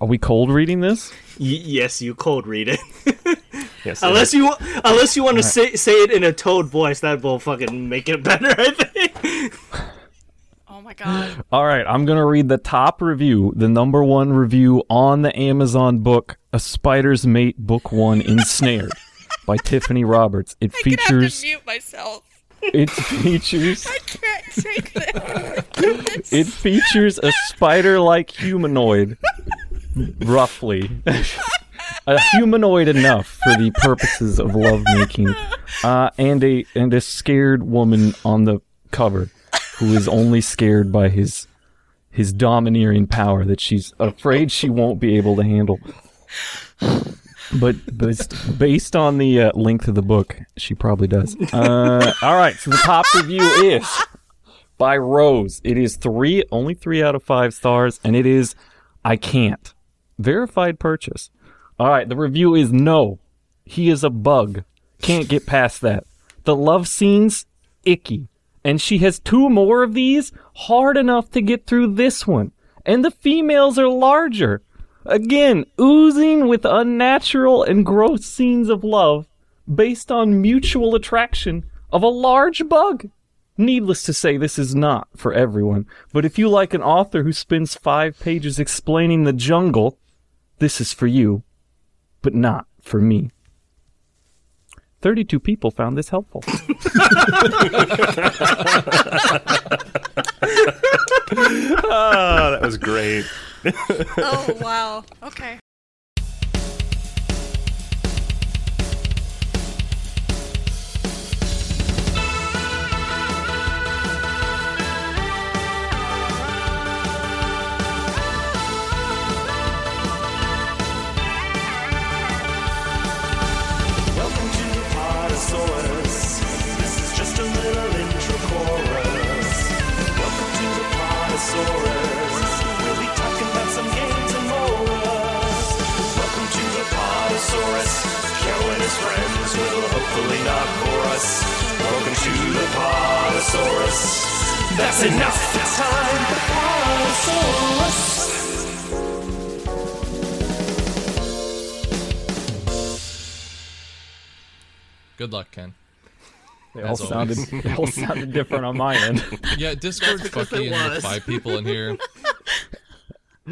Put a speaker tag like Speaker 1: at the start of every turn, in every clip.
Speaker 1: Are we cold reading this?
Speaker 2: Y- yes, you cold read it.
Speaker 1: Yes.
Speaker 2: unless you wa- unless you want to say say it in a toad voice, that will fucking make it better. I think.
Speaker 3: Oh my god.
Speaker 1: All right, I'm going to read the top review, the number one review on the Amazon book, A Spider's Mate, Book One, Ensnared by Tiffany Roberts. It
Speaker 3: I'm gonna have
Speaker 1: features.
Speaker 3: to mute myself.
Speaker 1: It features.
Speaker 3: I can't take this.
Speaker 1: It features a spider-like humanoid, roughly. a humanoid enough for the purposes of lovemaking, uh, and a and a scared woman on the cover, who is only scared by his his domineering power that she's afraid she won't be able to handle. But based, based on the uh, length of the book, she probably does. Uh, all right, so the top review is by Rose. It is three, only three out of five stars, and it is I can't. Verified purchase. All right, the review is no. He is a bug. Can't get past that. The love scenes, icky. And she has two more of these, hard enough to get through this one. And the females are larger. Again, oozing with unnatural and gross scenes of love based on mutual attraction of a large bug. Needless to say, this is not for everyone, but if you like an author who spends five pages explaining the jungle, this is for you, but not for me. 32 people found this helpful.
Speaker 4: Oh, that was great.
Speaker 3: oh wow. Okay.
Speaker 5: Welcome to Podosaurus. This is just a little intro chorus. Welcome to the Podosaurus. We'll be talking about some games and more. Welcome to the Podosaurus. Joe and his friends will hopefully not bore us. Welcome to the Podosaurus. That's enough. It's time for Podosaurus.
Speaker 6: Good luck, Ken.
Speaker 1: They all,
Speaker 6: As
Speaker 1: sounded,
Speaker 6: always.
Speaker 1: they all sounded different on my end.
Speaker 6: Yeah, Discord fucking with five people in here.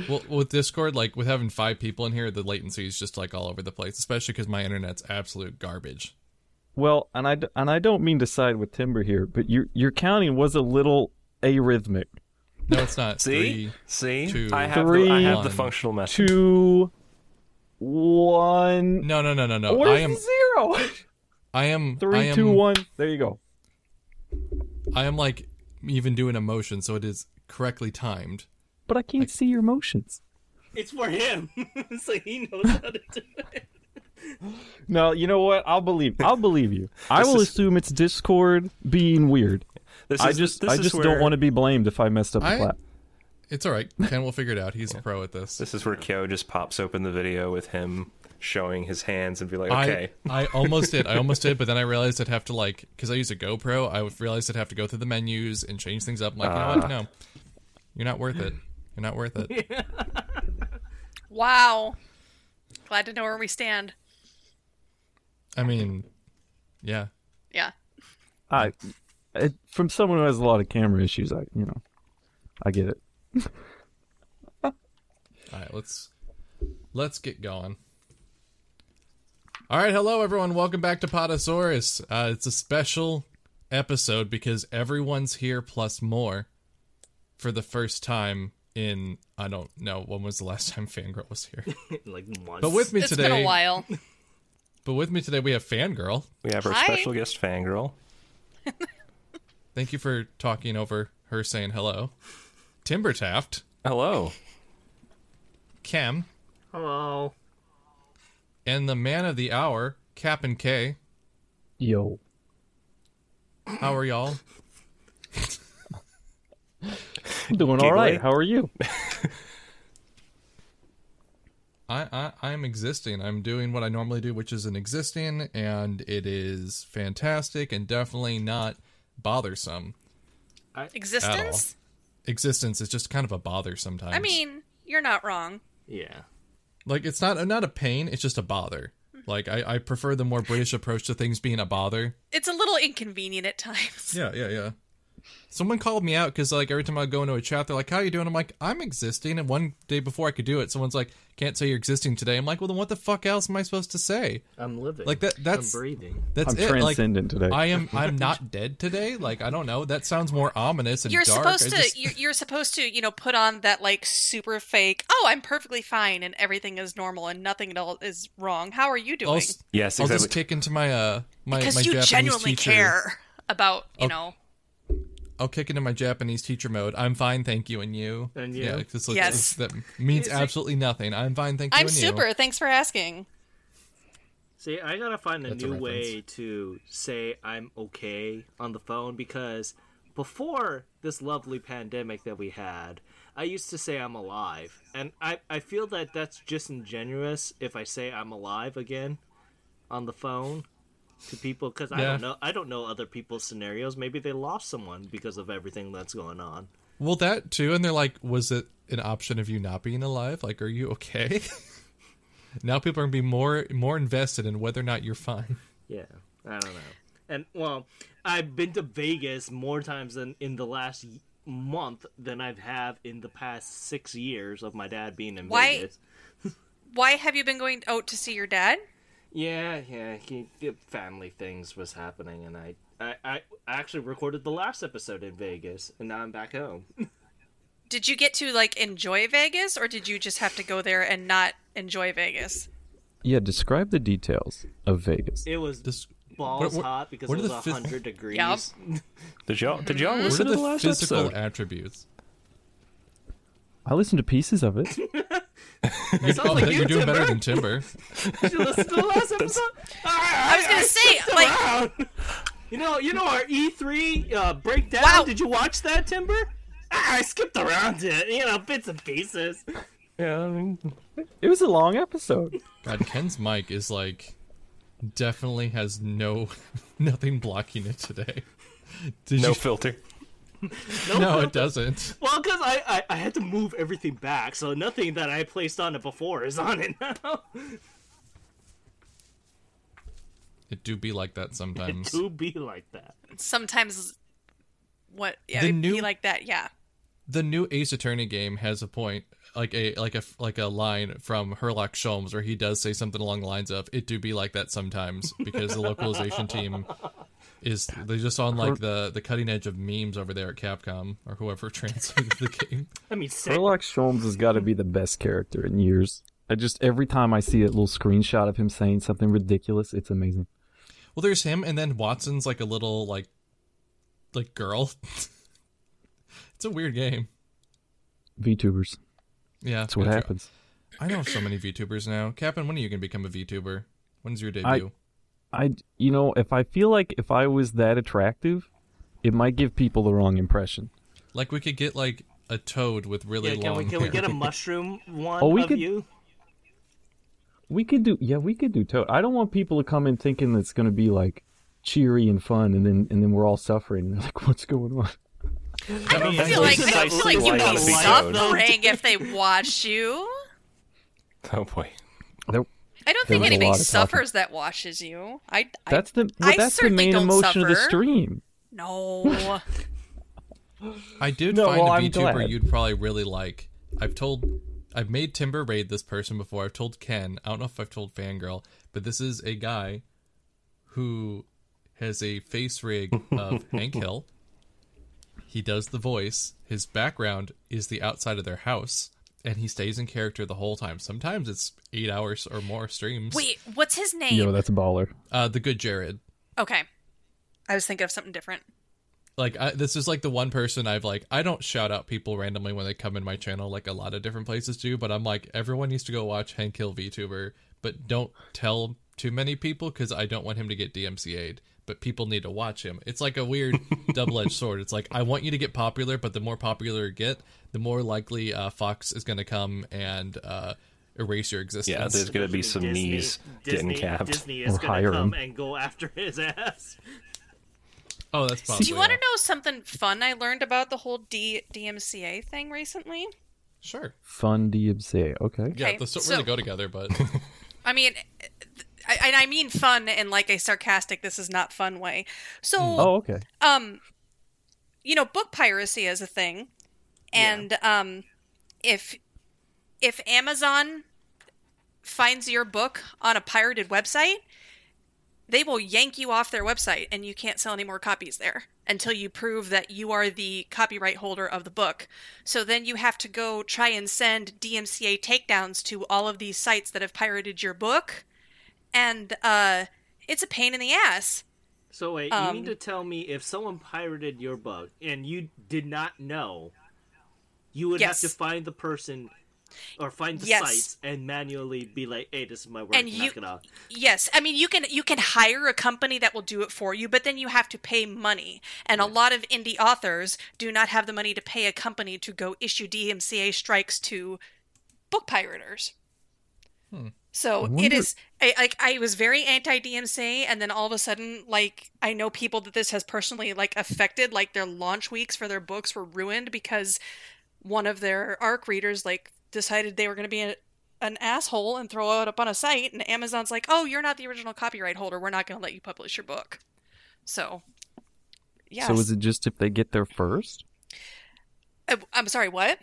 Speaker 6: Well, with Discord, like with having five people in here, the latency is just like all over the place, especially because my internet's absolute garbage.
Speaker 1: Well, and I, d- and I don't mean to side with Timber here, but your, your counting was a little arrhythmic.
Speaker 6: No, it's not.
Speaker 4: See, see,
Speaker 6: two,
Speaker 4: I have the, I have the
Speaker 6: three,
Speaker 4: functional method.
Speaker 1: Two, one.
Speaker 6: Three. No, no, no, no, no.
Speaker 1: Where's
Speaker 6: I am.
Speaker 1: the zero?
Speaker 6: I am. I
Speaker 1: Three,
Speaker 6: am,
Speaker 1: two, one. There you go.
Speaker 6: I am like even doing a motion, so it is correctly timed.
Speaker 1: But I can't see your motions.
Speaker 2: It's for him, so he knows how to do it.
Speaker 1: No, you know what? I'll believe. I'll believe you. I will
Speaker 4: is-
Speaker 1: assume it's Discord being weird.
Speaker 4: This
Speaker 1: I
Speaker 4: is-
Speaker 1: just,
Speaker 4: this
Speaker 1: I
Speaker 4: is
Speaker 1: just
Speaker 4: where-
Speaker 1: don't want to be blamed if I messed up the
Speaker 6: I-
Speaker 1: clap.
Speaker 6: It's all right. Ken will figure it out. He's a pro at this.
Speaker 4: This is where Kyo just pops open the video with him showing his hands and be like,
Speaker 6: I-
Speaker 4: okay.
Speaker 6: I, almost did. I almost did, but then I realized I'd have to like because I use a GoPro. I would- realized I'd have to go through the menus and change things up. I'm like, you know what? No, you're not worth it. You're not worth it.
Speaker 3: Wow. Glad to know where we stand.
Speaker 6: I mean, yeah.
Speaker 3: Yeah.
Speaker 1: I, it, from someone who has a lot of camera issues, I, you know, I get it.
Speaker 6: All right, let's let's get going. All right, hello everyone. Welcome back to Potosaurus. Uh, it's a special episode because everyone's here plus more for the first time in I don't know when was the last time Fangirl was here.
Speaker 2: Like once.
Speaker 6: But with me
Speaker 3: It's
Speaker 6: today,
Speaker 3: been a while.
Speaker 6: But with me today, we have Fangirl.
Speaker 4: We have our
Speaker 3: Hi.
Speaker 4: special guest, Fangirl.
Speaker 6: Thank you for talking over her saying hello. Timber Taft,
Speaker 4: Hello.
Speaker 6: Cam,
Speaker 2: hello.
Speaker 6: and the man of the hour, Cap and K.
Speaker 1: Yo,
Speaker 6: How are y'all?
Speaker 1: I'm doing all
Speaker 4: Giggly.
Speaker 1: right. How are you?
Speaker 6: I, I I'm existing. I'm doing what I normally do, which is an existing, and it is fantastic and definitely not bothersome.
Speaker 3: Existence?
Speaker 6: Existence is just kind of a bother sometimes.
Speaker 3: I mean, you're not wrong.
Speaker 2: Yeah.
Speaker 6: Like it's not not a pain, it's just a bother. Like I, I prefer the more British approach to things being a bother.
Speaker 3: It's a little inconvenient at times.
Speaker 6: Yeah, yeah, yeah. Someone called me out because like every time I go into a chat, they're like, "How you doing?" I'm like, "I'm existing." And one day before I could do it, someone's like, "Can't say you're existing today." I'm like, "Well, then what the fuck else am I supposed to say?"
Speaker 2: I'm living.
Speaker 6: Like that- that's-
Speaker 2: I'm breathing.
Speaker 6: That's
Speaker 1: I'm
Speaker 6: it.
Speaker 1: transcendent
Speaker 6: like,
Speaker 1: today.
Speaker 6: I am. I'm not dead today. Like I don't know. That sounds more ominous and
Speaker 3: You're
Speaker 6: dark. I
Speaker 3: supposed to
Speaker 6: just-
Speaker 3: you're, you're supposed to you know put on that like super fake. Oh, I'm perfectly fine and everything is normal and nothing at all is wrong. How are you doing?
Speaker 6: I'll, s-
Speaker 4: Yes,
Speaker 6: I'll just
Speaker 4: exactly.
Speaker 6: kick into my uh my my
Speaker 3: because you
Speaker 6: Japanese
Speaker 3: genuinely
Speaker 6: teacher. Oh,
Speaker 3: care about you know.
Speaker 6: I'll kick into my Japanese teacher mode. I'm fine, thank you, and you.
Speaker 2: And you.
Speaker 6: Yeah, 'cause, like,
Speaker 3: Yes.
Speaker 6: this- that means absolutely nothing. I'm fine, thank you.
Speaker 3: I'm
Speaker 6: and
Speaker 3: super.
Speaker 6: You.
Speaker 3: Thanks for asking.
Speaker 2: See, I gotta find a
Speaker 6: That's a
Speaker 2: new
Speaker 6: reference.
Speaker 2: way to say I'm okay on the phone because before this lovely pandemic that we had, I used to say I'm alive. And I, I feel that that's disingenuous if I say I'm alive again on the phone to people because I
Speaker 6: Yeah.
Speaker 2: don't know I don't know other people's scenarios. Maybe they lost someone because of everything that's going on.
Speaker 6: Well, that too, and they're like, was it an option of you not being alive? Like, are you okay? now people are gonna be more more invested in whether or not you're fine.
Speaker 2: Yeah, I don't know. And well, I've been to Vegas more times than in the last y- month than I've have in the past six years of my dad being in
Speaker 3: Why-
Speaker 2: Vegas.
Speaker 3: Why have you been going out to see your dad?
Speaker 2: Yeah, yeah, he, the family things was happening, and I, I, I actually recorded the last episode in Vegas, and now I'm back home.
Speaker 3: Did you get to like enjoy Vegas or did you just have to go there and not enjoy Vegas?
Speaker 1: Yeah, describe the details of Vegas.
Speaker 2: It was
Speaker 6: This-
Speaker 2: balls
Speaker 6: what- what-
Speaker 2: hot because
Speaker 6: what
Speaker 2: it
Speaker 6: are
Speaker 2: was
Speaker 6: the phys-
Speaker 2: hundred degrees.
Speaker 3: Yup.
Speaker 4: Did y'all did y'all
Speaker 6: What
Speaker 4: listen
Speaker 6: are
Speaker 4: to the
Speaker 6: the
Speaker 4: last
Speaker 6: physical
Speaker 4: episode?
Speaker 6: attributes?
Speaker 1: I listened to pieces of it.
Speaker 2: It sounds
Speaker 6: Oh,
Speaker 2: like
Speaker 6: you're
Speaker 2: you
Speaker 6: doing better than Timber.
Speaker 2: Did you listen to the last episode?
Speaker 3: I was gonna say like
Speaker 2: You know, you know our E3 uh, breakdown.
Speaker 3: Wow.
Speaker 2: Did you watch that, Timber? Ah, I skipped around it, you know, bits and pieces.
Speaker 4: Yeah, I mean,
Speaker 1: It was a long episode.
Speaker 6: God, Ken's mic is like definitely has no nothing blocking it today. Did
Speaker 4: no
Speaker 6: you-
Speaker 4: filter.
Speaker 6: no, it doesn't.
Speaker 2: Well, because I, I I had to move everything back, so nothing that I placed on it before is on it now.
Speaker 6: It do be like that sometimes.
Speaker 2: to be like that.
Speaker 3: sometimes what yeah,
Speaker 6: The
Speaker 3: it'd
Speaker 6: new-
Speaker 3: be like that, yeah.
Speaker 6: the new Ace Attorney game has a point, like a like a like a line from Herlock Sholmes where he does say something along the lines of "It do be like that sometimes" because the localization team is they're just on like the the cutting edge of memes over there at Capcom or whoever translated the game.
Speaker 2: I mean, sick.
Speaker 1: Sherlock Sholmes has got to be the best character in years. I just every time I see a little screenshot of him saying something ridiculous, it's amazing.
Speaker 6: Well, there's him, and then Watson's like a little like like girl. it's a weird game.
Speaker 1: VTubers.
Speaker 6: Yeah,
Speaker 1: That's what happens.
Speaker 6: I know so many VTubers now. Captain, when are you gonna become a VTuber? When's your debut?
Speaker 1: I- I, you know, if I feel like if I was that attractive, it might give people the wrong impression.
Speaker 6: Like we could get like a toad with really
Speaker 2: Yeah, can
Speaker 6: long
Speaker 2: we can we
Speaker 6: hair.
Speaker 2: get a mushroom one
Speaker 1: Oh, we
Speaker 2: of
Speaker 1: could-
Speaker 2: you?
Speaker 1: We could do, yeah, we could do Toad. I don't want people to come in thinking it's going to be like cheery and fun, and then and then we're all suffering. They're like, what's going on?
Speaker 3: I don't
Speaker 4: mean,
Speaker 3: feel like I
Speaker 4: this
Speaker 3: don't
Speaker 4: is
Speaker 3: feel like
Speaker 4: actually
Speaker 3: you'd
Speaker 4: why
Speaker 3: be
Speaker 4: we don't.
Speaker 3: suffering if they watch you.
Speaker 4: Oh boy.
Speaker 1: There,
Speaker 3: I don't
Speaker 1: There
Speaker 3: think
Speaker 1: was a
Speaker 3: anybody
Speaker 1: lot of talking.
Speaker 3: suffers that watches you. I, I
Speaker 1: that's the well,
Speaker 3: I
Speaker 1: that's the
Speaker 3: certainly
Speaker 1: main
Speaker 3: don't
Speaker 1: emotion of the
Speaker 3: suffer.
Speaker 1: stream.
Speaker 3: no.
Speaker 6: I did
Speaker 1: No,
Speaker 6: find
Speaker 1: well,
Speaker 6: a
Speaker 1: I'm
Speaker 6: VTuber
Speaker 1: glad.
Speaker 6: you'd probably really like. I've told, I've made Timber raid this person before. I've told Ken. I don't know if I've told Fangirl, but this is a guy who has a face rig of Hank Hill. He does the voice. His background is the outside of their house, and he stays in character the whole time. Sometimes it's eight hours or more streams.
Speaker 3: Wait, what's his name?
Speaker 1: Yo, that's a baller.
Speaker 6: Uh, the good Jared.
Speaker 3: Okay. I was thinking of something different.
Speaker 6: like I, this is like the one person I've like I don't shout out people randomly when they come in my channel like a lot of different places do, but I'm like everyone needs to go watch Hank Hill VTuber, but don't tell too many people because I don't want him to get DMCA'd. But people need to watch him. It's like a weird double edged sword. It's like I want you to get popular, but the more popular you get, the more likely uh, Fox is going to come and uh, erase your existence.
Speaker 4: Yeah, there's gonna be some
Speaker 2: Disney-
Speaker 4: knees
Speaker 2: Disney,
Speaker 4: getting capped.
Speaker 2: Disney is
Speaker 1: Or
Speaker 2: gonna
Speaker 1: hire
Speaker 2: come
Speaker 1: him.
Speaker 2: and go after his ass.
Speaker 6: oh, that's possible.
Speaker 3: Do you want to
Speaker 6: yeah.
Speaker 3: know something fun I learned about the whole D- DMCA thing recently?
Speaker 6: Sure.
Speaker 1: Fun to observe. Okay.
Speaker 6: Yeah,
Speaker 3: Okay,
Speaker 6: the, so,
Speaker 3: so-
Speaker 6: we're gonna go together, but
Speaker 3: I mean, I, and I mean fun in like a sarcastic, this is not fun way. So,
Speaker 1: Oh, okay.
Speaker 3: um, you know, book piracy is a thing, and um, if if Amazon finds your book on a pirated website, they will yank you off their website, and you can't sell any more copies there until you prove that you are the copyright holder of the book. So then you have to go try and send DMCA takedowns to all of these sites that have pirated your book, and uh, it's a pain in the ass.
Speaker 2: So wait, you
Speaker 3: Um,
Speaker 2: need to tell me if someone pirated your book and you did not know, you would
Speaker 3: Yes.
Speaker 2: have to find the person or find the
Speaker 3: Yes.
Speaker 2: sites and manually be like, "Hey, this is my work."
Speaker 3: And you-
Speaker 2: knock it off.
Speaker 3: Yes, I mean you can you can hire a company that will do it for you, but then you have to pay money. And a lot of indie authors do not have the money to pay a company to go issue DMCA strikes to book pirators. So it
Speaker 1: Hmm. wonder-
Speaker 3: is I, like I was very anti DMCA, and then all of a sudden, like I know people that this has personally like affected, like their launch weeks for their books were ruined because one of their arc readers like decided they were going to be a, an asshole and throw it up on a site and amazon's like oh you're not the original copyright holder we're not going to let you publish your book so yeah
Speaker 1: So is it just if they get there first?
Speaker 3: Uh, i'm sorry what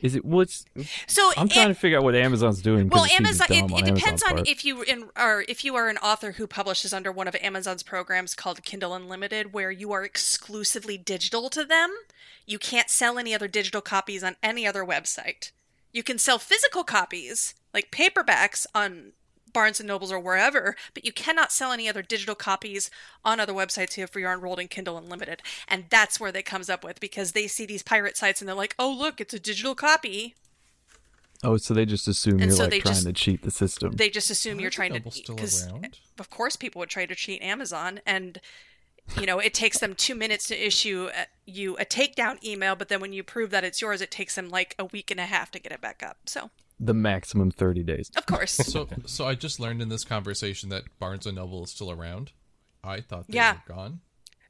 Speaker 1: Is it what's?
Speaker 3: so
Speaker 1: I'm trying to figure out what Amazon's doing. 'cause
Speaker 3: well
Speaker 1: it seems
Speaker 3: amazon it,
Speaker 1: dumb
Speaker 3: it
Speaker 1: Amazon's
Speaker 3: depends on
Speaker 1: part.
Speaker 3: if you in, or if you are an author who publishes under one of amazon's programs called kindle unlimited where you are exclusively digital to them you can't sell any other digital copies on any other website you can sell physical copies like paperbacks on barnes and nobles or wherever but you cannot sell any other digital copies on other websites if you're enrolled in kindle unlimited and that's where they comes up with because they see these pirate sites and they're like oh look it's a digital copy
Speaker 1: Oh, so they just assume
Speaker 3: And
Speaker 1: you're
Speaker 3: so
Speaker 1: like
Speaker 3: they
Speaker 1: trying
Speaker 3: just-
Speaker 1: to cheat the system.
Speaker 3: they just assume you're
Speaker 6: Aren't the
Speaker 3: trying to
Speaker 6: doubles still
Speaker 3: because
Speaker 6: around?
Speaker 3: of course people would try to cheat amazon and you know it takes them two minutes to issue uh you a takedown email but then when you prove that it's yours it takes them like a week and a half to get it back up so
Speaker 1: The maximum thirty days.
Speaker 3: of course
Speaker 6: so so I just learned in this conversation that Barnes and Noble is still around. I thought they
Speaker 3: Yeah.
Speaker 6: were gone.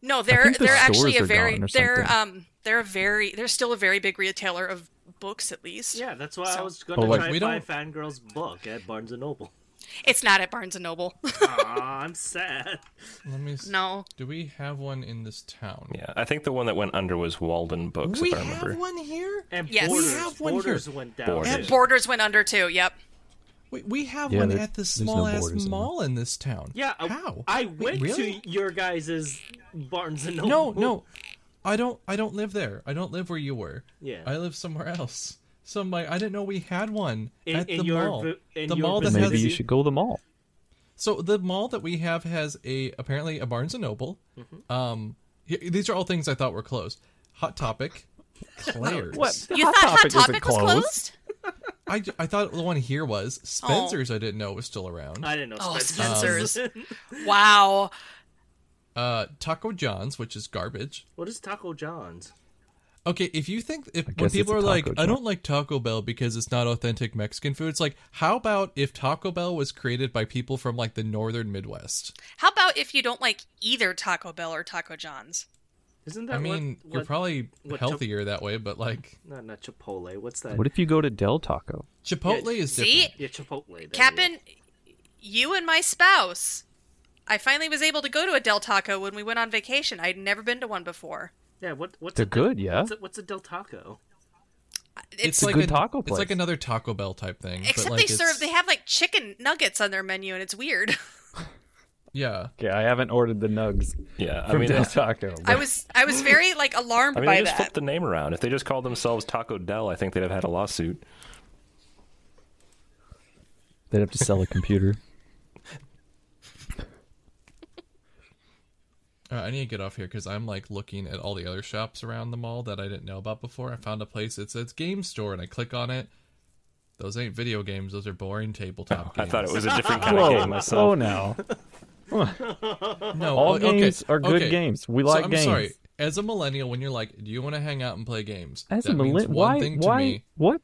Speaker 3: no they're
Speaker 1: think the
Speaker 3: they're actually
Speaker 1: stores
Speaker 3: a
Speaker 1: are
Speaker 3: very
Speaker 1: gone or
Speaker 3: they're
Speaker 1: something.
Speaker 3: um they're a very they're still a very big retailer of books at least
Speaker 2: Yeah, that's why I was going
Speaker 1: Oh,
Speaker 2: to
Speaker 1: like,
Speaker 2: try
Speaker 6: we
Speaker 2: and buy
Speaker 6: don't-
Speaker 2: Fangirl's book at Barnes and Noble.
Speaker 3: it's not at barnes and noble
Speaker 2: Aw, I'm sad.
Speaker 6: Let me. s-
Speaker 3: no
Speaker 6: Do we have one in this town?
Speaker 4: Yeah, I think the one that went under was Walden Books, if I remember.
Speaker 6: one here.
Speaker 2: And
Speaker 3: Yes. We
Speaker 2: borders,
Speaker 6: have one here.
Speaker 2: borders went down.
Speaker 4: Borders.
Speaker 3: and borders went under too yep
Speaker 6: Wait, we have
Speaker 1: Yeah,
Speaker 6: one
Speaker 1: there-
Speaker 6: at this
Speaker 1: there's no
Speaker 6: small ass
Speaker 1: borders in
Speaker 6: mall in this town.
Speaker 2: Yeah, I,
Speaker 6: how?
Speaker 2: I
Speaker 6: Wait,
Speaker 2: went
Speaker 6: really?
Speaker 2: to Oh, your guys' Barnes and Noble.
Speaker 6: No, no, I don't. I don't live there. I don't live where you were.
Speaker 2: Yeah.
Speaker 6: I live somewhere else. Some like I didn't know we had one
Speaker 2: In-
Speaker 6: at
Speaker 2: in
Speaker 6: the
Speaker 2: your
Speaker 6: mall.
Speaker 2: vi- in
Speaker 6: the
Speaker 2: your
Speaker 3: Oh,
Speaker 6: mall that
Speaker 2: vicinity?
Speaker 1: Maybe
Speaker 6: has
Speaker 1: you should go to the mall.
Speaker 6: So the mall that we have has a apparently a Barnes and Noble.
Speaker 2: Mm-hmm.
Speaker 6: Um, y- these are all things I thought were closed. Hot Topic, Claire's.
Speaker 3: you thought hot
Speaker 1: isn't
Speaker 3: topic was closed
Speaker 6: I, I thought the one here was Spencer's. I didn't know was still around.
Speaker 2: Oh. I didn't know.
Speaker 3: Oh,
Speaker 2: Spencer's.
Speaker 3: wow
Speaker 6: Uh, Taco John's, which is garbage.
Speaker 2: what is Taco John's?
Speaker 6: Okay, if you think if when
Speaker 1: guess
Speaker 6: people
Speaker 1: it's
Speaker 6: are
Speaker 1: a
Speaker 6: like,
Speaker 1: Taco
Speaker 6: I
Speaker 1: John's."
Speaker 6: don't like Taco Bell because it's not authentic Mexican food. It's like, how about if Taco Bell was created by people from like the northern Midwest?
Speaker 3: How about if you don't like either Taco Bell or Taco John's?
Speaker 2: Isn't that
Speaker 6: I mean,
Speaker 2: what,
Speaker 6: you're
Speaker 2: what-
Speaker 6: probably
Speaker 2: what to-
Speaker 6: healthier that way, but like
Speaker 2: No, not Chipotle. What's that?
Speaker 1: What if you go to Del Taco?
Speaker 6: Chipotle is different.
Speaker 3: See,
Speaker 2: yeah, Chipotle. there you go.
Speaker 3: Captain, you and my spouse. I finally was able to go to a Del Taco when we went on vacation. I'd never been to one before.
Speaker 2: Yeah, what, what's
Speaker 1: They're
Speaker 2: a del-
Speaker 1: good, yeah?
Speaker 2: What's a, what's a Del Taco?
Speaker 3: It's,
Speaker 1: a good taco
Speaker 6: It's
Speaker 1: place.
Speaker 6: like another Taco Bell type thing. but,
Speaker 3: except
Speaker 6: like,
Speaker 3: they serve
Speaker 6: it's-
Speaker 3: they have like chicken nuggets on their menu and it's weird.
Speaker 6: yeah.
Speaker 1: Okay, I haven't ordered the nugs
Speaker 4: Yeah, I
Speaker 1: from
Speaker 4: mean,
Speaker 1: Del
Speaker 4: I,
Speaker 1: Taco.
Speaker 3: I was I was very like alarmed
Speaker 4: I mean,
Speaker 3: by
Speaker 4: they just
Speaker 3: that.
Speaker 4: flipped the name around. If they just called themselves Taco Dell, I think they'd have had a lawsuit.
Speaker 1: They'd have to sell a computer.
Speaker 6: Uh, I need to get off here because I'm like looking at all the other shops around the mall that I didn't know about before. I found a place. It says game store, and I click on it. Those ain't video games. Those are boring tabletop
Speaker 4: I
Speaker 6: games.
Speaker 4: thought it was a different kind of game myself.
Speaker 1: oh now.
Speaker 6: no.
Speaker 1: All
Speaker 6: o- okay,
Speaker 1: games are good
Speaker 6: okay.
Speaker 1: games. We
Speaker 6: So
Speaker 1: like
Speaker 6: I'm
Speaker 1: games.
Speaker 6: sorry. As a millennial, when you're like, "Do you want to hang out and play games?"
Speaker 1: As
Speaker 6: that
Speaker 1: a
Speaker 6: means
Speaker 1: millennial,
Speaker 6: one
Speaker 1: why?
Speaker 6: thing to
Speaker 1: Why?
Speaker 6: me.
Speaker 1: What?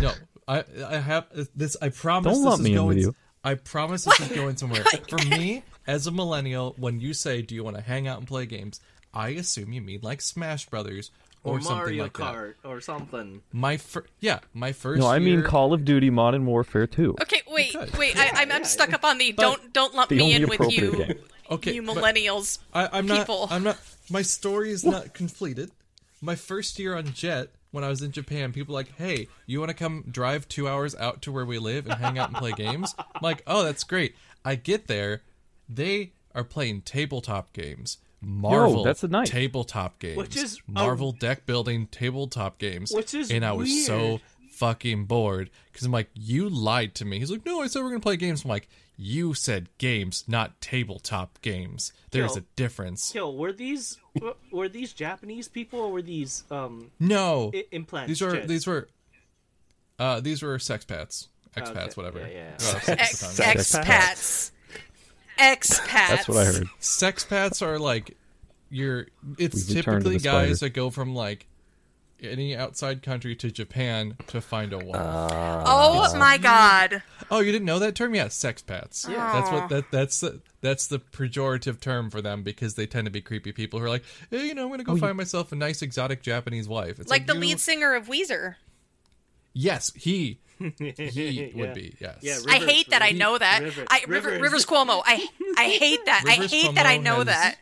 Speaker 6: No, I I have this. I promise
Speaker 1: Don't
Speaker 6: this
Speaker 1: lump
Speaker 6: is
Speaker 1: me in
Speaker 6: going.
Speaker 1: with you.
Speaker 6: I promise this is going somewhere. For me, as a millennial, when you say, "Do you want to hang out and play games?" I assume you mean like Smash Brothers or, something
Speaker 2: Mario
Speaker 6: like that.
Speaker 2: Kart or something.
Speaker 6: My fir- yeah, my first.
Speaker 1: No, I mean
Speaker 6: year-
Speaker 1: Call of Duty Modern Warfare 2.
Speaker 3: Okay, wait,
Speaker 6: could.
Speaker 3: wait. I, I'm, I'm stuck up on the don't don't lump
Speaker 1: The
Speaker 3: me
Speaker 1: only
Speaker 3: in with you,
Speaker 1: appropriate game.
Speaker 6: Okay,
Speaker 3: you
Speaker 6: but-
Speaker 3: millennials.
Speaker 6: I, I'm not.
Speaker 3: people.
Speaker 6: I'm not. My story is not completed. My first year on Jet, when I was in Japan, people were like, "Hey, you want to come drive two hours out to where we live and hang out and play games?" I'm like, "Oh, that's great." I get there, they are playing tabletop games. Marvel,
Speaker 1: that's a night.
Speaker 6: Tabletop games,
Speaker 2: Which is a-
Speaker 6: Marvel deck building tabletop games.
Speaker 2: Which is
Speaker 6: and I was so
Speaker 2: weird.
Speaker 6: fucking bored because I'm like, "You lied to me." He's like, "No, I said we're gonna play games." I'm like, "You said games, not tabletop games. There's
Speaker 2: Yo.
Speaker 6: a difference."
Speaker 2: Yo, were these were- were these Japanese people or were these um
Speaker 6: No,
Speaker 2: i- implants?
Speaker 6: these were
Speaker 2: Shit.
Speaker 6: these were uh these were sexpats, expats, whatever.
Speaker 2: Yeah, yeah.
Speaker 6: Uh,
Speaker 3: Ex-
Speaker 6: sex-
Speaker 3: expats. Expats.
Speaker 1: That's what I heard.
Speaker 6: Sexpats are like your. It's
Speaker 1: We've returned to
Speaker 6: typically
Speaker 1: the spider.
Speaker 6: guys that go from like any outside country to Japan to find a wife.
Speaker 1: Uh.
Speaker 3: Oh my god.
Speaker 6: oh, you didn't know that term? Yeah, sexpats. Yeah, that's what that that's the, that's the pejorative term for them because they tend to be creepy people who are like, hey, you know, I'm gonna go
Speaker 1: Oh,
Speaker 6: find myself a nice exotic Japanese wife. It's
Speaker 3: Like the
Speaker 6: you-
Speaker 3: lead singer of Weezer.
Speaker 6: Yes, he. He would be yes.
Speaker 2: Yeah,
Speaker 3: I
Speaker 2: Rivers,
Speaker 3: hate that I
Speaker 2: Rivers.
Speaker 3: know that.
Speaker 2: Rivers.
Speaker 3: I River,
Speaker 2: Rivers.
Speaker 3: Rivers Cuomo. I I hate that. I
Speaker 6: Rivers
Speaker 3: hate that I
Speaker 6: Cuomo
Speaker 3: know
Speaker 6: has-
Speaker 3: that.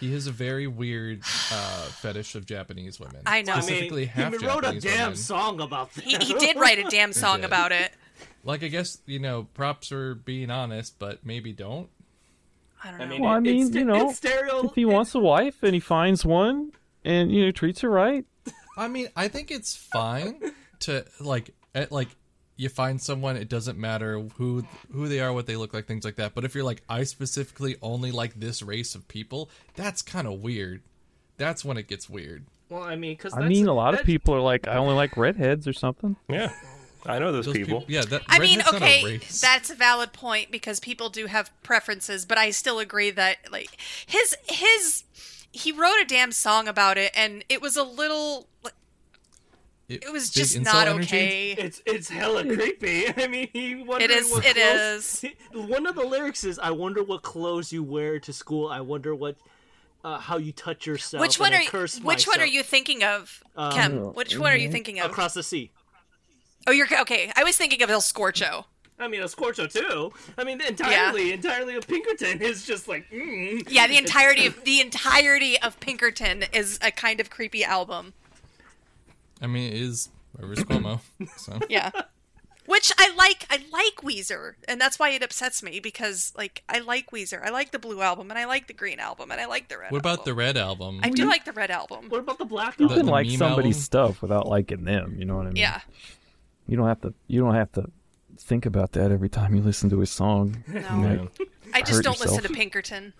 Speaker 6: He has a very weird uh, fetish of Japanese women.
Speaker 3: I know.
Speaker 2: I
Speaker 6: specifically
Speaker 2: mean,
Speaker 6: half
Speaker 2: he wrote a
Speaker 6: Japanese
Speaker 2: damn
Speaker 6: women.
Speaker 2: song about that.
Speaker 3: He, he did write a damn song
Speaker 6: did.
Speaker 3: about it.
Speaker 6: Like I guess you know, props for being honest, but maybe don't.
Speaker 3: I don't know.
Speaker 2: I mean,
Speaker 1: Well, I
Speaker 2: it-
Speaker 1: mean,
Speaker 2: it's,
Speaker 1: you know,
Speaker 2: it's stereo,
Speaker 1: If he wants a wife and he finds one and you know treats her right,
Speaker 6: I mean, I think it's fine to like at, like you find someone. It doesn't matter who who they are, what they look like, things like that. But if you're like, I specifically only like this race of people, that's kind of weird. That's when it gets weird.
Speaker 2: Well, I mean, because
Speaker 1: I mean a lot of people are like I only like redheads or something.
Speaker 4: Yeah, I know those,
Speaker 6: Those
Speaker 4: people.
Speaker 6: people, yeah. That,
Speaker 3: I mean,
Speaker 6: redneck's not a
Speaker 3: okay,
Speaker 6: race.
Speaker 3: that's a valid point because people do have preferences, but I still agree that like his his he wrote a damn song about it, and it was a little it was
Speaker 6: big
Speaker 3: just
Speaker 6: incel
Speaker 3: not
Speaker 6: energy?
Speaker 3: okay.
Speaker 2: It's it's hella creepy. I mean, he wondering
Speaker 3: is-
Speaker 2: What
Speaker 3: it
Speaker 2: clothes- One of the lyrics is, "I wonder what clothes you wear to school. I wonder what, uh, how you touch yourself."
Speaker 3: Which one
Speaker 2: and
Speaker 3: are
Speaker 2: I
Speaker 3: you,
Speaker 2: curse
Speaker 3: which one are
Speaker 2: myself." Um,
Speaker 3: you thinking of, Kim? Which one are you thinking of?
Speaker 2: across the sea?
Speaker 3: oh, you're okay. I was thinking of El Scorcho.
Speaker 2: I mean, a Scorcho too. I mean, entirely, entirely of Pinkerton is just like, mm.
Speaker 3: Yeah, the entirety of the entirety of Pinkerton is a kind of creepy album.
Speaker 6: I mean, it is Rivers Cuomo. So.
Speaker 3: Yeah. Which I like I like Weezer, and that's why it upsets me because like I like Weezer. I like the blue album and I like the green album and I like the red
Speaker 6: What about the
Speaker 3: album.
Speaker 6: red album?
Speaker 3: I do like the red album.
Speaker 2: What about the black
Speaker 1: You
Speaker 2: dog?
Speaker 1: can
Speaker 6: the
Speaker 1: like
Speaker 6: meme
Speaker 1: somebody's
Speaker 6: album?
Speaker 1: stuff without liking them. You know what I mean?
Speaker 3: Yeah.
Speaker 1: You don't have to. You don't have to think about that every time you listen to his song.
Speaker 3: No.
Speaker 6: Yeah.
Speaker 3: I just
Speaker 1: Hurt
Speaker 3: don't listen to
Speaker 1: yourself.
Speaker 3: Pinkerton.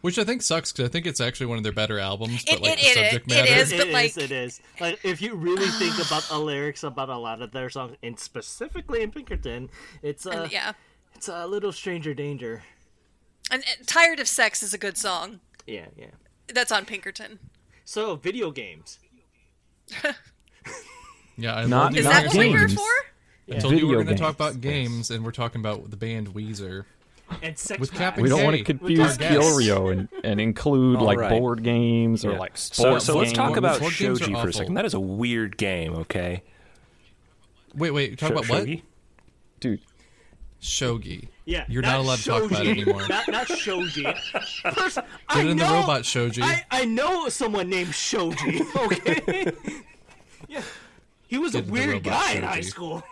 Speaker 6: Which I think sucks because I think it's actually one of their better albums.
Speaker 3: It-
Speaker 6: But like
Speaker 3: it-
Speaker 6: the
Speaker 3: it-
Speaker 6: subject
Speaker 3: it
Speaker 6: matter,
Speaker 3: is,
Speaker 2: It
Speaker 3: but,
Speaker 2: is,
Speaker 3: like-
Speaker 2: it is. Like, if you really think about the lyrics about a lot of their songs, and specifically in Pinkerton, it's uh,
Speaker 3: And yeah.
Speaker 2: it's a little stranger danger.
Speaker 3: And, and Tired of Sex is a good song.
Speaker 2: Yeah, yeah.
Speaker 3: That's on Pinkerton.
Speaker 2: So, video games.
Speaker 6: yeah, I
Speaker 1: Not-
Speaker 6: love
Speaker 3: Is
Speaker 1: Not
Speaker 3: that what we're here
Speaker 1: games.
Speaker 3: for?
Speaker 6: I told you we
Speaker 1: Video
Speaker 6: were going to talk
Speaker 1: games.
Speaker 6: about games, and we're talking about the band Weezer.
Speaker 2: and sex
Speaker 6: With
Speaker 2: packs.
Speaker 6: Captain
Speaker 1: We don't want to
Speaker 6: Hey,
Speaker 1: confuse
Speaker 6: we're talking-
Speaker 1: Kyorio and, and include like
Speaker 4: right.
Speaker 1: board games or
Speaker 4: Yeah.
Speaker 1: like
Speaker 4: So,
Speaker 1: sports
Speaker 4: so let's
Speaker 1: games.
Speaker 4: talk about
Speaker 6: Board games are
Speaker 4: Shoji for
Speaker 6: awful.
Speaker 4: a second. That is a weird game, okay?
Speaker 6: Wait, wait, talk
Speaker 4: Sho-
Speaker 6: about what?
Speaker 4: Shogi?
Speaker 1: dude.
Speaker 6: Shogi.
Speaker 2: Yeah,
Speaker 6: you're not allowed to talk about it
Speaker 2: shoji.
Speaker 6: anymore.
Speaker 2: Not, not Shoji. First, I
Speaker 6: Get in
Speaker 2: know,
Speaker 6: the robot, Shoji.
Speaker 2: I, I know someone named Shoji. Okay. yeah, he was
Speaker 6: Get
Speaker 2: a
Speaker 6: in the
Speaker 2: weird
Speaker 6: robot,
Speaker 2: guy in high
Speaker 6: Shoji.
Speaker 2: school.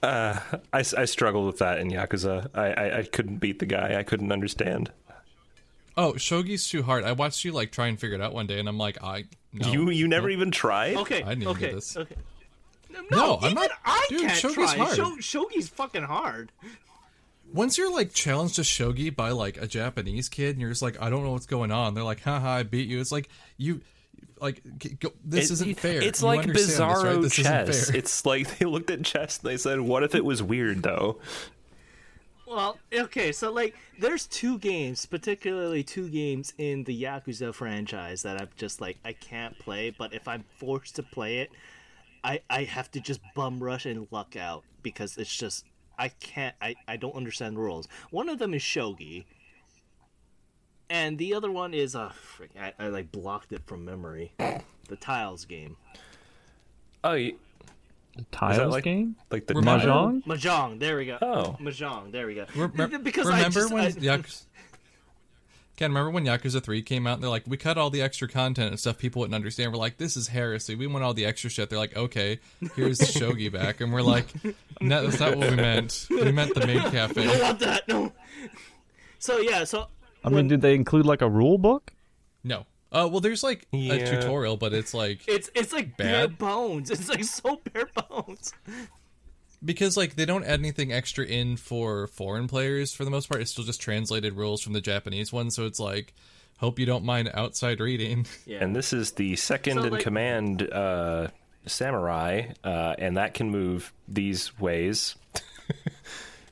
Speaker 4: I, s- I struggled with that in Yakuza. I, I, I couldn't beat the guy. I couldn't understand.
Speaker 6: Oh, Shogi's too hard. I watched you like try and figure it out one day, and I'm like, I no,
Speaker 4: You you never even tried.
Speaker 2: Okay.
Speaker 6: I needed
Speaker 2: okay.
Speaker 6: this.
Speaker 2: Okay. No,
Speaker 6: No, I'm
Speaker 2: even
Speaker 6: not-
Speaker 2: I
Speaker 6: dude,
Speaker 2: can't
Speaker 6: Shogi's
Speaker 2: try.
Speaker 6: hard.
Speaker 2: Sho- Shogi's fucking hard.
Speaker 6: Once you're like challenged to shogi by like a Japanese kid, and you're just like, I don't know what's going on. They're like, haha, I beat you. It's like you, like g- go, this
Speaker 4: It-
Speaker 6: isn't fair.
Speaker 4: It's
Speaker 6: You
Speaker 4: like
Speaker 6: understand this,
Speaker 4: bizarro
Speaker 6: right? This isn't
Speaker 4: chess.
Speaker 6: fair.
Speaker 4: It's like they looked at chess and they said, "What if it was weird though?"
Speaker 2: Well, okay, so like there's two games, particularly two games in the Yakuza franchise that I'm just like I can't play, but if I'm forced to play it, I I have to just bum rush and luck out because it's just I can't I I don't understand the rules. One of them is shogi. and the other one is uh, frick, I, I like blocked it from memory. The tiles game,
Speaker 4: Oh, y-
Speaker 1: Tiles
Speaker 4: like-
Speaker 1: game?
Speaker 4: like the
Speaker 6: Remember-
Speaker 1: Mahjong?
Speaker 4: Mahjong?
Speaker 2: mahjong. There we go.
Speaker 4: Oh.
Speaker 2: mahjong. There we go.
Speaker 6: Remember,
Speaker 2: because I
Speaker 6: remember
Speaker 2: just,
Speaker 6: when
Speaker 2: I-
Speaker 6: Yakuza... Ken, remember when Yakuza 3 came out and they're like, we cut all the extra content and stuff people wouldn't understand. We're like, this is heresy. We want all the extra shit. They're like, okay, here's Shogi back. And we're like, no, that's not what we meant. We meant the main
Speaker 2: I
Speaker 6: cafe.
Speaker 2: want that. No. So yeah. So
Speaker 1: I mean, did they include like a rule book?
Speaker 6: No. Uh, well, there's like a
Speaker 4: Yeah.
Speaker 6: tutorial, but it's like...
Speaker 2: it's it's like bare
Speaker 6: Bad.
Speaker 2: bones. It's like so bare bones.
Speaker 6: because like they don't add anything extra in for foreign players for the most part it's still just translated rules from the japanese one so it's like hope you don't mind outside reading
Speaker 2: Yeah.
Speaker 4: And this is the second
Speaker 2: So,
Speaker 4: in
Speaker 2: like-
Speaker 4: command uh, samurai, uh, and that can move these ways.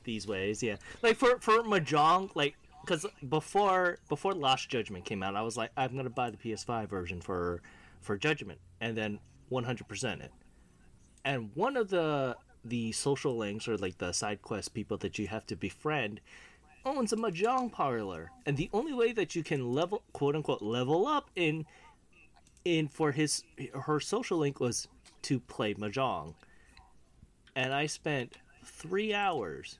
Speaker 2: these ways yeah like for for mahjong like because before before lost judgment came out i was like i'm gonna buy the ps5 version for for judgment and then 100% it and one of the the social links or like the side quest people that you have to befriend owns a mahjong parlor and the only way that you can level quote unquote level up in in for his her social link was to play mahjong and i spent three hours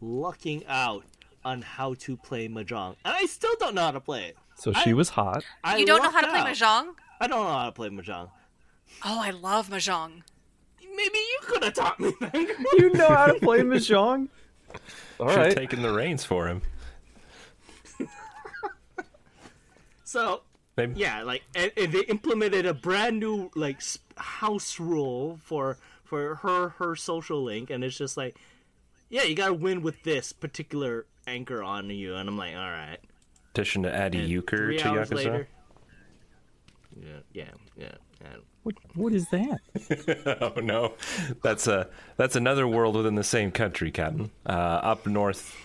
Speaker 2: lucking out on how to play mahjong and i still don't know how to play it
Speaker 1: So she was hot.
Speaker 2: I
Speaker 3: you don't know how to
Speaker 2: lucked
Speaker 3: play
Speaker 2: out.
Speaker 3: mahjong?
Speaker 2: i don't know how to play mahjong
Speaker 3: Oh, I love mahjong.
Speaker 2: maybe you could have taught me then
Speaker 1: You know how to play Mahjong? All
Speaker 4: Should have
Speaker 1: right.
Speaker 4: taken the reins for him.
Speaker 2: so
Speaker 4: Maybe.
Speaker 2: yeah like and, and they implemented a brand new like s- house rule for for her her social link and it's just like yeah you gotta win with this particular anchor on you and i'm like all right
Speaker 4: Petition to add a euchre
Speaker 2: three
Speaker 4: to
Speaker 2: hours
Speaker 4: Yakuza.
Speaker 2: later yeah yeah yeah, yeah.
Speaker 1: What, what is that?
Speaker 4: Oh no, that's a that's another world within the same country, Captain. Uh, up north.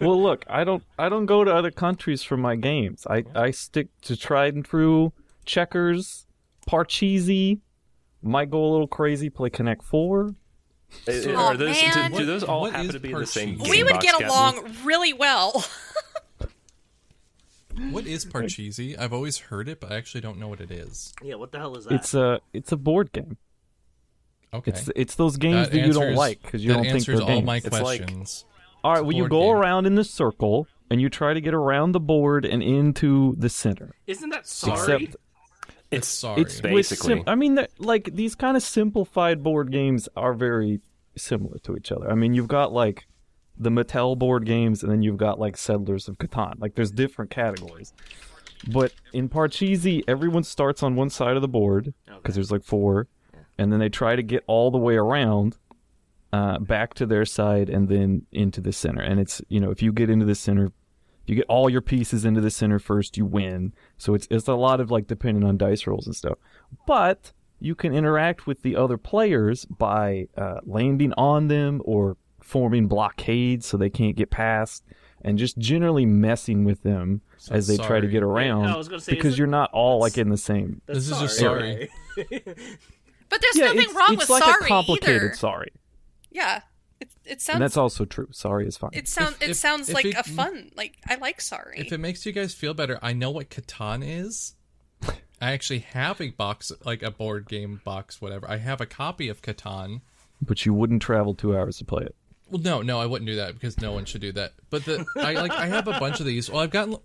Speaker 1: Well, look, I don't I don't go to other countries for my games. I, I stick to tried and true checkers, Parcheesi. Might go a little crazy, play Connect 4.
Speaker 4: Uh,
Speaker 3: Oh,
Speaker 4: are those, do-
Speaker 3: man.
Speaker 4: Do, those all
Speaker 6: What- what
Speaker 4: happen
Speaker 6: is
Speaker 4: to be in the same?
Speaker 6: Parcheesi?
Speaker 4: Game
Speaker 3: we would
Speaker 4: box,
Speaker 3: get
Speaker 4: Captain?
Speaker 3: along really well.
Speaker 6: what is parcheesi i've always heard it but i actually don't know what it is
Speaker 2: yeah what the hell is that
Speaker 1: It's a it's a board game.
Speaker 6: okay
Speaker 1: It's it's those games that, you don't
Speaker 6: answers-
Speaker 1: like because you
Speaker 6: that
Speaker 1: don't think
Speaker 6: answers
Speaker 1: they're
Speaker 6: all
Speaker 1: games.
Speaker 6: my
Speaker 4: It's like-
Speaker 6: questions
Speaker 1: all right,
Speaker 6: it's a
Speaker 1: well you
Speaker 6: board
Speaker 1: go
Speaker 6: game.
Speaker 1: around in the circle and you try to get around the board and into the center.
Speaker 2: isn't that sorry
Speaker 1: Except
Speaker 4: It's
Speaker 6: sorry
Speaker 1: it's with
Speaker 4: Basically.
Speaker 1: sim- I mean, they're- like these kind of simplified board games are very similar to each other. I mean, you've got like the Mattel board games, and then you've got like Settlers of Catan. Like, there's different categories. But in Parcheesi, everyone starts on one side of the board because there's like four, and then they try to get all the way around. Uh, back to their side and then into the center. And it's, you know, if you get into the center, you get all your pieces into the center first, you win. So it's it's a lot of like depending on dice rolls and stuff. But you can interact with the other players by uh, landing on them or forming blockades so they can't get past, and just generally messing with them as they try to
Speaker 6: sorry.
Speaker 1: get around.
Speaker 2: I was gonna say,
Speaker 1: because
Speaker 2: isn't-
Speaker 1: you're not all like in the same.
Speaker 2: That's
Speaker 6: This is just sorry.
Speaker 3: But there's
Speaker 1: yeah,
Speaker 3: nothing
Speaker 1: it's,
Speaker 3: wrong
Speaker 1: it's
Speaker 3: with
Speaker 1: like
Speaker 3: sorry
Speaker 1: a complicated
Speaker 3: either.
Speaker 1: sorry,
Speaker 3: Yeah. It, it sounds
Speaker 1: and that's also true. Sorry is fine.
Speaker 3: it sounds
Speaker 6: If-
Speaker 3: it
Speaker 6: if-
Speaker 3: sounds
Speaker 6: if
Speaker 3: like
Speaker 6: it-
Speaker 3: a fun like I like sorry.
Speaker 6: if it makes you guys feel better i know what catan is i actually have a box like a board game box whatever i have a copy of catan
Speaker 1: but you wouldn't travel two hours to play it.
Speaker 6: Well, no, no, I wouldn't do that because no one should do that. But the I like I have a bunch of these. Well, I've gotten.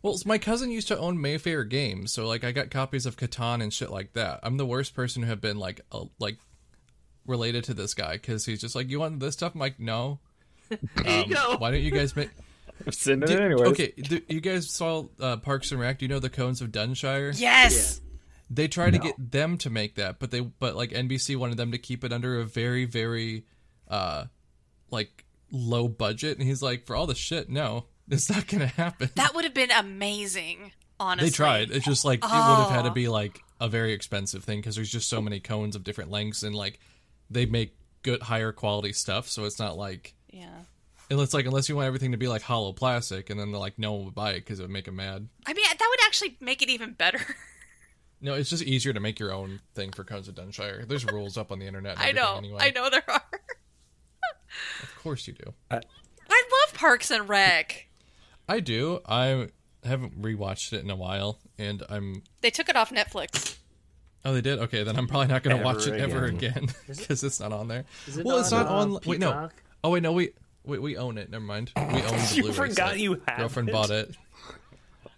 Speaker 6: Well, my cousin used to own Mayfair Games, so like I got copies of Catan and shit like that. I'm the worst person to have been like a, like related to this guy because he's just like, you want this stuff? I'm like, no. Um,
Speaker 2: go.
Speaker 6: Why don't you guys make?
Speaker 1: I'm sending
Speaker 6: Dude,
Speaker 1: it anyway.
Speaker 6: okay, do, you guys saw uh, Parks and Rec? Do you know the Cones of Dunshire?
Speaker 3: yes.
Speaker 6: They tried to get them to make that, but they but like NBC wanted them to keep it under a very very uh like low budget and he's like for all the shit, no. It's not going to happen.
Speaker 3: That would have been amazing, honestly. Oh.
Speaker 6: they tried. It's just like it would have had to be like a very expensive thing cuz there's just so many cones of different lengths and like they make good higher quality stuff, so it's not like
Speaker 3: Yeah.
Speaker 6: unless like unless you want everything to be like hollow plastic and then they're like no one would buy it cuz it would make them mad.
Speaker 3: I mean, that would actually make it even better.
Speaker 6: No, it's just easier to make your own thing for cones of Dunshire. There's rules up on the internet. and
Speaker 3: I know.
Speaker 6: everything
Speaker 3: I
Speaker 6: anyway.
Speaker 3: know there are.
Speaker 6: Of course you do.
Speaker 3: I love Parks and Rec.
Speaker 6: I do. I haven't rewatched it in a while, and I'm.
Speaker 3: They took it off Netflix.
Speaker 6: Oh, they did. Okay, then I'm probably not going to watch it
Speaker 4: Ever
Speaker 6: ever again because it's not on there.
Speaker 2: Is it
Speaker 6: well, it's
Speaker 2: on,
Speaker 6: not
Speaker 2: uh,
Speaker 6: on. Wait, no.
Speaker 2: Peacock?
Speaker 6: Oh wait, no. We wait. We own it. Never mind. We own the
Speaker 4: You
Speaker 6: Blu-ray
Speaker 4: forgot
Speaker 6: set.
Speaker 4: you had
Speaker 6: Girlfriend
Speaker 4: it.
Speaker 6: bought it.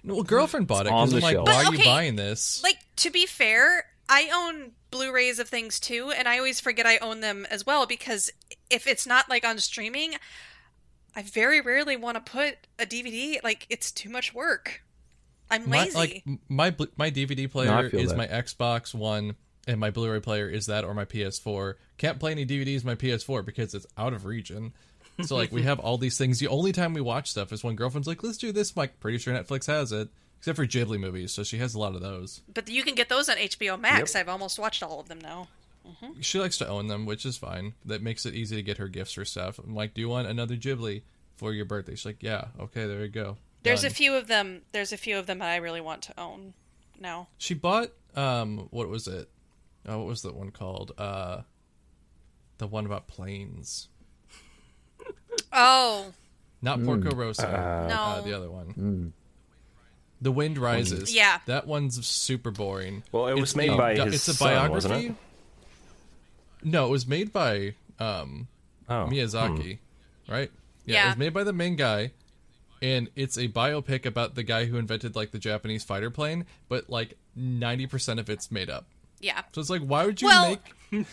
Speaker 6: No, well, girlfriend bought it.
Speaker 1: on
Speaker 6: 'cause
Speaker 1: the
Speaker 6: I'm like,
Speaker 1: shelf.
Speaker 6: why
Speaker 3: But,
Speaker 6: are you
Speaker 3: okay,
Speaker 6: buying this?
Speaker 3: Like to be fair, I own Blu-rays of things too, and I always forget I own them as well because if it's not like on streaming, I very rarely want to put a DVD. Like it's too much work. I'm
Speaker 6: my
Speaker 3: lazy.
Speaker 6: like m- my bl- my DVD player
Speaker 1: feel
Speaker 6: is
Speaker 1: that.
Speaker 6: my Xbox One, and my Blu-ray player is that or my PS4. Can't play any DVDs on my PS4 because it's out of region. So like we have all these things. The only time we watch stuff is when girlfriend's like, "Let's do this." I'm like, pretty sure Netflix has it, except for Ghibli movies. So she has a lot of those.
Speaker 3: But you can get those on HBO Max. I've almost watched all of them now.
Speaker 6: She likes to own them, which is fine. That makes it easy to get her gifts or stuff. I'm like, "Do you want another Ghibli for your birthday?" She's like, "Yeah, okay, there you go."
Speaker 3: There's
Speaker 6: Done.
Speaker 3: a few of them. There's a few of them that I really want to own now.
Speaker 6: She bought um what was it? Oh, what was that one called? Uh the one about planes.
Speaker 3: Oh
Speaker 6: Not Porco Rosso. Uh,
Speaker 3: no!
Speaker 6: the other one. The Wind Rises.
Speaker 3: Yeah.
Speaker 6: That one's super boring.
Speaker 4: Well, it was made
Speaker 6: a
Speaker 4: by
Speaker 6: du-
Speaker 4: his
Speaker 6: It's a
Speaker 4: son,
Speaker 6: biography.
Speaker 4: wasn't it?
Speaker 6: No, it was made by um
Speaker 4: Oh,
Speaker 6: Miyazaki,
Speaker 4: Hmm.
Speaker 6: right? It
Speaker 3: Yeah.
Speaker 6: was made by the main guy, and it's a biopic about the guy who invented like the Japanese fighter plane, but like ninety percent of it's made up.
Speaker 3: yeah.
Speaker 6: So it's like, why would you
Speaker 3: Well,
Speaker 6: make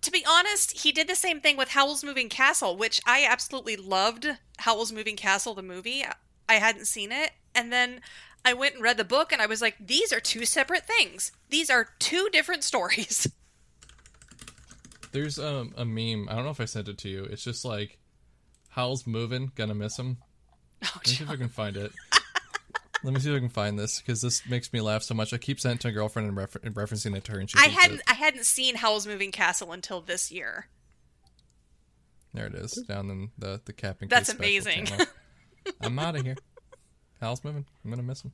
Speaker 3: to be honest, he did the same thing with Howl's Moving Castle, which I absolutely loved. Howl's Moving Castle, the movie. I hadn't seen it. And then I went and read the book and I was like, these are two separate things. These are two different stories.
Speaker 6: There's um, a meme. I don't know if I sent it to you. It's just like, Howl's moving, gonna miss him.
Speaker 3: Oh,
Speaker 6: Let me see if I can find it. Let me see if I can find this because this makes me laugh so much. I keep sending it to my girlfriend and, refer- and referencing it to her, and she.
Speaker 3: I
Speaker 6: hates
Speaker 3: hadn't
Speaker 6: It.
Speaker 3: I hadn't seen Howl's Moving Castle until this year.
Speaker 6: There it is, down in the the captain.
Speaker 3: That's amazing.
Speaker 6: I'm out of here. Howl's moving. I'm gonna miss him.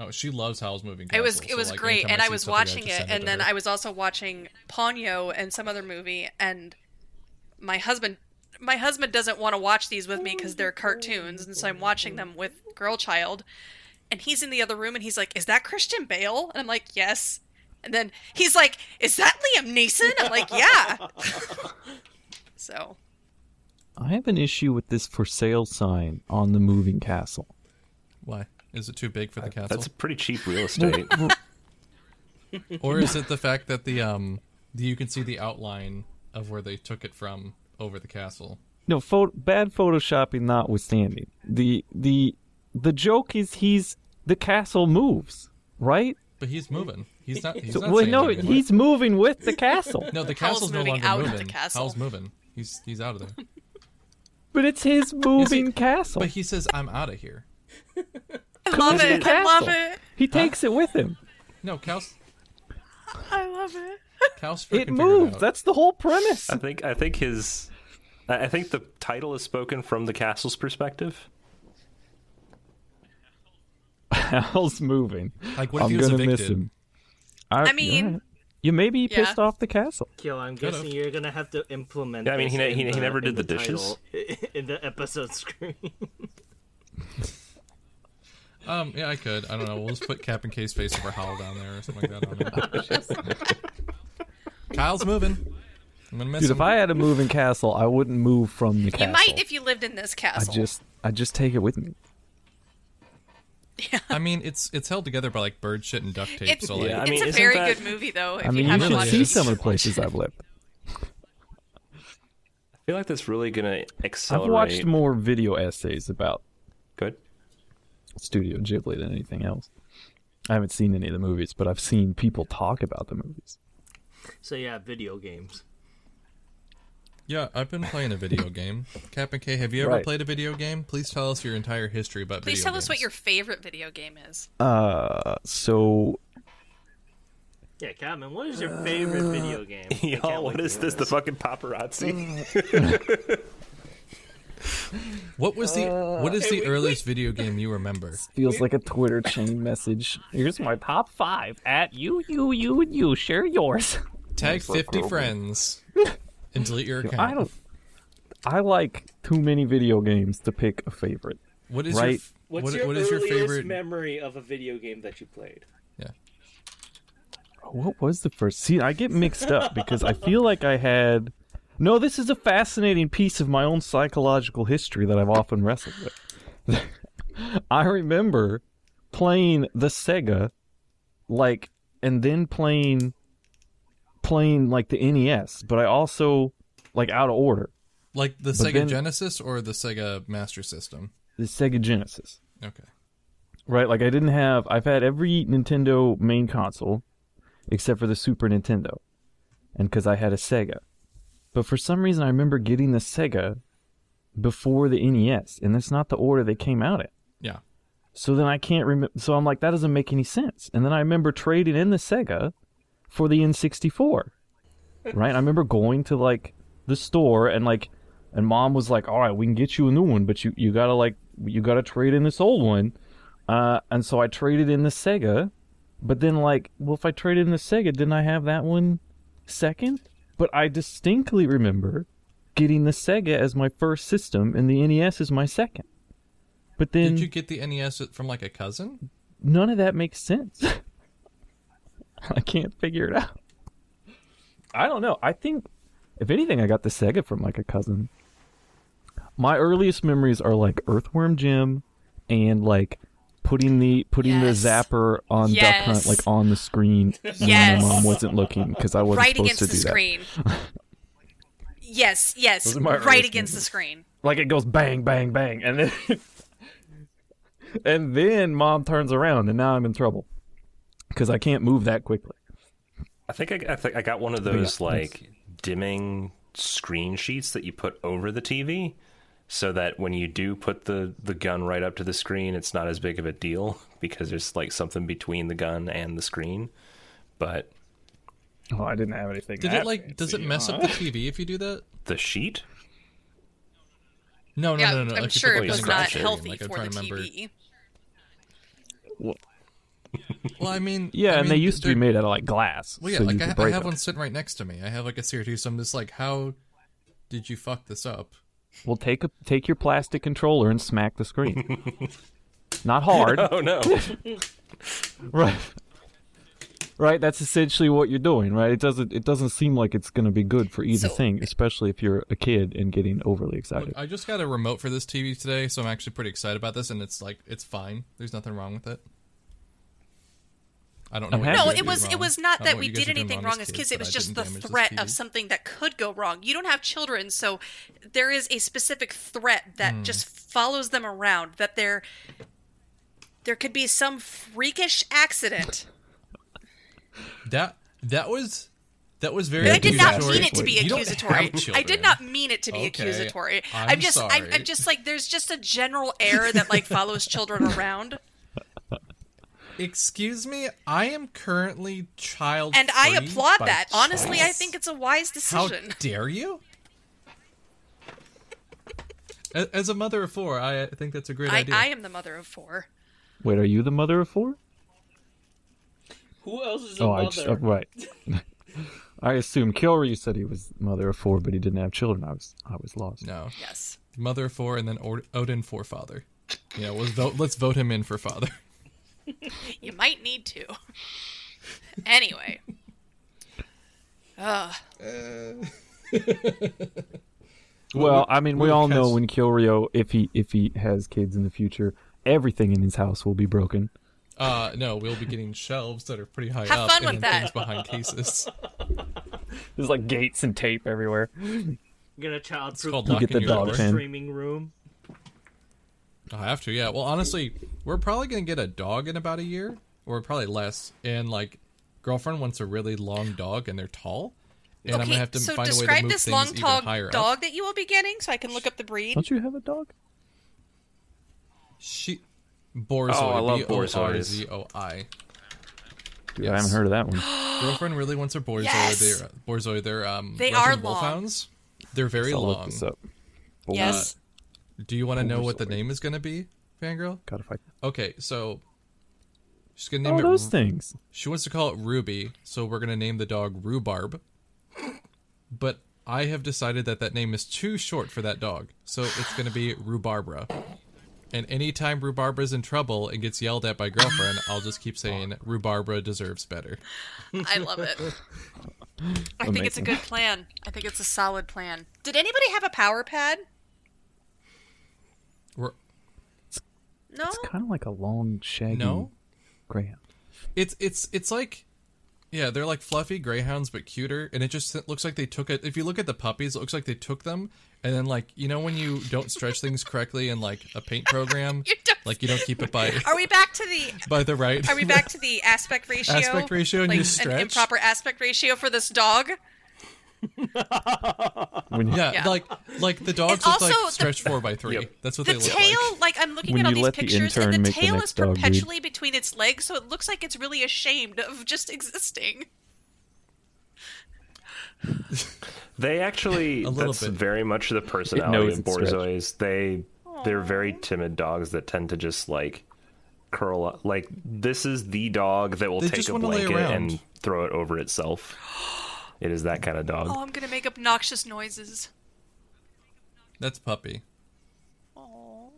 Speaker 6: Oh, she loves Howl's moving.
Speaker 3: It was
Speaker 6: Castle,
Speaker 3: it
Speaker 6: so,
Speaker 3: was
Speaker 6: like,
Speaker 3: great,
Speaker 6: anytime
Speaker 3: and I
Speaker 6: see
Speaker 3: was
Speaker 6: stuff like that,
Speaker 3: watching it,
Speaker 6: just send
Speaker 3: and
Speaker 6: to
Speaker 3: then
Speaker 6: her.
Speaker 3: I was also watching Ponyo and some other movie, and my husband my husband doesn't want to watch these with me because they're cartoons, and so I'm watching them with Girl Child, and he's in the other room, and he's like, "Is that Christian Bale?" And I'm like, "Yes." And then he's like, "Is that Liam Neeson?" I'm like, "Yeah." so
Speaker 1: I have an issue with this for sale sign on the moving castle.
Speaker 6: Why is it too big for the castle?
Speaker 4: that's pretty cheap real estate.
Speaker 6: or is it the fact that the um the, you can see the outline of where they took it from over the castle?
Speaker 1: No, pho- bad photoshopping notwithstanding. The the the joke is he's the castle moves, right?
Speaker 6: But he's moving. He's not. He's
Speaker 1: So-
Speaker 6: not
Speaker 1: well,
Speaker 6: saying
Speaker 1: no,
Speaker 6: anything.
Speaker 1: he's moving with the castle,
Speaker 6: no. The
Speaker 3: Howl's
Speaker 6: castle's no
Speaker 3: moving
Speaker 6: longer
Speaker 3: out of the
Speaker 6: moving.
Speaker 3: castle.
Speaker 6: Howl's moving. He's he's out of there.
Speaker 1: but it's his moving castle.
Speaker 6: But he says, "I'm out of here."
Speaker 3: I love
Speaker 1: It's the
Speaker 3: it. I love
Speaker 1: castle.
Speaker 3: it.
Speaker 1: He takes it with him.
Speaker 6: No, cows.
Speaker 3: I love it.
Speaker 6: Cows.
Speaker 1: It
Speaker 6: freaking figured
Speaker 1: moves.
Speaker 6: out.
Speaker 1: That's the whole premise.
Speaker 4: I think I think his I I think the title is spoken from the castle's perspective.
Speaker 1: Howl's moving.
Speaker 6: like what if
Speaker 1: I'm
Speaker 6: he was
Speaker 1: gonna
Speaker 6: evicted?
Speaker 1: miss him. I,
Speaker 3: I mean-
Speaker 1: you're right. you may be
Speaker 3: Yeah.
Speaker 1: pissed off the castle.
Speaker 2: Kill, I'm
Speaker 6: Could've.
Speaker 2: guessing you're gonna have to implement.
Speaker 4: Yeah, I mean,
Speaker 2: this
Speaker 4: he ne-
Speaker 2: in
Speaker 4: he ne- he
Speaker 2: the-
Speaker 4: never
Speaker 2: in
Speaker 4: did the
Speaker 2: title- in the episode screen.
Speaker 6: Um, yeah, I could. I don't know. We'll just put Cap and K's face over Howl down there or something like that. On it. Kyle's moving. I'm gonna miss
Speaker 1: Dude,
Speaker 6: him.
Speaker 1: if I had a moving castle, I wouldn't move from the castle.
Speaker 3: You might if you lived in this
Speaker 1: I
Speaker 3: castle.
Speaker 1: just I just take it with me.
Speaker 6: I mean, it's it's held together by like bird shit and duct tape.
Speaker 3: It's-
Speaker 6: so like,
Speaker 4: Yeah, I
Speaker 3: it's
Speaker 4: mean,
Speaker 3: a
Speaker 4: isn't
Speaker 3: very
Speaker 4: that-
Speaker 3: good movie, though. If
Speaker 1: I mean,
Speaker 3: you
Speaker 1: you
Speaker 3: haven't
Speaker 1: should
Speaker 3: watched
Speaker 1: see
Speaker 3: it,
Speaker 1: some of the places I've lived.
Speaker 4: I feel like that's really gonna
Speaker 1: I've
Speaker 4: accelerate.
Speaker 1: watched more video essays about
Speaker 4: Good.
Speaker 1: Studio Ghibli than anything else. I haven't seen any of the movies, but I've seen people talk about the movies.
Speaker 2: so yeah, video games.
Speaker 6: yeah, I've been playing a video game. Cap and K, have you ever
Speaker 1: Right.
Speaker 6: played a video game? Please tell us your entire history about.
Speaker 3: Please
Speaker 6: video
Speaker 3: tell us what
Speaker 6: games.
Speaker 3: your favorite video game is.
Speaker 1: Uh, so
Speaker 2: Yeah, Catman, what is your favorite video game? I can't
Speaker 4: Uh, Y'all,
Speaker 2: wait
Speaker 4: what
Speaker 2: to
Speaker 4: is
Speaker 2: hear
Speaker 4: this? The fucking paparazzi?
Speaker 6: What was the
Speaker 1: Uh,
Speaker 6: what is the earliest video game you remember?
Speaker 1: feels like a Twitter chain message. Here's my top five at you, you, you, and you. Share yours.
Speaker 6: Tag fifty friends and delete your account.
Speaker 1: I don't. I like too many video games to pick a favorite.
Speaker 6: What is
Speaker 1: Right.
Speaker 6: your f-
Speaker 2: What's
Speaker 6: what-
Speaker 2: your
Speaker 6: what is your
Speaker 2: earliest
Speaker 6: favorite?
Speaker 2: memory of a video game that you played?
Speaker 6: yeah.
Speaker 1: What was the first? See, I get mixed up because I feel like I had. No, this is a fascinating piece of my own psychological history that I've often wrestled with. I remember playing the Sega, like, and then playing, playing like the NES, but I also like out of order
Speaker 6: Like the Sega
Speaker 1: then-
Speaker 6: Genesis or the Sega Master System?
Speaker 1: the Sega Genesis.
Speaker 6: Okay.
Speaker 1: Right, like I didn't have. I've had every Nintendo main console, except for the Super Nintendo, and because I had a Sega. But for some reason, I remember getting the Sega before the NES, and that's not the order they came out in.
Speaker 6: Yeah.
Speaker 1: So then I can't remember. So I'm like, that doesn't make any sense. And then I remember trading in the Sega for the N64. Right, I remember going to like the store and like, and mom was like, "All right, we can get you a new one, but you you gotta like you gotta trade in this old one." Uh, and so I traded in the Sega, but then like, well, if I traded in the Sega, didn't I have that one second? But I distinctly remember getting the Sega as my first system, and the NES is my second. But then
Speaker 6: Did you get the NES from like a cousin?
Speaker 1: none of that makes sense. I can't figure it out. I don't know. I think, if anything, I got the Sega from like a cousin. My earliest memories are like Earthworm Jim, and like putting the putting
Speaker 3: Yes.
Speaker 1: the zapper on Duck Hunt
Speaker 3: Yes.
Speaker 1: like on the screen when
Speaker 3: Yes.
Speaker 1: my mom wasn't looking because I wasn't
Speaker 3: right
Speaker 1: supposed
Speaker 3: against
Speaker 1: to
Speaker 3: the
Speaker 1: do that.
Speaker 3: screen. yes, yes,
Speaker 1: Those are my
Speaker 3: right
Speaker 1: earliest
Speaker 3: against the screen.
Speaker 1: like it goes bang bang bang and then and then mom turns around and now i'm in trouble because i can't move that quickly
Speaker 4: I think I, I think I got one of those like dimming screen sheets that you put over the TV, so that when you do put the the gun right up to the screen, it's not as big of a deal because there's like something between the gun and the screen. But
Speaker 1: oh i didn't have anything
Speaker 6: Did
Speaker 1: that
Speaker 6: it like? Does it
Speaker 1: fancy,
Speaker 6: mess up
Speaker 1: huh?
Speaker 6: the TV if you do that?
Speaker 4: the sheet,
Speaker 6: No, no,
Speaker 3: yeah,
Speaker 6: no, no.
Speaker 3: I'm
Speaker 6: like, you
Speaker 3: sure
Speaker 6: put
Speaker 4: the
Speaker 3: it was
Speaker 4: gun
Speaker 6: on the
Speaker 3: not
Speaker 4: screen,
Speaker 6: screen,
Speaker 3: healthy
Speaker 6: like, I'm
Speaker 3: for the
Speaker 6: trying to remember-
Speaker 3: TV.
Speaker 6: Well, I mean,
Speaker 1: yeah
Speaker 6: I
Speaker 1: and
Speaker 6: mean,
Speaker 1: they used to be
Speaker 6: they're-
Speaker 1: made out of like glass
Speaker 6: Well, yeah,
Speaker 1: so you
Speaker 6: like
Speaker 1: could
Speaker 6: I, I
Speaker 1: break
Speaker 6: have
Speaker 1: them.
Speaker 6: one sitting right next to me. I have like a Syracuse. So I'm just like, how did you fuck this up?
Speaker 1: well take a take your plastic controller and smack the screen not hard
Speaker 4: Oh no!
Speaker 1: right right that's essentially what you're doing right it doesn't it doesn't seem like it's going to be good for either
Speaker 3: So-
Speaker 1: thing especially if you're a kid and getting overly excited
Speaker 6: Look, I just got a remote for this TV today, so I'm actually pretty excited about this, and it's like it's fine. There's nothing wrong with it. I don't know.
Speaker 1: I'm
Speaker 6: what
Speaker 1: happy
Speaker 6: you
Speaker 1: Yeah,
Speaker 3: No,
Speaker 1: you
Speaker 6: guys
Speaker 1: did
Speaker 3: it
Speaker 6: did
Speaker 3: was it
Speaker 6: wrong.
Speaker 3: was
Speaker 6: I
Speaker 3: not
Speaker 6: don't know
Speaker 3: that
Speaker 6: what
Speaker 3: we
Speaker 6: you guys
Speaker 3: did
Speaker 6: are doing
Speaker 3: anything wrong as kids. It
Speaker 6: but
Speaker 3: was
Speaker 6: I
Speaker 3: just
Speaker 6: didn't
Speaker 3: the
Speaker 6: damage this
Speaker 3: threat of
Speaker 6: TV.
Speaker 3: something that could go wrong. You don't have children, so there is a specific threat that
Speaker 6: Hmm.
Speaker 3: just follows them around. That there, there could be some freakish accident.
Speaker 6: That that was that was very.
Speaker 3: But I did not
Speaker 6: accusatory.
Speaker 3: mean it to be
Speaker 6: You don't
Speaker 3: accusatory.
Speaker 6: have
Speaker 3: I
Speaker 6: children.
Speaker 3: did not mean it to be
Speaker 6: Okay,
Speaker 3: accusatory.
Speaker 6: I'm
Speaker 3: I'm, just,
Speaker 6: sorry.
Speaker 3: I, I'm just like, there's just a general air that like follows children around,
Speaker 6: Excuse me. I am currently child.
Speaker 3: and I
Speaker 6: free
Speaker 3: applaud
Speaker 6: by
Speaker 3: that. Honestly, I
Speaker 6: choice.
Speaker 3: think it's a wise
Speaker 6: How
Speaker 3: decision.
Speaker 6: dare you? A- As a mother of four, I uh, think that's a great
Speaker 3: I,
Speaker 6: idea.
Speaker 3: I am the mother of four.
Speaker 1: wait are you the mother of four
Speaker 2: Who else is a
Speaker 1: Oh, I just,
Speaker 2: mother?
Speaker 1: uh, right. I assume Kilru said he was mother of four, but he didn't have children. I was I was lost.
Speaker 6: no,
Speaker 3: Yes.
Speaker 6: mother of four, and then Od- Odin for father. Yeah, let's vote. Let's vote him in for father.
Speaker 3: You might need to. anyway. Ugh.
Speaker 1: Well, I mean, we
Speaker 6: well,
Speaker 1: all know
Speaker 6: because-
Speaker 1: when Kilrio, if he if he has kids in the future, everything in his house will be broken.
Speaker 6: Uh, no, we'll be getting shelves that are pretty high
Speaker 3: Have
Speaker 6: up,
Speaker 3: fun
Speaker 6: and
Speaker 3: with
Speaker 6: then
Speaker 3: that.
Speaker 6: things behind cases.
Speaker 1: There's like gates and tape everywhere.
Speaker 2: I'm gonna child
Speaker 6: called
Speaker 2: proof
Speaker 1: You get the
Speaker 6: Locking your
Speaker 1: dog
Speaker 6: door.
Speaker 1: pen.
Speaker 2: streaming room.
Speaker 6: I have to. Yeah. Well, honestly, we're probably gonna get a dog in about a year, or probably less. And like, girlfriend wants a really long dog, and they're tall. And I'm
Speaker 3: Okay,
Speaker 6: gonna have to
Speaker 3: so
Speaker 6: find a way to
Speaker 3: describe
Speaker 6: move
Speaker 3: this
Speaker 6: things
Speaker 3: long
Speaker 6: even
Speaker 3: tall
Speaker 6: higher up.
Speaker 3: dog that you will be getting so I can look up the breed.
Speaker 1: Don't you have a dog?
Speaker 6: She Borzoi.
Speaker 4: Oh, I love
Speaker 6: B-O-R-Z-O-I.
Speaker 1: Dude, I haven't heard of that one.
Speaker 6: Girlfriend really wants her Borzoi.
Speaker 3: Yes!
Speaker 6: They're Borzoi. They're um.
Speaker 3: They
Speaker 6: Russian
Speaker 3: are long.
Speaker 6: wolfhounds. They're very
Speaker 1: I'll look
Speaker 6: long.
Speaker 1: this up.
Speaker 3: yes.
Speaker 6: Do you want to know what the name is gonna be, fangirl?
Speaker 1: God, if I
Speaker 6: Okay, so she's gonna name
Speaker 1: oh
Speaker 6: it.
Speaker 1: those
Speaker 6: Ru-
Speaker 1: things.
Speaker 6: She wants to call it Ruby, so we're gonna name the dog Rhubarb. But I have decided that that name is too short for that dog, so it's going to be Rubarbara. And anytime Rhubarbra's in trouble and gets yelled at by girlfriend, I'll just keep saying Rhubarbra deserves better.
Speaker 3: I love it. I think it's a
Speaker 1: Amazing.
Speaker 3: good plan. I think it's a solid plan. Did anybody have a power pad?
Speaker 6: We're,
Speaker 3: No.
Speaker 1: It's kind of like a long, shaggy
Speaker 6: no,
Speaker 1: greyhound.
Speaker 6: it's it's it's like, yeah, they're like fluffy greyhounds but cuter, and it just looks like they took it. If you look at the puppies, it looks like they took them and then like you know when you don't stretch things correctly in like a paint program,
Speaker 3: You don't-
Speaker 6: like you don't keep it by
Speaker 3: Are we back to the
Speaker 6: by the right.
Speaker 3: Are we back to the aspect ratio?
Speaker 6: Aspect ratio and
Speaker 3: like
Speaker 6: you stretch?
Speaker 3: an improper aspect ratio for this dog.
Speaker 1: When you,
Speaker 6: Yeah,
Speaker 3: Yeah.
Speaker 6: like like the dogs
Speaker 3: And
Speaker 6: look
Speaker 3: also
Speaker 6: like
Speaker 3: the-
Speaker 6: stretched four by three.
Speaker 4: Yep.
Speaker 6: That's what
Speaker 3: The
Speaker 6: they look
Speaker 3: tail,
Speaker 6: like.
Speaker 3: like, I'm looking
Speaker 1: When
Speaker 3: at all
Speaker 1: you
Speaker 3: these
Speaker 1: let the
Speaker 3: pictures, and
Speaker 1: intern
Speaker 3: the
Speaker 1: make the
Speaker 3: tail
Speaker 1: next
Speaker 3: is
Speaker 1: dog, dude.
Speaker 3: perpetually between its legs, so it looks like it's really ashamed of just existing.
Speaker 4: They actually
Speaker 6: A little
Speaker 4: that's
Speaker 6: bit.
Speaker 4: very much the
Speaker 1: It
Speaker 4: personality
Speaker 1: knows
Speaker 4: of
Speaker 1: it's stretched.
Speaker 4: Borzois. They they're very timid dogs that tend to just like curl up. Like this is the dog that will
Speaker 6: They
Speaker 4: take
Speaker 6: just
Speaker 4: a
Speaker 6: wanna lay
Speaker 4: blanket
Speaker 6: around.
Speaker 4: and throw it over itself. It is that kind of dog.
Speaker 3: Oh, I'm gonna make obnoxious noises.
Speaker 6: That's puppy.
Speaker 3: Oh,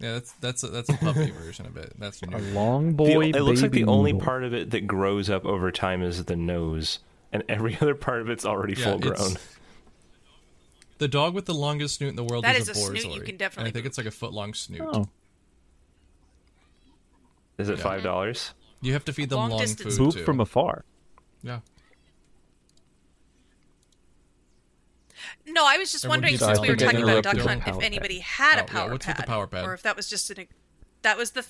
Speaker 6: Yeah, that's that's a, that's a puppy version of it. That's
Speaker 1: a
Speaker 6: new.
Speaker 1: long
Speaker 4: The-
Speaker 1: boy.
Speaker 4: it looks like the
Speaker 1: baby
Speaker 4: only
Speaker 1: eagle.
Speaker 4: part of it that grows up over time is the nose, and every other part of it's already
Speaker 6: Yeah,
Speaker 4: full
Speaker 6: it's-
Speaker 4: grown.
Speaker 6: The dog with the longest snoot in the world
Speaker 3: That
Speaker 6: is,
Speaker 3: is a
Speaker 6: Borzois.
Speaker 3: snoot you can definitely
Speaker 6: And I think it's like a foot long snoot.
Speaker 1: Oh,
Speaker 4: Is it five dollars?
Speaker 6: You have to feed them
Speaker 3: Long
Speaker 6: long,
Speaker 3: distance.
Speaker 1: boop
Speaker 6: food too.
Speaker 1: from afar.
Speaker 6: yeah.
Speaker 3: No, I was just
Speaker 6: And
Speaker 3: wondering
Speaker 6: would you
Speaker 3: since
Speaker 6: guys
Speaker 3: we were
Speaker 1: think
Speaker 3: talking about Duck
Speaker 1: interrupted
Speaker 3: Hunt
Speaker 1: power
Speaker 3: if
Speaker 1: pad?
Speaker 3: anybody had a
Speaker 6: Oh, yeah,
Speaker 3: power
Speaker 6: what's with
Speaker 3: pad,
Speaker 6: the power pad?
Speaker 3: or if that was just an e, that was the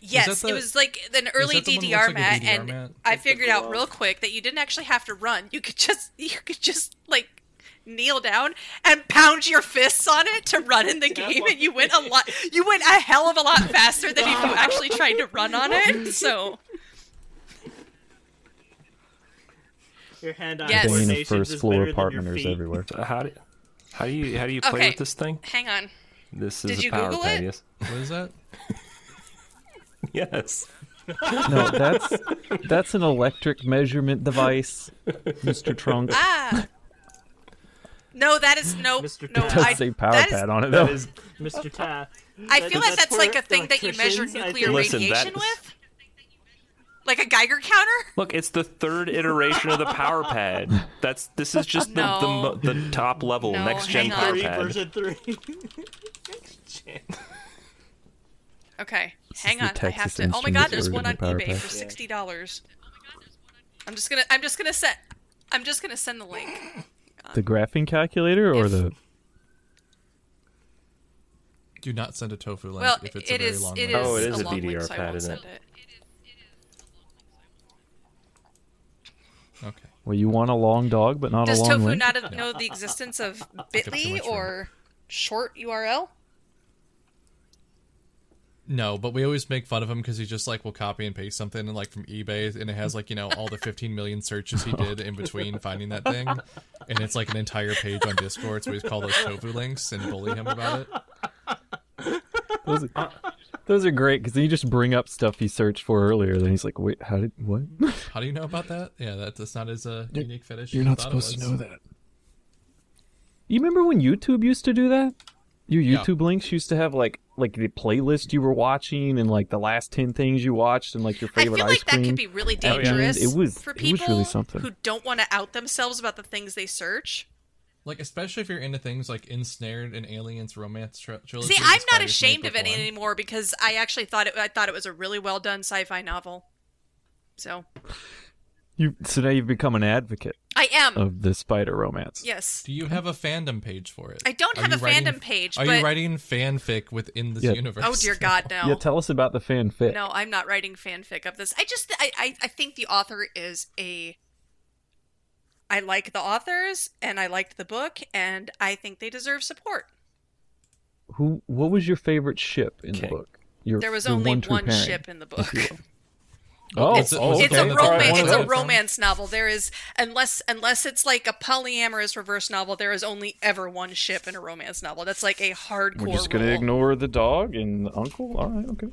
Speaker 3: yes,
Speaker 6: the-
Speaker 3: it was like an early
Speaker 6: that the one that
Speaker 3: DDR
Speaker 6: looks like a
Speaker 3: mat,
Speaker 6: DDR
Speaker 3: and
Speaker 6: mat?
Speaker 3: I figured out real quick that you didn't actually have to run. You could just you could just like kneel down and pound your fists on it to run in the game, and you went a lot. You went a hell of a lot faster than if you actually tried to run on it. So
Speaker 2: Your hand-eye
Speaker 3: Yes.
Speaker 1: Bane
Speaker 2: coordination
Speaker 1: of first
Speaker 2: is
Speaker 1: floor
Speaker 2: better than your
Speaker 1: partners
Speaker 2: feet.
Speaker 1: everywhere.
Speaker 4: Uh, How do how do you how do you play
Speaker 3: Okay.
Speaker 4: with this thing?
Speaker 3: hang on.
Speaker 4: This is
Speaker 3: Did
Speaker 4: a
Speaker 3: you
Speaker 4: power
Speaker 3: Google
Speaker 4: pad.
Speaker 3: it?
Speaker 4: Yes.
Speaker 6: What is that?
Speaker 4: Yes.
Speaker 1: No, that's that's an electric measurement device, Mister Trunk.
Speaker 3: Ah. No, that is no.
Speaker 2: Mr.
Speaker 3: No,
Speaker 2: It
Speaker 1: Does
Speaker 3: I,
Speaker 1: say power
Speaker 3: that is-
Speaker 1: pad on it though.
Speaker 4: That is
Speaker 2: Mr. Ta.
Speaker 3: I feel like
Speaker 2: That's
Speaker 3: that's like
Speaker 2: for
Speaker 3: a thing that you measure
Speaker 2: electricians, I
Speaker 3: nuclear
Speaker 2: think.
Speaker 4: Listen,
Speaker 3: radiation
Speaker 4: that-
Speaker 3: with, like a Geiger counter.
Speaker 4: Look, it's the third iteration of the power pad. That's this is just the the, mo- the top level
Speaker 3: No,
Speaker 4: next gen
Speaker 3: hang on.
Speaker 4: power
Speaker 2: Three
Speaker 4: pad.
Speaker 2: version three.
Speaker 3: Okay, hang
Speaker 1: the
Speaker 3: on. I have
Speaker 1: Texas
Speaker 3: to. Oh my
Speaker 1: Instruments
Speaker 3: God, there's one on
Speaker 1: original
Speaker 3: eBay
Speaker 1: power
Speaker 3: for
Speaker 1: pack.
Speaker 3: sixty dollars. I'm just gonna. I'm just gonna set. I'm just gonna send the link.
Speaker 1: Oh, the graphing calculator or
Speaker 3: If-
Speaker 1: the
Speaker 6: Do not send a tofu link
Speaker 3: Well,
Speaker 6: if it's a
Speaker 3: it
Speaker 6: very
Speaker 3: is.
Speaker 6: long
Speaker 3: It is.
Speaker 6: link.
Speaker 4: Oh, it is
Speaker 3: a
Speaker 4: a
Speaker 3: long link,
Speaker 4: DDR
Speaker 3: so I
Speaker 4: pad,
Speaker 3: won't
Speaker 4: isn't it?
Speaker 3: send it.
Speaker 6: Okay.
Speaker 1: well, you want a long dog but not
Speaker 3: Does
Speaker 1: a long
Speaker 3: tofu
Speaker 1: link?
Speaker 3: not have- know the existence of Bitly
Speaker 6: much room.
Speaker 3: or short URL?
Speaker 6: No, but we always make fun of him because he just like will copy and paste something and like from eBay, and it has like you know all the 15 million searches he did in between finding that thing, and it's like an entire page on Discord. So we just call those tofu links and bully him about it.
Speaker 1: those, are, those are great because you just bring up stuff you searched for earlier. Then he's like, "Wait, how did what?
Speaker 6: How do you know about that? Yeah, that, that's not his uh, unique fetish.
Speaker 1: You're
Speaker 6: I
Speaker 1: not
Speaker 6: thought it
Speaker 1: supposed to
Speaker 6: was.
Speaker 1: know that." You remember when YouTube used to do that? Your
Speaker 6: Yeah.
Speaker 1: YouTube links used to have like like the playlist you were watching and like the last ten things you watched and like your
Speaker 3: I
Speaker 1: favorite
Speaker 3: feel like
Speaker 1: ice cream. Oh,
Speaker 3: that could be really
Speaker 1: yeah.
Speaker 3: dangerous
Speaker 1: It was-
Speaker 3: for
Speaker 1: it was really
Speaker 3: people
Speaker 1: something.
Speaker 3: who don't want to out themselves about the things they search.
Speaker 6: Like, especially if you're into things like Ensnared and Aliens Romance tri- Trilogy.
Speaker 3: See, I'm
Speaker 6: inspired
Speaker 3: not
Speaker 6: Snape
Speaker 3: ashamed of
Speaker 6: Book
Speaker 3: it
Speaker 6: One.
Speaker 3: anymore because I actually thought it. I thought it was a really well done sci-fi novel. So
Speaker 1: You so now you've become an advocate
Speaker 3: I am.
Speaker 1: of the spider romance.
Speaker 3: Yes.
Speaker 6: Do you have a fandom page for it?
Speaker 3: I don't
Speaker 6: Are
Speaker 3: have
Speaker 6: you
Speaker 3: a
Speaker 6: writing-
Speaker 3: fandom page,
Speaker 6: Are
Speaker 3: but-
Speaker 6: you writing fanfic within this
Speaker 1: Yeah.
Speaker 6: universe?
Speaker 3: Oh dear God, no.
Speaker 1: Yeah, tell us about the fanfic.
Speaker 3: no, I'm not writing fanfic of this. I just I, I I think the author is a I like the authors and I liked the book and I think they deserve support.
Speaker 1: Who? What was your favorite ship in the
Speaker 4: Okay.
Speaker 1: book? Your,
Speaker 3: There was
Speaker 1: your
Speaker 3: only
Speaker 1: one, true
Speaker 3: one
Speaker 1: pairing.
Speaker 3: ship in the book.
Speaker 1: Oh,
Speaker 6: It's a-
Speaker 1: oh, okay.
Speaker 6: it's
Speaker 3: It's a
Speaker 6: that's all right.
Speaker 3: romance.
Speaker 6: One of
Speaker 3: It's a
Speaker 6: those.
Speaker 3: romance novel. There is unless unless it's like a polyamorous reverse novel. There is only ever one ship in a romance novel. That's like a hardcore.
Speaker 1: We're just gonna
Speaker 3: rule.
Speaker 1: ignore the dog and the uncle. All right, okay.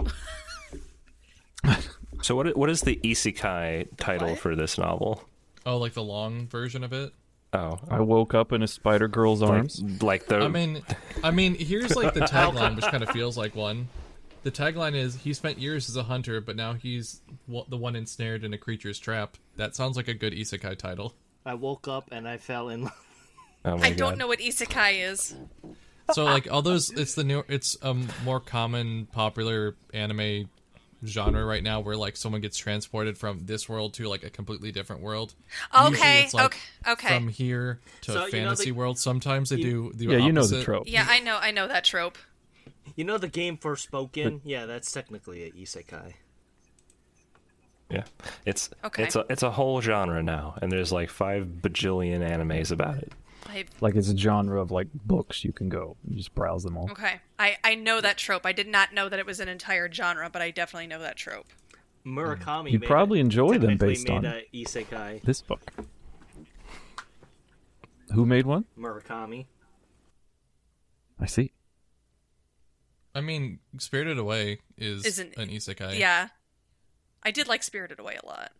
Speaker 4: So what i- what is the isekai title
Speaker 3: what?
Speaker 4: for this novel?
Speaker 6: Oh, like the long version of it?
Speaker 4: Oh,
Speaker 1: I woke up in a spider girl's arms.
Speaker 4: like the
Speaker 6: I mean, I mean, here's like the tagline, which kind of feels like one. The tagline is he spent years as a hunter, but now he's wa- the one ensnared in a creature's trap. That sounds like a good isekai title.
Speaker 2: I woke up and I fell in love.
Speaker 4: oh my
Speaker 3: I don't
Speaker 4: God.
Speaker 3: know what isekai is.
Speaker 6: So like all those, it's the new, it's a more common popular anime genre right now, where like someone gets transported from this world to like a completely different world. Usually
Speaker 3: Okay,
Speaker 6: it's, like,
Speaker 3: okay, okay.
Speaker 6: From here to
Speaker 2: So, you know,
Speaker 6: fantasy
Speaker 2: the-
Speaker 6: world. Sometimes they do the
Speaker 1: Yeah, you know the
Speaker 6: opposite.
Speaker 1: trope.
Speaker 3: Yeah, I know, I know that trope.
Speaker 2: You know the game Forspoken? Yeah, that's technically a isekai.
Speaker 4: Yeah, it's
Speaker 3: Okay.
Speaker 4: it's a it's a whole genre now, and there's like five bajillion animes about it.
Speaker 3: I,
Speaker 1: Like it's a genre of like books you can go you just browse them all.
Speaker 3: okay, I I know that trope. I did not know that it was an entire genre, but I definitely know that trope.
Speaker 6: Mm.
Speaker 2: Murakami.
Speaker 1: You'd
Speaker 2: made
Speaker 1: probably
Speaker 2: a-
Speaker 1: enjoy them
Speaker 2: technically
Speaker 1: based on
Speaker 2: made a isekai
Speaker 1: This book. Who made one?
Speaker 2: Murakami.
Speaker 1: I see.
Speaker 6: I mean, Spirited Away is
Speaker 3: Isn't-
Speaker 6: an isekai.
Speaker 3: Yeah, I did like Spirited Away a lot.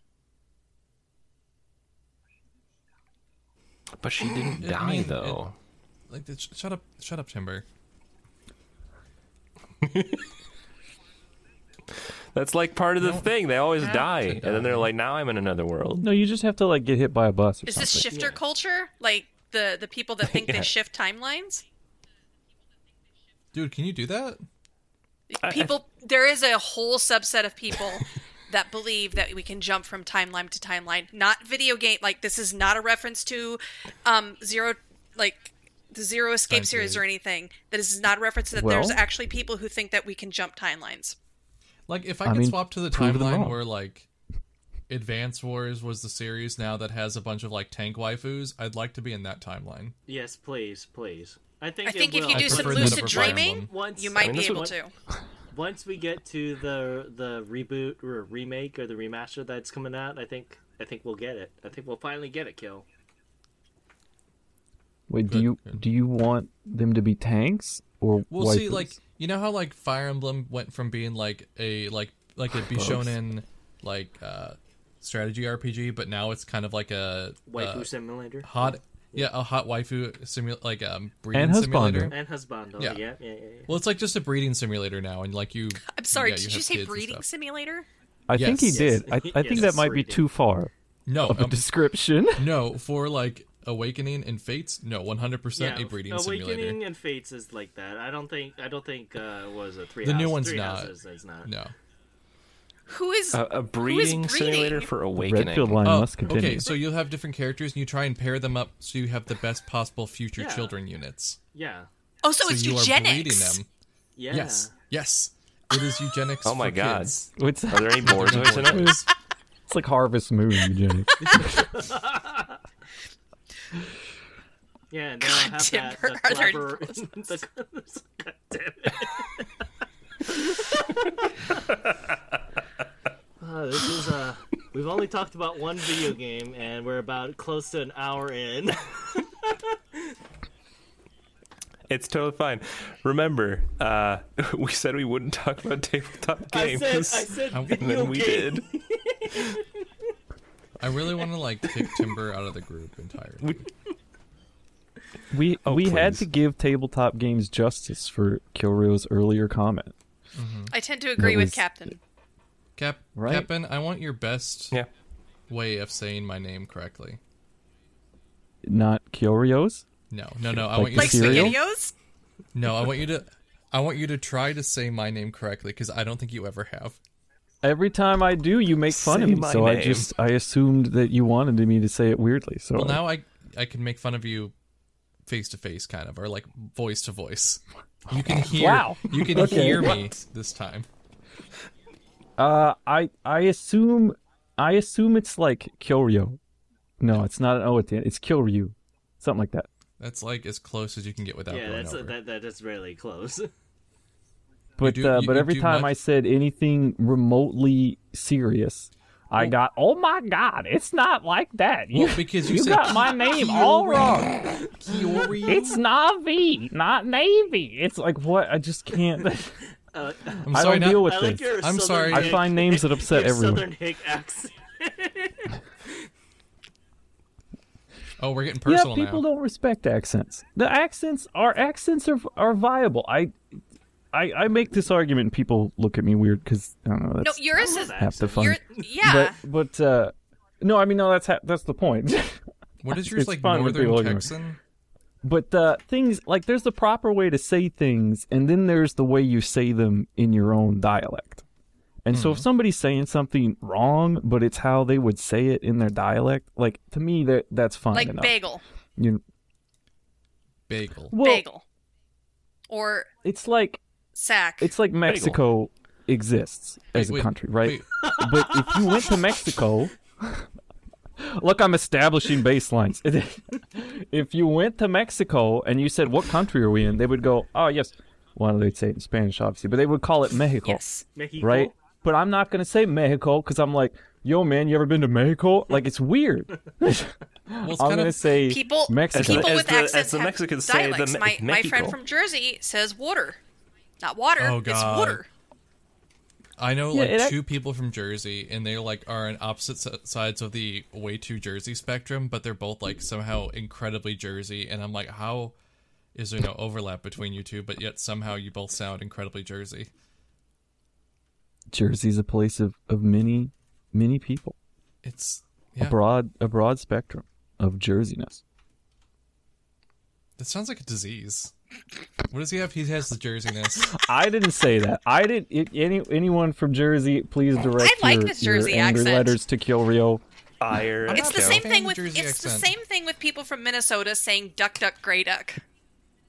Speaker 4: But she didn't
Speaker 6: I
Speaker 4: die
Speaker 6: mean,
Speaker 4: though.
Speaker 6: Like, th- sh- shut up, shut up, Timber.
Speaker 4: That's like part of the thing. They always
Speaker 6: have to
Speaker 4: die, and then they're like, now I'm in another world.
Speaker 1: No, you just have to like get hit by a bus or
Speaker 3: Is
Speaker 1: something.
Speaker 3: this shifter culture? Like the the people that think
Speaker 4: Yeah.
Speaker 3: they shift timelines?
Speaker 6: Dude, can you do that?
Speaker 4: I-
Speaker 3: People, there is a whole subset of people that believe that we can jump from timeline to timeline. Not video game. Like this is not a reference to um zero like the Zero Escape
Speaker 6: Time
Speaker 3: series or
Speaker 6: period.
Speaker 3: anything. That is not a reference that there's
Speaker 1: Well-
Speaker 3: actually people who think that we can jump timelines.
Speaker 6: Like, if I,
Speaker 1: I
Speaker 6: could
Speaker 1: mean,
Speaker 6: swap to the
Speaker 1: prove them
Speaker 6: timeline
Speaker 1: wrong.
Speaker 6: where like Advance Wars was the series now that has a bunch of like tank waifus, I'd like to be in that timeline.
Speaker 2: Yes, please, please. I think.
Speaker 3: I
Speaker 2: it
Speaker 3: think if
Speaker 2: will.
Speaker 3: you
Speaker 6: I
Speaker 3: do some
Speaker 6: prefer that
Speaker 3: lucid
Speaker 6: over
Speaker 3: dreaming,
Speaker 6: Fire
Speaker 2: Once-
Speaker 3: you
Speaker 2: I
Speaker 3: might
Speaker 4: mean,
Speaker 3: be
Speaker 4: this
Speaker 3: able
Speaker 4: would-
Speaker 3: to.
Speaker 2: Once we get to the the reboot or remake or the remaster that's coming out, I think I think we'll get it. I think we'll finally get it, Kill.
Speaker 1: Wait, do you do you want them to be tanks or
Speaker 6: We'll see.
Speaker 1: waifus?
Speaker 6: Like, you know how like Fire Emblem went from being like a like like a Bishonen like uh strategy RPG, but now it's kind of like a
Speaker 2: Waifu
Speaker 6: uh,
Speaker 2: Simulator
Speaker 6: hot yeah a hot waifu simu like um breeding
Speaker 1: husbander.
Speaker 6: simulator.
Speaker 2: and Husbando.
Speaker 6: Yeah.
Speaker 2: Yeah, yeah, yeah.
Speaker 6: Well, it's like just a breeding simulator now, and like you.
Speaker 3: I'm sorry,
Speaker 6: yeah,
Speaker 3: did
Speaker 6: have
Speaker 3: you say
Speaker 6: kids and
Speaker 3: breeding
Speaker 6: stuff.
Speaker 3: simulator?
Speaker 1: I think he
Speaker 6: Yes.
Speaker 1: did. I, I
Speaker 2: Yes.
Speaker 1: think that
Speaker 2: Yes,
Speaker 1: might be
Speaker 2: reading.
Speaker 1: too far
Speaker 6: No,
Speaker 1: of a
Speaker 6: um,
Speaker 1: description.
Speaker 6: no, for like Awakening and Fates, no, 100%
Speaker 2: yeah.
Speaker 6: a breeding
Speaker 2: Awakening
Speaker 6: simulator.
Speaker 2: and Fates is like that. I don't think I don't think uh what was it three.
Speaker 6: The new
Speaker 2: Houses-
Speaker 6: one's
Speaker 2: three
Speaker 6: not.
Speaker 2: Houses is not.
Speaker 6: No.
Speaker 3: Who is
Speaker 6: Uh,
Speaker 4: A, a breeding simulator
Speaker 3: breeding?
Speaker 4: for awakening.
Speaker 1: Redfield line
Speaker 6: Oh,
Speaker 1: must continue.
Speaker 6: okay, so you'll have different characters, and you try and pair them up so you have the best possible future
Speaker 2: Yeah.
Speaker 6: children units.
Speaker 2: Yeah.
Speaker 3: Oh, so,
Speaker 6: so
Speaker 3: it's
Speaker 6: you are breeding
Speaker 3: eugenics.
Speaker 6: them.
Speaker 2: Yeah.
Speaker 6: Yes, yes, it is eugenics.
Speaker 4: Oh my
Speaker 6: for
Speaker 4: God.
Speaker 6: kids.
Speaker 1: It's,
Speaker 4: Are there any more toys in it?
Speaker 1: it's like Harvest Moon, Jenny.
Speaker 2: Yeah, and they'll have
Speaker 3: damn,
Speaker 2: that
Speaker 3: her-
Speaker 2: the
Speaker 3: are there any
Speaker 2: clever the, God damn it. Uh, this is uh we've only talked about one video game and we're about close to an hour in.
Speaker 4: It's totally fine. Remember, uh, we said we wouldn't talk about tabletop
Speaker 2: I
Speaker 4: games,
Speaker 2: said I said
Speaker 6: And
Speaker 4: and
Speaker 2: video
Speaker 4: then we
Speaker 2: game.
Speaker 4: did.
Speaker 6: I really want to like kick Timber out of the group entirely.
Speaker 1: We
Speaker 6: Oh,
Speaker 1: we had
Speaker 4: please.
Speaker 1: to give tabletop games justice for Kilrio's earlier comment.
Speaker 3: I tend to agree with
Speaker 1: was-
Speaker 3: Captain.
Speaker 6: Cap,
Speaker 1: Right.
Speaker 6: Captain, I want your best
Speaker 4: Yeah,
Speaker 6: way of saying my name correctly.
Speaker 1: Not Kilrio's.
Speaker 6: No, no, no. I
Speaker 1: Like the
Speaker 6: want you to
Speaker 3: Like
Speaker 6: say-
Speaker 1: cereal?
Speaker 3: SpaghettiOs?
Speaker 6: No, I want you to. I want you to try to say my name correctly because I don't think you ever have.
Speaker 1: Every time I do, you make fun of
Speaker 4: Say
Speaker 1: me.
Speaker 4: my
Speaker 1: So I
Speaker 4: name.
Speaker 1: just I assumed that you wanted me to say it weirdly. So
Speaker 6: Well, now I I can make fun of you face to face, kind of, or like voice to voice. You can hear.
Speaker 1: Wow.
Speaker 6: You can
Speaker 1: Okay.
Speaker 6: hear me this time.
Speaker 1: uh, I I assume I assume it's like Kilrio. No, it's not an O at the end. It's Kilryu, something like that.
Speaker 6: That's like as close as you can get without
Speaker 2: Yeah,
Speaker 6: going
Speaker 2: that's
Speaker 6: over.
Speaker 2: that, that that's really close.
Speaker 1: But
Speaker 6: do-
Speaker 1: uh,
Speaker 6: you-
Speaker 1: but
Speaker 6: you
Speaker 1: every
Speaker 6: do
Speaker 1: time
Speaker 6: much-
Speaker 1: I said anything remotely serious, I got oh my god, it's not like that. You
Speaker 6: Well, because you
Speaker 1: you
Speaker 6: said
Speaker 1: got my name all
Speaker 6: Kiori.
Speaker 1: wrong.
Speaker 6: Kiori.
Speaker 1: It's Navi, not Navy. It's like what I just can't.
Speaker 6: I'm
Speaker 1: I don't
Speaker 6: sorry, not-
Speaker 1: deal with
Speaker 2: I
Speaker 1: this.
Speaker 2: like your
Speaker 6: I'm
Speaker 2: Southern
Speaker 6: sorry.
Speaker 1: I
Speaker 2: hick-
Speaker 1: find names that upset
Speaker 2: your
Speaker 1: everyone.
Speaker 2: Southern hick accent.
Speaker 6: Oh, we're getting personal
Speaker 1: yeah, people
Speaker 6: now.
Speaker 1: don't respect accents. The accents are accents are are viable. I, I, I make this argument. and People look at me weird because I don't know.
Speaker 3: No,
Speaker 1: That's
Speaker 3: yours is.
Speaker 1: half the fun.
Speaker 3: Your, yeah.
Speaker 1: But but uh, no, I mean no. That's ha- that's the point.
Speaker 6: What is yours
Speaker 1: it's
Speaker 6: like
Speaker 1: fun when people
Speaker 6: northern
Speaker 1: look at me.
Speaker 6: Texan?
Speaker 1: but uh, things like there's the proper way to say things, and then there's the way you say them in your own dialect. And so if
Speaker 6: Mm-hmm.
Speaker 1: somebody's saying something wrong, but it's how they would say it in their dialect, like to me that that's fine
Speaker 3: like
Speaker 1: enough.
Speaker 3: bagel.
Speaker 1: You-
Speaker 6: Bagel.
Speaker 1: well,
Speaker 3: bagel. Or
Speaker 1: it's like
Speaker 3: sack.
Speaker 1: it's like Mexico exists as a
Speaker 6: Wait,
Speaker 1: country, right?
Speaker 6: wait.
Speaker 1: But if you went to Mexico, look, I'm establishing baselines. if you went to Mexico and you said, "What country are we in?" they would go, "Oh, yes." Well, they'd say it in Spanish, obviously, but they would call it Mexico,
Speaker 3: yes.
Speaker 2: Mexico.
Speaker 1: right? But I'm not gonna say Mexico because I'm like, "Yo, man, you ever been to Mexico?" Like, it's weird.
Speaker 6: Well, it's
Speaker 1: I'm
Speaker 6: kind
Speaker 1: gonna
Speaker 6: of
Speaker 1: say
Speaker 3: People.
Speaker 1: Mexico.
Speaker 3: People
Speaker 4: As
Speaker 3: with
Speaker 4: the- as
Speaker 3: accents
Speaker 4: the
Speaker 3: have
Speaker 4: Mexicans say, the
Speaker 3: dialects.
Speaker 4: Me-
Speaker 3: my my friend
Speaker 4: Mexico.
Speaker 3: from Jersey says water, not water.
Speaker 6: Oh, God.
Speaker 3: It's water.
Speaker 6: I know
Speaker 1: Yeah,
Speaker 6: like
Speaker 1: it ac-
Speaker 6: two people from Jersey, and they like are on opposite si- sides of the way to Jersey spectrum, but they're both like somehow incredibly Jersey, and I'm like, how is there no overlap between you two? But yet somehow you both sound incredibly Jersey.
Speaker 1: Jersey's a place of, of many, many people.
Speaker 6: It's yeah.
Speaker 1: a broad a broad spectrum of jerseyness.
Speaker 6: That sounds like a disease. What does he have? He has the Jerseyness.
Speaker 1: I didn't say that. I didn't. It, any anyone from Jersey, please direct
Speaker 3: I like
Speaker 1: your,
Speaker 3: this Jersey
Speaker 1: your angry
Speaker 3: accent.
Speaker 1: letters to Kill Rio.
Speaker 4: Ire.
Speaker 3: It's the
Speaker 4: Echo.
Speaker 3: same
Speaker 6: Fan
Speaker 3: thing
Speaker 6: of
Speaker 3: with
Speaker 6: Jersey
Speaker 3: it's
Speaker 6: accent.
Speaker 3: the same thing with people from Minnesota saying duck duck gray duck.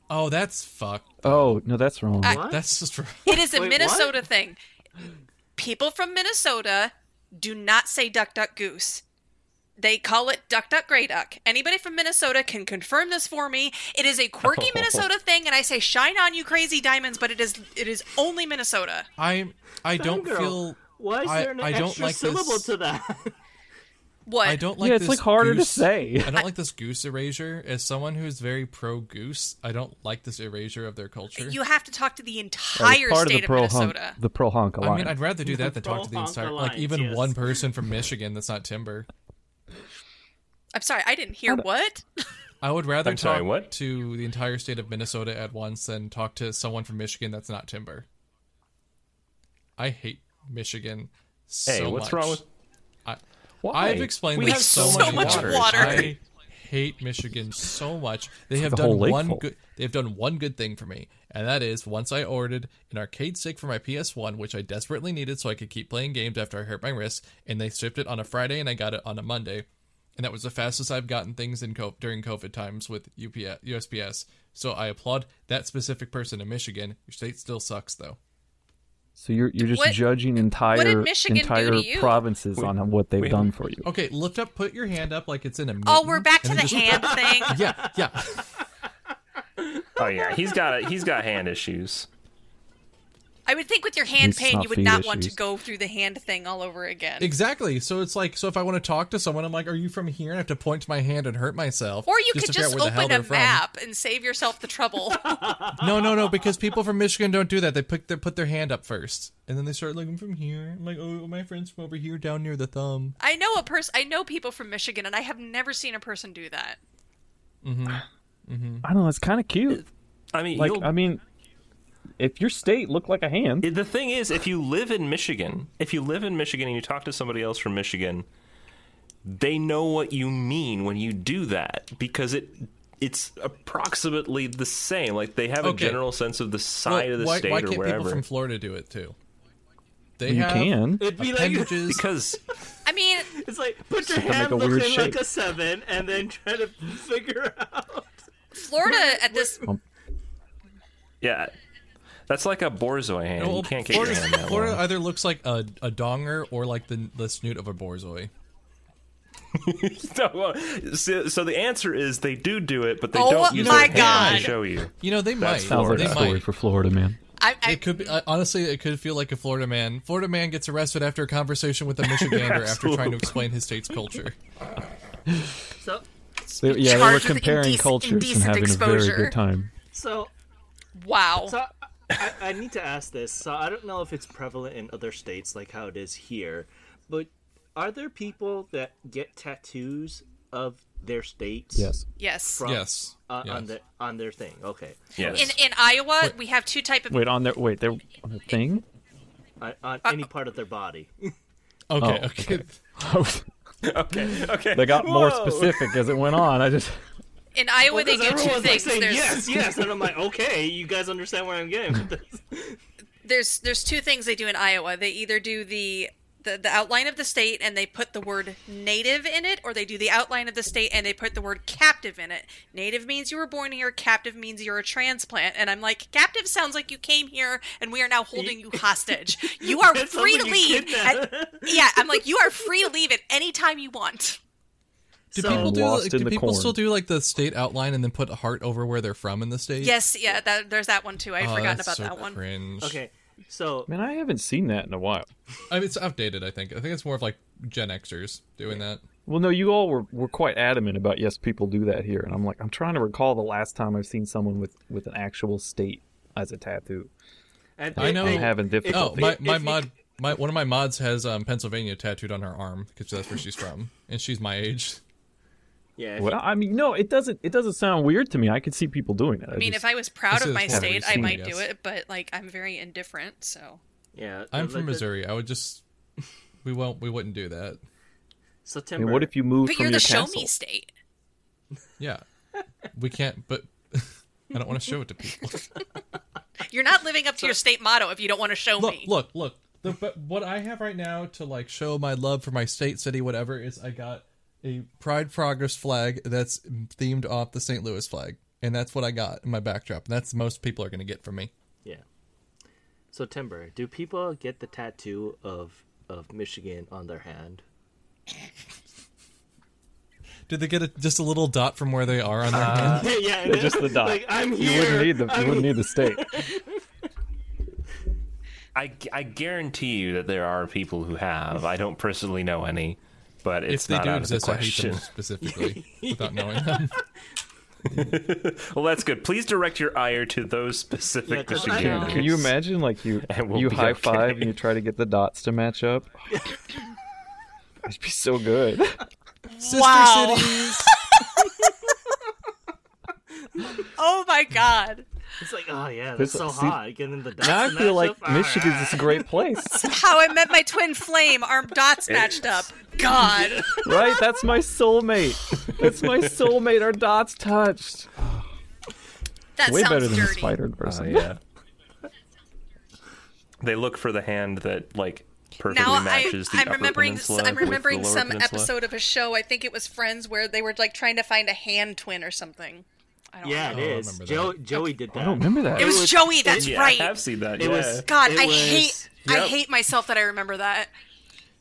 Speaker 6: Oh, that's fuck.
Speaker 1: Oh no, that's wrong.
Speaker 3: I-
Speaker 2: What?
Speaker 6: That's just r-
Speaker 3: It is
Speaker 2: Wait,
Speaker 3: a
Speaker 2: what?
Speaker 3: Minnesota thing. People from Minnesota do not say duck duck goose. They call it duck duck gray duck. Anybody from Minnesota can confirm this for me. It is a quirky Minnesota thing and I say shine on you crazy diamonds, but it is it is only Minnesota.
Speaker 6: I I don't
Speaker 2: Fangirl.
Speaker 6: feel
Speaker 2: Why is
Speaker 6: I-
Speaker 2: there an
Speaker 6: I don't
Speaker 2: extra
Speaker 6: like
Speaker 2: syllable
Speaker 6: this.
Speaker 2: to that?
Speaker 3: What?
Speaker 6: I don't like
Speaker 1: yeah, it's
Speaker 6: this
Speaker 1: like harder
Speaker 6: goose-
Speaker 1: to say.
Speaker 6: I don't like this goose erasure. As someone who's very pro goose, I don't like this erasure of their culture.
Speaker 3: You have to talk to the
Speaker 1: That
Speaker 3: entire
Speaker 1: was part of
Speaker 3: state
Speaker 1: the pro
Speaker 3: Minnesota.
Speaker 1: honk, the pro honk
Speaker 6: I mean,
Speaker 1: alliance.
Speaker 6: I'd rather do that than talk to the
Speaker 2: Pro-honk
Speaker 6: entire like even
Speaker 2: alliance, yes.
Speaker 6: one person from Michigan that's not timber.
Speaker 3: I'm sorry, I didn't hear what?
Speaker 6: I would rather
Speaker 4: I'm
Speaker 6: talk
Speaker 4: sorry, what?
Speaker 6: to the entire state of Minnesota at once than talk to someone from Michigan that's not timber. I hate Michigan so
Speaker 4: Hey, what's
Speaker 6: much.
Speaker 4: wrong with?
Speaker 6: I-
Speaker 4: Why?
Speaker 6: I've explained
Speaker 4: we
Speaker 6: this
Speaker 4: have
Speaker 6: so,
Speaker 3: so much
Speaker 6: water.
Speaker 3: water.
Speaker 6: I hate Michigan so much. They have
Speaker 1: the
Speaker 6: done
Speaker 1: whole lake
Speaker 6: one
Speaker 1: full.
Speaker 6: good. They've done one good thing for me, and that is once I ordered an arcade stick for my PS1, which I desperately needed so I could keep playing games after I hurt my wrist. And they shipped it on a Friday, and I got it on a Monday, and that was the fastest I've gotten things in co- during COVID times with UPS, USPS. So I applaud that specific person in Michigan. Your state still sucks though.
Speaker 1: so you're you're just
Speaker 3: What-
Speaker 1: judging
Speaker 3: what did
Speaker 1: entire
Speaker 3: Michigan do
Speaker 1: entire
Speaker 3: to you?
Speaker 1: provinces on what they've
Speaker 4: we-
Speaker 1: done for you.
Speaker 6: Okay, lift up, put your hand up like it's in a.
Speaker 3: Oh,
Speaker 6: mitten,
Speaker 3: we're back to
Speaker 6: and
Speaker 3: the
Speaker 6: then just-
Speaker 3: hand thing.
Speaker 6: Yeah, yeah.
Speaker 4: Oh yeah, he's got a, he's got hand issues.
Speaker 3: I would think with your hand
Speaker 1: These
Speaker 3: pain, you would
Speaker 1: snuffy
Speaker 3: not want to
Speaker 1: issues.
Speaker 3: go through the hand thing all over again.
Speaker 6: Exactly. So it's like, so if I want to talk to someone, I'm like, "Are you from here?" And I have to point to my hand and hurt myself.
Speaker 3: Or you
Speaker 6: just
Speaker 3: could
Speaker 6: to figure
Speaker 3: just
Speaker 6: out where the hell
Speaker 3: open
Speaker 6: they're
Speaker 3: a map and save yourself the trouble.
Speaker 6: From. No, no, no, because people from Michigan don't do that. They put their put their hand up first, and then they start looking from here. I'm like, "Oh, my friend's from over here, down near the thumb."
Speaker 3: I know a person. I know people from Michigan, and I have never seen a person do that.
Speaker 1: I don't know. It's kind of cute.
Speaker 4: I mean,
Speaker 1: Like
Speaker 4: you'll-
Speaker 1: I mean, if your state looked like a hand,
Speaker 4: the thing is, if you live in Michigan, if you live in Michigan and you talk to somebody else from Michigan, they know what you mean when you do that because it it's approximately the same. Like they have
Speaker 6: Okay.
Speaker 4: a general sense of the side
Speaker 6: Well,
Speaker 4: of the
Speaker 6: why,
Speaker 4: state
Speaker 6: why
Speaker 4: or
Speaker 6: can't
Speaker 4: wherever.
Speaker 6: people from Florida do it too? They
Speaker 1: you
Speaker 6: have
Speaker 1: can.
Speaker 2: It'd be like
Speaker 6: appendages.
Speaker 4: because
Speaker 3: I mean,
Speaker 2: it's like put your
Speaker 1: make
Speaker 2: hand
Speaker 1: a weird
Speaker 2: looking like
Speaker 1: shape.
Speaker 2: a seven, and then try to figure out.
Speaker 3: Florida at this
Speaker 4: yeah, that's like a borzoi hand.
Speaker 6: Well,
Speaker 4: you can't get your hand that
Speaker 6: Florida
Speaker 4: long.
Speaker 6: either looks like a, a donger or like the the snoot of a borzoi.
Speaker 4: No, well, so, so the answer is they do do it, but they
Speaker 3: Oh
Speaker 4: don't use
Speaker 3: my
Speaker 4: their hand
Speaker 3: God.
Speaker 4: to show you.
Speaker 6: You know, they
Speaker 4: That's
Speaker 6: might.
Speaker 1: sounds like
Speaker 4: Florida.
Speaker 1: a
Speaker 6: They
Speaker 1: story
Speaker 6: might.
Speaker 1: for Florida, man.
Speaker 3: I, I,
Speaker 6: It could be, uh, honestly, it could feel like a Florida man. Florida man gets arrested after a conversation with a Michigander after trying to
Speaker 4: Absolutely.
Speaker 6: explain his state's culture.
Speaker 2: So,
Speaker 1: They, yeah, they were
Speaker 3: charged with
Speaker 1: comparing
Speaker 3: indec-
Speaker 1: cultures and
Speaker 3: indecent
Speaker 1: having a very
Speaker 3: exposure.
Speaker 1: good time.
Speaker 2: so
Speaker 3: wow.
Speaker 2: So I, I need to ask this. So I don't know if it's prevalent in other states like how it is here, but are there people that get tattoos of their states?
Speaker 1: Yes.
Speaker 3: Yes.
Speaker 2: From,
Speaker 6: Yes.
Speaker 2: Uh, On
Speaker 6: Yes.
Speaker 2: their on their thing. Okay.
Speaker 4: Yes.
Speaker 3: In in Iowa, we have two type of
Speaker 1: Wait on their wait their on their thing.
Speaker 2: On, on any part of their body.
Speaker 6: Okay,
Speaker 1: Oh,
Speaker 6: okay.
Speaker 4: okay, okay.
Speaker 1: they got more
Speaker 4: Whoa.
Speaker 1: specific as it went on. I just
Speaker 3: in Iowa they do
Speaker 2: Because
Speaker 3: two
Speaker 2: everyone's like
Speaker 3: things.
Speaker 2: saying
Speaker 3: there's
Speaker 2: yes, yes, and I'm like, okay, you guys understand where I'm getting with this.
Speaker 3: there's there's two things they do in Iowa. They either do the the, the outline of the state and they put the word native in it, or they do the outline of the state and they put the word captive in it. Native means you were born here, captive means you're a transplant. And I'm like, captive sounds like you came here and we are now holding you hostage. You are
Speaker 2: That sounds
Speaker 3: free
Speaker 2: like
Speaker 3: to
Speaker 2: you
Speaker 3: leave.
Speaker 2: kidnapped.
Speaker 3: at- yeah, I'm like, you are free to leave at any time you want.
Speaker 6: Do
Speaker 2: So-
Speaker 6: people do
Speaker 1: Lost
Speaker 6: like,
Speaker 1: in
Speaker 6: do
Speaker 1: the
Speaker 6: people
Speaker 1: corn.
Speaker 6: still do like the state outline and then put a heart over where they're from in the state?
Speaker 3: Yes, yeah, that, there's that one too. I had
Speaker 6: Oh,
Speaker 3: forgotten
Speaker 6: that's
Speaker 3: about
Speaker 6: so
Speaker 3: that one.
Speaker 6: Cringe.
Speaker 2: Okay, so
Speaker 1: man, I haven't seen that in a while.
Speaker 6: I mean, it's outdated. I think. I think it's more of like Gen Xers doing that.
Speaker 1: Well, no, you all were, were quite adamant about yes, people do that here, and I'm like, I'm trying to recall the last time I've seen someone with with an actual state as a tattoo.
Speaker 2: and
Speaker 6: I
Speaker 2: it-
Speaker 6: know-
Speaker 1: I'm having
Speaker 2: If-
Speaker 6: Oh,
Speaker 1: difficulty.
Speaker 6: my
Speaker 2: if
Speaker 6: my
Speaker 2: you-
Speaker 6: mod, my one of my mods has um, Pennsylvania tattooed on her arm because that's where she's from, and she's my age.
Speaker 2: Yeah. if-
Speaker 1: well, I mean, no, it doesn't. It doesn't sound weird to me. I could see people doing it.
Speaker 3: I mean,
Speaker 1: just-
Speaker 3: if I was proud
Speaker 6: This
Speaker 3: of
Speaker 6: is
Speaker 3: my
Speaker 6: what we've
Speaker 3: state, I
Speaker 6: seen, I
Speaker 3: might do
Speaker 6: guess.
Speaker 3: it, but like I'm very indifferent, so
Speaker 2: Yeah.
Speaker 6: I'm
Speaker 2: like
Speaker 6: from
Speaker 2: the-
Speaker 6: Missouri. I would just we won't we wouldn't do that.
Speaker 1: I
Speaker 2: September.
Speaker 1: mean, what if you moved
Speaker 3: But
Speaker 1: from
Speaker 3: you're
Speaker 1: your
Speaker 3: the show
Speaker 1: castle?
Speaker 3: me state.
Speaker 6: Yeah, we can't. But I don't want to show it to people.
Speaker 3: You're not living up to your state motto if you don't want to show
Speaker 6: Look,
Speaker 3: me.
Speaker 6: look, look. The, but what I have right now to like show my love for my state, city, whatever is I got a Pride Progress flag that's themed off the St. Louis flag, and that's what I got in my backdrop. And that's the most people are going to get from me.
Speaker 2: Yeah. So Timber, do people get the tattoo of of Michigan on their hand?
Speaker 6: Did they get a, just a little dot from where they are on their
Speaker 4: Uh,
Speaker 6: hand?
Speaker 2: yeah,
Speaker 1: Yeah, just the dot.
Speaker 2: Like I'm
Speaker 1: you
Speaker 2: here.
Speaker 1: wouldn't need the
Speaker 2: I'm
Speaker 1: you wouldn't need the state.
Speaker 4: I, I guarantee you that there are people who have. I don't personally know any, but it's
Speaker 6: If they
Speaker 4: not
Speaker 6: do
Speaker 4: out
Speaker 6: exist,
Speaker 4: of
Speaker 6: I hate
Speaker 4: the question.
Speaker 6: them specifically without knowing them.
Speaker 4: Well, that's good. Please direct your ire to those specific
Speaker 2: Yeah, 'cause I
Speaker 4: Michiganders.
Speaker 2: know.
Speaker 1: Can you imagine like you
Speaker 4: And we'll
Speaker 1: you
Speaker 4: be
Speaker 1: high five
Speaker 4: okay.
Speaker 1: and you try to get the dots to match up? That'd be so good.
Speaker 6: Sister
Speaker 3: Wow.
Speaker 6: cities.
Speaker 3: Oh my god.
Speaker 2: It's like, oh yeah,
Speaker 1: It's-
Speaker 2: that's so
Speaker 1: see-
Speaker 2: hot. Getting the dots.
Speaker 1: Now I
Speaker 2: matched
Speaker 1: feel like
Speaker 2: up. Ah,
Speaker 1: Michigan's
Speaker 2: ah.
Speaker 1: this great place,
Speaker 3: How I met my twin flame, arm dots matched up. God.
Speaker 1: right? That's my soulmate. That's my soulmate. Our dots touched.
Speaker 3: That
Speaker 1: Way
Speaker 3: sounds
Speaker 1: better than the
Speaker 3: dirty.
Speaker 1: spider
Speaker 4: So,
Speaker 1: person.
Speaker 4: Oh, Uh, yeah. they look for the hand that like perfectly
Speaker 3: Now I,
Speaker 4: matches the
Speaker 3: I'm
Speaker 4: upper
Speaker 3: remembering
Speaker 4: peninsula
Speaker 3: I'm
Speaker 4: with
Speaker 3: remembering
Speaker 4: the lower
Speaker 3: some
Speaker 4: peninsula.
Speaker 3: episode of a show, I think it was Friends, where they were like trying to find a hand twin or something. I don't
Speaker 2: Yeah, it
Speaker 3: know.
Speaker 6: I
Speaker 2: is.
Speaker 6: remember
Speaker 2: Joe,
Speaker 6: that.
Speaker 2: Joey did that.
Speaker 1: I don't remember that.
Speaker 3: It was
Speaker 2: was-
Speaker 3: Joey, that's
Speaker 4: Yeah,
Speaker 3: right.
Speaker 4: I have seen that.
Speaker 2: It
Speaker 4: yeah.
Speaker 2: was-
Speaker 3: God, I
Speaker 2: It was-
Speaker 3: hate I
Speaker 4: Yep.
Speaker 3: hate myself that I remember that.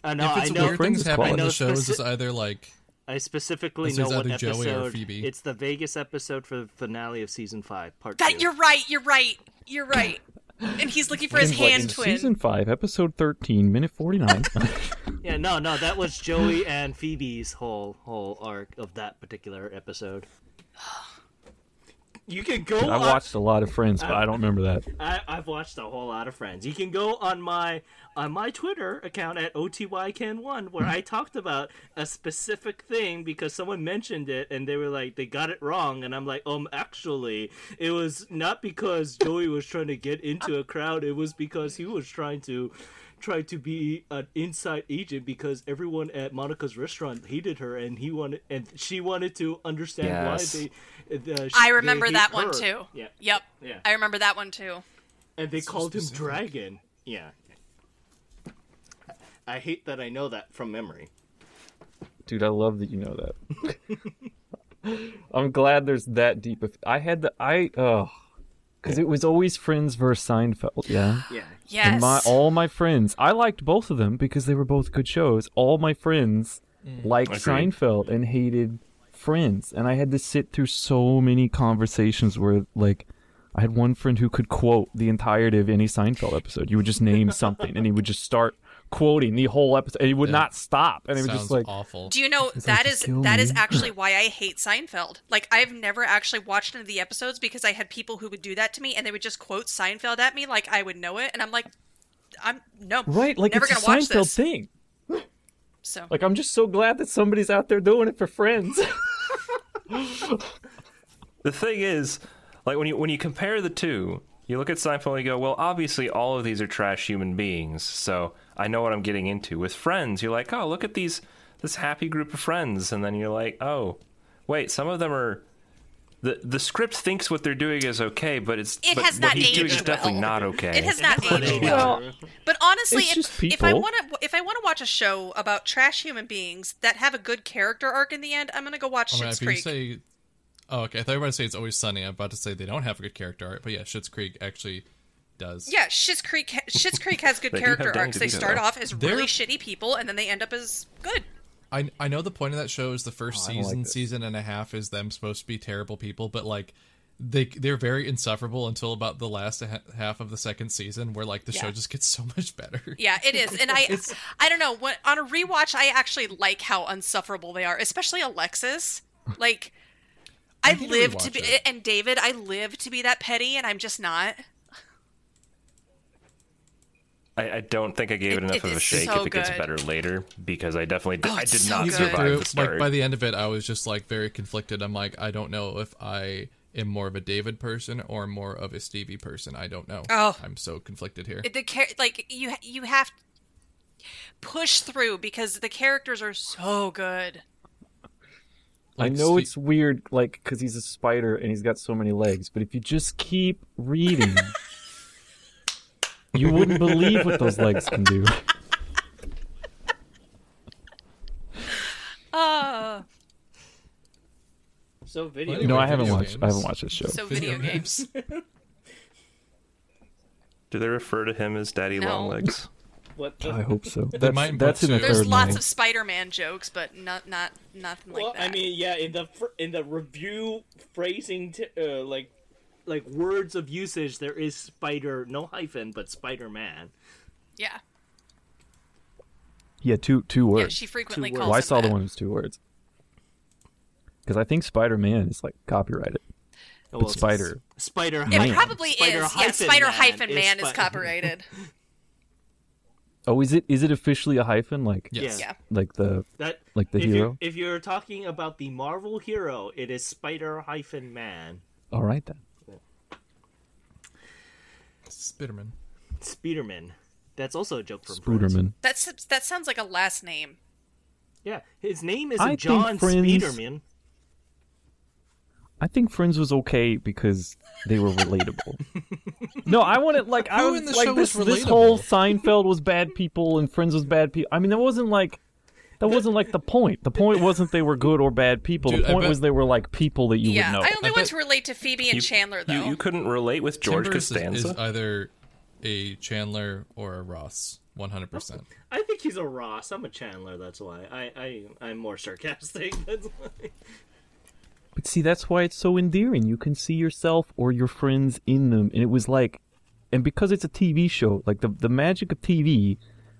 Speaker 2: I know.
Speaker 6: if
Speaker 2: I
Speaker 6: it's
Speaker 2: know.
Speaker 6: weird
Speaker 1: Friends
Speaker 6: things happen
Speaker 1: quality.
Speaker 6: in the
Speaker 2: I know
Speaker 6: shows, it's
Speaker 2: speci-
Speaker 6: either like
Speaker 2: I specifically
Speaker 6: This
Speaker 2: know
Speaker 6: is
Speaker 2: what
Speaker 6: either Joey or
Speaker 2: episode.
Speaker 6: Phoebe.
Speaker 2: It's the Vegas episode for the finale of season five, part
Speaker 3: That
Speaker 2: 2
Speaker 3: you're right, you're right. You're right. And he's looking for his
Speaker 1: Seems like
Speaker 3: hand
Speaker 1: in
Speaker 3: twin.
Speaker 1: Season five, episode thirteen, minute forty nine.
Speaker 2: Yeah, no, no, that was Joey and Phoebe's whole whole arc of that particular episode. You can go.
Speaker 1: I
Speaker 2: on-
Speaker 1: watched a lot of Friends, but I don't remember that.
Speaker 2: I, I've watched a whole lot of Friends. You can go on my on my Twitter account at otycan1 where I talked about a specific thing because someone mentioned it and they were like they got it wrong and I'm like um actually it was not because Joey was trying to get into a crowd it was because he was trying to try to be an inside agent because everyone at Monica's restaurant hated her and he wanted and she wanted to understand
Speaker 4: Yes.
Speaker 2: why they. Uh,
Speaker 3: I
Speaker 2: they
Speaker 3: remember
Speaker 2: hate
Speaker 3: that one
Speaker 2: her.
Speaker 3: too.
Speaker 2: Yeah.
Speaker 3: Yep.
Speaker 2: Yeah.
Speaker 3: I remember that one too.
Speaker 2: And they called him
Speaker 6: specific.
Speaker 2: Dragon. Yeah. I hate that I know that from memory.
Speaker 1: Dude, I love that you know that. I'm glad there's that deep. Of, I had the I oh, because it was always Friends versus Seinfeld. Yeah,
Speaker 2: Yeah.
Speaker 3: Yes.
Speaker 1: and my all my friends. I liked both of them because they were both good shows. All my friends liked
Speaker 4: Agreed.
Speaker 1: Seinfeld and hated Friends, and I had to sit through so many conversations where like. I had one friend who could quote the entirety of any Seinfeld episode. You would just name something, and he would just start quoting the whole episode, and he would
Speaker 6: Yeah.
Speaker 1: not stop. And it was
Speaker 6: sounds
Speaker 1: just like,
Speaker 6: awful.
Speaker 3: Do you know that is
Speaker 1: kill
Speaker 3: that is
Speaker 1: me.
Speaker 3: actually why I hate Seinfeld. Like I've never actually watched any of the episodes because I had people who would do that to me and they would just quote Seinfeld at me like I would know it and I'm like I'm no
Speaker 1: Right, like
Speaker 3: never
Speaker 1: it's a
Speaker 3: gonna watch
Speaker 1: Seinfeld
Speaker 3: this.
Speaker 1: thing.
Speaker 3: So
Speaker 1: Like I'm just so glad that somebody's out there doing it for friends.
Speaker 4: the thing is, like when you when you compare the two, you look at Seinfeld and you go, well, obviously all of these are trash human beings, so I know what I'm getting into. With friends, you're like, oh, look at these this happy group of friends, and then you're like, oh, wait, some of them are. The, the script thinks what they're doing is okay, but it's
Speaker 3: It
Speaker 4: but
Speaker 3: has
Speaker 4: what
Speaker 3: not
Speaker 4: he's
Speaker 3: aged
Speaker 4: doing is definitely
Speaker 3: well.
Speaker 4: not okay.
Speaker 3: It has not aged well.
Speaker 1: Well,
Speaker 3: But honestly,
Speaker 1: It's just
Speaker 3: if, if I
Speaker 1: people.
Speaker 3: want to, if I want to watch a show about trash human beings that have a good character arc in the end, I'm gonna go watch
Speaker 6: Oh, man,
Speaker 3: Schitt's
Speaker 6: if you
Speaker 3: Creek.
Speaker 6: say, oh, okay, I thought you were going to say it's always sunny. I'm about to say they don't have a good character art, but yeah, Schitt's Creek actually does.
Speaker 3: Yeah, Schitt's Creek. ha- Schitt's Creek has good
Speaker 4: They do
Speaker 3: character
Speaker 4: have Danny
Speaker 3: arcs. They
Speaker 4: DeVito,
Speaker 3: start
Speaker 4: though.
Speaker 3: off as
Speaker 6: They're-
Speaker 3: really shitty people, and then they end up as good.
Speaker 6: I I know the point of that show is the first
Speaker 1: Oh, I don't like
Speaker 6: season,
Speaker 1: this.
Speaker 6: season and a half is them supposed to be terrible people, but like they they're very insufferable until about the last ha- half of the second season, where like the show
Speaker 3: Yeah.
Speaker 6: just gets so much better.
Speaker 3: Yeah, it is. And I, I don't know. When, on a rewatch, I actually like how unsufferable they are, especially Alexis. Like, I,
Speaker 6: need to
Speaker 3: live to
Speaker 6: rewatch
Speaker 3: be,
Speaker 6: it.
Speaker 3: and David, I live to be that petty, and I'm just not.
Speaker 4: I, I don't think I gave it,
Speaker 3: It-
Speaker 4: enough
Speaker 3: it
Speaker 4: of a
Speaker 3: is
Speaker 4: shake
Speaker 3: so
Speaker 4: if it gets
Speaker 3: good.
Speaker 4: better later because I definitely did,
Speaker 3: Oh,
Speaker 4: I
Speaker 3: it's
Speaker 4: did
Speaker 3: so
Speaker 4: not
Speaker 3: good.
Speaker 4: survive
Speaker 3: Through-
Speaker 4: the start.
Speaker 6: like by the end of it, I was just like very conflicted. I'm like, I don't know if I am more of a David person or more of a Stevie person. I don't know.
Speaker 3: Oh.
Speaker 6: I'm so conflicted here.
Speaker 3: It- The char- like you, you have to push through because the characters are so good.
Speaker 1: I
Speaker 6: Like,
Speaker 1: know
Speaker 6: Ste-
Speaker 1: it's weird, like, because he's a spider and he's got so many legs, but if you just keep reading, you wouldn't believe what those legs can do.
Speaker 3: Oh,
Speaker 2: So video.
Speaker 6: Well,
Speaker 1: No, I
Speaker 6: Video
Speaker 1: haven't watched. I
Speaker 6: games.
Speaker 1: haven't watched this show.
Speaker 3: so video, games.
Speaker 4: Do they refer to him as Daddy
Speaker 3: No.
Speaker 4: Longlegs?
Speaker 2: What the-
Speaker 1: I hope so. That's,
Speaker 6: might in
Speaker 1: that's in
Speaker 6: book
Speaker 1: the
Speaker 6: two.
Speaker 3: There's
Speaker 1: third
Speaker 3: lots
Speaker 1: line.
Speaker 3: of Spider-Man jokes, but not not nothing like
Speaker 2: well,
Speaker 3: that.
Speaker 2: I mean, yeah, in the fr- in the review phrasing, t- uh, like like words of usage, there is spider, no hyphen, but Spider Man.
Speaker 3: yeah,
Speaker 1: Yeah, two two
Speaker 3: yeah.
Speaker 1: words.
Speaker 3: She frequently
Speaker 2: words.
Speaker 3: calls.
Speaker 1: well, I
Speaker 3: him
Speaker 1: saw the
Speaker 3: that.
Speaker 1: one who's two words. Because I think Spider Man is like copyrighted.
Speaker 2: Well, it's-
Speaker 1: spider.
Speaker 2: Spider.
Speaker 3: It
Speaker 1: Man.
Speaker 3: probably
Speaker 2: Spider
Speaker 3: is. Yeah,
Speaker 2: hyphen
Speaker 3: Spider
Speaker 2: Man
Speaker 3: hyphen
Speaker 2: is
Speaker 3: man is
Speaker 2: Spi-
Speaker 3: copyrighted.
Speaker 1: Oh, is it is it officially a hyphen? Like
Speaker 6: yes.
Speaker 3: Yeah.
Speaker 1: like the
Speaker 2: That
Speaker 1: Like the
Speaker 2: if
Speaker 1: hero?
Speaker 2: You, if you're talking about the Marvel hero, it is Spider hyphen Man.
Speaker 1: all right then.
Speaker 6: Spiderman.
Speaker 2: Spiderman. That's also a joke from Friends.
Speaker 1: Spooderman.
Speaker 3: That's that sounds like a last name.
Speaker 2: Yeah, his name
Speaker 1: I
Speaker 2: isn't
Speaker 1: think
Speaker 2: John
Speaker 1: Friends-
Speaker 2: Spiderman.
Speaker 1: I think Friends was okay because they were relatable. no, I wanted like I
Speaker 6: Who
Speaker 1: was
Speaker 6: in the
Speaker 1: like
Speaker 6: show
Speaker 1: this
Speaker 6: was
Speaker 1: this
Speaker 6: relatable?
Speaker 1: whole Seinfeld was bad people and Friends was bad people. I mean, that wasn't like that wasn't like the point. The point wasn't they were good or bad people.
Speaker 6: Dude,
Speaker 1: the
Speaker 6: I
Speaker 1: point
Speaker 6: bet-
Speaker 1: was they were like people that you
Speaker 3: yeah,
Speaker 1: would know.
Speaker 3: I only
Speaker 6: I
Speaker 3: want
Speaker 6: bet-
Speaker 3: to relate to Phoebe and
Speaker 4: You-
Speaker 3: Chandler though.
Speaker 4: You, you couldn't relate with George
Speaker 6: Timbers is-
Speaker 4: Costanza?
Speaker 6: is either a Chandler or a Ross. One hundred percent.
Speaker 1: Oh.
Speaker 2: I think he's a Ross. I'm a Chandler. That's why I I I'm more sarcastic. That's why.
Speaker 1: But see, that's why it's so endearing. You can see yourself or your friends in them. And it was like, and because it's a TV show, like the, the magic of TV,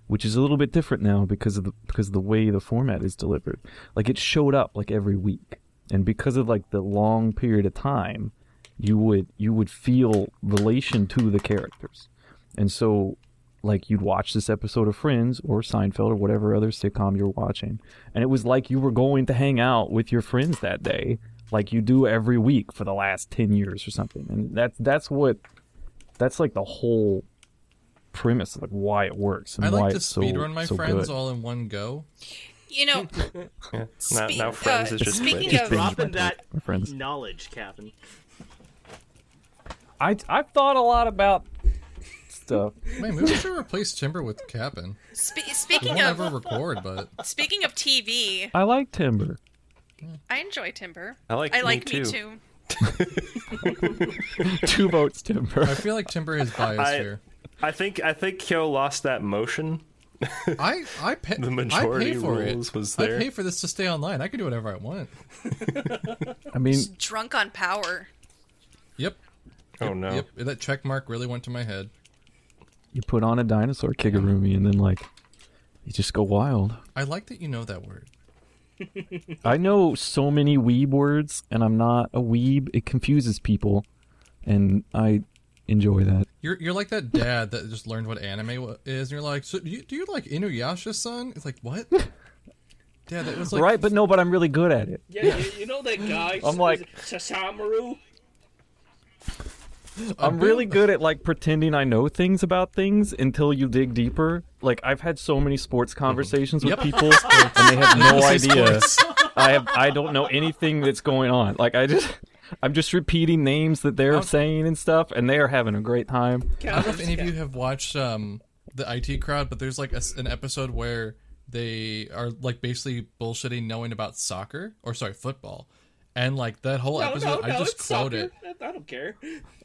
Speaker 1: which is a little bit different now because of the, because of the way the format is delivered, like it showed up like every week. And because of like the long period of time, you would you would feel relation to the characters. And so like you'd watch this episode of Friends or Seinfeld or whatever other sitcom you're watching, and it was like you were going to hang out with your friends that day, like you do every week for the last ten years or something. And that's that's what that's like the whole premise of like why it works and
Speaker 6: I
Speaker 1: why
Speaker 6: like to
Speaker 1: it's so,
Speaker 6: speedrun my
Speaker 1: so
Speaker 6: friends
Speaker 1: good.
Speaker 6: all in one go.
Speaker 3: You know,
Speaker 4: now,
Speaker 3: Spe-
Speaker 4: now Friends
Speaker 3: uh,
Speaker 4: is just
Speaker 3: speaking
Speaker 4: Twitch.
Speaker 3: of-
Speaker 2: Dropping
Speaker 1: my
Speaker 2: that
Speaker 1: my friends.
Speaker 2: knowledge, Captain.
Speaker 1: I I've thought a lot about stuff.
Speaker 6: Man, maybe we should replace Timber with Cap'n.
Speaker 3: spe-
Speaker 6: We
Speaker 3: speaking
Speaker 6: won't ever
Speaker 3: of
Speaker 6: record, but
Speaker 3: speaking of TV,
Speaker 1: I like Timber.
Speaker 3: I enjoy Timber.
Speaker 4: I like
Speaker 3: I
Speaker 4: Me
Speaker 3: like
Speaker 4: Too.
Speaker 1: Two votes, Timber.
Speaker 6: I feel like Timber is biased
Speaker 4: I-
Speaker 6: here.
Speaker 4: I think I think Kyo lost that motion.
Speaker 6: I I pay
Speaker 4: The majority
Speaker 6: I pay for
Speaker 4: rules
Speaker 6: it.
Speaker 4: was
Speaker 6: I
Speaker 4: there.
Speaker 6: pay for this to stay online. I can do whatever I want.
Speaker 1: I mean,
Speaker 3: Drunk on power.
Speaker 6: Yep.
Speaker 4: Oh no.
Speaker 6: Yep. That check mark really went to my head.
Speaker 1: you put on a dinosaur kigurumi and then like you just go wild.
Speaker 6: I like that you know that word.
Speaker 1: I know so many weeb words, and I'm not a weeb. It confuses people, and I enjoy that.
Speaker 6: You're you're like that dad that just learned what anime wa- is, and you're like, so do you, do you like Inuyasha, son? It's like what? Yeah, that was like
Speaker 1: right? But no, but I'm really good at it.
Speaker 7: Yeah, you, you know that guy.
Speaker 1: I'm like-
Speaker 7: Sasamaru.
Speaker 1: I'm really good at like pretending I know things about things until you dig deeper. Like I've had so many sports conversations with
Speaker 6: Mm-hmm. Yep.
Speaker 1: people and they have no
Speaker 6: This is
Speaker 1: idea.
Speaker 6: sports.
Speaker 1: I have I don't know anything that's going on. Like I just I'm just repeating names that they're saying and stuff and they are having a great time.
Speaker 6: I don't know if any of you have watched um, the IT crowd, but there's like a s an episode where they are like basically bullshitting knowing about soccer or sorry football, and like that whole
Speaker 7: No, no,
Speaker 6: episode
Speaker 7: no,
Speaker 6: I just
Speaker 7: it's
Speaker 6: quote
Speaker 7: soccer.
Speaker 6: it,
Speaker 7: I I don't care.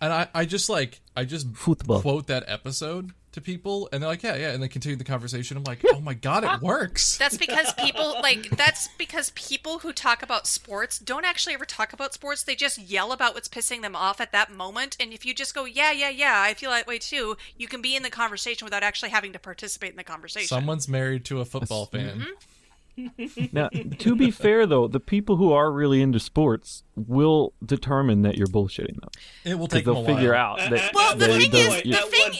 Speaker 6: and I I just like I just
Speaker 1: Football.
Speaker 6: quote that episode to people, and they're like yeah yeah, and they continue the conversation. I'm like oh my god, it works.
Speaker 3: That's because people like that's because people who talk about sports don't actually ever talk about sports. They just yell about what's pissing them off at that moment. And if you just go, yeah, yeah, yeah, I feel that way too, you can be in the conversation without actually having to participate in the conversation.
Speaker 6: Someone's married to a football fan.
Speaker 1: Now, to be fair though, the people who are really into sports will determine that you're bullshitting them.
Speaker 6: It will take
Speaker 1: Because
Speaker 6: them a
Speaker 1: they'll
Speaker 6: while.
Speaker 1: figure out that
Speaker 3: Well, the
Speaker 1: they
Speaker 3: thing
Speaker 1: don't-
Speaker 3: is-
Speaker 1: you-
Speaker 3: the thing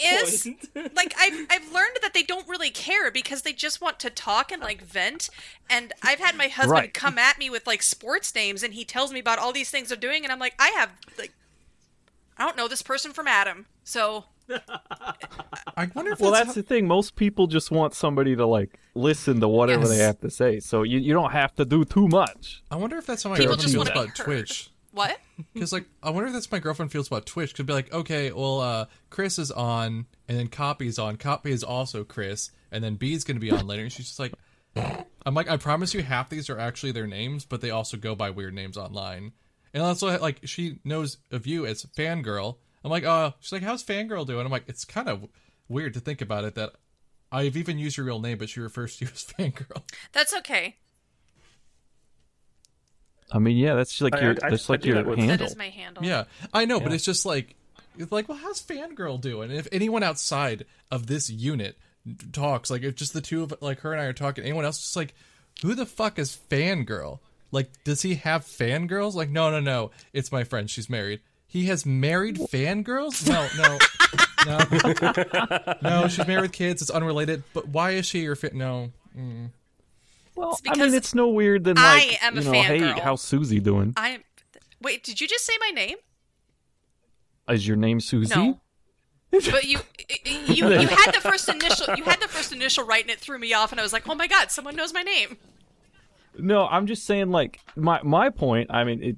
Speaker 3: is- like I've I've learned that they don't really care because they just want to talk and like vent. And I've had my husband
Speaker 1: Right.
Speaker 3: come at me with like sports names, and he tells me about all these things they're doing, and I'm like, I have like, I don't know this person from Adam, so
Speaker 6: I wonder if
Speaker 1: Well,
Speaker 6: that's,
Speaker 1: that's the thing. Most people just want somebody to like listen to whatever
Speaker 6: Yes.
Speaker 1: they have to say, so you, you don't have to do too much.
Speaker 6: how, I wonder if that's how my
Speaker 3: people
Speaker 6: girlfriend
Speaker 3: just
Speaker 6: feels
Speaker 3: want to be
Speaker 6: about
Speaker 3: heard.
Speaker 6: Twitch.
Speaker 3: What?
Speaker 6: Because like, I wonder if that's my girlfriend feels about Twitch. Could be like, okay, well, uh, Chris is on, and then Copy's on. Copy is also Chris, and then B's gonna be on later. And she's just like, I'm like, I promise you, half these are actually their names, but they also go by weird names online. And also, like, she knows of you as Fangirl. I'm like, oh, she's like, how's Fangirl doing? I'm like, it's kind of weird to think about it that I've even used your real name, but she refers to you as Fangirl.
Speaker 3: That's okay.
Speaker 1: I mean, yeah, that's like
Speaker 4: I-
Speaker 1: your
Speaker 4: I-
Speaker 1: that's
Speaker 4: I
Speaker 1: like
Speaker 4: do
Speaker 1: your
Speaker 4: that with-
Speaker 1: handle.
Speaker 3: That is my handle.
Speaker 6: Yeah, I know, but it's just like it's like, well, how's Fangirl doing? And if anyone outside of this unit talks, like if just the two of like her and I are talking, anyone else just like, who the fuck is Fangirl? Like, does he have fangirls? Like, no, no, no. It's my friend. She's married. He has married fangirls? No, no. No. no, she's married with kids. It's unrelated. But why is she your fit? No.
Speaker 1: Well,
Speaker 3: It's
Speaker 1: I
Speaker 3: because
Speaker 1: mean, it's no weird than
Speaker 3: I
Speaker 1: like
Speaker 3: am a
Speaker 1: you know, hey,
Speaker 3: fangirl.
Speaker 1: how's Susie doing?
Speaker 3: I wait. Did you just say my name?
Speaker 1: Is your name Susie?
Speaker 3: No. But you, you, you had the first initial. You had the first initial right, and it threw me off. And I was like, "Oh my god, someone knows my name."
Speaker 1: No, I'm just saying like my my point. I mean, it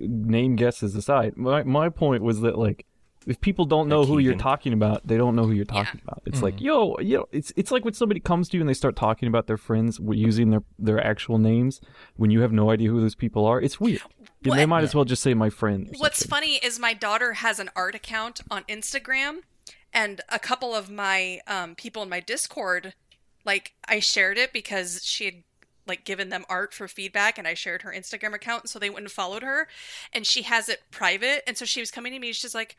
Speaker 1: name guesses aside, my my point was that like. If people don't know who you're
Speaker 4: Keegan.
Speaker 1: talking about, they don't know who you're talking about. It's like, yo, you know, it's it's like when somebody comes to you and they start talking about their friends w- using their their actual names when you have no idea who those people are. It's weird. And they
Speaker 3: What-
Speaker 1: might as well just say my friend. or
Speaker 3: What's
Speaker 1: something.
Speaker 3: funny is my daughter has an art account on Instagram, and a couple of my um, people in my Discord, like I shared it because she had like given them art for feedback, and I shared her Instagram account, so they went and followed her, and she has it private, and so she was coming to me, she's like,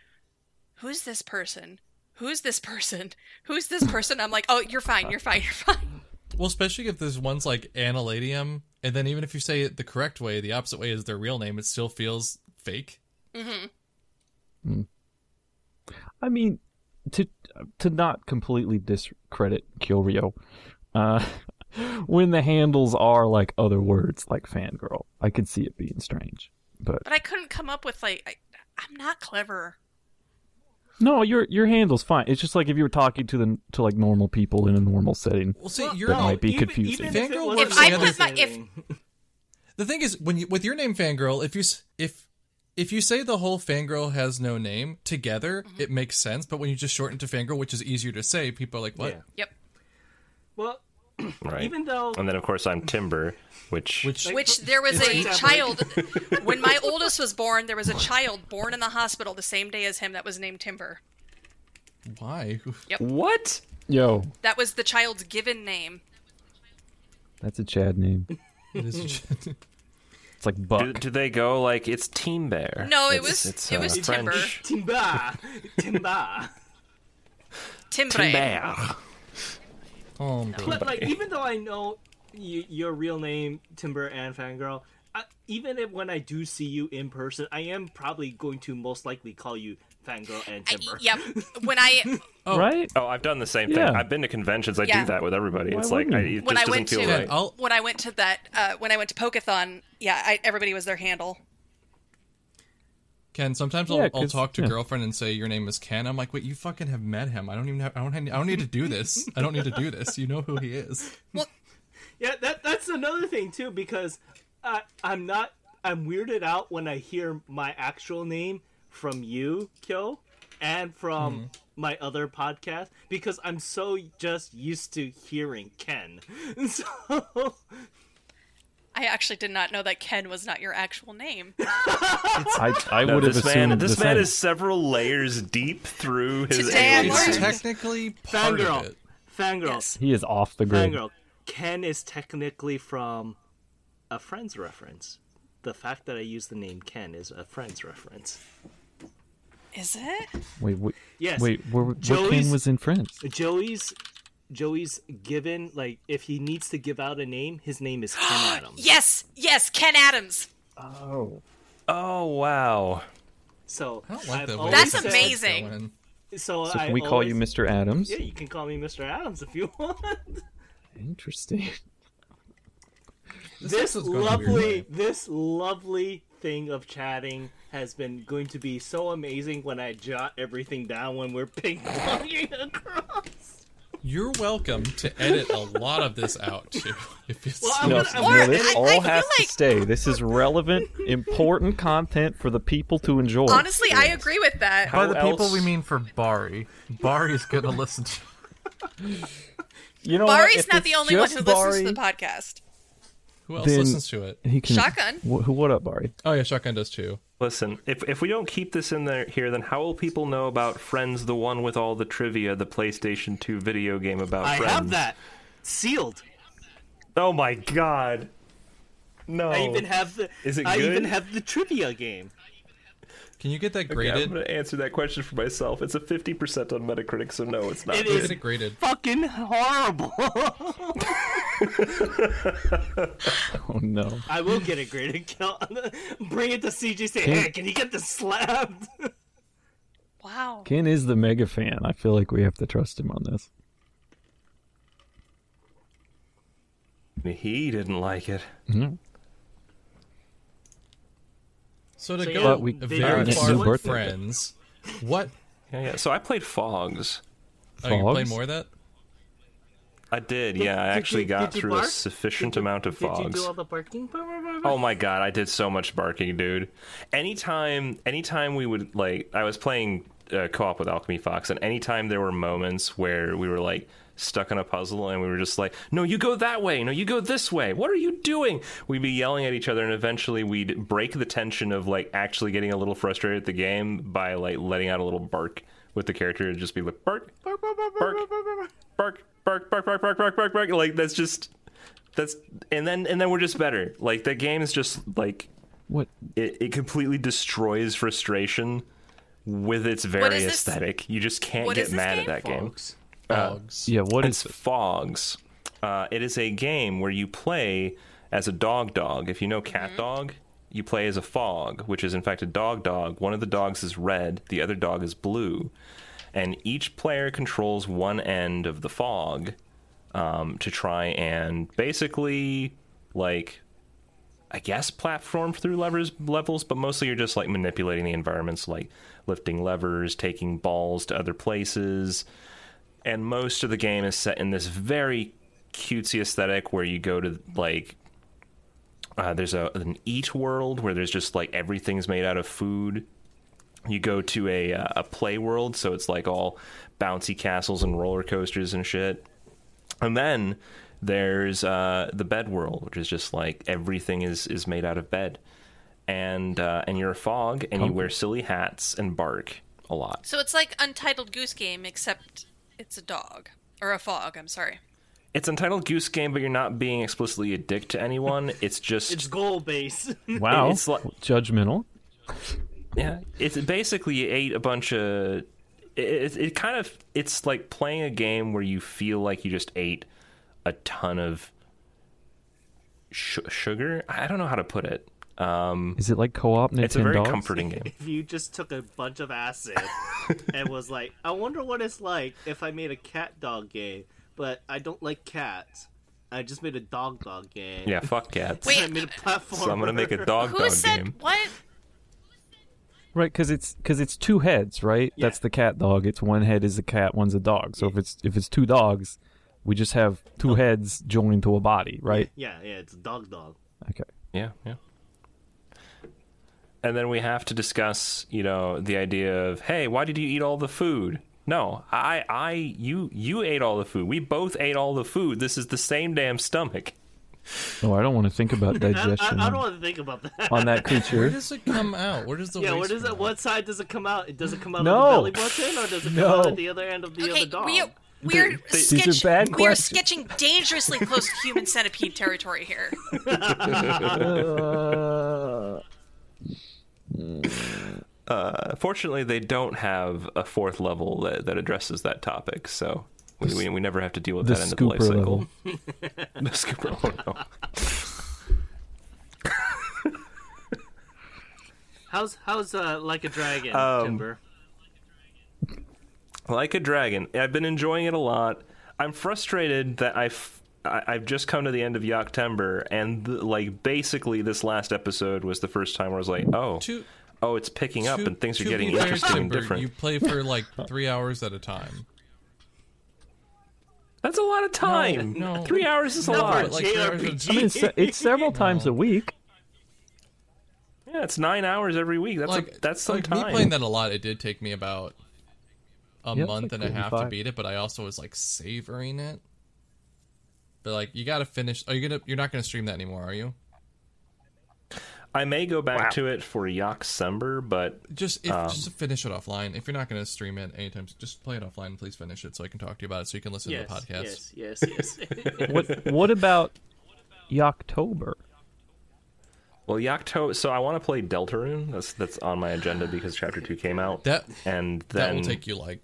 Speaker 3: "Who's this person? Who's this person? Who's this person?" I'm like, "Oh, you're fine, you're fine, you're fine."
Speaker 6: Well, especially if there's one's like Analadium, and then even if you say it the correct way, the opposite way is their real name, it still feels fake.
Speaker 1: I mean, to to not completely discredit Kyorio, uh, when the handles are like other words, like fangirl, I could see it being strange. But
Speaker 3: But I couldn't come up with like, I, I'm not clever.
Speaker 1: no, your your handle's fine. It's just like if you were talking to the to like normal people in a normal setting.
Speaker 6: Well, see,
Speaker 2: Well,
Speaker 6: you're
Speaker 1: That might be confusing.
Speaker 6: Fangirl
Speaker 2: was
Speaker 6: works
Speaker 3: If I together. put my- if-
Speaker 6: the thing is when you with your name fangirl if you s- if if you say the whole fangirl has no name together
Speaker 3: Mm-hmm.
Speaker 6: it makes sense but when you just shorten to fangirl which is easier to say people are like what
Speaker 2: Yeah.
Speaker 3: Yep.
Speaker 2: well,
Speaker 4: right?
Speaker 2: even though
Speaker 4: and then of course I'm Timber, which
Speaker 6: which
Speaker 3: Which there was
Speaker 2: It's
Speaker 3: a
Speaker 2: like-
Speaker 3: child when my oldest was born. There was a child born in the hospital the same day as him that was named Timber.
Speaker 6: why
Speaker 4: what?
Speaker 1: Yo,
Speaker 3: That was the child's given name.
Speaker 1: that's a Chad name.
Speaker 6: It is-
Speaker 1: It's like
Speaker 4: Do,
Speaker 1: Buck.
Speaker 4: do they go like it's Team Bear?
Speaker 3: No, it
Speaker 4: It's-
Speaker 3: was-
Speaker 4: it's,
Speaker 3: it was
Speaker 4: uh,
Speaker 3: Timber.
Speaker 4: French.
Speaker 2: Timba, Timba.
Speaker 3: Timbre.
Speaker 4: Team Bear.
Speaker 6: oh, bro.
Speaker 2: But like, even though I know y- your real name, Timber and Fangirl, I, even if when I do see you in person, I am probably going to most likely call you Fangirl and
Speaker 3: I,
Speaker 2: Timber.
Speaker 3: yep. When I
Speaker 1: right?
Speaker 4: Oh, I've done the same thing.
Speaker 1: Yeah.
Speaker 4: I've been to conventions. I
Speaker 3: Yeah.
Speaker 4: do that with everybody.
Speaker 1: Why
Speaker 4: it's like I,
Speaker 1: wouldn't you?
Speaker 4: it
Speaker 3: When
Speaker 4: just
Speaker 3: I
Speaker 4: doesn't
Speaker 3: went
Speaker 4: feel
Speaker 3: to-
Speaker 4: right.
Speaker 6: And I'll
Speaker 3: when I went to that uh, when I went to Pokethon, yeah, I, everybody was their handle.
Speaker 6: Ken, sometimes
Speaker 1: Yeah,
Speaker 6: I'll, I'll
Speaker 1: 'cause-
Speaker 6: talk to
Speaker 1: yeah.
Speaker 6: girlfriend and say your name is Ken. I'm like, wait, you fucking have met him. I don't even have. I don't. Have, I don't need to do this. I don't need to do this. You know who he is.
Speaker 2: Yeah, that that's another thing too because I I'm not I'm weirded out when I hear my actual name from you, Kyo, and from my other podcast because I'm so just used to hearing Ken. So
Speaker 3: I actually did not know that Ken was not your actual name.
Speaker 1: I, I
Speaker 4: No,
Speaker 1: would have
Speaker 4: this
Speaker 1: assumed
Speaker 4: man, this
Speaker 1: the
Speaker 4: man
Speaker 1: same.
Speaker 4: is several layers deep through his
Speaker 3: Today I
Speaker 4: alienation.
Speaker 6: It's
Speaker 3: learned-
Speaker 6: technically part of
Speaker 2: fangirl,
Speaker 6: it.
Speaker 2: fangirl,
Speaker 3: Yes.
Speaker 1: He is off the grid.
Speaker 2: fangirl. Ken is technically from a Friends reference. The fact that I use the name Ken is a Friends reference.
Speaker 3: Is it?
Speaker 1: Wait, wait,
Speaker 2: Yes.
Speaker 1: wait. Where, what
Speaker 2: Joey's-
Speaker 1: Ken was in France?
Speaker 2: Joey's Joey's given like if he needs to give out a name, his name is Ken Adams.
Speaker 3: Yes, yes, Ken Adams.
Speaker 4: Oh wow!
Speaker 2: So
Speaker 6: I don't like
Speaker 2: I've
Speaker 6: that. way
Speaker 2: always
Speaker 3: That's
Speaker 6: this is
Speaker 2: said-
Speaker 3: amazing.
Speaker 6: going.
Speaker 2: So,
Speaker 1: So
Speaker 2: I
Speaker 1: can we call you
Speaker 2: always-
Speaker 1: Mr. Adams?
Speaker 2: Yeah, you can call me Mr. Adams if you want.
Speaker 1: Interesting.
Speaker 2: This
Speaker 6: episode's going a weird
Speaker 2: lovely,
Speaker 6: way.
Speaker 2: this lovely thing of chatting has been going to be so amazing when I jot everything down when we're ping ponging across.
Speaker 6: You're welcome to edit a lot of this out too. If it's
Speaker 2: Well, I'm
Speaker 1: No,
Speaker 2: gonna-
Speaker 1: no,
Speaker 2: gonna-
Speaker 1: this
Speaker 3: I-
Speaker 1: all
Speaker 3: I feel
Speaker 1: has to
Speaker 3: like-
Speaker 1: stay. This is relevant, important content for the people to enjoy.
Speaker 3: Honestly, I agree with that.
Speaker 4: How else-
Speaker 6: mean for Bari. Bari's gonna listen to.
Speaker 1: you know, what?
Speaker 3: Bari's
Speaker 1: If
Speaker 3: not
Speaker 1: it's
Speaker 3: the only one
Speaker 1: just
Speaker 3: who listens to the
Speaker 1: Bari,
Speaker 3: podcast.
Speaker 6: Who else
Speaker 1: Then-
Speaker 6: listens to it?
Speaker 1: he can-
Speaker 3: Shotgun.
Speaker 1: Wh- what up, Bari?
Speaker 6: Oh yeah, Shotgun does too.
Speaker 4: Listen, if if we don't keep this in there here, then how will people know about Friends, the one with all the trivia, the PlayStation Two video game about
Speaker 2: I
Speaker 4: Friends?
Speaker 2: have that sealed.
Speaker 4: Oh my god! No,
Speaker 2: I even have the.
Speaker 4: Oh. Is it
Speaker 2: I even
Speaker 4: good?
Speaker 2: have the trivia game.
Speaker 6: Can you get that
Speaker 4: Okay, I'm
Speaker 6: graded?
Speaker 4: gonna answer that question for myself. It's a fifty percent on Metacritic, so no, it's not.
Speaker 2: It
Speaker 6: Get
Speaker 2: is
Speaker 6: it graded.
Speaker 2: fucking horrible.
Speaker 1: Oh no.
Speaker 2: I will get a graded kill. Bring it to CG. Say, hey, can you get this slapped?
Speaker 3: Wow.
Speaker 1: Ken is the mega fan. I feel like we have to trust him on this.
Speaker 4: He didn't like it.
Speaker 6: So to
Speaker 2: So, yeah,
Speaker 6: go
Speaker 1: But we-
Speaker 6: very
Speaker 1: Alright,
Speaker 6: far
Speaker 1: new
Speaker 6: with
Speaker 1: birthday.
Speaker 6: friends. What?
Speaker 4: Yeah, yeah. So I played Fogs.
Speaker 6: Oh, you play
Speaker 1: Fogs?
Speaker 6: more of that?
Speaker 4: I did. Yeah, I
Speaker 2: did
Speaker 4: actually
Speaker 2: you-
Speaker 4: got
Speaker 2: did you
Speaker 4: through a
Speaker 2: bark?
Speaker 4: sufficient amount of Fogs.
Speaker 2: Did you do all the barking?
Speaker 4: Oh my god, I did so much barking, dude. Anytime, anytime we would like, I was playing uh, co-op with Alchemy Fox, and anytime there were moments where we were like stuck on a puzzle, and we were just like, "No, you go that way. No, you go this way. What are you doing?" We'd be yelling at each other, and eventually we'd break the tension of like actually getting a little frustrated at the game by like letting out a little bark with the character, and just be like, "Bark, bark, bark, bark, bark, bark, bark, bark, bark, bark, bark." Like that's just that's and then and then we're just better. Like that game is just like
Speaker 1: What?
Speaker 4: it, it completely destroys frustration with its very
Speaker 3: is this-
Speaker 4: aesthetic. You just can't
Speaker 3: what
Speaker 4: get
Speaker 3: is this
Speaker 4: mad
Speaker 3: game?
Speaker 4: at that game. Uh,
Speaker 6: Fogs.
Speaker 1: Yeah. What
Speaker 4: It's
Speaker 1: is?
Speaker 4: Fogs. Uh, it is a game where you play as a dog dog. If you know cat dog, you play as a fog, which is in fact a dog dog. One of the dogs is red, the other dog is blue, and each player controls one end of the fog um, to try and basically like I guess platform through levers levels, but mostly you're just like manipulating the environments, like lifting levers, taking balls to other places. And most of the game is set in this very cutesy aesthetic where you go to like uh, there's a an eat world where there's just like everything's made out of food. You go to a uh, a play world, so it's like all bouncy castles and roller coasters and shit. And then there's uh, the bed world, which is just like everything is is made out of bed, and uh, and you're a fog, and you wear silly hats and bark a lot.
Speaker 3: So it's like Untitled Goose Game, except it's a dog or a fog. I'm sorry.
Speaker 4: It's entitled Goose Game, but you're not being explicitly a dick to anyone. It's just
Speaker 2: It's goal base.
Speaker 1: Wow.
Speaker 4: it's like-
Speaker 1: judgmental.
Speaker 4: yeah. It's basically you ate a bunch of. It, it, it kind of it's like playing a game where you feel like you just ate a ton of sh- sugar. I don't know how to put it. Um,
Speaker 1: Is it like co-op Nintendo?
Speaker 4: it's a very comforting game.
Speaker 2: If you just took a bunch of acid and was like, I wonder what it's like if I made a cat dog game, but I don't like cats. I just made a dog dog game.
Speaker 4: Yeah, fuck cats.
Speaker 3: Wait,
Speaker 2: I made a platform.
Speaker 4: so I'm gonna make a dog
Speaker 3: Who
Speaker 4: dog
Speaker 3: said
Speaker 4: game.
Speaker 3: what?
Speaker 1: Right, because it's because it's two heads, right? That's the cat dog. It's one head is a cat, one's a dog. So if it's if it's two dogs, we just have
Speaker 3: Oh.
Speaker 1: two heads joined to a body, right?
Speaker 2: Yeah, yeah, it's dog dog.
Speaker 1: Okay.
Speaker 4: Yeah, yeah. And then we have to discuss, you know, the idea of, hey, why did you eat all the food? No, I, I, you, you ate all the food. We both ate all the food. This is the same damn stomach.
Speaker 1: No, Oh, I don't want to think about
Speaker 2: I,
Speaker 1: digestion
Speaker 2: I, I don't want to think about that.
Speaker 1: on that
Speaker 6: Where
Speaker 1: creature.
Speaker 6: does it come out? Where does the
Speaker 2: Yeah,
Speaker 6: waste
Speaker 2: what is
Speaker 6: come
Speaker 2: it?
Speaker 6: out?
Speaker 2: What side does it come out? Does it come out
Speaker 1: No.
Speaker 2: of the belly button, or does it come
Speaker 1: No.
Speaker 2: out of the other end of the
Speaker 3: Okay,
Speaker 2: other dog?
Speaker 3: we we're
Speaker 4: they- these
Speaker 1: are
Speaker 3: sketch,
Speaker 1: bad
Speaker 3: we're
Speaker 1: questions.
Speaker 3: sketching dangerously close to human centipede territory here.
Speaker 4: Uh, fortunately, they don't have a fourth level that, that addresses that topic, so we, we, we never have to deal with
Speaker 1: The
Speaker 4: that end of the life
Speaker 1: scooper
Speaker 4: cycle.
Speaker 1: level.
Speaker 4: The scooper. Oh, no.
Speaker 2: How's how's uh, like a dragon,
Speaker 6: Um,
Speaker 2: Timber?
Speaker 4: like a dragon. I've been enjoying it a lot. I'm frustrated that I've I- I've just come to the end of Yoktember, and th like basically this last episode was the first time where I was like, oh,
Speaker 6: To-
Speaker 4: oh, it's picking up
Speaker 6: To-
Speaker 4: and things are
Speaker 6: to
Speaker 4: getting
Speaker 6: be fair,
Speaker 4: interesting and
Speaker 6: Timber,
Speaker 4: different.
Speaker 6: You play for like three hours at a time.
Speaker 4: That's a lot of time.
Speaker 6: No, no.
Speaker 4: Three hours is a
Speaker 2: Not
Speaker 4: lot.
Speaker 2: for a
Speaker 6: Like, three hours at a
Speaker 2: JRPG.
Speaker 1: I mean, it's, it's several times a week.
Speaker 4: yeah, it's nine hours every week. That's
Speaker 6: like
Speaker 4: a, that's some
Speaker 6: like
Speaker 4: time.
Speaker 6: me playing that a lot. It did take me about a
Speaker 1: Yeah, it's
Speaker 6: month
Speaker 1: like
Speaker 6: and a half to
Speaker 1: 45.
Speaker 6: beat it, but I also was like savoring it. But like, you gotta finish. Are you gonna? You're not gonna stream that anymore, are you?
Speaker 4: I may go back to it for Yoksember, but
Speaker 6: Just if,
Speaker 4: Um,
Speaker 6: just to finish it offline. If you're not gonna stream it anytime, just play it offline. and Please finish it so I can talk to you about it, so you can listen
Speaker 2: Yes,
Speaker 6: to the podcast.
Speaker 2: yes, yes, yes,
Speaker 1: What What about Yoctober?
Speaker 4: well, Yokto. So I want to play Deltarune. That's that's on my agenda because Chapter Two came out.
Speaker 6: That
Speaker 4: and
Speaker 6: that
Speaker 4: then
Speaker 6: will take you like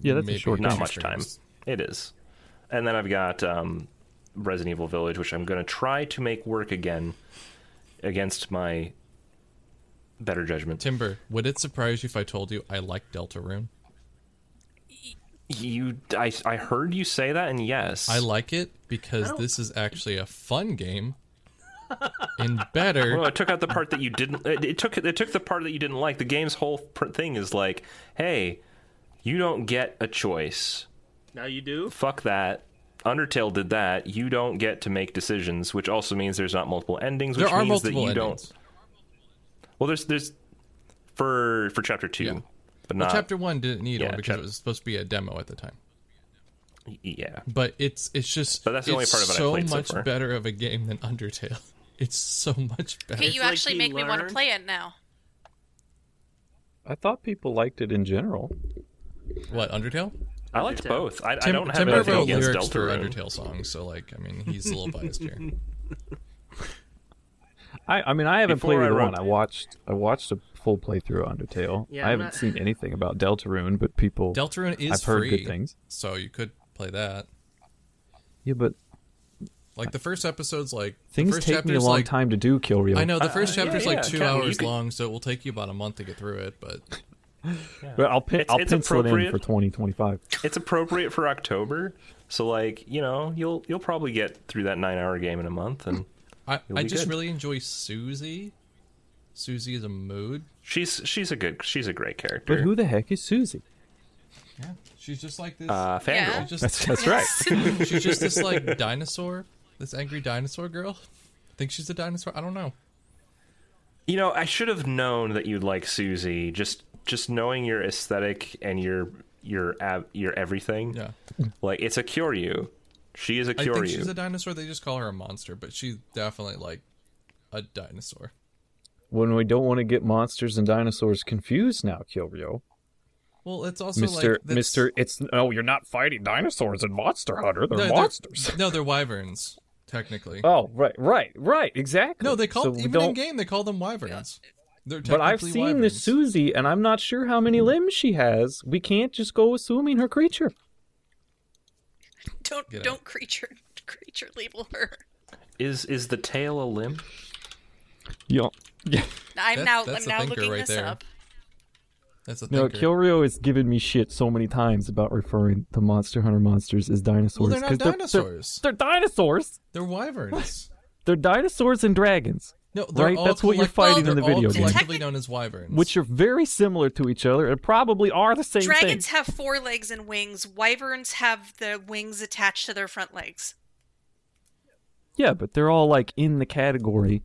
Speaker 1: Yeah, that's
Speaker 6: Maybe
Speaker 1: a short
Speaker 6: not
Speaker 1: game.
Speaker 4: not much time.
Speaker 6: streams.
Speaker 4: It is. And then I've got um, Resident Evil Village, which I'm going to try to make work again against my better judgment.
Speaker 6: Timber. Would it surprise you if I told you I like Deltarune?
Speaker 4: You, I, I heard you say that, and yes,
Speaker 6: I like it because this is actually a fun game and better.
Speaker 4: Well, it took out the part that you didn't. It, it took it took the part that you didn't like. The game's whole pr- thing is like, hey, you don't get a choice.
Speaker 2: now you do.
Speaker 4: Fuck that. Undertale did that. You don't get to make decisions, which also means there's not multiple endings, which
Speaker 6: there are
Speaker 4: means that you
Speaker 6: multiple
Speaker 4: don't.
Speaker 6: endings.
Speaker 4: Well, there's there's for for chapter two,
Speaker 6: Yeah.
Speaker 4: but
Speaker 6: Well,
Speaker 4: not
Speaker 6: chapter one didn't need
Speaker 4: Uh, yeah,
Speaker 6: one because
Speaker 4: chap-
Speaker 6: it was supposed to be a demo at the time.
Speaker 4: yeah.
Speaker 6: But it's it's just
Speaker 4: But that's the only
Speaker 6: it's
Speaker 4: part of it I
Speaker 6: so
Speaker 4: played so
Speaker 6: much
Speaker 4: far.
Speaker 6: better of a game than Undertale. It's so much better.
Speaker 3: Okay, you
Speaker 2: like
Speaker 3: actually
Speaker 2: he
Speaker 3: make me want to
Speaker 2: learned-
Speaker 3: play it now.
Speaker 1: I thought people liked it in general.
Speaker 6: what Undertale?
Speaker 4: I liked both. I, I
Speaker 6: Tim-
Speaker 4: don't have
Speaker 6: Timber
Speaker 4: anything
Speaker 6: wrote
Speaker 4: against
Speaker 6: lyrics for
Speaker 4: Deltarune.
Speaker 6: Undertale songs, so like I mean he's a little biased here.
Speaker 1: I, I mean, I haven't
Speaker 4: Before
Speaker 1: played
Speaker 4: I
Speaker 1: either
Speaker 4: wrote-
Speaker 1: one. I watched I watched a full playthrough of Undertale. I
Speaker 2: Yeah, I'm
Speaker 1: haven't
Speaker 2: not-
Speaker 1: seen anything about Deltarune, but people
Speaker 6: Deltarune is
Speaker 1: I've heard
Speaker 6: free,
Speaker 1: good things.
Speaker 6: so you could play that.
Speaker 1: Yeah, but
Speaker 6: Like the first episode's like the
Speaker 1: things
Speaker 6: first
Speaker 1: take me
Speaker 6: chapter's
Speaker 1: a long
Speaker 6: like,
Speaker 1: time to do. Uh, Kilrio.
Speaker 6: I know the first
Speaker 4: yeah,
Speaker 6: chapter's
Speaker 4: yeah,
Speaker 6: like two
Speaker 4: Kat, you
Speaker 6: hours
Speaker 4: could-
Speaker 6: long, so it will take you about a month to get through it. But
Speaker 1: But I'll pin,
Speaker 4: It's-
Speaker 1: I'll
Speaker 4: it's
Speaker 1: pencil it in
Speaker 4: appropriate.
Speaker 1: for twenty twenty five.
Speaker 4: It's appropriate for October, so like you know you'll you'll probably get through that nine hour game in a month, and
Speaker 6: I,
Speaker 4: You'll
Speaker 6: I
Speaker 4: be
Speaker 6: just
Speaker 4: good.
Speaker 6: really enjoy Susie. Susie is a mood.
Speaker 4: she's she's a good she's a great character.
Speaker 1: But who the heck is Susie?
Speaker 6: Yeah, she's just like this.
Speaker 4: uh,
Speaker 3: Yeah.
Speaker 4: fangirl.
Speaker 6: just,
Speaker 1: That's that's right.
Speaker 6: she's just this like dinosaur, this angry dinosaur girl. I think she's a dinosaur. I don't know.
Speaker 4: You know, I should have known that you'd like Susie. Just just knowing your aesthetic and your your ab, your everything.
Speaker 6: Yeah,
Speaker 4: Like it's a Kyoryu. She is a
Speaker 6: I think she's a
Speaker 4: Kyoryu.
Speaker 6: dinosaur. They just call her a monster, but she's definitely like a dinosaur.
Speaker 1: when we don't want to get monsters and dinosaurs confused now, Kilrio.
Speaker 6: Well, it's also
Speaker 1: Mister
Speaker 6: like that's-
Speaker 1: Mister, it's no, you're not fighting dinosaurs in Monster Hunter. They're
Speaker 6: No,
Speaker 1: monsters.
Speaker 6: No, they're wyverns technically.
Speaker 1: Oh, right, right, right, exactly.
Speaker 6: no, they call
Speaker 1: So we
Speaker 6: even in
Speaker 1: don't-
Speaker 6: game they call them wyverns. They're
Speaker 1: But I've
Speaker 6: technically
Speaker 1: seen
Speaker 6: wyverns.
Speaker 1: this Susie, and I'm not sure how many limbs she has. We can't just go assuming her creature.
Speaker 3: Don't
Speaker 6: Get out.
Speaker 3: don't creature creature label her.
Speaker 4: Is is the tail a limb?
Speaker 1: Yo, yeah.
Speaker 3: I'm
Speaker 6: That's-
Speaker 3: now I'm
Speaker 6: that's a
Speaker 3: now
Speaker 6: thinker
Speaker 3: looking
Speaker 6: right
Speaker 3: this
Speaker 6: there.
Speaker 3: up.
Speaker 6: That's a
Speaker 1: No,
Speaker 6: thinker.
Speaker 1: Kyorio has given me shit so many times about referring to Monster Hunter monsters as
Speaker 6: well,
Speaker 1: dinosaurs.
Speaker 6: they're
Speaker 1: 'cause
Speaker 6: not dinosaurs.
Speaker 1: They're, dinosaurs.
Speaker 6: They're, wyverns.
Speaker 1: They're dinosaurs and dragons,
Speaker 6: No, they're
Speaker 1: Right?
Speaker 6: all
Speaker 1: That's what you're
Speaker 6: collect- well,
Speaker 1: fighting in
Speaker 6: they're
Speaker 1: the video
Speaker 6: all
Speaker 1: game.
Speaker 6: collectively known as wyverns.
Speaker 1: which are very similar to each other and probably are the same
Speaker 3: Dragons
Speaker 1: thing.
Speaker 3: have four legs and wings. Wyverns have the wings attached to their front legs.
Speaker 1: Yeah, but they're all like in the category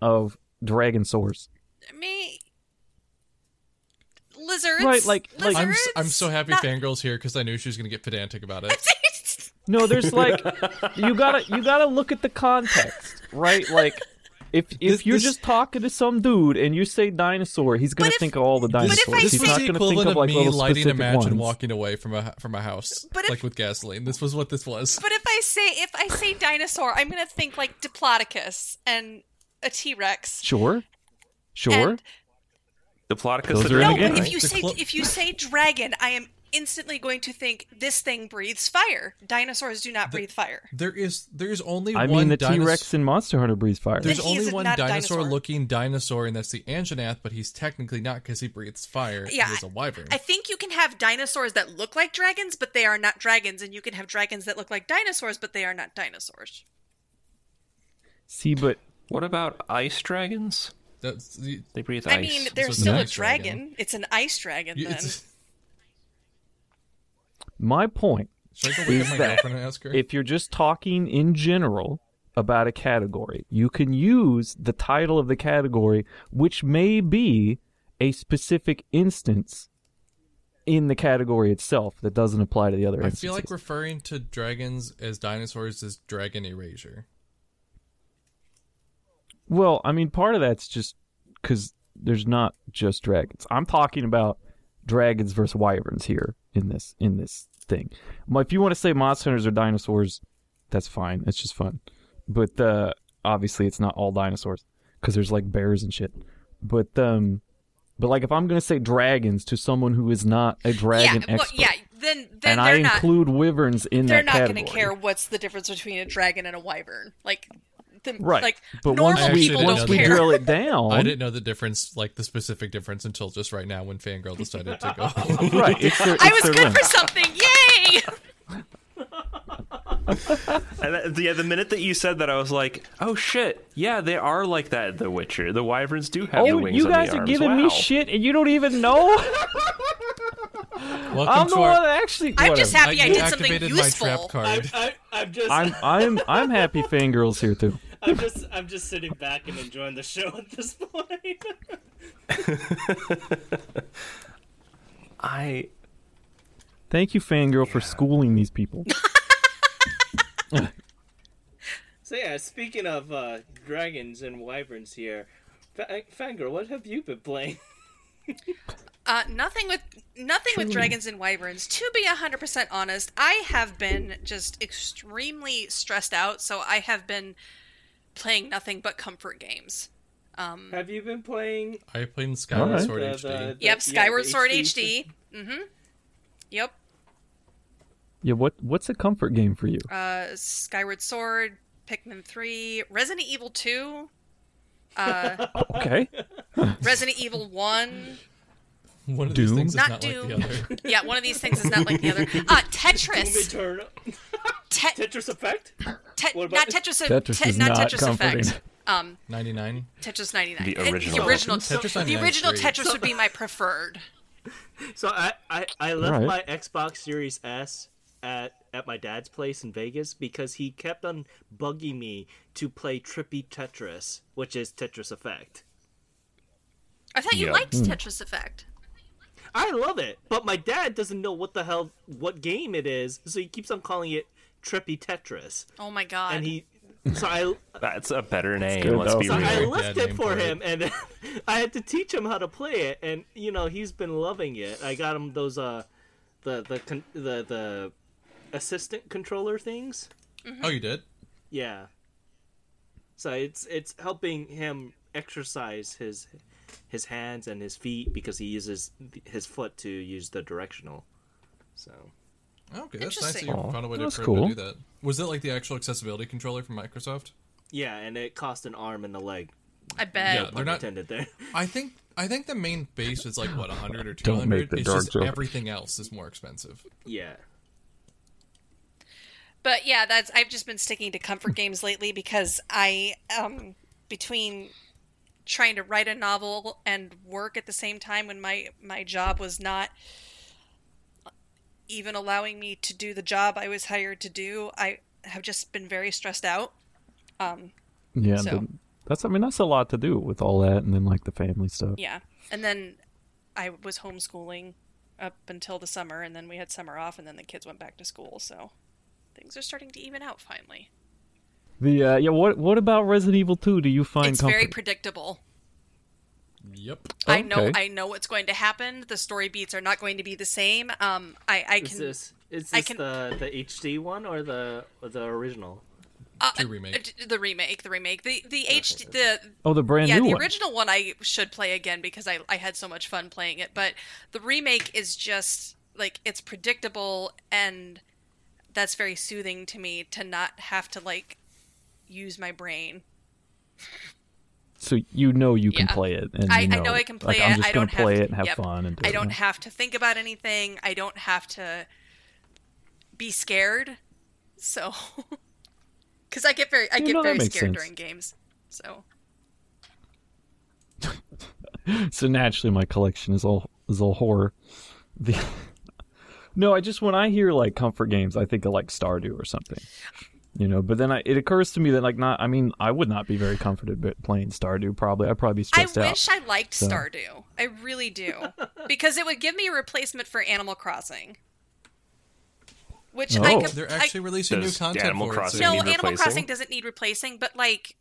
Speaker 1: of dragonsaurs.
Speaker 3: Me. Lizards.
Speaker 1: Right, like- like-
Speaker 3: lizards.
Speaker 6: I'm s- I'm so happy
Speaker 3: not-
Speaker 6: fangirls here because I knew she was going to get pedantic about it.
Speaker 1: No, there's like you gotta you gotta look at the context, right? Like if if
Speaker 6: This-
Speaker 1: you're
Speaker 6: this-
Speaker 1: just talking to some dude and you say dinosaur, he's gonna
Speaker 3: But if-
Speaker 1: think of all the
Speaker 3: but if
Speaker 1: dinosaurs.
Speaker 3: I
Speaker 6: this
Speaker 1: he's
Speaker 3: say-
Speaker 6: was
Speaker 1: not
Speaker 6: the
Speaker 1: gonna think
Speaker 6: equivalent
Speaker 1: of like
Speaker 6: of me
Speaker 1: little
Speaker 6: lighting
Speaker 1: specific
Speaker 6: Imagine
Speaker 1: ones.
Speaker 6: walking away from a from a house,
Speaker 3: But if-
Speaker 6: like with gasoline. This was what this was.
Speaker 3: But if I say if I say dinosaur, I'm gonna think like Diplodocus and a T Rex.
Speaker 1: Sure, sure.
Speaker 3: And-
Speaker 4: The Plodicus
Speaker 1: Those
Speaker 4: the
Speaker 1: are in
Speaker 3: No,
Speaker 1: the
Speaker 4: dragon,
Speaker 1: game.
Speaker 3: but
Speaker 4: right?
Speaker 3: if you
Speaker 6: The
Speaker 3: say
Speaker 6: clo-
Speaker 3: if you say dragon, I am instantly going to think this thing breathes fire. Dinosaurs do not breathe fire.
Speaker 6: there is there's only
Speaker 1: I
Speaker 6: one
Speaker 1: mean, the
Speaker 6: dinos-
Speaker 1: T Rex in Monster Hunter breathes fire.
Speaker 6: There's
Speaker 3: Then he's
Speaker 6: only
Speaker 3: a-
Speaker 6: one
Speaker 3: not a
Speaker 6: dinosaur,
Speaker 3: dinosaur.
Speaker 6: looking dinosaur, and that's the Anjanath, but he's technically not because he breathes fire.
Speaker 3: Yeah,
Speaker 6: He is a wyvern.
Speaker 3: I think you can have dinosaurs that look like dragons, but they are not dragons, and you can have dragons that look like dinosaurs, but they are not dinosaurs.
Speaker 1: See, but
Speaker 4: What about ice dragons?
Speaker 6: That's, you,
Speaker 4: They breathe
Speaker 3: I
Speaker 4: ice.
Speaker 3: mean, they're
Speaker 6: was
Speaker 3: still
Speaker 6: an
Speaker 3: a
Speaker 6: ice dragon.
Speaker 3: dragon. It's an ice dragon
Speaker 6: you,
Speaker 3: then.
Speaker 6: it's,
Speaker 1: my point
Speaker 6: should I go wake up my
Speaker 1: that-
Speaker 6: girlfriend and ask her?
Speaker 1: if you're just talking in general about a category, you can use the title of the category, which may be a specific instance in the category itself that doesn't apply to the other
Speaker 6: I
Speaker 1: instances.
Speaker 6: feel like referring to dragons as dinosaurs is dragon erasure.
Speaker 1: well, I mean, part of that's just because there's not just dragons. I'm talking about dragons versus wyverns here in this in this thing. Well, if you want to say monster hunters are dinosaurs, that's fine. It's just fun. But uh, obviously, it's not all dinosaurs because there's like bears and shit. But um, but like if I'm gonna say dragons to someone who is not a
Speaker 3: yeah,
Speaker 1: dragon
Speaker 3: well,
Speaker 1: expert,
Speaker 3: yeah. Then then
Speaker 1: and
Speaker 3: they're
Speaker 1: I
Speaker 3: not
Speaker 1: include wyverns in
Speaker 3: they're
Speaker 1: that
Speaker 3: not
Speaker 1: category.
Speaker 3: going to care what's the difference between a dragon and a wyvern. Like, the,
Speaker 1: Right,
Speaker 3: Like
Speaker 1: but once we
Speaker 3: normal
Speaker 6: actually
Speaker 3: people
Speaker 6: didn't
Speaker 1: once
Speaker 3: don't
Speaker 6: know
Speaker 1: we
Speaker 3: care.
Speaker 6: that.
Speaker 1: drill it down,
Speaker 6: I didn't know the difference, like the specific difference, until just right now when Fangirl decided to go.
Speaker 1: right? It's their, it's
Speaker 3: I was
Speaker 1: their
Speaker 3: good
Speaker 1: limb.
Speaker 3: for something. Yay!
Speaker 4: And that- yeah, the minute that you said that, I was like, "Oh shit! Yeah, they are like that. in The Witcher. The wyverns do have the
Speaker 1: Oh,
Speaker 4: wings
Speaker 1: you
Speaker 4: on
Speaker 1: guys
Speaker 4: the
Speaker 1: are
Speaker 4: arms.
Speaker 1: giving
Speaker 4: Wow.
Speaker 1: me shit, and you don't even know.
Speaker 6: Welcome
Speaker 1: I'm
Speaker 6: to
Speaker 1: the
Speaker 6: our.
Speaker 1: one that actually.
Speaker 3: I'm just
Speaker 1: whatever.
Speaker 3: happy
Speaker 6: I
Speaker 3: I, did something
Speaker 6: activated my trap
Speaker 3: useful.
Speaker 7: I'm,
Speaker 6: card.
Speaker 7: I, I'm just,
Speaker 1: I'm
Speaker 7: I'm,
Speaker 1: I'm I'm happy. Fangirls here too.
Speaker 7: just, I'm just sitting back and enjoying the show at this point.
Speaker 4: I
Speaker 1: Thank you, Fangirl, for schooling these people.
Speaker 7: so yeah, speaking of uh, dragons and wyverns here, Fa- Fangirl, what have you been playing?
Speaker 3: Uh, nothing with nothing with dragons and wyverns. To be hundred percent honest, I have been just extremely stressed out, so I have been playing nothing but comfort games.
Speaker 7: have you been playing?
Speaker 6: I played Skyward
Speaker 2: uh,
Speaker 1: Alright.
Speaker 6: Sword
Speaker 7: The-
Speaker 6: HD.
Speaker 7: the- the-
Speaker 3: Yep,
Speaker 7: yeah,
Speaker 3: Skyward
Speaker 7: the
Speaker 3: Sword
Speaker 7: HD.
Speaker 3: HD. Mm-hmm. Yep,
Speaker 1: Yeah, what what's a comfort game for you?
Speaker 3: uh, Skyward Sword, Pikmin Three, Resident Evil Two, uh,
Speaker 1: Okay,
Speaker 3: Resident Evil One.
Speaker 6: One of these
Speaker 1: Doom?
Speaker 6: things is
Speaker 3: Not
Speaker 6: not like the
Speaker 3: Doom.
Speaker 6: other.
Speaker 3: Yeah, one of these things is not like the other. Uh,
Speaker 7: Doom
Speaker 3: Tetris.
Speaker 7: Eternal,
Speaker 3: Te-
Speaker 7: Tetris Effect.
Speaker 3: te-
Speaker 7: What about-
Speaker 3: not Tetris. uh,
Speaker 1: Tetris
Speaker 3: te-
Speaker 1: is
Speaker 3: not
Speaker 1: not
Speaker 3: Tetris
Speaker 1: comforting.
Speaker 3: Effect. Um,
Speaker 6: 99.
Speaker 3: Tetris 99.
Speaker 4: The
Speaker 3: Uh,
Speaker 4: original.
Speaker 3: The original,
Speaker 6: Tetris
Speaker 3: the
Speaker 6: 99 is
Speaker 3: original
Speaker 6: great.
Speaker 3: Tetris would be my preferred.
Speaker 2: So I I, I left
Speaker 1: Right.
Speaker 2: my Xbox Series S at at my dad's place in Vegas because he kept on bugging me to play Trippy Tetris, which is Tetris Effect.
Speaker 3: I thought you
Speaker 4: Yeah.
Speaker 3: liked
Speaker 1: Hmm.
Speaker 3: Tetris Effect.
Speaker 2: I love it, but my dad doesn't know what the hell what game it is, so he keeps on calling it Trippy Tetris,
Speaker 3: Oh my god.
Speaker 2: and he. So I
Speaker 4: that's a better name.
Speaker 1: good,
Speaker 4: let's
Speaker 1: though.
Speaker 4: be
Speaker 1: So
Speaker 4: real.
Speaker 2: So I
Speaker 6: Really?
Speaker 2: left
Speaker 6: Yeah,
Speaker 2: it
Speaker 6: name
Speaker 2: for
Speaker 6: for it.
Speaker 2: him, and I had to teach him how to play it, and you know he's been loving it. I got him those uh, the the con- the the assistant controller things.
Speaker 3: Mm-hmm.
Speaker 6: Oh, you did?
Speaker 2: Yeah. So it's it's helping him exercise his his hands and his feet because he uses his foot to use the directional. So
Speaker 6: Okay, that's nice that
Speaker 3: Interesting.
Speaker 6: you found a way to,
Speaker 1: That's
Speaker 6: to
Speaker 1: cool.
Speaker 6: do that. Was it like the actual accessibility controller from Microsoft?
Speaker 7: Yeah, and it cost an arm and a leg.
Speaker 3: I bet.
Speaker 6: Yeah, they're not.
Speaker 7: Intended there.
Speaker 6: I think I think the main base is like what 100 or 200.
Speaker 1: Don't make the
Speaker 6: it's
Speaker 1: dark
Speaker 6: just
Speaker 1: joke.
Speaker 6: everything else is more expensive.
Speaker 7: yeah.
Speaker 3: But yeah, that's I've just been sticking to comfort games lately because I um between trying to write a novel and work at the same time when my my job was not even allowing me to do the job I was hired to do, I have just been very stressed out.
Speaker 1: Yeah,
Speaker 3: So-
Speaker 1: and then- that's I mean that's a lot to do with all that, and then like the family stuff.
Speaker 3: Yeah. And then I was homeschooling up until the summer and then we had summer off and then the kids went back to school, so things are starting to even out finally.
Speaker 1: The uh, yeah, what what about Resident Evil Two? Do you find
Speaker 3: it's
Speaker 1: comfort?
Speaker 3: very predictable.
Speaker 6: Yep.
Speaker 3: I know
Speaker 1: Okay.
Speaker 3: I know what's going to happen. The story beats are not going to be the same. Um I I
Speaker 7: Is
Speaker 3: can
Speaker 7: this is
Speaker 3: I
Speaker 7: this
Speaker 3: can-
Speaker 7: the the HD one or the or the original?
Speaker 3: uh,
Speaker 6: Two remake.
Speaker 3: uh, the remake, the remake. The the HD the
Speaker 1: oh, the brand
Speaker 3: yeah,
Speaker 1: new
Speaker 3: the
Speaker 1: one.
Speaker 3: original one I should play again because I I had so much fun playing it, but the remake is just like it's predictable and that's very soothing to me to not have to like use my brain.
Speaker 1: so you know you can
Speaker 3: Yeah.
Speaker 1: play it, and
Speaker 3: I-
Speaker 1: you
Speaker 3: I know I can play
Speaker 1: like, I'm
Speaker 3: it.
Speaker 1: just
Speaker 3: I
Speaker 1: gonna
Speaker 3: don't have
Speaker 1: play
Speaker 3: to-
Speaker 1: it and have
Speaker 3: yep.
Speaker 1: fun. And do
Speaker 3: I
Speaker 1: it.
Speaker 3: don't have to think about anything. I don't have to be scared. So, because I get very, I
Speaker 1: Yeah,
Speaker 3: get
Speaker 1: no, that
Speaker 3: very
Speaker 1: makes
Speaker 3: scared
Speaker 1: sense.
Speaker 3: during games. So,
Speaker 1: so naturally my collection is all is all horror. The no, I just when I hear like comfort games, I think of like Stardew or something, you know. But then I, it occurs to me that like not, I mean, I would not be very comforted b- playing Stardew. Probably, I'd probably be
Speaker 3: I
Speaker 1: stressed out.
Speaker 3: wish I liked Stardew. I really do, because it would give me a replacement for Animal Crossing, which I
Speaker 1: Oh.
Speaker 3: could.
Speaker 6: They're
Speaker 3: I-
Speaker 6: actually releasing new
Speaker 4: Does
Speaker 6: content
Speaker 4: Animal
Speaker 6: for
Speaker 4: Crossing
Speaker 6: it.
Speaker 3: no,
Speaker 6: soon.
Speaker 4: need
Speaker 3: Animal
Speaker 4: replacing?
Speaker 3: Crossing doesn't need replacing, but like.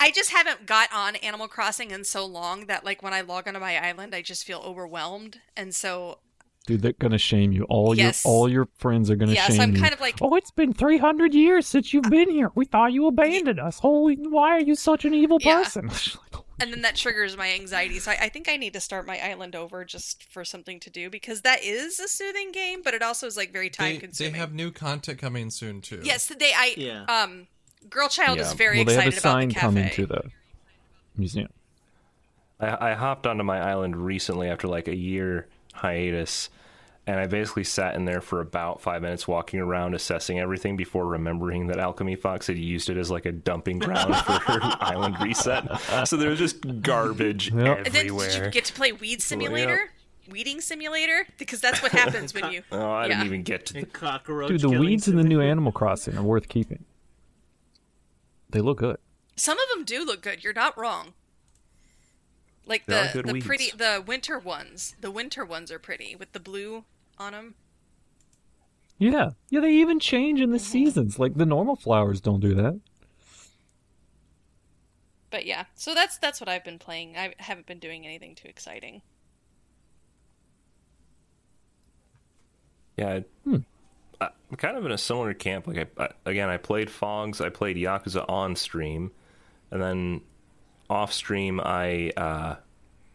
Speaker 3: I just haven't got on Animal Crossing in so long that like when I log onto my island I just feel overwhelmed and so
Speaker 1: Dude, they're gonna shame you. All
Speaker 3: Yes.
Speaker 1: your all your friends are gonna
Speaker 3: Yeah, so
Speaker 1: shame
Speaker 3: I'm
Speaker 1: you.
Speaker 3: kind of like- Uh,
Speaker 1: oh, it's been 300 years since you've been here. We thought you abandoned us. Holy, why are you such an evil
Speaker 3: Yeah.
Speaker 1: person?
Speaker 3: and then that triggers my anxiety. So I, I think I need to start my island over just for something to do because that is a soothing game, but it also is like very time
Speaker 6: They, they
Speaker 3: consuming.
Speaker 6: have new content coming soon too.
Speaker 3: yes, they. I
Speaker 7: Yeah.
Speaker 3: um, girl child is
Speaker 4: Yeah.
Speaker 3: very
Speaker 1: well, they have
Speaker 3: excited
Speaker 1: a sign
Speaker 3: about the cafe.
Speaker 1: coming to the museum.
Speaker 4: I, I hopped onto my island recently after like a year hiatus, and I basically sat in there for about five minutes, walking around, assessing everything before remembering that Alchemy Fox had used it as like a dumping ground for her island reset. So there was just garbage
Speaker 1: Yep.
Speaker 3: and then
Speaker 4: everywhere.
Speaker 3: did you get to play weed simulator, weeding simulator? Because that's what happens when you.
Speaker 4: Oh, I
Speaker 3: Yeah.
Speaker 4: didn't even get to.
Speaker 7: And cockroach.
Speaker 1: Dude, the
Speaker 7: killing
Speaker 1: weeds in the new Animal Crossing are worth keeping. They look good.
Speaker 3: Some of them do look good. You're not wrong. Like
Speaker 4: There
Speaker 3: the
Speaker 4: are good
Speaker 3: the
Speaker 4: weeds.
Speaker 3: pretty the winter ones. The winter ones are pretty with the blue on them.
Speaker 1: Yeah, yeah. They even change in the seasons. Like the normal flowers don't do that.
Speaker 3: But yeah, so that's that's what I've been playing. I haven't been doing anything too exciting.
Speaker 4: Yeah. I, I'm kind of in a similar camp. Like I, I, again, I played Fogs, I played Yakuza on stream, and then off stream, I uh,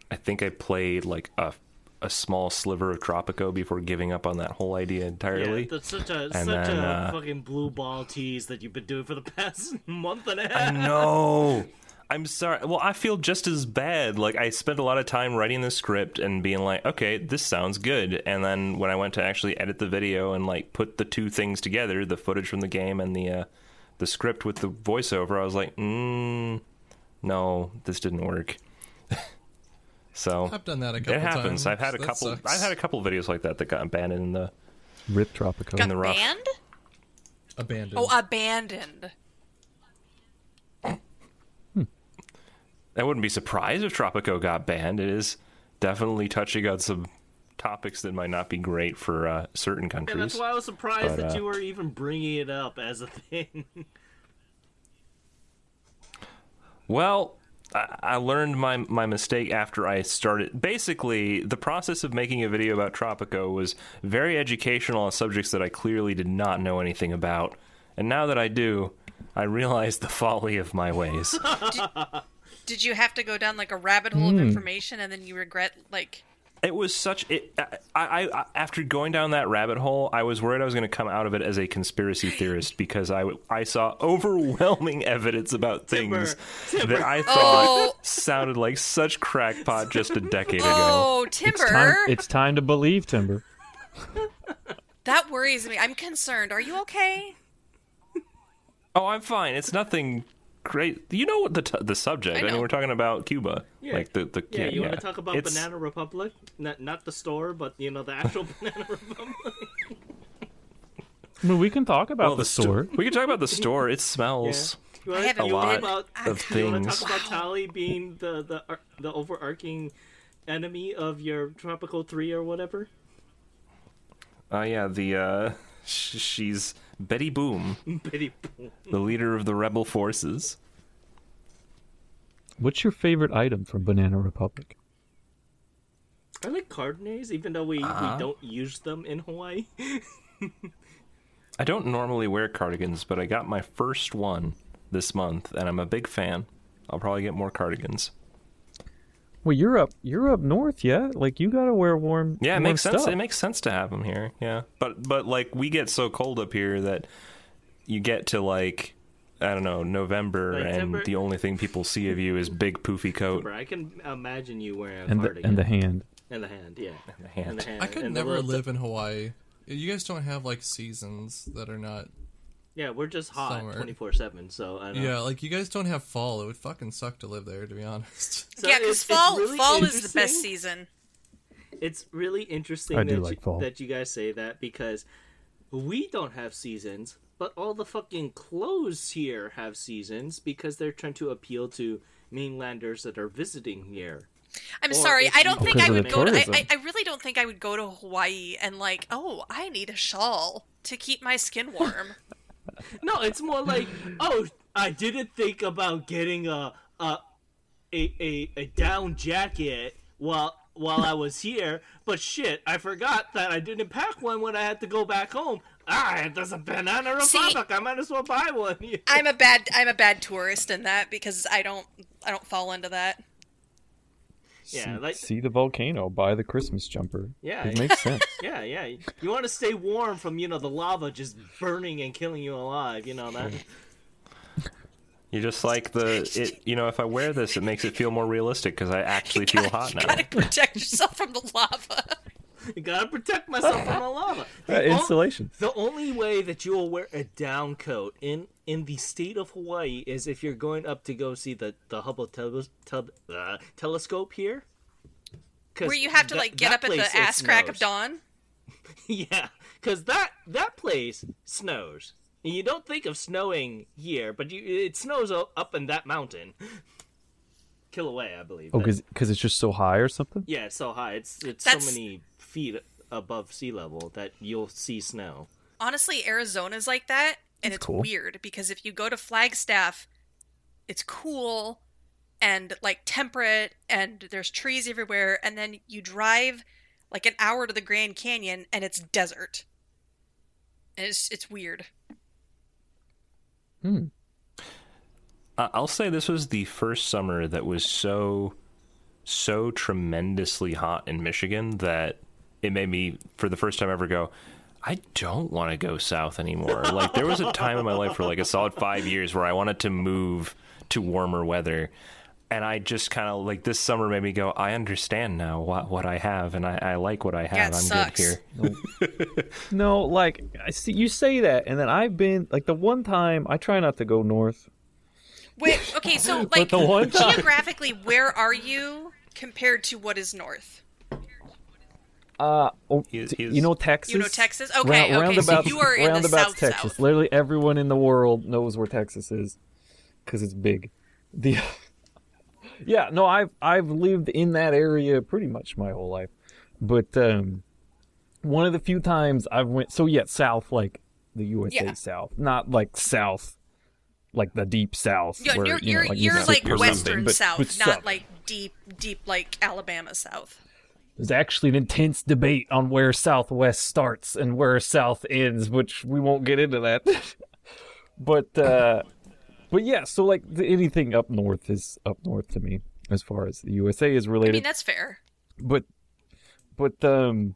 Speaker 4: I think I played like a a small sliver of Tropico before giving up on that whole idea entirely.
Speaker 7: Yeah, that's such a such
Speaker 4: then,
Speaker 7: a
Speaker 4: uh,
Speaker 7: fucking blue ball tease that you've been doing for the past month and a
Speaker 4: I
Speaker 7: half.
Speaker 4: know. I'm sorry. Well, I feel just as bad. Like I spent a lot of time writing the script and being like, "Okay, this sounds good." And then when I went to actually edit the video and like put the two things together, the footage from the game and the uh, the script with the voiceover, I was like, mm, "No, this didn't work." so
Speaker 6: I've done that a couple
Speaker 4: it happens.
Speaker 6: times.
Speaker 4: I've had a
Speaker 6: That
Speaker 4: couple.
Speaker 6: sucks.
Speaker 4: I've had a couple videos like that that got abandoned in the
Speaker 1: Rip Tropico.
Speaker 4: in the rough.
Speaker 3: Banned?
Speaker 6: abandoned.
Speaker 3: Oh, abandoned.
Speaker 4: I wouldn't be surprised if Tropico got banned. It is definitely touching on some topics that might not be great for uh, certain
Speaker 7: And that's
Speaker 4: countries.
Speaker 7: why I was surprised
Speaker 4: But,
Speaker 7: that
Speaker 4: uh,
Speaker 7: you were even bringing it up as a thing.
Speaker 4: Well, I-, I learned my my mistake after I started. Basically, the process of making a video about Tropico was very educational on subjects that I clearly did not know anything about, and now that I do, I realize the folly of my ways. Hmm.
Speaker 3: Did you have to go down like a rabbit hole of information and then you regret like
Speaker 4: It was such it. I, I, I after going down that rabbit hole, I was worried I was going to come out of it as a conspiracy theorist because I w- I saw overwhelming evidence about things that I thought
Speaker 3: Oh.
Speaker 4: sounded like such crackpot just a decade ago.
Speaker 3: Oh,
Speaker 1: It's time,
Speaker 3: Timber,
Speaker 1: it's time to believe Timber.
Speaker 3: that worries me. I'm concerned. Are you okay?
Speaker 4: Oh, I'm fine. It's nothing great. You know what the t- the subject?
Speaker 3: I
Speaker 4: I, mean,
Speaker 3: know.
Speaker 4: we're talking about Cuba, like the the
Speaker 2: Yeah, you want
Speaker 4: yeah.
Speaker 2: to talk about
Speaker 4: It's-
Speaker 2: Banana Republic? Not, not the store, but you know the actual Banana Republic.
Speaker 1: I mean, we can talk about
Speaker 4: Well,
Speaker 1: the
Speaker 4: the
Speaker 1: store.
Speaker 4: store. We can talk about the store. It smells.
Speaker 2: You
Speaker 3: I
Speaker 2: wanna
Speaker 3: haven't
Speaker 4: A lot
Speaker 3: been.
Speaker 2: about-
Speaker 3: I-
Speaker 4: of
Speaker 2: You want to
Speaker 4: things.
Speaker 2: talk about Tali being the the ar- the overarching enemy of your Tropical Three or whatever?
Speaker 4: Oh yeah, the uh, sh- she's Betty Boom,
Speaker 2: Bitty-
Speaker 4: the leader of the rebel forces.
Speaker 1: What's your favorite item from Banana Republic?
Speaker 2: I like cardonays, even though we,
Speaker 4: Uh-huh.
Speaker 2: we don't use them in Hawaii.
Speaker 4: I don't normally wear cardigans, but I got my first one this month, and I'm a big fan. I'll probably get more cardigans.
Speaker 1: Well, you're up. You're up north, yeah. Like you gotta wear warm.
Speaker 4: Yeah, it
Speaker 1: warm
Speaker 4: makes sense.
Speaker 1: stuff.
Speaker 4: It makes sense to have them here. Yeah, but but like we get so cold up here that you get to like I don't know November,
Speaker 2: Like
Speaker 4: and
Speaker 2: Timber-
Speaker 4: the only thing people see of you is big poofy coat.
Speaker 2: Bro, I can imagine you wearing a
Speaker 1: and the
Speaker 2: cardigan
Speaker 1: and the hand.
Speaker 2: and the hand, yeah, and
Speaker 4: the hand.
Speaker 2: hand.
Speaker 6: I could
Speaker 2: and the
Speaker 6: never
Speaker 2: little-
Speaker 6: live in Hawaii. You guys don't have like seasons that are not.
Speaker 2: Yeah, we're just hot
Speaker 6: somewhere.
Speaker 2: twenty four seven. So I don't
Speaker 6: Yeah, like you guys don't have fall. It would fucking suck to live there, to be honest.
Speaker 2: So
Speaker 3: yeah,
Speaker 2: it-
Speaker 3: because
Speaker 2: it's
Speaker 3: fall
Speaker 2: really
Speaker 3: fall is the best
Speaker 2: interesting.
Speaker 3: season.
Speaker 2: It's really interesting
Speaker 1: I
Speaker 2: that,
Speaker 1: do like
Speaker 2: you,
Speaker 1: fall.
Speaker 2: that you guys say that because we don't have seasons, but all the fucking clothes here have seasons because they're trying to appeal to mainlanders that are visiting here.
Speaker 3: I'm
Speaker 2: Or
Speaker 3: sorry.
Speaker 2: if
Speaker 3: I
Speaker 2: you-
Speaker 3: don't think
Speaker 1: Because
Speaker 3: I
Speaker 1: of the
Speaker 3: would go. To, I,
Speaker 1: tourism.
Speaker 3: I, I really don't think I would go to Hawaii and like, oh, I need a shawl to keep my skin warm.
Speaker 2: No, it's more like, oh, I didn't think about getting a a a, a, a down jacket while while I was here, but shit, I forgot that I didn't pack one when I had to go back home. Ah, there's a banana
Speaker 3: See-
Speaker 2: republic. I might as well buy one.
Speaker 3: I'm a bad I'm a bad tourist in that because I don't I don't fall into that.
Speaker 2: Yeah, like
Speaker 1: See the volcano. Buy the Christmas jumper.
Speaker 2: Yeah.
Speaker 1: it makes sense.
Speaker 2: Yeah, yeah. You want to stay warm from you know the lava just burning and killing you alive. You know that.
Speaker 4: You just like the it. You know, if I wear this, it makes it feel more realistic because I actually feel hot
Speaker 3: you
Speaker 4: now.
Speaker 3: gotta protect yourself from the lava.
Speaker 2: I gotta protect myself from the lava.
Speaker 1: Uh,
Speaker 2: on-
Speaker 1: insulation.
Speaker 2: The only way that you will wear a down coat in in the state of Hawaii is if you're going up to go see the the Hubble teles- tub- uh, telescope here. 'Cause
Speaker 3: Where you have to
Speaker 2: that-
Speaker 3: like get
Speaker 2: that
Speaker 3: up at
Speaker 2: place,
Speaker 3: the
Speaker 2: it
Speaker 3: ass crack of
Speaker 2: snows.
Speaker 3: dawn.
Speaker 2: Yeah, because that that place snows. And you don't think of snowing here, but you, it snows o- up in that mountain. Kilauea, I believe.
Speaker 1: Oh,
Speaker 2: that-
Speaker 1: because it's just so high or something.
Speaker 2: Yeah, it's so high. It's it's
Speaker 3: That's-
Speaker 2: so many feet above sea level that you'll see snow.
Speaker 3: Honestly, Arizona's like that, and it's
Speaker 1: cool.
Speaker 3: weird because if you go to Flagstaff, it's cool and like temperate and there's trees everywhere, and then you drive like an hour to the Grand Canyon and it's desert. And it's it's weird.
Speaker 4: I- I'll say this was the first summer that was so, so tremendously hot in Michigan that it made me, for the first time ever, go, I don't want to go south anymore. like, there was a time in my life for like a solid five years where I wanted to move to warmer weather. And I just kind of like this summer made me go, I understand now what, what I have, and I, I like what I have.
Speaker 3: it
Speaker 4: I'm
Speaker 3: sucks.
Speaker 4: good here.
Speaker 1: No, like I see you say that, and then I've been like the one time I try not to go north.
Speaker 3: Wait, okay, so like
Speaker 1: the one time-
Speaker 3: geographically, where are you compared to what is north?
Speaker 1: Uh, oh,
Speaker 4: He's-
Speaker 1: t-
Speaker 4: he's-
Speaker 1: you know Texas.
Speaker 3: You know Texas? Okay,
Speaker 1: Rou-
Speaker 3: okay, so
Speaker 1: roundabouts-
Speaker 3: you are in the
Speaker 1: roundabouts
Speaker 3: south,
Speaker 1: Texas.
Speaker 3: south.
Speaker 1: Literally everyone in the world knows where Texas is, because it's big. The yeah, no, I've I've lived in that area pretty much my whole life, but um, one of the few times I've went so yeah south like the USA
Speaker 3: Yeah.
Speaker 1: South, not like south. Like the deep south.
Speaker 3: Yeah,
Speaker 1: where,
Speaker 3: you're
Speaker 1: you know,
Speaker 3: you're,
Speaker 1: like Mississippi or
Speaker 3: you're like
Speaker 1: something,
Speaker 3: western
Speaker 1: but-
Speaker 3: south,
Speaker 1: but
Speaker 3: not
Speaker 1: southern.
Speaker 3: like deep deep like Alabama south.
Speaker 1: There's actually an intense debate on where Southwest starts and where South ends, which we won't get into that. but uh, but yeah, so like the, anything up north is up north to me as far as the USA is
Speaker 3: I
Speaker 1: related.
Speaker 3: mean that's fair.
Speaker 1: but but um,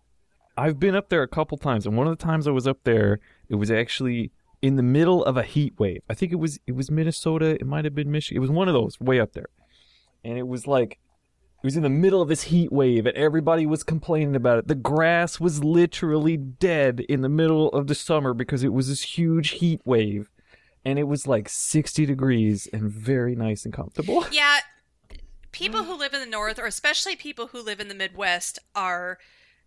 Speaker 1: I've been up there a couple times, and one of the times I was up there, it was actually in the middle of a heat wave. I think it was it was Minnesota. It might have been Michigan. It was one of those way up there, and it was like it was in the middle of this heat wave, and everybody was complaining about it. The grass was literally dead in the middle of the summer because it was this huge heat wave, and it was like sixty degrees and very nice and comfortable.
Speaker 3: Yeah, people
Speaker 1: Mm-hmm.
Speaker 3: who live in the north, or especially people who live in the Midwest, are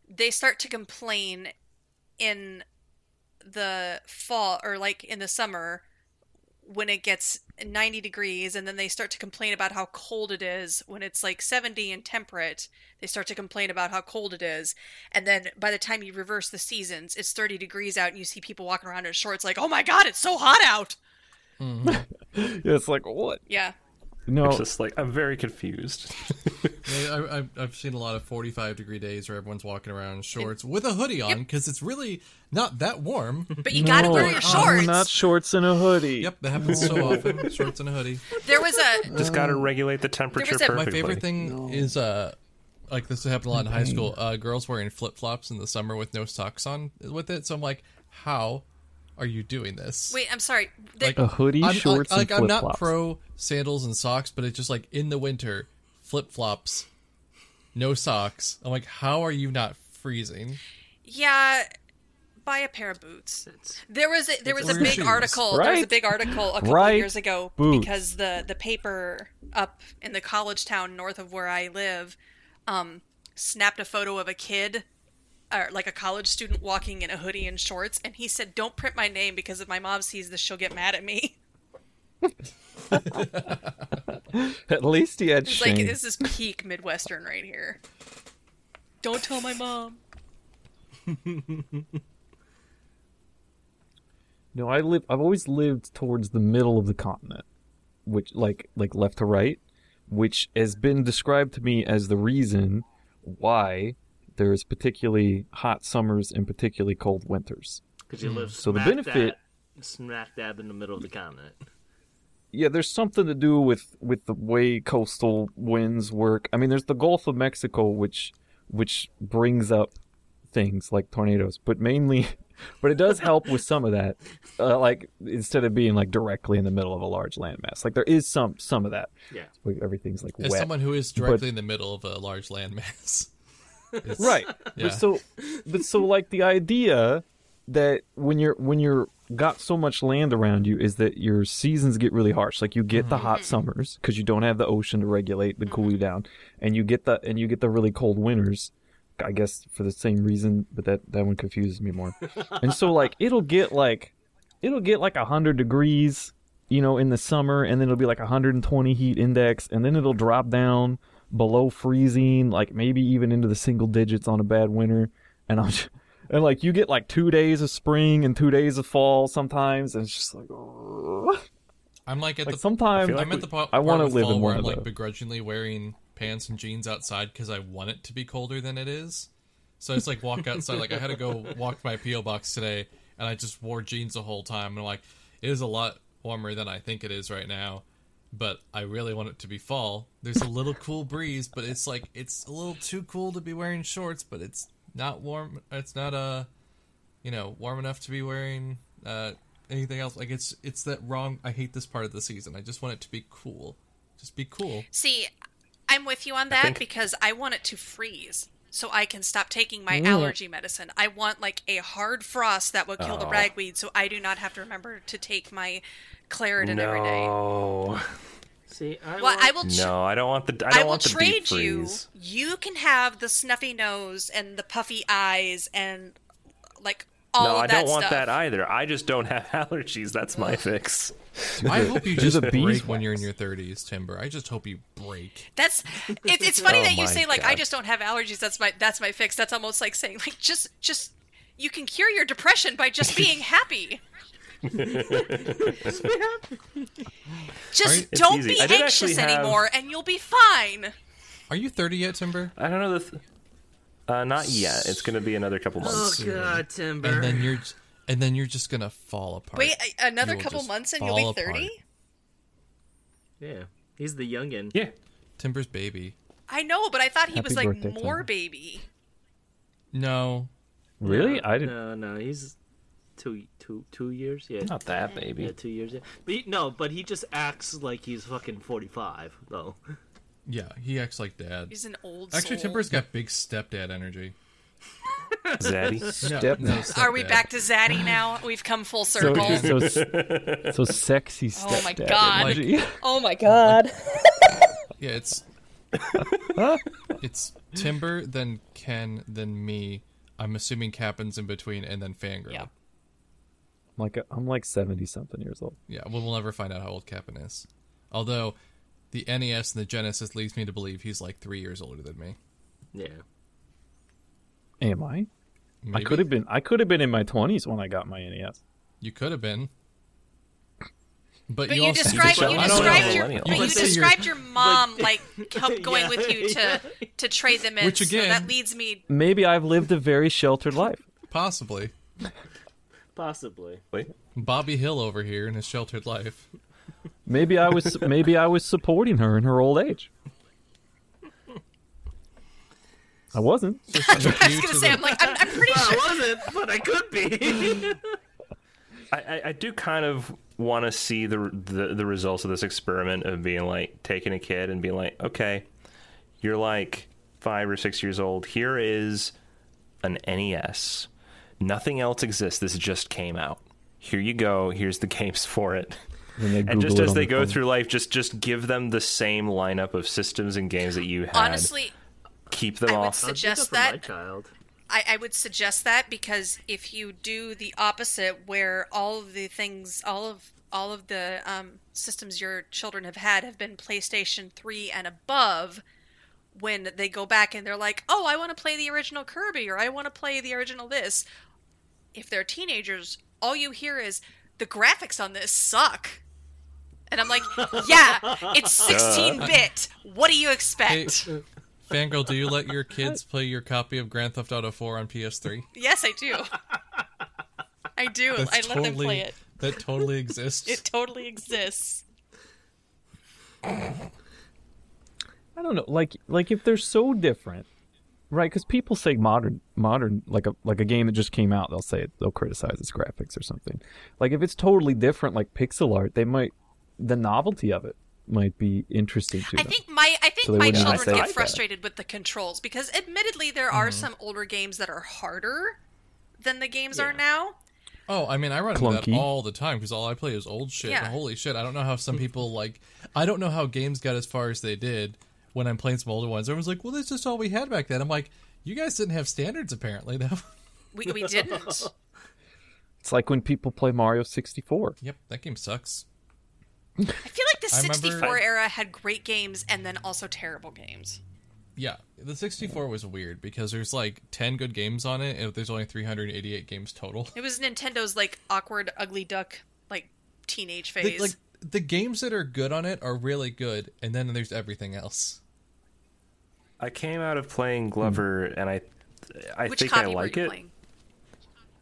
Speaker 3: they start to complain in the fall or like in the summer when it gets 90 degrees and then they start to complain about how cold it is when it's like 70 and temperate they start to complain about how cold it is and then by the time you reverse the seasons it's 30 degrees out and you see people walking around in shorts like oh my god it's so hot out
Speaker 1: it's like what?
Speaker 3: yeah
Speaker 1: No,
Speaker 4: It's just like I'm very confused.
Speaker 6: Yeah, I, I, I've seen a lot of 45 degree days where everyone's walking around in shorts with a hoodie on because it's really not that warm.
Speaker 3: but you gotta
Speaker 1: no,
Speaker 3: wear your shorts
Speaker 1: Oh, Not shorts and a hoodie.
Speaker 6: yep, that happens so often. Shorts and a hoodie.
Speaker 3: there was a
Speaker 4: just got to regulate the temperature
Speaker 3: was a-
Speaker 6: My
Speaker 4: perfectly.
Speaker 6: favorite thing is uh, like this happened a lot in high school. Uh, girls wearing flip flops in the summer with no socks on with it. So I'm like, how are you doing this?
Speaker 3: wait i'm sorry the,
Speaker 6: Like,
Speaker 1: A hoodie,
Speaker 6: I'm,
Speaker 1: shorts,
Speaker 6: like,
Speaker 1: and
Speaker 6: I'm
Speaker 1: flip
Speaker 6: not
Speaker 1: flops.
Speaker 6: pro sandals and socks, but it's just like in the winter, flip flops, no socks. I'm like, how are you not freezing?
Speaker 3: Yeah, buy a pair of boots. There was a, there was a
Speaker 6: Or
Speaker 3: big
Speaker 6: shoes,
Speaker 3: article. There was a
Speaker 1: right?
Speaker 3: big article a couple
Speaker 1: Right,
Speaker 3: years ago
Speaker 1: boots.
Speaker 3: because the the paper up in the college town north of where I live um, snapped a photo of a kid. Or like a college student walking in a hoodie and shorts, and he said, "Don't print my name because if my mom sees this, she'll get mad at me."
Speaker 1: At least he had
Speaker 3: It's
Speaker 1: shame.
Speaker 3: like this is peak Midwestern right here. Don't tell my mom.
Speaker 1: No, I live. I've always lived towards the middle of the continent, which like like left to right, which has been described to me as the reason why there is particularly hot summers and particularly cold winters.
Speaker 2: Because you live
Speaker 1: So the
Speaker 2: smack
Speaker 1: benefit-
Speaker 2: dab- smack dab in the middle of the continent.
Speaker 1: yeah, there's something to do with with the way coastal winds work. I mean, there's the Gulf of Mexico, which which brings up things like tornadoes, but mainly, but it does help with some of that. Uh, like instead of being like directly in the middle of a large landmass, like there is some some of that.
Speaker 2: Yeah.
Speaker 1: Like, everything's like
Speaker 6: As
Speaker 1: wet.
Speaker 6: someone who is directly in the middle of a large landmass. It's-
Speaker 1: right
Speaker 6: Yeah.
Speaker 1: but so but so like the idea that when you're when you're got so much land around you is that your seasons get really harsh like you get the hot summers because you don't have the ocean to regulate and cool you down and you get the and you get the really cold winters i guess for the same reason but that that one confuses me more and so like it'll get like it'll get like 100 degrees you know in the summer and then it'll be like 120 heat index and then it'll drop down below freezing like maybe even into the single digits on a bad winter and i'm just, and like you get like two days of spring and two days of fall sometimes and it's just like oh.
Speaker 6: I'm like at
Speaker 1: like
Speaker 6: the
Speaker 1: sometimes
Speaker 6: I'm at the po-
Speaker 1: I
Speaker 6: part
Speaker 1: wanna
Speaker 6: with
Speaker 1: live
Speaker 6: fall
Speaker 1: in
Speaker 6: where
Speaker 1: one
Speaker 6: I'm
Speaker 1: of
Speaker 6: like
Speaker 1: those.
Speaker 6: begrudgingly wearing pants and jeans outside because I want it to be colder than it is. So I just like walk outside. like I had to go walk to my PO box today, and I just wore jeans the whole time. And I'm like, it is a lot warmer than I think it is right now, but I really want it to be fall. There's a little cool breeze, but it's like it's a little too cool to be wearing shorts. But it's not warm. It's not uh, you know, warm enough to be wearing. Uh, anything else. Like it's it's that wrong. I hate this part of the season. I just want it to be cool. Just be cool.
Speaker 3: See, I'm with you on that because I want it to freeze so I can stop taking my allergy medicine. I want like a hard frost that will
Speaker 4: Oh.
Speaker 3: kill the ragweed so I do not have to remember to take my Claritin every day.
Speaker 4: no,
Speaker 2: See, I
Speaker 3: Well, I
Speaker 2: want-
Speaker 3: will tr-
Speaker 4: no, I don't want the. I
Speaker 3: I,
Speaker 4: don't
Speaker 3: will
Speaker 4: want the deep
Speaker 3: trade you.
Speaker 4: freeze.
Speaker 3: You can have the snuffy nose and the puffy eyes and like all
Speaker 4: No,
Speaker 3: of
Speaker 4: I
Speaker 3: that
Speaker 4: don't want
Speaker 3: stuff.
Speaker 4: that either. I just don't have allergies. That's my fix.
Speaker 6: I hope you
Speaker 1: There's
Speaker 6: just
Speaker 1: a
Speaker 6: break when
Speaker 1: beeswax.
Speaker 6: you're in your 30s, Timber. I just hope you break.
Speaker 3: That's it, it's funny
Speaker 4: Oh
Speaker 3: that you
Speaker 4: my
Speaker 3: say like I
Speaker 4: God.
Speaker 3: just don't have allergies. That's my that's my fix. That's almost like saying like just just you can cure your depression by just being happy. just
Speaker 6: Right?
Speaker 4: It's
Speaker 3: don't
Speaker 4: easy.
Speaker 3: be
Speaker 4: I did actually
Speaker 3: anxious
Speaker 4: have-
Speaker 3: anymore, and you'll be fine.
Speaker 6: Are you 30 yet, Timber?
Speaker 4: I don't know the. Th- uh, not yet. It's going to be another couple
Speaker 2: Oh
Speaker 4: months.
Speaker 2: god, Timber.
Speaker 6: And then you're and then you're just gonna fall apart.
Speaker 3: Wait a- another
Speaker 6: You will
Speaker 3: couple
Speaker 6: just
Speaker 3: months, and you'll
Speaker 6: fall
Speaker 3: be thirty.
Speaker 6: apart.
Speaker 2: Yeah, he's the youngin.
Speaker 4: Yeah.
Speaker 6: Timber's baby.
Speaker 3: I know, but I thought he
Speaker 1: Happy
Speaker 3: was like
Speaker 1: birthday,
Speaker 3: more
Speaker 1: Clara.
Speaker 3: baby.
Speaker 6: No.
Speaker 1: Really?
Speaker 2: No,
Speaker 1: I didn't.
Speaker 2: No, no, he's two, two, two years. Yeah,
Speaker 1: Oh.
Speaker 4: Not that baby.
Speaker 2: yeah, two years. Yeah, but he, no, but he just acts like he's fucking forty-five though.
Speaker 6: Yeah, he acts like dad.
Speaker 3: He's an old.
Speaker 6: Actually,
Speaker 3: soul.
Speaker 6: Timber's got big stepdad energy.
Speaker 4: Zaddy.
Speaker 6: No,
Speaker 1: Step-
Speaker 6: no,
Speaker 3: Are we
Speaker 6: stepdad.
Speaker 3: back to Zaddy now? We've come full
Speaker 1: So,
Speaker 3: circle.
Speaker 1: so, s- so sexy
Speaker 3: Oh my
Speaker 1: stepdad
Speaker 3: God.
Speaker 1: energy.
Speaker 3: oh my god.
Speaker 6: Yeah, it's it's Timber, then Ken, then me. I'm assuming Cappen's in between, and then Fangirl.
Speaker 3: Yeah.
Speaker 1: I'm like I'm like seventy something years old.
Speaker 6: Yeah, well, we'll never find out how old Cap'n is. Although, the NES and the Genesis leads me to believe he's like three years older than me.
Speaker 2: Yeah.
Speaker 1: Am I? I
Speaker 6: Maybe.
Speaker 1: could have been. I could have been in my twenties when I got my E NES.
Speaker 6: You could have been. But,
Speaker 3: But
Speaker 6: you,
Speaker 3: you
Speaker 6: also
Speaker 3: described
Speaker 4: yourself.
Speaker 3: you
Speaker 4: I don't know,
Speaker 3: described your
Speaker 4: millennial.
Speaker 3: but you
Speaker 6: Let's say you're-
Speaker 3: described your mom like help going
Speaker 2: Yeah,
Speaker 3: with you to to trade them in.
Speaker 6: Which
Speaker 3: so
Speaker 6: again-
Speaker 3: that leads me.
Speaker 1: Maybe I've lived a very sheltered life.
Speaker 6: possibly
Speaker 2: Possibly.
Speaker 6: Bobby Hill over here in his sheltered life.
Speaker 1: Maybe I was. maybe I was supporting her in her old age. I wasn't.
Speaker 3: I was gonna say I'm like I'm, I'm pretty sure.
Speaker 2: I wasn't, but I could be.
Speaker 4: I, I, I do kind of want to see the, the the results of this experiment of being like taking a kid and being like, okay, you're like five or six years old. Here is an NES. Nothing else exists. This just came out. Here you go. Here's the games for it.
Speaker 1: When they
Speaker 4: And
Speaker 1: Google
Speaker 4: just
Speaker 1: it
Speaker 4: as
Speaker 1: on
Speaker 4: they
Speaker 1: their
Speaker 4: go
Speaker 1: phone.
Speaker 4: through life, just just give them the same lineup of systems and games that you had.
Speaker 3: Honestly,
Speaker 4: keep them
Speaker 3: I would
Speaker 4: off.
Speaker 3: say- Suggest
Speaker 2: Good for my
Speaker 3: that-
Speaker 2: child.
Speaker 3: I, I would suggest that because if you do the opposite, where all of the things, all of all of the um, systems your children have had have been PlayStation Three and above, when they go back and they're like, "Oh, I want to play the original Kirby," or "I want to play the original this," if they're teenagers, all you hear is the graphics on this suck. And I'm like, yeah, it's 16 bit. What do you
Speaker 6: Hey,
Speaker 3: expect?
Speaker 6: Fangirl, do you let your kids play your copy of Grand Theft Auto 4 on PS3?
Speaker 3: Yes, I do. I do. I let them play it.
Speaker 6: That totally exists.
Speaker 3: It totally exists.
Speaker 1: I don't know, like like if they're so different, right? Because people say modern modern like a like a game that just came out, they'll say it, they'll criticize its graphics or something. Like if it's totally different, like pixel art, they might the novelty of it might be interesting to
Speaker 3: I
Speaker 1: them.
Speaker 3: think my I think
Speaker 1: So they
Speaker 3: my
Speaker 1: wouldn't
Speaker 3: children
Speaker 1: say
Speaker 3: get
Speaker 1: that.
Speaker 3: frustrated with the controls because admittedly there are some older games that are harder than the games are now.
Speaker 6: Oh, I mean, I run into
Speaker 1: Clunky.
Speaker 6: that all the time because all I play is old shit.
Speaker 3: Yeah.
Speaker 6: Holy shit! I don't know how some people like. I don't know how games got as far as they did when I'm playing some older ones. Everyone's like, "Well, that's just all we had back then." I'm like, "You guys didn't have standards, apparently." That
Speaker 3: We we didn't.
Speaker 1: It's like when people play Mario sixty four.
Speaker 6: yep, that game sucks.
Speaker 3: I feel like the
Speaker 6: I remember-
Speaker 3: 64 era had great games and then also terrible games.
Speaker 6: Yeah, the 64 was weird because there's like 10 good games on it, and there's only 388 games total.
Speaker 3: It was Nintendo's like awkward ugly duck like teenage
Speaker 6: The,
Speaker 3: phase.
Speaker 6: like the games that are good on it are really good, and then there's everything else.
Speaker 4: I came out of playing Glover,
Speaker 1: Hmm.
Speaker 4: and I I
Speaker 3: Which
Speaker 4: think
Speaker 3: copy
Speaker 4: I like
Speaker 3: were you
Speaker 4: it.
Speaker 3: playing?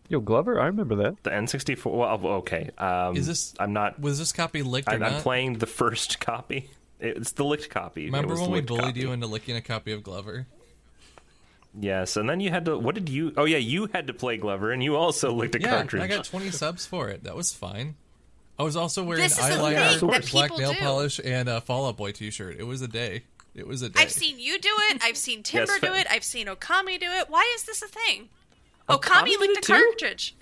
Speaker 1: Yo, Glover, I remember that.
Speaker 4: The N64. Well, okay. Um,
Speaker 6: Is this-
Speaker 4: I'm not.
Speaker 6: Was this copy licked or
Speaker 4: I'm,
Speaker 6: not?
Speaker 4: I'm playing the first copy. It's the licked copy. It
Speaker 6: Remember
Speaker 4: was the
Speaker 6: when we
Speaker 4: licked
Speaker 6: bullied
Speaker 4: copy.
Speaker 6: you into licking a copy of Glover?
Speaker 4: Yes, and then you had to. What did you? Oh yeah, you had to play Glover, and you also licked a
Speaker 6: Yeah,
Speaker 4: cartridge.
Speaker 6: I got 20 subs for it. That was fine. I was also wearing
Speaker 3: This is the
Speaker 1: thing
Speaker 6: eyeliner,
Speaker 1: that
Speaker 6: black
Speaker 3: people
Speaker 6: nail
Speaker 3: do.
Speaker 6: polish, and a Fall Out Boy T-shirt. It was a day. It was a day.
Speaker 3: I've seen you do it. I've seen Timber do
Speaker 4: Fran.
Speaker 3: it. I've seen Okami do it. Why is this a thing? Okami,
Speaker 4: did
Speaker 3: licked a
Speaker 4: it too?
Speaker 3: cartridge.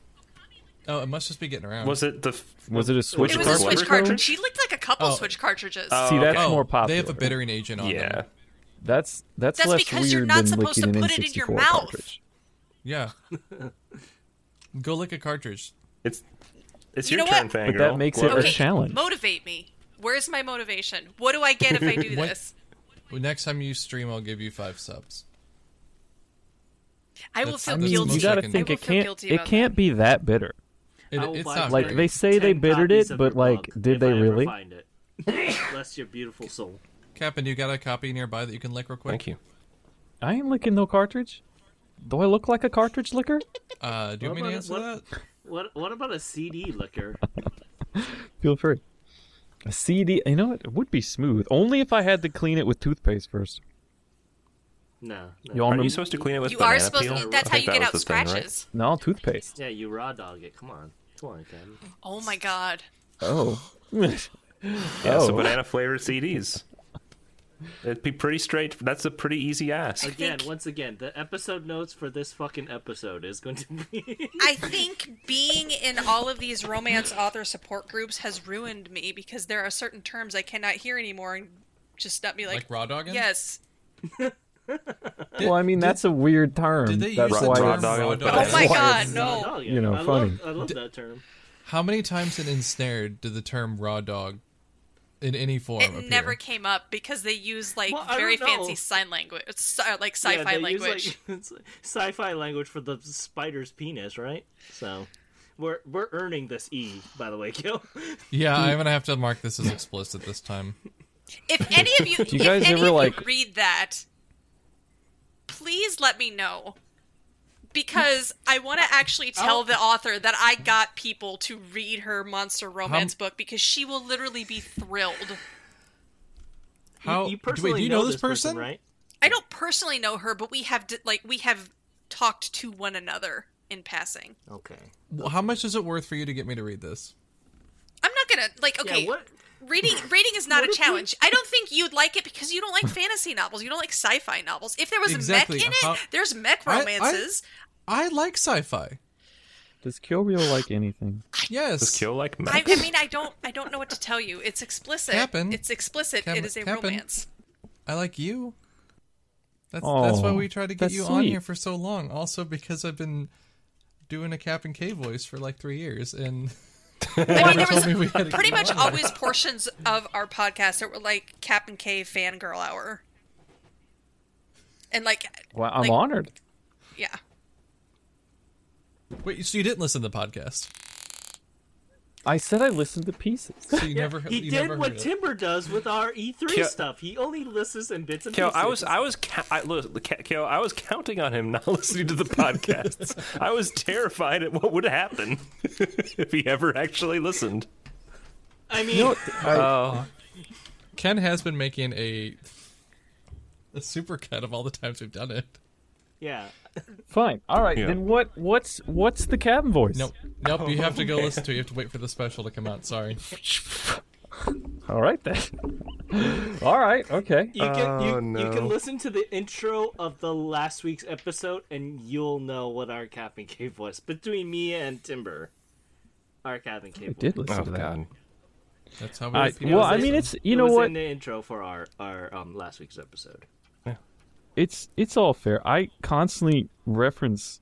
Speaker 6: Oh, it must just be getting around.
Speaker 4: Was it the? f-
Speaker 1: Was it a Switch
Speaker 3: It was a
Speaker 1: cartridge?
Speaker 3: Switch
Speaker 1: though?
Speaker 3: cartridge. She licked like a couple
Speaker 6: Oh.
Speaker 3: Switch cartridges.
Speaker 4: Uh,
Speaker 1: See, that's
Speaker 6: oh,
Speaker 1: more popular.
Speaker 6: They have a bittering agent on
Speaker 4: Yeah.
Speaker 6: them.
Speaker 1: That's that's,
Speaker 3: That's
Speaker 1: less
Speaker 3: because
Speaker 1: weird
Speaker 3: you're not
Speaker 1: than
Speaker 3: supposed to
Speaker 1: licking an
Speaker 3: put it in your
Speaker 1: N64
Speaker 3: mouth.
Speaker 1: cartridge.
Speaker 6: Yeah. Go lick a cartridge.
Speaker 4: It's. It's
Speaker 3: You
Speaker 4: your
Speaker 3: know
Speaker 4: turn,
Speaker 3: what?
Speaker 1: But
Speaker 4: fangirl.
Speaker 1: that makes it a
Speaker 4: Glover.
Speaker 3: okay,
Speaker 1: challenge.
Speaker 3: motivate me. Where's my motivation? What do I get if I do
Speaker 6: What-
Speaker 3: this?
Speaker 6: Well, Next time you stream, I'll give you five subs.
Speaker 3: I will
Speaker 6: That's-
Speaker 3: feel
Speaker 6: that's the
Speaker 3: guilty.
Speaker 1: You
Speaker 6: most
Speaker 1: gotta
Speaker 6: I can
Speaker 1: think
Speaker 3: do.
Speaker 1: it
Speaker 3: I will feel
Speaker 1: can't
Speaker 3: guilty
Speaker 1: it
Speaker 3: about
Speaker 1: can't be that bitter.
Speaker 6: It,
Speaker 2: I
Speaker 3: Oh,
Speaker 2: will
Speaker 6: it's
Speaker 2: buy
Speaker 6: not
Speaker 1: Like
Speaker 6: great.
Speaker 1: they say they
Speaker 2: 10
Speaker 1: bittered
Speaker 2: copies
Speaker 1: it,
Speaker 2: of
Speaker 1: but
Speaker 2: your
Speaker 1: like,
Speaker 2: book,
Speaker 1: did
Speaker 2: if
Speaker 1: they
Speaker 2: I ever
Speaker 1: really?
Speaker 2: find it. Bless your beautiful soul.
Speaker 6: Captain, you got a copy nearby that you can lick real quick.
Speaker 4: Thank you.
Speaker 1: I ain't licking no cartridge. Do I look like a cartridge licker?
Speaker 6: Uh, do you want me to
Speaker 2: What
Speaker 6: answer
Speaker 2: about-
Speaker 6: that?
Speaker 2: What What about a CD liquor?
Speaker 1: Feel free. A CD, you know what? It would be smooth. Only if I had to clean it with toothpaste first.
Speaker 2: No, no.
Speaker 1: You all
Speaker 4: Aren't
Speaker 1: remember?
Speaker 4: you supposed to clean it with
Speaker 3: you
Speaker 4: banana
Speaker 3: are supposed
Speaker 4: peel?
Speaker 3: to. That's
Speaker 4: I
Speaker 3: how
Speaker 4: think
Speaker 3: you get
Speaker 4: that
Speaker 3: out
Speaker 4: was the thing, right?
Speaker 3: scratches.
Speaker 1: no toothpaste.
Speaker 2: Yeah, you raw dog it. Come on, come on, Ken.
Speaker 3: Oh my god.
Speaker 1: Oh.
Speaker 4: Yeah,
Speaker 1: Oh.
Speaker 4: so banana flavored CDs. It'd be pretty straight. That's a pretty easy ask.
Speaker 2: Again, once again, the episode notes for this fucking episode is going to be.
Speaker 3: I think being in all of these romance author support groups has ruined me because there are certain terms I cannot hear anymore and just not be like,
Speaker 6: Like raw dogging?
Speaker 3: yes.
Speaker 1: Well, I mean, that's a weird term.
Speaker 6: Did they
Speaker 1: that's
Speaker 6: use the
Speaker 1: why
Speaker 6: term
Speaker 1: it's-
Speaker 4: dog
Speaker 6: raw
Speaker 4: with
Speaker 6: dog?
Speaker 4: banana?
Speaker 3: Oh my
Speaker 1: why
Speaker 3: god,
Speaker 1: it's-
Speaker 3: no.
Speaker 2: Oh, yeah.
Speaker 1: You know,
Speaker 2: I
Speaker 1: funny.
Speaker 2: Love, I love that term.
Speaker 6: How many times in Ensnared did the term raw dog in any form
Speaker 3: It
Speaker 6: appear?
Speaker 3: never came up because they use like
Speaker 2: Well, I
Speaker 3: very
Speaker 2: don't know.
Speaker 3: fancy sign language, sci- like
Speaker 2: yeah,
Speaker 3: sci-fi
Speaker 2: they use,
Speaker 3: language.
Speaker 2: like, it's like sci-fi language for the spider's penis, right? So, we're we're earning this E, by the way, Gil.
Speaker 6: Yeah, I'm gonna have to mark this as explicit this time.
Speaker 3: If any of you,
Speaker 1: Do you
Speaker 3: if
Speaker 1: guys
Speaker 3: any
Speaker 1: ever,
Speaker 3: of
Speaker 1: like-
Speaker 3: you read that, please let me know because I want to actually
Speaker 2: Oh.
Speaker 3: tell the author that I got people to read her monster romance book because she will literally be thrilled.
Speaker 6: How
Speaker 2: you
Speaker 6: do- Oh, wait,
Speaker 2: personally
Speaker 6: do you know, this person?
Speaker 2: right?
Speaker 3: I don't personally know her, but we have d- like we have talked to one another in passing.
Speaker 2: Okay.
Speaker 6: Well, How much is it worth for you to get me to read this?
Speaker 3: I'm not gonna like okay.
Speaker 2: Yeah. What?
Speaker 3: Reading reading is not a
Speaker 2: What if you-
Speaker 3: challenge. I don't think you'd like it because you don't like fantasy novels. You don't like sci-fi novels. If there was
Speaker 6: Exactly,
Speaker 3: a mech in
Speaker 6: how-
Speaker 3: it, there's mech
Speaker 6: I- I-
Speaker 3: romances.
Speaker 6: I like sci-fi.
Speaker 1: Does Kyobyo like anything?
Speaker 6: Yes.
Speaker 4: Kill like
Speaker 3: I, I,
Speaker 4: Max.
Speaker 3: mean, I don't I don't know what to tell you. It's explicit.
Speaker 6: Cap'n.
Speaker 3: It's explicit.
Speaker 6: Cap'n-
Speaker 3: it is a
Speaker 6: Cap'n.
Speaker 3: romance.
Speaker 6: I like you. That's
Speaker 1: Oh,
Speaker 6: that's why we tried to get
Speaker 1: that's
Speaker 6: you on
Speaker 1: sweet.
Speaker 6: here for so long. Also because I've been doing a Cap and K voice for like three years, and
Speaker 3: I mean, there
Speaker 6: told me
Speaker 3: was
Speaker 6: we had to
Speaker 3: pretty
Speaker 6: get
Speaker 3: much
Speaker 6: on.
Speaker 3: always portions of our podcast that were like Cap and K fangirl hour. And like,
Speaker 1: Well, I'm
Speaker 3: Like-
Speaker 1: honored.
Speaker 3: yeah,
Speaker 6: Wait, so you didn't listen to the podcast?
Speaker 1: I said I listened to pieces.
Speaker 6: So you never
Speaker 2: He
Speaker 6: you never
Speaker 2: did what
Speaker 6: heard it.
Speaker 2: Timber does with our E3
Speaker 4: Kyo-
Speaker 2: stuff. He only listens in bits and
Speaker 4: Kyo,
Speaker 2: pieces.
Speaker 4: I was, I was, ca- I, look, Ca- Kyo, I was counting on him not listening to the podcasts. I was terrified at what would happen if he ever actually listened.
Speaker 2: I mean,
Speaker 4: Oh,
Speaker 6: Ken has been making a a supercut of all the times we've done it.
Speaker 2: yeah.
Speaker 1: Fine. All right.
Speaker 4: Yeah.
Speaker 1: Then what? What's what's the cabin voice?
Speaker 6: Nope, nope. you have to
Speaker 1: Oh.
Speaker 6: go listen to. it. You have to wait for the special to come out. Sorry.
Speaker 1: All right then. All right. Okay.
Speaker 2: You can you,
Speaker 4: Oh,
Speaker 2: you
Speaker 4: no.
Speaker 2: can listen to the intro of the last week's episode, and you'll know what our Captain Cave was between me and Timber. Our Captain Cave.
Speaker 1: I did listen
Speaker 4: oh
Speaker 1: to that.
Speaker 4: God.
Speaker 6: That's how we.
Speaker 1: I,
Speaker 6: repeat
Speaker 1: well, I
Speaker 6: ourselves.
Speaker 1: mean, it's you
Speaker 2: it
Speaker 1: know
Speaker 2: was
Speaker 1: what?
Speaker 2: in the intro for our our um, last week's episode.
Speaker 1: it's it's all fair. I constantly reference.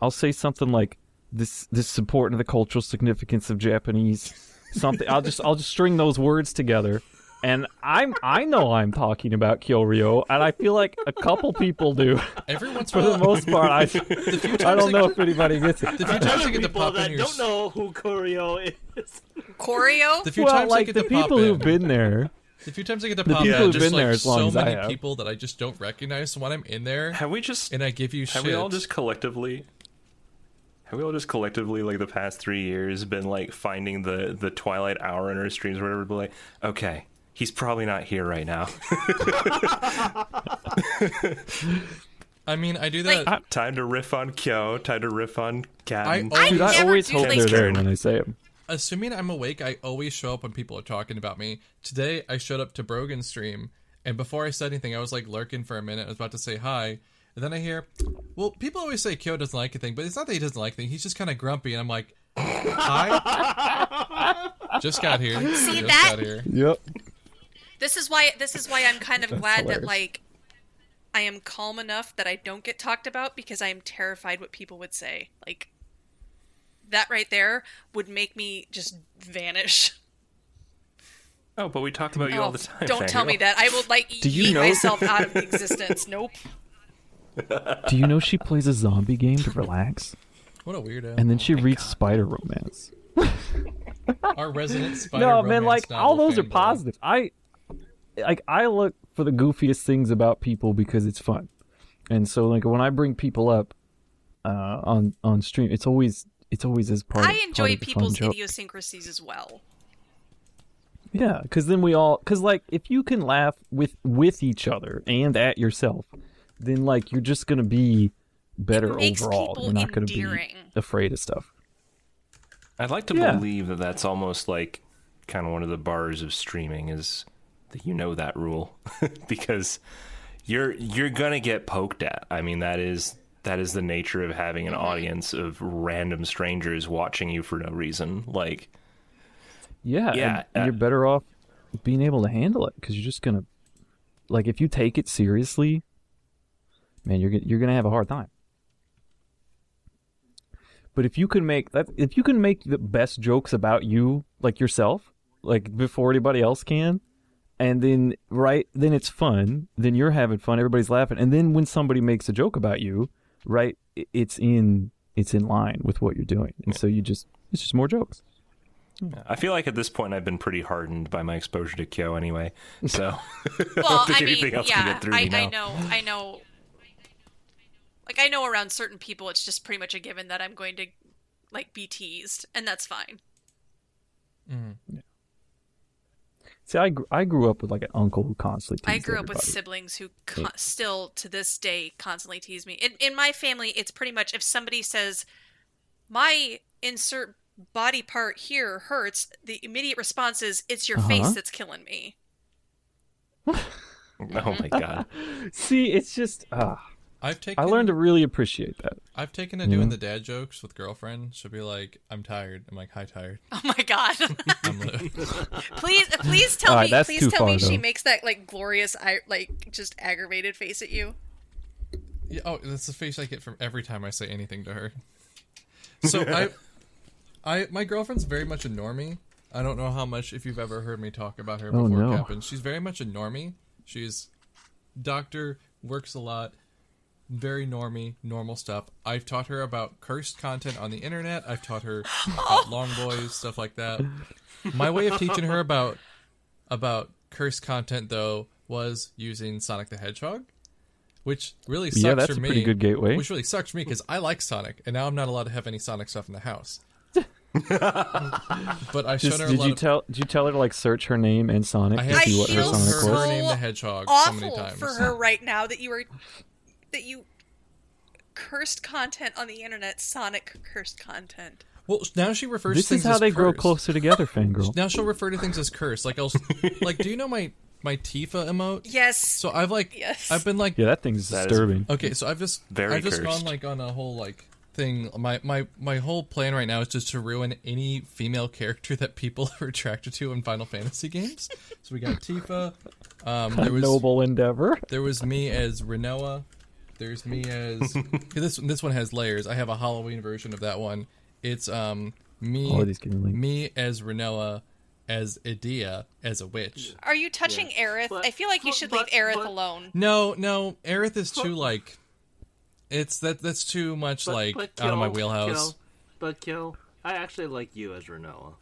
Speaker 1: I'll say something like this. This support and the cultural significance of Japanese. Something. I'll just I'll just string those words together, and I'm I know I'm talking about Kyoryo, and I feel like a couple people do.
Speaker 6: every once
Speaker 1: For
Speaker 6: in a
Speaker 1: the
Speaker 6: while.
Speaker 1: most part, I I don't know if anybody gets it.
Speaker 6: The few times I
Speaker 2: Other
Speaker 6: get to
Speaker 2: people
Speaker 6: pop
Speaker 2: that
Speaker 6: in your,
Speaker 2: don't know who Koryo is.
Speaker 3: choreo.
Speaker 6: the few
Speaker 1: well,
Speaker 6: times I
Speaker 1: like
Speaker 6: get
Speaker 1: the
Speaker 6: to pop
Speaker 1: people
Speaker 6: in,
Speaker 1: who've been there.
Speaker 6: the few times I get to pop
Speaker 1: people
Speaker 6: in,
Speaker 1: who've
Speaker 6: just
Speaker 1: been
Speaker 6: like
Speaker 1: there as long
Speaker 6: so
Speaker 1: as I
Speaker 6: many
Speaker 1: have.
Speaker 6: people that I just don't recognize. So when I'm in there
Speaker 4: Have we just?
Speaker 6: and I give you
Speaker 4: Have
Speaker 6: shit,
Speaker 4: we all just collectively? Have we all just collectively, like the past three years, been like finding the the Twilight Hour in our streams, or whatever? Be like, okay, he's probably not here right now.
Speaker 6: I mean, I do that.
Speaker 1: Like-
Speaker 4: time to riff on Kyo. Time to riff on
Speaker 6: I
Speaker 4: Cat.
Speaker 6: always,
Speaker 1: Dude, I
Speaker 3: Never
Speaker 1: always
Speaker 3: do
Speaker 1: hope
Speaker 3: like-
Speaker 1: they're there when I say them.
Speaker 6: assuming I'm awake, I always show up when people are talking about me. Today, I showed up to Brogan's stream, and before I said anything, I was like lurking for a minute. I was about to say hi, and then I hear, well, people always say Kyo doesn't like anything, but it's not that he doesn't like anything. He's just kind of grumpy, and I'm like, hi. just got here.
Speaker 3: See
Speaker 6: just
Speaker 3: that?
Speaker 6: Got here.
Speaker 1: Yep.
Speaker 3: This is why this is why I'm kind of glad that
Speaker 1: hilarious.
Speaker 3: like I am calm enough that I don't get talked about because I am terrified what people would say. Like that right there would make me just vanish.
Speaker 4: Oh, but we talk about you all the time.
Speaker 3: Oh, don't tell me
Speaker 4: Daniel.
Speaker 3: that. I will like eat
Speaker 1: you know-
Speaker 3: myself out of existence. Nope.
Speaker 1: Do you know she plays a zombie game to relax,
Speaker 6: What a weirdo.
Speaker 1: and then
Speaker 3: Oh
Speaker 1: she reads Spider Romance?
Speaker 6: Our resident spider.
Speaker 1: No, man,
Speaker 6: romance
Speaker 1: like all
Speaker 6: novel
Speaker 1: those are
Speaker 6: fanboy.
Speaker 1: positive. I like I look for the goofiest things about people because it's fun, and so like when I bring people up uh, on on stream, it's always it's always as part.
Speaker 3: I
Speaker 1: part
Speaker 3: enjoy
Speaker 1: of the fun
Speaker 3: people's
Speaker 1: joke.
Speaker 3: idiosyncrasies as well.
Speaker 1: Yeah, because then we all because like if you can laugh with with each other and at yourself, then like you're just gonna be better
Speaker 3: makes
Speaker 1: overall.
Speaker 3: people
Speaker 1: You're not gonna
Speaker 3: endearing.
Speaker 1: be afraid of stuff.
Speaker 4: I'd like to
Speaker 1: Yeah.
Speaker 4: believe that that's almost like kind of one of the bars of streaming is that you know that rule because you're you're gonna get poked at. I mean that is that is the nature of having an audience of random strangers watching you for no reason. Like
Speaker 1: Yeah,
Speaker 4: Yeah,
Speaker 1: and
Speaker 4: uh,
Speaker 1: you're better off being able to handle it because you're just gonna like if you take it seriously, man, you're gon- you're gonna have a hard time. But if you can make that, if you can make the best jokes about you, like yourself, like before anybody else can, and then right, then it's fun. Then you're having fun. Everybody's laughing, and then when somebody makes a joke about you, right, i- it's in it's in line with what you're doing, and so you just it's just more jokes.
Speaker 4: I feel like at this point I've been pretty hardened by my exposure to Kyo anyway. So
Speaker 3: Well,
Speaker 4: think
Speaker 3: I mean,
Speaker 4: anything else can
Speaker 3: yeah,
Speaker 4: get through
Speaker 3: I,
Speaker 4: me
Speaker 3: I
Speaker 4: now.
Speaker 3: know, I know. Like I know around certain people, it's just pretty much a given that I'm going to like be teased, and that's fine.
Speaker 1: See, I, gr- I grew up with like an uncle who constantly.
Speaker 3: I
Speaker 1: teased
Speaker 3: grew up with
Speaker 1: everybody.
Speaker 3: siblings who con- still to this day constantly tease me. In, in my family, it's pretty much if somebody says, "My insert body part here hurts," the immediate response is, "It's your face
Speaker 1: Uh-huh.
Speaker 3: that's killing me."
Speaker 4: oh my god.
Speaker 1: See, it's just ah,
Speaker 6: I've taken
Speaker 1: I learned to really appreciate that.
Speaker 6: I've taken to doing the dad jokes with girlfriend. She'll be like, "I'm tired." I'm like, "Hi, tired."
Speaker 3: Oh my god!
Speaker 6: I'm li-
Speaker 3: please, please tell
Speaker 1: All right,
Speaker 3: me,
Speaker 1: that's
Speaker 3: please
Speaker 1: too
Speaker 3: tell me
Speaker 1: far,
Speaker 3: she
Speaker 1: though.
Speaker 3: makes that like glorious, I like just aggravated face at you.
Speaker 6: Yeah, oh, that's the face I get from every time I say anything to her. So I, I, my girlfriend's very much a normie. I don't know how much if you've ever heard me talk about her
Speaker 1: Oh,
Speaker 6: before,
Speaker 1: no.
Speaker 6: Captain. She's very much a normie. She's doctor, works a lot, very normie, normal stuff. I've taught her about cursed content on the internet. I've taught her about long boys, stuff like that. My way of teaching her about about cursed content though was using Sonic the Hedgehog, which really sucks
Speaker 1: Yeah, that's
Speaker 6: for
Speaker 1: a
Speaker 6: me.
Speaker 1: pretty good gateway.
Speaker 6: Which really sucks for me because I like Sonic, and now I'm not allowed to have any Sonic stuff in the house. but I showed
Speaker 1: Just,
Speaker 6: her a
Speaker 1: did
Speaker 6: lot
Speaker 1: you
Speaker 6: of.
Speaker 1: tell? Did you tell her to like search her name and Sonic
Speaker 6: I
Speaker 1: to
Speaker 6: have
Speaker 1: see what her
Speaker 3: feel
Speaker 6: shown
Speaker 1: Sonic
Speaker 6: her
Speaker 3: so-
Speaker 1: was?
Speaker 6: name the Hedgehog so
Speaker 3: awful
Speaker 6: many times.
Speaker 3: for her right now that you are that you cursed content on the internet sonic cursed content
Speaker 6: Well, now she refers to
Speaker 1: This
Speaker 6: things
Speaker 1: is how
Speaker 6: as
Speaker 1: they grow
Speaker 6: cursed.
Speaker 1: closer together, fangirl.
Speaker 6: Now she'll refer to things as cursed. Like I'll, like, do you know my my Tifa emote?
Speaker 3: yes
Speaker 6: So I've like,
Speaker 3: Yes.
Speaker 6: I've been like,
Speaker 1: yeah, that thing's
Speaker 4: That is-
Speaker 1: disturbing.
Speaker 6: Okay, so I've just
Speaker 4: Very
Speaker 6: I've just
Speaker 4: cursed.
Speaker 6: gone like on a whole like thing. My my my whole plan right now is just to ruin any female character that people are attracted to in Final Fantasy games. so we got Tifa. Um, there was
Speaker 1: Noble endeavor.
Speaker 6: there was me as Renoa. There's me as 'cause this this one has layers. I have a Halloween version of that one. It's um me
Speaker 1: All of these can link.
Speaker 6: me as Renoa as Idea as a witch.
Speaker 3: are you touching Aerith?
Speaker 2: But-
Speaker 3: I feel like you
Speaker 2: but-
Speaker 3: should
Speaker 2: but-
Speaker 3: leave Aerith
Speaker 2: but-
Speaker 3: alone.
Speaker 6: No, no, Aerith is too like it's that that's too much
Speaker 2: But-
Speaker 6: like
Speaker 2: but
Speaker 6: out of my
Speaker 2: Kill-
Speaker 6: wheelhouse.
Speaker 2: Kill- but kill, I actually like you as Renoa.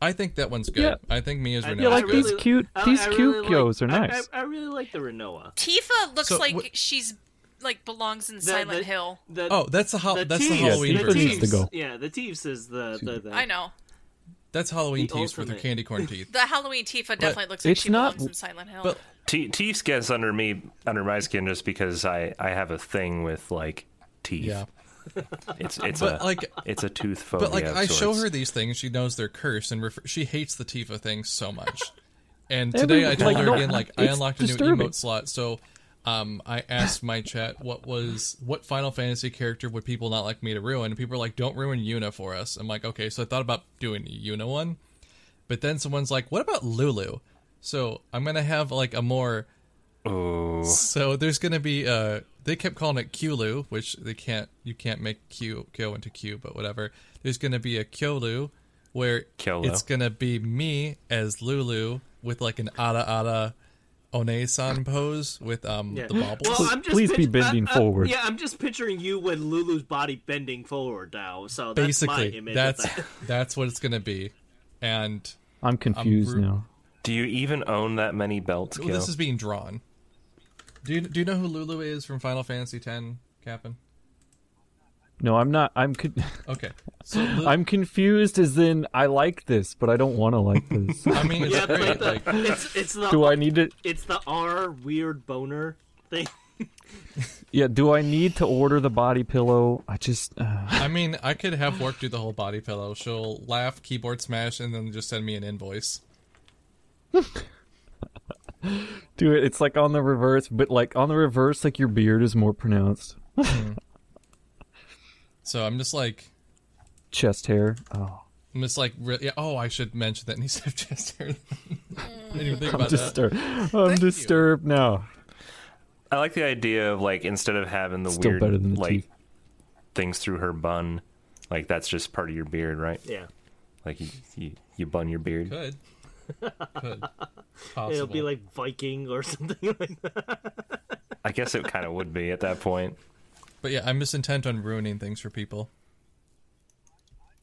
Speaker 6: I think that one's good.
Speaker 1: Yeah.
Speaker 6: I think Mia's
Speaker 2: I-
Speaker 6: Renee.
Speaker 1: Yeah,
Speaker 2: I
Speaker 1: like
Speaker 6: good.
Speaker 1: these cute- these cute
Speaker 2: like,
Speaker 1: gyos are
Speaker 2: I-
Speaker 1: nice.
Speaker 2: I, I, really like the Renoa.
Speaker 3: Tifa looks
Speaker 6: So,
Speaker 3: like
Speaker 6: wh-
Speaker 3: she's like belongs in
Speaker 2: The-
Speaker 3: Silent
Speaker 2: the-
Speaker 3: Hill.
Speaker 2: The,
Speaker 6: Oh, that's the ho-
Speaker 2: the
Speaker 6: that's the
Speaker 2: Teeves-
Speaker 6: Halloween
Speaker 1: Tifa
Speaker 2: the
Speaker 6: version.
Speaker 1: needs to
Speaker 2: Teeves-
Speaker 1: go.
Speaker 2: Yeah, the Teeves is the, the, the
Speaker 3: I know
Speaker 6: That's Halloween
Speaker 2: The
Speaker 6: teeth with her
Speaker 2: ultimate.
Speaker 6: candy corn teeth.
Speaker 3: the Halloween Tifa definitely looks like
Speaker 1: it's
Speaker 3: she
Speaker 1: not-
Speaker 3: belongs in Silent Hill.
Speaker 6: but-
Speaker 4: T- teeth gets under me under my skin just because I I have a thing with like teeth.
Speaker 6: Yeah.
Speaker 4: It's it's
Speaker 6: But,
Speaker 4: a
Speaker 6: like-
Speaker 4: it's a tooth phobia.
Speaker 6: But like
Speaker 4: of
Speaker 6: I show
Speaker 4: sorts.
Speaker 6: her these things, she knows they're cursed and refer- she hates the Tifa thing so much. And today I
Speaker 1: Every-
Speaker 6: told
Speaker 1: like,
Speaker 6: her
Speaker 1: no,
Speaker 6: again like I
Speaker 1: it's
Speaker 6: unlocked a new
Speaker 1: disturbing.
Speaker 6: emote slot, so um, I asked my chat what was what Final Fantasy character would people not like me to ruin? And people were like, "Don't ruin Yuna for us." I'm like, "Okay." So I thought about doing a Yuna one, but then someone's like, "What about Lulu?" So I'm gonna have like a more
Speaker 4: Oh,
Speaker 6: So there's going to be uh they kept calling it Kyulu, which they can't you can't make Q go into Q, but whatever. There's going to be a Kyolu where
Speaker 4: Kyolo.
Speaker 6: it's going to be me as Lulu with like an ada ada One-san pose with um the baubles.
Speaker 2: Well, I'm just
Speaker 1: please be
Speaker 2: pitch- I-
Speaker 1: bending
Speaker 2: I-
Speaker 1: forward.
Speaker 2: Yeah, I'm just picturing you with Lulu's body bending forward now. So that's my
Speaker 6: Basically,
Speaker 2: image.
Speaker 6: that's
Speaker 2: of that.
Speaker 6: that's what it's going to be. And
Speaker 1: I'm confused
Speaker 6: ru-
Speaker 1: now.
Speaker 4: do you even own that many belts?
Speaker 6: well,
Speaker 4: Gil?
Speaker 6: this is being drawn. Do you, do you know who Lulu is from Final Fantasy X, Captain?
Speaker 1: No, I'm not. I'm con-
Speaker 6: Okay. So Lu-
Speaker 1: I'm confused. As in, I like this, but I don't want to like this.
Speaker 6: I mean, it's
Speaker 2: Yeah,
Speaker 6: great.
Speaker 2: but the-
Speaker 6: Like,
Speaker 2: it's it's the
Speaker 1: Do I need to?
Speaker 2: it's the R weird boner thing.
Speaker 1: Yeah, do I need to order the body pillow? I just uh,
Speaker 6: I mean, I could have work do the whole body pillow. She'll laugh, keyboard smash, and then just send me an invoice.
Speaker 1: do it. It's like on the reverse, but like on the reverse, like your beard is more pronounced.
Speaker 6: So I'm just like,
Speaker 1: Chest hair. Oh,
Speaker 6: I'm just like, re- yeah, oh, I should mention that needs to have chest hair. I didn't even think
Speaker 1: I'm
Speaker 6: about that.
Speaker 1: disturbed. I'm disturbed now.
Speaker 4: I like the idea of like instead of having the
Speaker 1: Still
Speaker 4: weird
Speaker 1: better than the
Speaker 4: like
Speaker 1: teeth.
Speaker 4: things through her bun, like that's just part of your beard, right?
Speaker 2: Yeah.
Speaker 4: Like you you, you bun your beard.
Speaker 6: Could. Could.
Speaker 2: It'll be
Speaker 6: Possible.
Speaker 2: like Viking or something like that.
Speaker 4: I guess it kind of would be at that point.
Speaker 6: But yeah, I'm just intent on ruining things for people.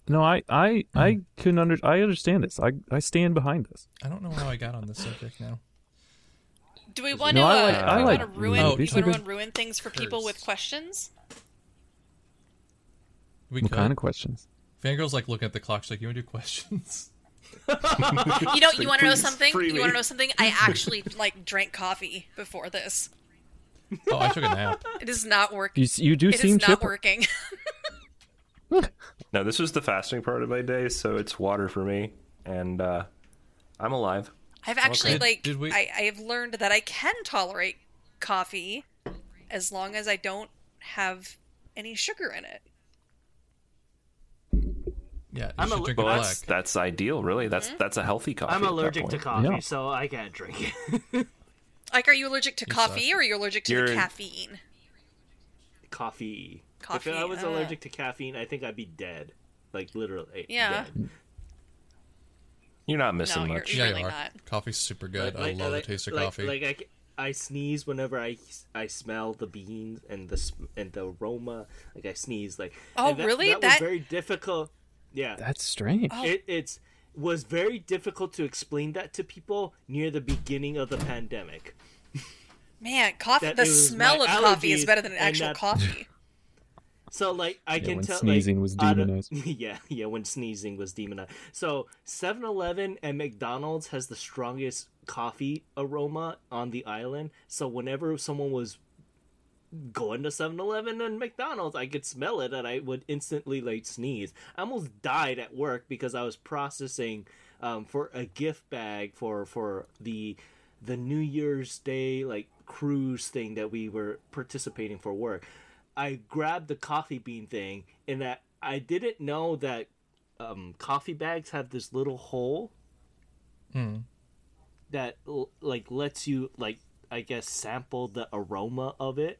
Speaker 1: No, I I I can under I understand this. I I stand behind this.
Speaker 6: I don't know how I got on this subject now.
Speaker 3: Do we want
Speaker 1: No,
Speaker 3: to?
Speaker 1: I
Speaker 3: uh,
Speaker 1: like- I like-
Speaker 3: do we want to ruin?
Speaker 6: Oh,
Speaker 3: do we
Speaker 6: these
Speaker 1: are
Speaker 3: want to
Speaker 1: good-
Speaker 3: ruin, ruin things for people with
Speaker 6: Cursed.
Speaker 3: questions?
Speaker 6: We
Speaker 1: What
Speaker 6: could.
Speaker 1: kind of questions?
Speaker 6: Fangirl's like looking at the clock. She's like, "You want to do questions?"
Speaker 3: You know, you want to know something?
Speaker 4: free
Speaker 3: You want
Speaker 4: me.
Speaker 3: to know something? I actually like drank coffee before this.
Speaker 6: Oh, I took a nap.
Speaker 3: It is not working.
Speaker 1: You s- you do
Speaker 3: It is
Speaker 1: seem
Speaker 3: not
Speaker 1: chipper.
Speaker 3: working.
Speaker 4: No, this was the fasting part of my day, so it's water for me, and uh, I'm alive.
Speaker 3: I've actually
Speaker 6: Did-
Speaker 3: like
Speaker 6: did we-
Speaker 3: I, I have learned that I can tolerate coffee as long as I don't have any sugar in it.
Speaker 6: Yeah, you
Speaker 2: I'm
Speaker 6: should
Speaker 2: a-
Speaker 6: drink a
Speaker 4: Well,
Speaker 6: black.
Speaker 4: that's that's ideal, really. That's
Speaker 3: Mm-hmm.
Speaker 4: that's a healthy coffee.
Speaker 2: I'm
Speaker 4: at that
Speaker 2: allergic to
Speaker 4: point.
Speaker 2: coffee,
Speaker 1: Yeah.
Speaker 2: so I can't drink it.
Speaker 3: Like, are you allergic to coffee or are you allergic to the
Speaker 4: You're-
Speaker 3: caffeine?
Speaker 2: coffee.
Speaker 3: Coffee,
Speaker 2: If I was
Speaker 3: ah.
Speaker 2: allergic to caffeine, I think I'd be dead. Like literally.
Speaker 3: Yeah.
Speaker 2: dead.
Speaker 4: You're not missing
Speaker 3: No, you're-
Speaker 4: much.
Speaker 6: yeah,
Speaker 3: Really
Speaker 6: you are.
Speaker 3: not.
Speaker 6: Coffee's super good. I love the taste of
Speaker 2: like-
Speaker 6: coffee.
Speaker 2: Like I, c- I sneeze whenever I I smell the beans and the sm- and the aroma. Like I sneeze. Like
Speaker 3: Oh,
Speaker 2: and that,
Speaker 3: really?
Speaker 2: That,
Speaker 3: That-
Speaker 2: was very difficult. Yeah.
Speaker 1: That's strange.
Speaker 3: Oh.
Speaker 2: It it's was very difficult to explain that to people near the beginning of the pandemic.
Speaker 3: Man, coffee.
Speaker 2: That
Speaker 3: The
Speaker 2: it was
Speaker 3: smell
Speaker 2: my
Speaker 3: of coffee is
Speaker 2: allergies
Speaker 3: better than
Speaker 2: and
Speaker 3: actual
Speaker 2: that-
Speaker 3: coffee.
Speaker 2: So like I can
Speaker 1: when
Speaker 2: tell
Speaker 1: sneezing
Speaker 2: like,
Speaker 1: was
Speaker 2: out of-
Speaker 1: demonized.
Speaker 2: yeah, yeah, when sneezing was demonized. So 7-Eleven and McDonald's has the strongest coffee aroma on the island. So whenever someone was going to 7-Eleven and McDonald's, I could smell it and I would instantly like sneeze. I almost died at work because I was processing um, for a gift bag for for the the New Year's Day like cruise thing that we were participating for work. I grabbed the coffee bean thing and that I didn't know that um, coffee bags have this little hole
Speaker 6: Hmm.
Speaker 2: that l- like lets you like I guess sample the aroma of it.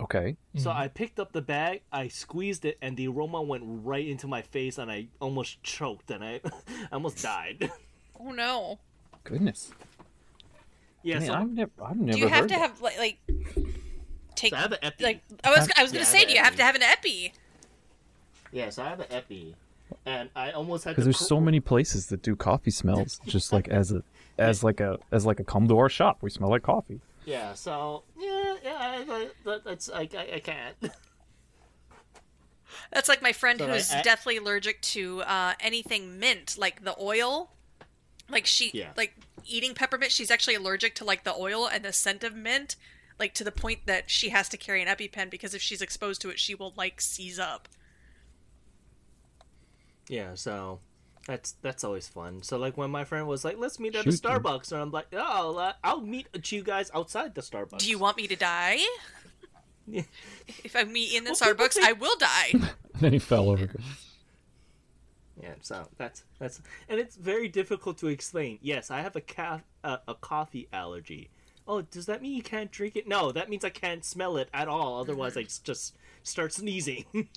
Speaker 1: Okay.
Speaker 2: So I picked up the bag, I squeezed it, and the aroma went right into my face, and I almost choked, and I, I almost died.
Speaker 3: Oh no!
Speaker 1: Goodness.
Speaker 2: yeah,
Speaker 1: Man,
Speaker 2: so,
Speaker 1: I've never I've never
Speaker 3: Do you have
Speaker 1: heard
Speaker 3: to
Speaker 1: that.
Speaker 3: have like, like take
Speaker 2: so I have an epi.
Speaker 3: like? I was I was
Speaker 2: Yeah,
Speaker 3: gonna
Speaker 2: I
Speaker 3: say,
Speaker 2: have
Speaker 3: do you have
Speaker 2: epi.
Speaker 3: to have an epi?
Speaker 2: yeah, so I have an epi, and I almost had
Speaker 1: because
Speaker 2: to
Speaker 1: there's
Speaker 2: cr-
Speaker 1: so many places that do coffee smells just like as a as like a as like a come to our shop we smell like coffee
Speaker 2: Yeah, so yeah, yeah, I, I, that, that's I, I, I can't.
Speaker 3: That's like my friend
Speaker 2: So
Speaker 3: who's
Speaker 2: I- I-
Speaker 3: deathly allergic to uh, anything mint, like the oil. Like she,
Speaker 2: Yeah.
Speaker 3: like eating peppermint, she's actually allergic to like the oil and the scent of mint, like to the point that she has to carry an EpiPen because if she's exposed to it, she will like seize up.
Speaker 2: Yeah, so that's that's always fun. So like when my friend was like, "Let's meet at
Speaker 1: Shoot
Speaker 2: a
Speaker 1: 'em.
Speaker 2: Starbucks," and I'm like, "Oh, uh, I'll meet you guys outside the Starbucks."
Speaker 3: Do you want me to die?
Speaker 2: Yeah.
Speaker 3: if I meet in the
Speaker 2: Well, people
Speaker 3: Starbucks, I will die.
Speaker 1: and then he fell over
Speaker 2: Yeah, so that's that's and it's very difficult to explain. Yes, I have a ca- uh, a coffee allergy. Oh, does that mean you can't drink it? No, that means I can't smell it at all. Otherwise, I s-
Speaker 3: Mm-hmm.
Speaker 2: just start sneezing.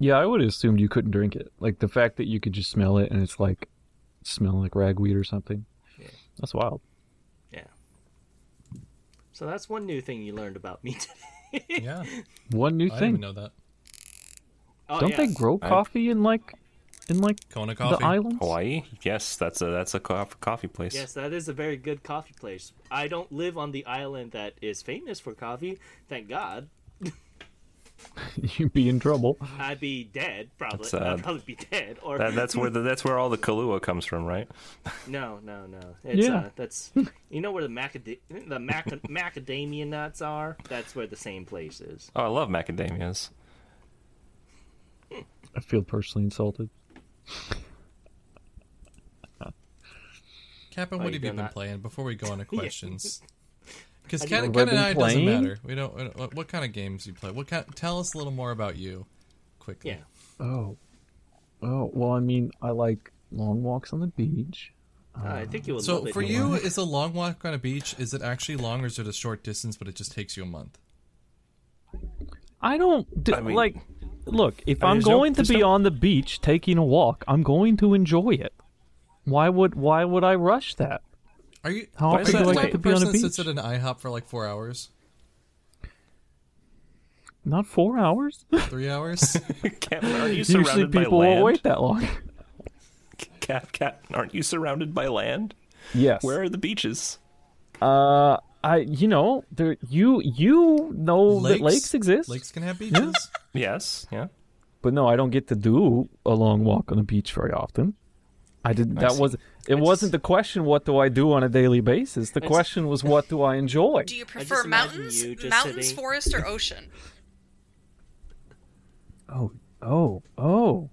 Speaker 1: yeah i would have assumed you couldn't drink it like the fact that you could just smell it and it's like smelling like ragweed or something that's wild
Speaker 2: yeah. So that's one new thing you learned about me today.
Speaker 6: yeah,
Speaker 1: one new
Speaker 6: I didn't even
Speaker 1: thing
Speaker 6: know that.
Speaker 2: oh,
Speaker 1: don't they
Speaker 2: yes.
Speaker 1: grow coffee in like in like
Speaker 6: Kona coffee.
Speaker 1: the islands
Speaker 4: Hawaii? Yes, that's a that's a cof- coffee place.
Speaker 2: Yes, that is a very good coffee place. I don't live on the island that is famous for coffee, thank God.
Speaker 1: you'd be in trouble.
Speaker 7: I'd be dead, probably.
Speaker 4: That's, uh,
Speaker 7: I'd probably be dead. Or
Speaker 4: That, that's where the, that's where all the Kahlua comes from, right?
Speaker 7: no, no, no. It's,
Speaker 1: Yeah.
Speaker 7: uh, that's you know where the macada- the mac- macadamia nuts are. That's where the same place is.
Speaker 4: Oh, I love macadamias.
Speaker 1: I feel personally insulted.
Speaker 6: Captain,
Speaker 7: Oh,
Speaker 6: what
Speaker 7: you
Speaker 6: have you
Speaker 7: done
Speaker 6: been
Speaker 7: that?
Speaker 6: playing? Before we go on to questions, because
Speaker 1: you-
Speaker 6: kind of
Speaker 1: What I've been
Speaker 6: kind of it doesn't
Speaker 1: playing?
Speaker 6: matter. We don't. we don't- What, what kind of games you play? What kind? Tell us a little more about you, quickly.
Speaker 7: Yeah.
Speaker 1: Oh, oh. Well, I mean, I like long walks on the beach.
Speaker 7: Uh, I think you will.
Speaker 6: So
Speaker 7: love it.
Speaker 6: for you, is a long walk on a beach? Is it actually long, or is it a short distance, but it just takes you a month?
Speaker 1: I don't d-
Speaker 4: I mean-
Speaker 1: like. Look, if
Speaker 4: I mean,
Speaker 1: I'm
Speaker 4: there's no-
Speaker 1: going
Speaker 4: there's
Speaker 1: to be
Speaker 4: no-
Speaker 1: on the beach taking a walk, I'm going to enjoy it. Why would Why would I rush that?
Speaker 6: Are you?
Speaker 1: How
Speaker 6: are
Speaker 1: often
Speaker 6: you
Speaker 4: do
Speaker 6: the
Speaker 4: I
Speaker 6: type
Speaker 4: get
Speaker 1: to
Speaker 6: of
Speaker 1: be on a
Speaker 6: person that sits
Speaker 1: beach?
Speaker 6: at an IHOP for like four hours,
Speaker 1: Not four hours.
Speaker 6: three hours?
Speaker 4: Captain, aren't you
Speaker 1: Usually,
Speaker 4: surrounded by
Speaker 1: people
Speaker 4: land?
Speaker 1: won't wait that long.
Speaker 4: Cap, Cap, aren't you surrounded by land?
Speaker 1: yes.
Speaker 4: Where are the beaches?
Speaker 1: Uh, I. You know, there. You. You know that lakes exist.
Speaker 6: Lakes can have beaches.
Speaker 4: Yes, yeah.
Speaker 1: but no, I don't get to do a long walk on the beach very often. I didn't. That
Speaker 4: see.
Speaker 1: was. It wasn't the question. What do I do on a daily basis? The question was, what do I enjoy?
Speaker 3: Do you prefer
Speaker 7: imagine
Speaker 3: mountains,
Speaker 7: you just
Speaker 3: mountains,
Speaker 7: sitting-
Speaker 3: forest, or ocean?
Speaker 1: Oh, oh, oh,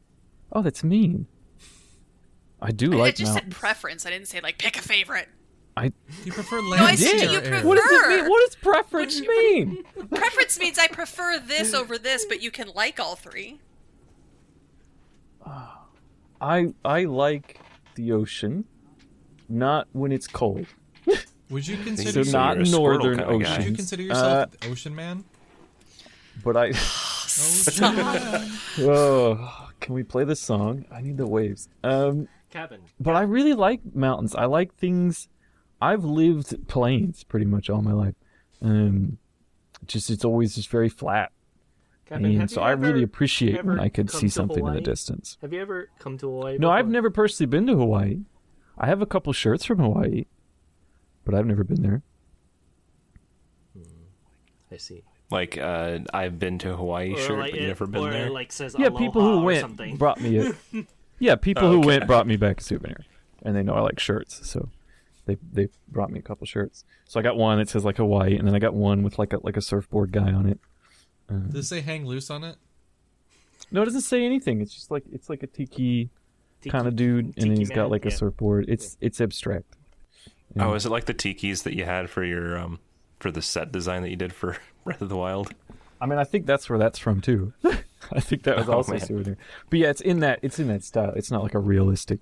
Speaker 1: oh. That's mean. I do
Speaker 3: I
Speaker 1: like
Speaker 3: just said
Speaker 1: mountains.
Speaker 3: preference. I didn't say like pick a favorite.
Speaker 1: I
Speaker 6: Do you prefer
Speaker 3: I
Speaker 6: land
Speaker 3: see
Speaker 6: or
Speaker 3: you
Speaker 6: air?
Speaker 3: prefer-
Speaker 1: what does it mean?
Speaker 3: Sure.
Speaker 1: What does preference
Speaker 3: Which-
Speaker 1: mean?
Speaker 3: Preference means I prefer this over this, but you can like all three.
Speaker 1: I I like the ocean, not when it's cold.
Speaker 6: Would you
Speaker 1: So
Speaker 6: consider?
Speaker 4: you're
Speaker 1: not
Speaker 4: a squirrel
Speaker 1: northern
Speaker 4: kinda guy.
Speaker 6: Would you
Speaker 1: ocean.
Speaker 6: consider
Speaker 1: Uh,
Speaker 6: yourself an ocean man?
Speaker 1: But I.
Speaker 6: Ocean man.
Speaker 1: Oh, can we play this song? I need the waves. Um.
Speaker 7: Kevin.
Speaker 1: but I really like mountains. I like things. I've lived plains pretty much all my life. Um, just it's always just very flat,
Speaker 7: Kevin,
Speaker 1: and
Speaker 7: have
Speaker 1: so
Speaker 7: you
Speaker 1: I
Speaker 7: ever-
Speaker 1: really appreciate when
Speaker 7: ever
Speaker 1: I could
Speaker 7: come
Speaker 1: see
Speaker 7: to
Speaker 1: something in
Speaker 7: Hawaii?
Speaker 1: the distance.
Speaker 7: Have you ever come to Hawaii?
Speaker 1: No, I've
Speaker 7: before?
Speaker 1: never personally been to Hawaii. I have a couple shirts from Hawaii, but I've never been there.
Speaker 7: I see.
Speaker 4: Like, uh, I've been to Hawaii, sure,
Speaker 7: like,
Speaker 4: but you
Speaker 7: it-
Speaker 4: never been
Speaker 7: or
Speaker 4: there.
Speaker 7: like says
Speaker 1: Yeah,
Speaker 7: aloha
Speaker 1: people who
Speaker 7: or
Speaker 1: went
Speaker 7: something.
Speaker 1: brought me it. yeah, people who went brought me back a souvenir, and they know I like shirts, so they they brought me a couple shirts. So I got one that says like Hawaii, and then I got one with like a like a surfboard guy on it.
Speaker 6: Does it say hang loose on it?
Speaker 1: No, it doesn't say anything. It's just like it's like a tiki,
Speaker 7: Tiki-
Speaker 1: kind of dude, and
Speaker 7: tiki
Speaker 1: then he's got
Speaker 7: man,
Speaker 1: like a
Speaker 7: yeah.
Speaker 1: surfboard. It's it's abstract.
Speaker 4: Oh, is it like the tikis that you had for your um for the set design that you did for Breath of the Wild?
Speaker 1: I mean, I think that's where that's from too. I think that was
Speaker 4: Oh,
Speaker 1: also
Speaker 4: man.
Speaker 1: souvenir. But yeah, it's in that it's in that style. It's not like a realistic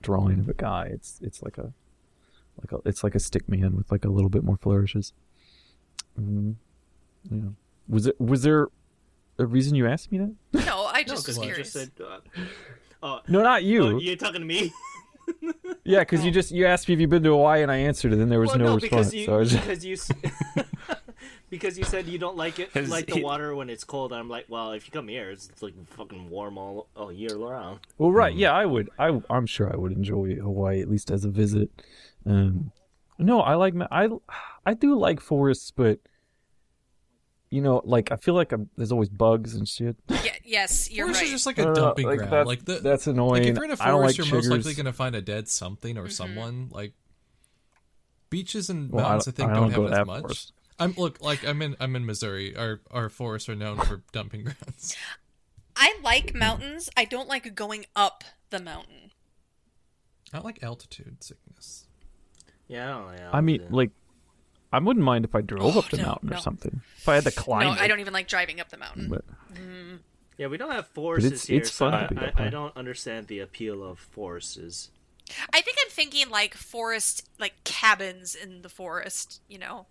Speaker 1: drawing of a guy. It's it's like a like a it's like a stick man with like a little bit more flourishes. Mm, yeah. Was it was there a reason you asked me that?
Speaker 3: No, I
Speaker 7: No,
Speaker 3: just was
Speaker 7: Oh, 'cause you
Speaker 3: curious.
Speaker 7: just said, uh,
Speaker 1: No, not
Speaker 7: oh,
Speaker 1: you.
Speaker 7: you're talking to me.
Speaker 1: yeah, because you just you asked me if you've been to Hawaii, and I answered, and then there was
Speaker 7: well,
Speaker 1: no,
Speaker 7: no,
Speaker 1: response.
Speaker 7: because you
Speaker 1: so I was just-
Speaker 7: because you s- because you said you don't like it
Speaker 4: 'Cause
Speaker 7: like the
Speaker 4: he-
Speaker 7: water when it's cold. I'm like, well, if you come here, it's, it's like fucking warm all all year round.
Speaker 1: Well, right,
Speaker 6: Um,
Speaker 1: yeah, I would. I, I'm sure I would enjoy Hawaii at least as a visit. Um, no, I like ma- I, I do like forests, but you know, like I feel like I'm, there's always bugs and shit.
Speaker 3: Yeah, yes, you're
Speaker 6: Forests
Speaker 3: right.
Speaker 6: are just like
Speaker 1: I
Speaker 6: a
Speaker 1: don't know,
Speaker 6: dumping
Speaker 1: like,
Speaker 6: ground.
Speaker 1: that's-
Speaker 6: like the,
Speaker 1: that's
Speaker 6: Like
Speaker 1: annoying.
Speaker 6: if you're in a
Speaker 1: I don't like
Speaker 6: forest, you're most likely
Speaker 1: chiggers.
Speaker 6: going to find a dead something or
Speaker 3: Mm-hmm.
Speaker 6: someone. Like beaches and
Speaker 1: Well, I
Speaker 6: mountains, I,
Speaker 1: don't-
Speaker 6: think
Speaker 1: I
Speaker 6: don't,
Speaker 1: don't go
Speaker 6: have it
Speaker 1: that
Speaker 6: as much.
Speaker 1: forest.
Speaker 6: I'm look like I'm in I'm in Missouri. Our our forests are known for dumping grounds.
Speaker 3: I like mountains. I don't like going up the mountain.
Speaker 6: Not like altitude sickness.
Speaker 7: Yeah, I don't know.
Speaker 1: I mean, like, I wouldn't mind if I drove
Speaker 3: Oh,
Speaker 1: up the
Speaker 3: no,
Speaker 1: mountain
Speaker 3: no.
Speaker 1: or something. If I had to
Speaker 3: No,
Speaker 1: climb,
Speaker 3: I
Speaker 1: it,
Speaker 3: don't even like driving up the mountain.
Speaker 1: But
Speaker 7: yeah, we don't have forces
Speaker 1: it's-
Speaker 7: here.
Speaker 1: it's
Speaker 7: so
Speaker 1: fun
Speaker 7: I,
Speaker 1: to be
Speaker 7: I-
Speaker 1: up
Speaker 7: I
Speaker 1: high.
Speaker 7: don't understand the appeal of forces.
Speaker 3: I think I'm thinking like forest, like cabins in the forest. You know,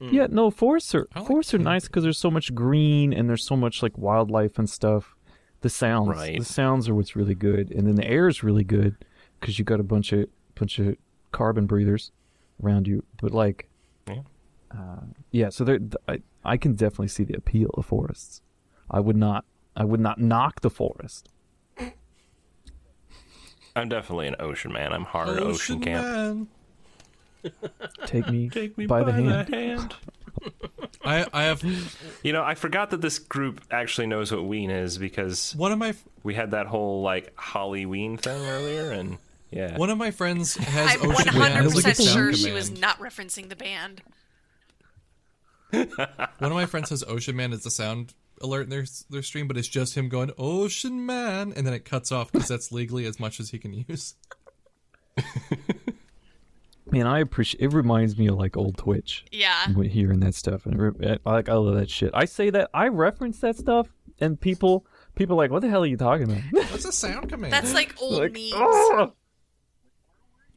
Speaker 1: yeah, no, forests are
Speaker 6: I like
Speaker 1: forests are nice because there's so much green and there's so much like wildlife and stuff. The sounds,
Speaker 4: Right.
Speaker 1: the sounds are what's really good, and then the air is really good because you got a bunch of bunch of carbon breathers around you. But like,
Speaker 4: Yeah.
Speaker 1: uh, yeah so there, th- I I can definitely see the appeal of forests. I would not, I would not knock the forest.
Speaker 4: I'm definitely an ocean man. I'm hard ocean, camp.
Speaker 6: man.
Speaker 1: Take me, by, the hand.
Speaker 4: hand.
Speaker 6: I I have
Speaker 4: You know, I forgot that this group actually knows what ween is because
Speaker 6: one of my
Speaker 4: we had that whole like Holly ween thing earlier, and yeah,
Speaker 6: one of my friends has
Speaker 3: I'm
Speaker 6: Ocean Sound
Speaker 3: 100%
Speaker 6: Command.
Speaker 3: sure she was not referencing the band.
Speaker 6: One of my friends has Ocean Man as the sound alert in their their stream, but it's just him going Ocean Man, and then it cuts off because that's legally as much as he can use.
Speaker 1: Man, I appreciate. It reminds me of like old Twitch,
Speaker 3: Yeah.
Speaker 1: when hearing that stuff, and it re- I like all of that shit. I say that I reference that stuff, and people people are like, what the hell are you talking about?
Speaker 6: What's a sound command?
Speaker 3: That's like old
Speaker 1: like, ah!
Speaker 3: memes.
Speaker 1: "Ugh."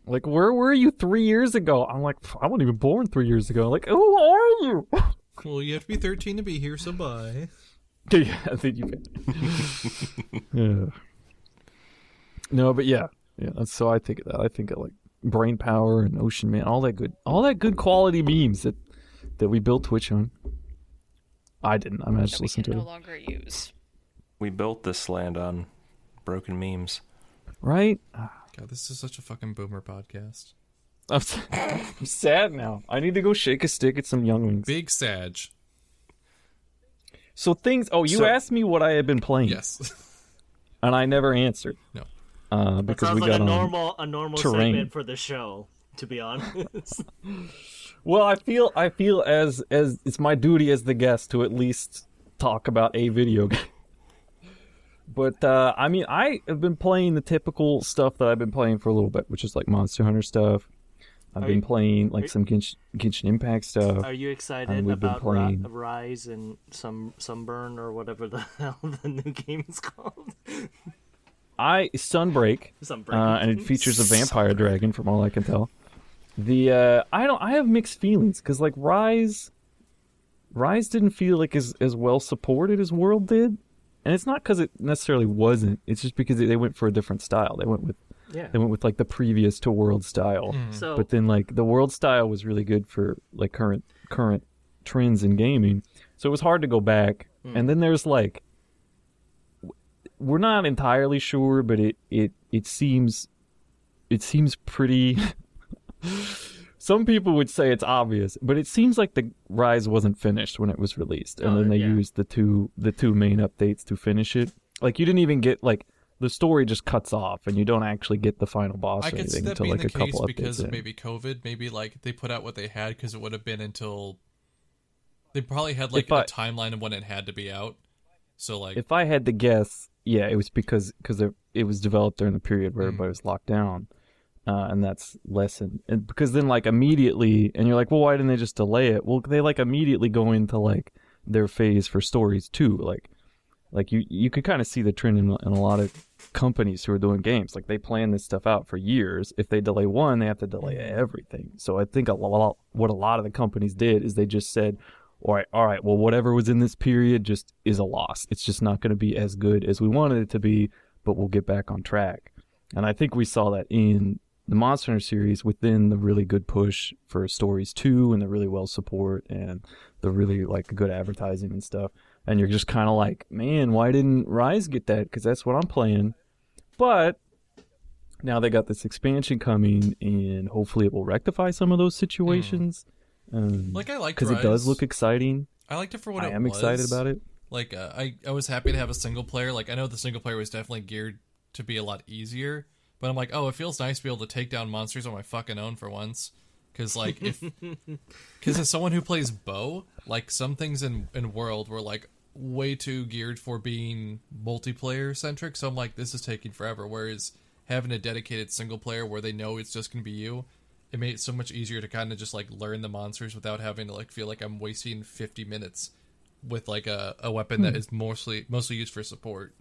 Speaker 1: like, where were you three years ago? I'm like, I wasn't even born three years ago. like, who are you?
Speaker 6: well, you have to be 13 to be here, so bye.
Speaker 1: yeah, I think you. yeah. No, but yeah, yeah. that's- So I think of that. I think of like brain power and Ocean Man, all that good, all that good quality memes that that we built Twitch on. I didn't. I mean, I just
Speaker 3: we
Speaker 1: listened
Speaker 3: can
Speaker 1: to
Speaker 3: no
Speaker 1: it.
Speaker 3: longer use.
Speaker 4: we built this land on broken memes.
Speaker 1: Right?
Speaker 6: God, this is such a fucking boomer podcast.
Speaker 1: I'm, s- I'm sad now. I need to go shake a stick at some younglings.
Speaker 6: Big Sag.
Speaker 1: So things. Oh, you
Speaker 4: So-
Speaker 1: asked me what I had been playing,
Speaker 6: Yes.
Speaker 1: and I never answered.
Speaker 6: No.
Speaker 1: Uh, because
Speaker 7: Sounds
Speaker 1: we
Speaker 7: like
Speaker 1: got
Speaker 7: a
Speaker 1: on.
Speaker 7: normal a normal
Speaker 1: terrain.
Speaker 7: segment for the show. To be honest,
Speaker 1: Well, I feel I feel as as it's my duty as the guest to at least talk about a video game. But uh, I mean, I have been playing the typical stuff that I've been playing for a little bit, which is like Monster Hunter stuff. I've
Speaker 7: Are
Speaker 1: been
Speaker 7: you-
Speaker 1: playing like some Genshin, Genshin Impact stuff.
Speaker 7: are you excited
Speaker 1: And we've been
Speaker 7: about Ri-
Speaker 1: playing-
Speaker 7: Rise and some Sunburn or whatever the hell the new game is called?
Speaker 1: I Sunbreak,
Speaker 7: Sunburn.
Speaker 1: uh, and it features a vampire dragon, from all I can tell. The uh, I don't I have mixed feelings because like Rise, Rise didn't feel like as as well supported as World did, and it's not because it necessarily wasn't. It's just because they went for a different style. They went with
Speaker 7: yeah.
Speaker 1: they went with like the previous to World style,
Speaker 7: So
Speaker 1: but then like the World style was really good for like current current trends in gaming, so it was hard to go back.
Speaker 6: Hmm.
Speaker 1: And then there's like w- we're not entirely sure, but it it it seems it seems pretty. Some people would say it's obvious, but it seems like the Rise wasn't finished when it was released, and
Speaker 7: Oh,
Speaker 1: then they
Speaker 7: yeah.
Speaker 1: used the two the two main updates to finish it. Like you didn't even get like the story just cuts off, and you don't actually get the final boss
Speaker 6: I
Speaker 1: or
Speaker 6: could see
Speaker 1: anything
Speaker 6: that
Speaker 1: until
Speaker 6: being
Speaker 1: like
Speaker 6: the
Speaker 1: a
Speaker 6: case
Speaker 1: couple updates.
Speaker 6: because
Speaker 1: in.
Speaker 6: of maybe COVID. Maybe like they put out what they had because it would have been until they probably had like
Speaker 1: If I-
Speaker 6: a timeline of when it had to be out. So like
Speaker 1: if I had to guess, yeah, it was because because it, it was developed during the period where everybody was locked down, uh, and that's lessened. And because then, like immediately, and you're like, well, why didn't they just delay it? Well, they like immediately go into like their phase for stories too. Like, like you you could kind of see the trend in, in a lot of companies who are doing games. Like they plan this stuff out for years. If they delay one, they have to delay everything. So I think a lot what a lot of the companies did is they just said, all right, all right, well, whatever was in this period just is a loss. It's just not going to be as good as we wanted it to be, but we'll get back on track. And I think we saw that in the Monster Hunter series within the really good push for stories two and the really well support and the really like good advertising and stuff. And you're just kind of like, man, why didn't Rise get that? Because that's what I'm playing. But now they got this expansion coming, and hopefully it will rectify some of those situations. Um,
Speaker 6: like I liked
Speaker 1: because it
Speaker 6: Rise.
Speaker 1: does look exciting.
Speaker 6: I liked it for what
Speaker 1: I
Speaker 6: it
Speaker 1: am
Speaker 6: was.
Speaker 1: excited about it.
Speaker 6: Like uh, I I was happy to have a single player. Like I know the single player was definitely geared to be a lot easier, but I'm like, oh, it feels nice to be able to take down monsters on my fucking own for once. Because like if because as someone who plays bow, like some things in in world were like way too geared for being multiplayer centric. So I'm like, this is taking forever. Whereas having a dedicated single player where they know it's just gonna be you, it made it so much easier to kind of just like learn the monsters without having to like feel like I'm wasting 50 minutes with like a, a weapon
Speaker 1: Hmm.
Speaker 6: that is mostly mostly used for support.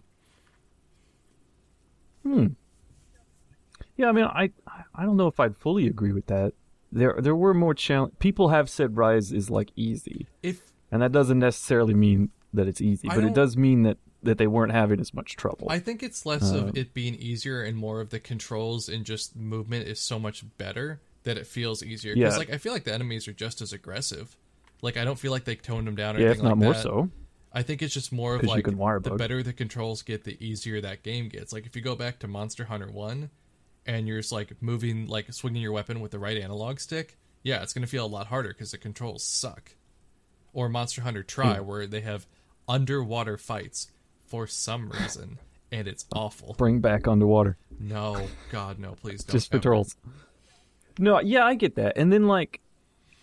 Speaker 1: Yeah, I mean, I I- I don't know if I'd fully agree with that. There there were more challenge. People have said Rise is like easy,
Speaker 6: If
Speaker 1: and that doesn't necessarily mean that it's easy,
Speaker 6: I
Speaker 1: but
Speaker 6: don't-
Speaker 1: it does mean that that they weren't having as much trouble.
Speaker 6: I think it's less
Speaker 1: Uh.
Speaker 6: of it being easier and more of the controls and just movement is so much better that it feels easier. Because
Speaker 1: Yeah.
Speaker 6: like I feel like the enemies are just as aggressive. Like I don't feel like they toned them down or
Speaker 1: yeah, if
Speaker 6: anything
Speaker 1: not
Speaker 6: like
Speaker 1: more
Speaker 6: that.
Speaker 1: so.
Speaker 6: I think it's just more of
Speaker 1: 'Cause you
Speaker 6: like
Speaker 1: can wire
Speaker 6: the
Speaker 1: bug.
Speaker 6: better the controls get, the easier that game gets. Like if you go back to Monster Hunter One, and you're just like moving, like swinging your weapon with the right analog stick, yeah, it's gonna feel a lot harder because the controls suck. or Monster Hunter Try,
Speaker 1: Hmm.
Speaker 6: where they have underwater fights for some reason, and it's awful.
Speaker 1: Bring back underwater.
Speaker 6: No, God, no, please don't.
Speaker 1: just for
Speaker 6: ever.
Speaker 1: trolls. No, yeah, I get that. And then like,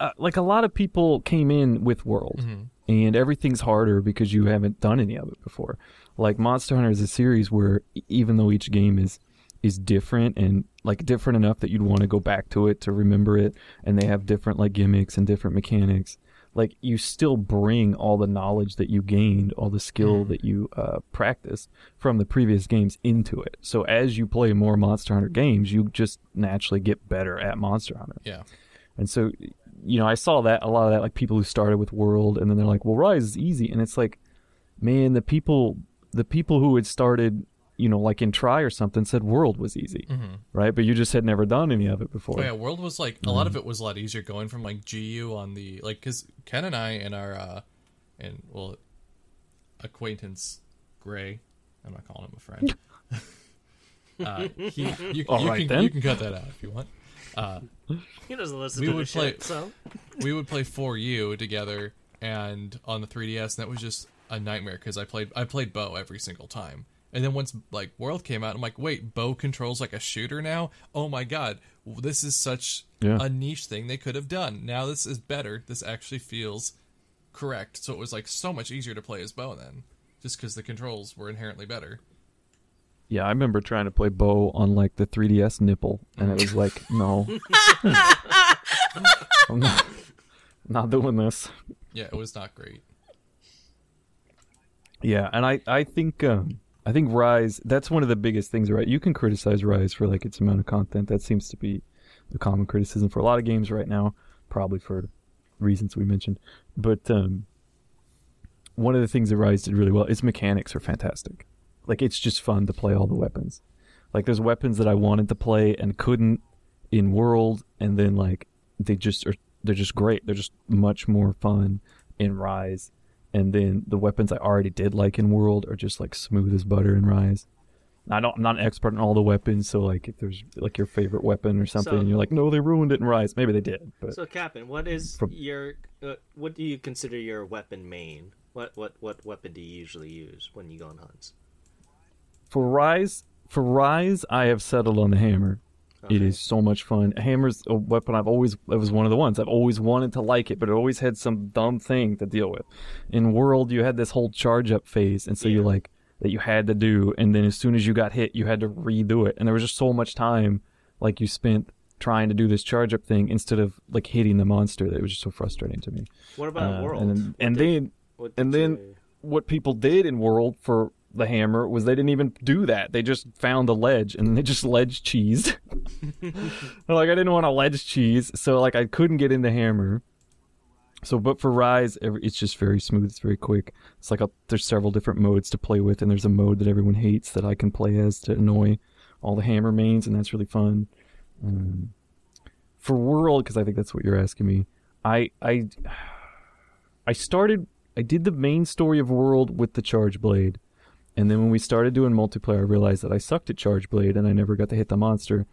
Speaker 1: uh, like a lot of people came in with World, and everything's harder because you haven't done any of it before. Like Monster Hunter is a series where e- even though each game is is different and like different enough that you'd want to go back to it to remember it, and they have different like gimmicks and different mechanics. Like you still bring all the knowledge that you gained, all the skill that you uh, practiced from the previous games into it. So as you play more Monster Hunter games, you just naturally get better at Monster Hunter.
Speaker 6: Yeah.
Speaker 1: And so, you know, I saw that a lot of that, like people who started with World, and then they're like, "Well, Rise is easy," and it's like, man, the people, the people who had started, you know, like in Try or something, said World was easy, right? But you just had never done any of it before.
Speaker 6: Oh yeah, World was like a lot of
Speaker 1: Mm-hmm.
Speaker 6: it was a lot easier going from like GU on the like because Ken and I and our uh and well acquaintance Gray, I'm not calling him a friend. uh, he, you,
Speaker 1: All
Speaker 6: you
Speaker 1: right,
Speaker 6: can,
Speaker 1: then.
Speaker 6: you can cut that out if you want.
Speaker 2: He doesn't listen
Speaker 6: We
Speaker 2: to
Speaker 6: would
Speaker 2: this
Speaker 6: play-
Speaker 2: shit, so
Speaker 6: we would play 4U together and on the 3DS and that was just a nightmare cuz I played I played bow every single time. And then once like World came out I'm like, "Wait, bow controls like a shooter now? Oh my god. This is such
Speaker 1: Yeah.
Speaker 6: a niche thing they could have done. Now this is better. This actually feels correct." So it was like so much easier to play as bow then just cuz the controls were inherently better.
Speaker 1: Yeah, I remember trying to play Bow on like the 3DS nipple, and it was like, no, I'm not, not doing this.
Speaker 6: Yeah, it was not great.
Speaker 1: Yeah, and I I think um I think Rise that's one of the biggest things, right? You can criticize Rise for like its amount of content. That seems to be the common criticism for a lot of games right now, probably for reasons we mentioned. But um one of the things that Rise did really well, its mechanics are fantastic. Like it's just fun to play all the weapons. Like there's weapons that I wanted to play and couldn't in World, and then like they just are they're just great. They're just much more fun in Rise, and then the weapons I already did like in World are just like smooth as butter in Rise. I don't, I'm not an expert in all the weapons, so like if there's like your favorite weapon or something,
Speaker 2: So-
Speaker 1: and you're like, no, they ruined it in Rise. Maybe they did, but
Speaker 2: so Captain, what is
Speaker 1: From-
Speaker 2: your uh, what do you consider your weapon main? What what what weapon do you usually use when you go on hunts?
Speaker 1: for Rise, for Rise, I have settled on the hammer. It
Speaker 2: Okay.
Speaker 1: is so much fun. Hammer's a weapon I've always it was one of the ones I've always wanted to like it, but it always had some dumb thing to deal with. In World, you had this whole charge up phase, and so you like that you had to do, and then as soon as you got hit, you had to redo it, and there was just so much time like you spent trying to do this charge up thing instead of like hitting the monster that it was just so frustrating to me.
Speaker 2: What about
Speaker 1: Uh,
Speaker 2: world?
Speaker 1: and then, and then
Speaker 2: What
Speaker 1: and
Speaker 2: did
Speaker 1: then
Speaker 2: you-
Speaker 1: what people did in World for the hammer was they didn't even do that. They just found a ledge and they just ledge cheesed. like I didn't want to ledge cheese, so like I couldn't get into hammer. So, but for Rise, ev- it's just very smooth. It's very quick. It's like a, there's several different modes to play with, and there's a mode that everyone hates that I can play as to annoy all the hammer mains, and that's really fun. Um, for World, because I think that's what you're asking me, I I I started I did the main story of World with the Charge Blade. And then when we started doing multiplayer, I realized that I sucked at Charge Blade and I never got to hit the monster.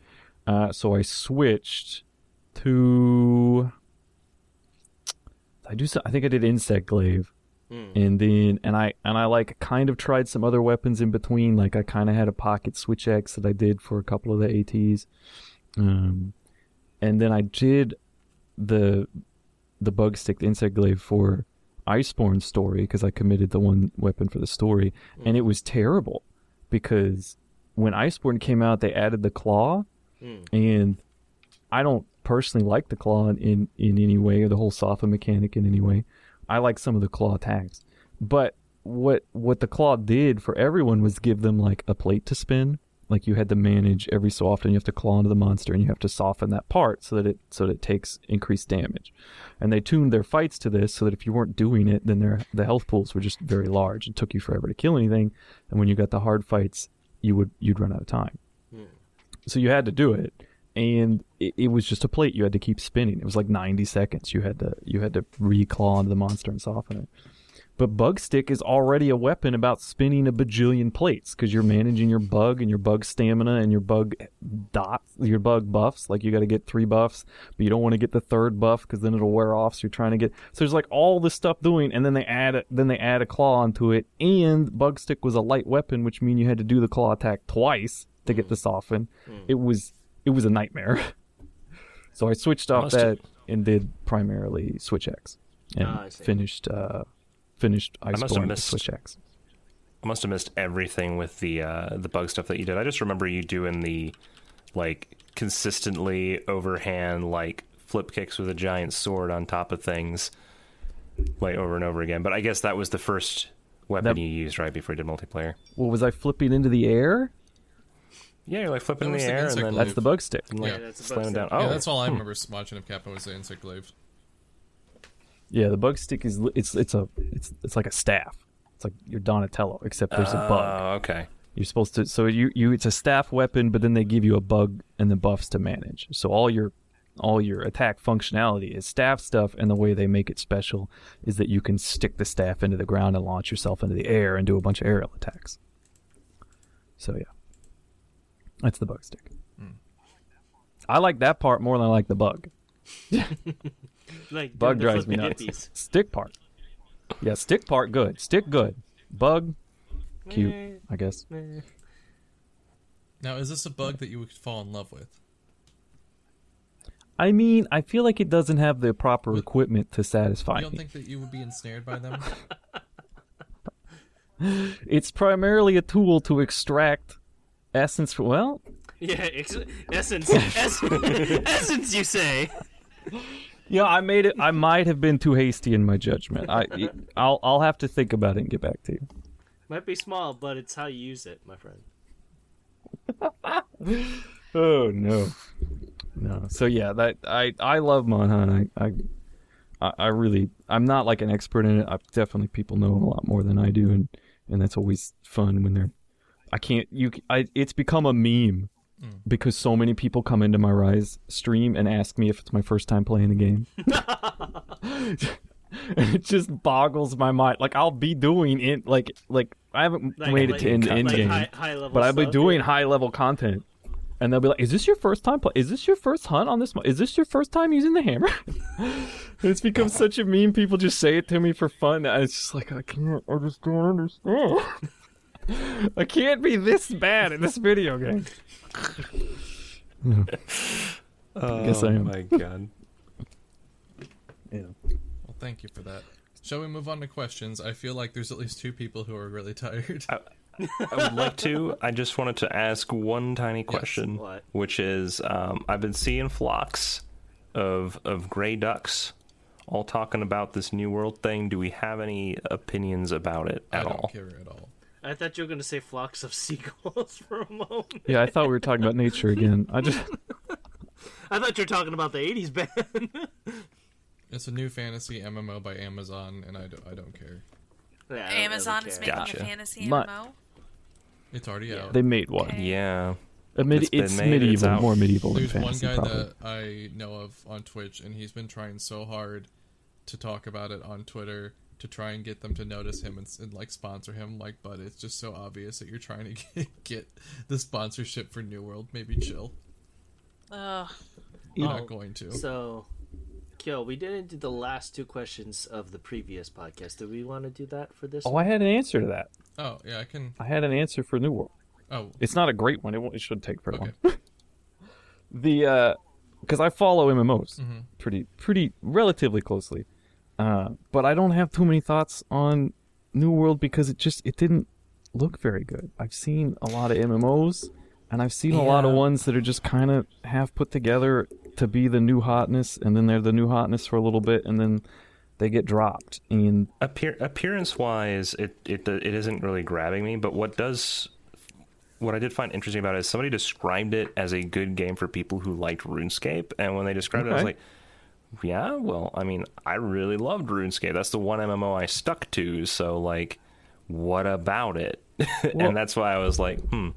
Speaker 1: Uh, so I switched to I do so, I think I did Insect Glaive. And then and I and I like kind of tried some other weapons in between. Like I kind of had a pocket switch X that I did for a couple of the ATs. Um, and then I did the the bug stick, the insect glaive for Iceborne's story because I committed the one weapon for the story, and it was terrible because when Iceborne came out, they added the claw, and I don't personally like the claw in, in in any way or the whole Safa mechanic in any way. I like some of the claw attacks, but what what the claw did for everyone was give them like a plate to spin. Like you had to manage every so often, you have to claw into the monster and you have to soften that part so that it so that it takes increased damage and they tuned their fights to this so that if you weren't doing it, then their the health pools were just very large and took you forever to kill anything. And when you got the hard fights, you would you'd run out of time. So you had to do it, and it, it was just a plate you had to keep spinning. It was like ninety seconds. You had to you had to reclaw into the monster and soften it. But bug stick is already a weapon about spinning a bajillion plates because you're managing your bug and your bug stamina and your bug dots, your bug buffs. Like you got to get three buffs, but you don't want to get the third buff because then it'll wear off. So you're trying to get. So there's like all this stuff doing, and then they add a, then they add a claw onto it. And bug stick was a light weapon, which mean you had to do the claw attack twice to get the soften.
Speaker 2: Hmm.
Speaker 1: It was it was a nightmare. so I switched off
Speaker 4: Must
Speaker 1: that
Speaker 4: have-
Speaker 1: and did primarily switch X and
Speaker 2: Ah, I see.
Speaker 1: finished. Uh, finished
Speaker 4: must have
Speaker 1: Iceborne with
Speaker 4: missed-
Speaker 1: Switch X.
Speaker 4: I must have missed everything with the uh, the bug stuff that you did. I just remember you doing the like consistently overhand like flip kicks with a giant sword on top of things like over and over again. But I guess that was the first weapon
Speaker 1: That-
Speaker 4: you used right before you did multiplayer.
Speaker 1: Well, was I flipping into the air?
Speaker 4: Yeah, you're like
Speaker 6: That
Speaker 4: flipping in
Speaker 6: was
Speaker 4: the
Speaker 6: the
Speaker 4: air and
Speaker 6: insect
Speaker 4: then
Speaker 6: loop.
Speaker 1: That's the bug stick.
Speaker 4: and, like,
Speaker 6: Yeah,
Speaker 2: that's the bug
Speaker 4: slamming down.
Speaker 2: stuff.
Speaker 4: Oh,
Speaker 6: yeah, that's all I remember watching of Capo was the insect glaive.
Speaker 1: Yeah, the bug stick is li- it's it's a it's it's like a staff. It's like your Donatello, except there's a bug.
Speaker 4: Oh, okay.
Speaker 1: You're supposed to so you you it's a staff weapon, but then they give you a bug and the buffs to manage. So all your all your attack functionality is staff stuff, and the way they make it special is that you can stick the staff into the ground and launch yourself into the air and do a bunch of aerial attacks. So yeah, that's the bug stick. I like that part more than I like the bug.
Speaker 2: Like dude,
Speaker 1: Bug
Speaker 2: the
Speaker 1: drives me nuts.
Speaker 2: flippy dippies.
Speaker 1: Stick part. Yeah, stick part good. Stick good. Bug cute, I guess.
Speaker 6: Now, is this a bug that you would fall in love with?
Speaker 1: I mean, I feel like it doesn't have the proper equipment to satisfy
Speaker 6: You don't
Speaker 1: me.
Speaker 6: think that you would be ensnared by them?
Speaker 1: It's primarily a tool to extract essence from well,
Speaker 2: Yeah, ex- essence, essence, essence. You say?
Speaker 1: yeah, I made it I might have been too hasty in my judgment. I I'll I'll have to think about it and get back to you.
Speaker 2: Might be small, but it's how you use it, my friend.
Speaker 1: Oh no. No. So yeah, that I I love Monhan. I I I- I really I'm not like an expert in it. I definitely people know a lot more than I do and and that's always fun when they're I can't you I it's become a meme
Speaker 2: Mm.
Speaker 1: because so many people come into my Rise stream and ask me if it's my first time playing the game. And it just boggles my mind. Like I'll be doing it like like I haven't
Speaker 2: Like-
Speaker 1: made it
Speaker 2: like-
Speaker 1: to end,
Speaker 2: like
Speaker 1: end game
Speaker 2: high- high-level
Speaker 1: but I've been
Speaker 2: stuff.
Speaker 1: doing high level content, and they'll be like, "Is this your first time? Play- is this your first hunt on this? Mo- is this your first time using the hammer?" it's become such a meme. People just say it to me for fun. and It's just like I can't. I just don't understand. I can't be this bad at this video game.
Speaker 4: I
Speaker 1: guess I am.
Speaker 4: Oh my god.
Speaker 6: well, thank you for that. Shall we move on to questions? I feel like there's at least two people who are really tired.
Speaker 4: I would like to. I just wanted to ask one tiny question,
Speaker 2: What?
Speaker 4: which is um, I've been seeing flocks of of gray ducks all talking about this new world thing. Do we have any opinions about it
Speaker 6: I
Speaker 4: at
Speaker 6: don't
Speaker 4: all?
Speaker 6: care at all.
Speaker 2: I thought you were gonna say flocks of seagulls for a moment.
Speaker 1: Yeah, I thought we were talking about nature again. I just
Speaker 2: I thought you were talking about the '80s band.
Speaker 6: It's a new fantasy MMO by Amazon, and I don't, I don't care.
Speaker 2: Yeah, I don't
Speaker 3: Amazon
Speaker 2: really
Speaker 3: is
Speaker 2: care.
Speaker 3: making
Speaker 4: Gotcha.
Speaker 3: a fantasy
Speaker 1: My-
Speaker 3: MMO.
Speaker 6: It's already out.
Speaker 1: they made one.
Speaker 4: Yeah.
Speaker 1: A mid-
Speaker 4: It's
Speaker 1: it's
Speaker 4: been made, it's
Speaker 1: medieval,
Speaker 4: out.
Speaker 1: more medieval than
Speaker 6: There's one
Speaker 1: fantasy.
Speaker 6: guy
Speaker 1: probably.
Speaker 6: that I know of on Twitch, and he's been trying so hard to talk about it on Twitter to try and get them to notice him and, s- and like sponsor him. Like, but it's just so obvious that you're trying to get, get the sponsorship for New World. Maybe chill.
Speaker 3: Ugh.
Speaker 6: You're
Speaker 2: Oh,
Speaker 6: not going to.
Speaker 2: So, Kyo, we didn't do the last two questions of the previous podcast. Do we want to do that for this?
Speaker 1: Oh, I had an answer to that.
Speaker 6: oh yeah, I can.
Speaker 1: I had an answer for New World.
Speaker 6: Oh,
Speaker 1: It's not a great one. It, won't, it should take very
Speaker 6: Okay.
Speaker 1: long. the because I follow MMOs pretty pretty relatively closely, uh, but I don't have too many thoughts on New World because it just it didn't look very good. I've seen a lot of MMOs, and I've seen a lot of
Speaker 4: Yeah.
Speaker 1: ones that are just kind of half put together to be the new hotness, and then they're the new hotness for a little bit, and then they get dropped. And
Speaker 4: Appear- appearance wise, it, it it isn't really grabbing me. But what does what I did find interesting about it is somebody described it as a good game for people who liked RuneScape, and when they described it, I was
Speaker 1: Okay.
Speaker 4: like, yeah, well, I mean, I really loved RuneScape. That's the one MMO I stuck to. So like, what about it?
Speaker 1: Well-
Speaker 4: and that's why I was like, hmm,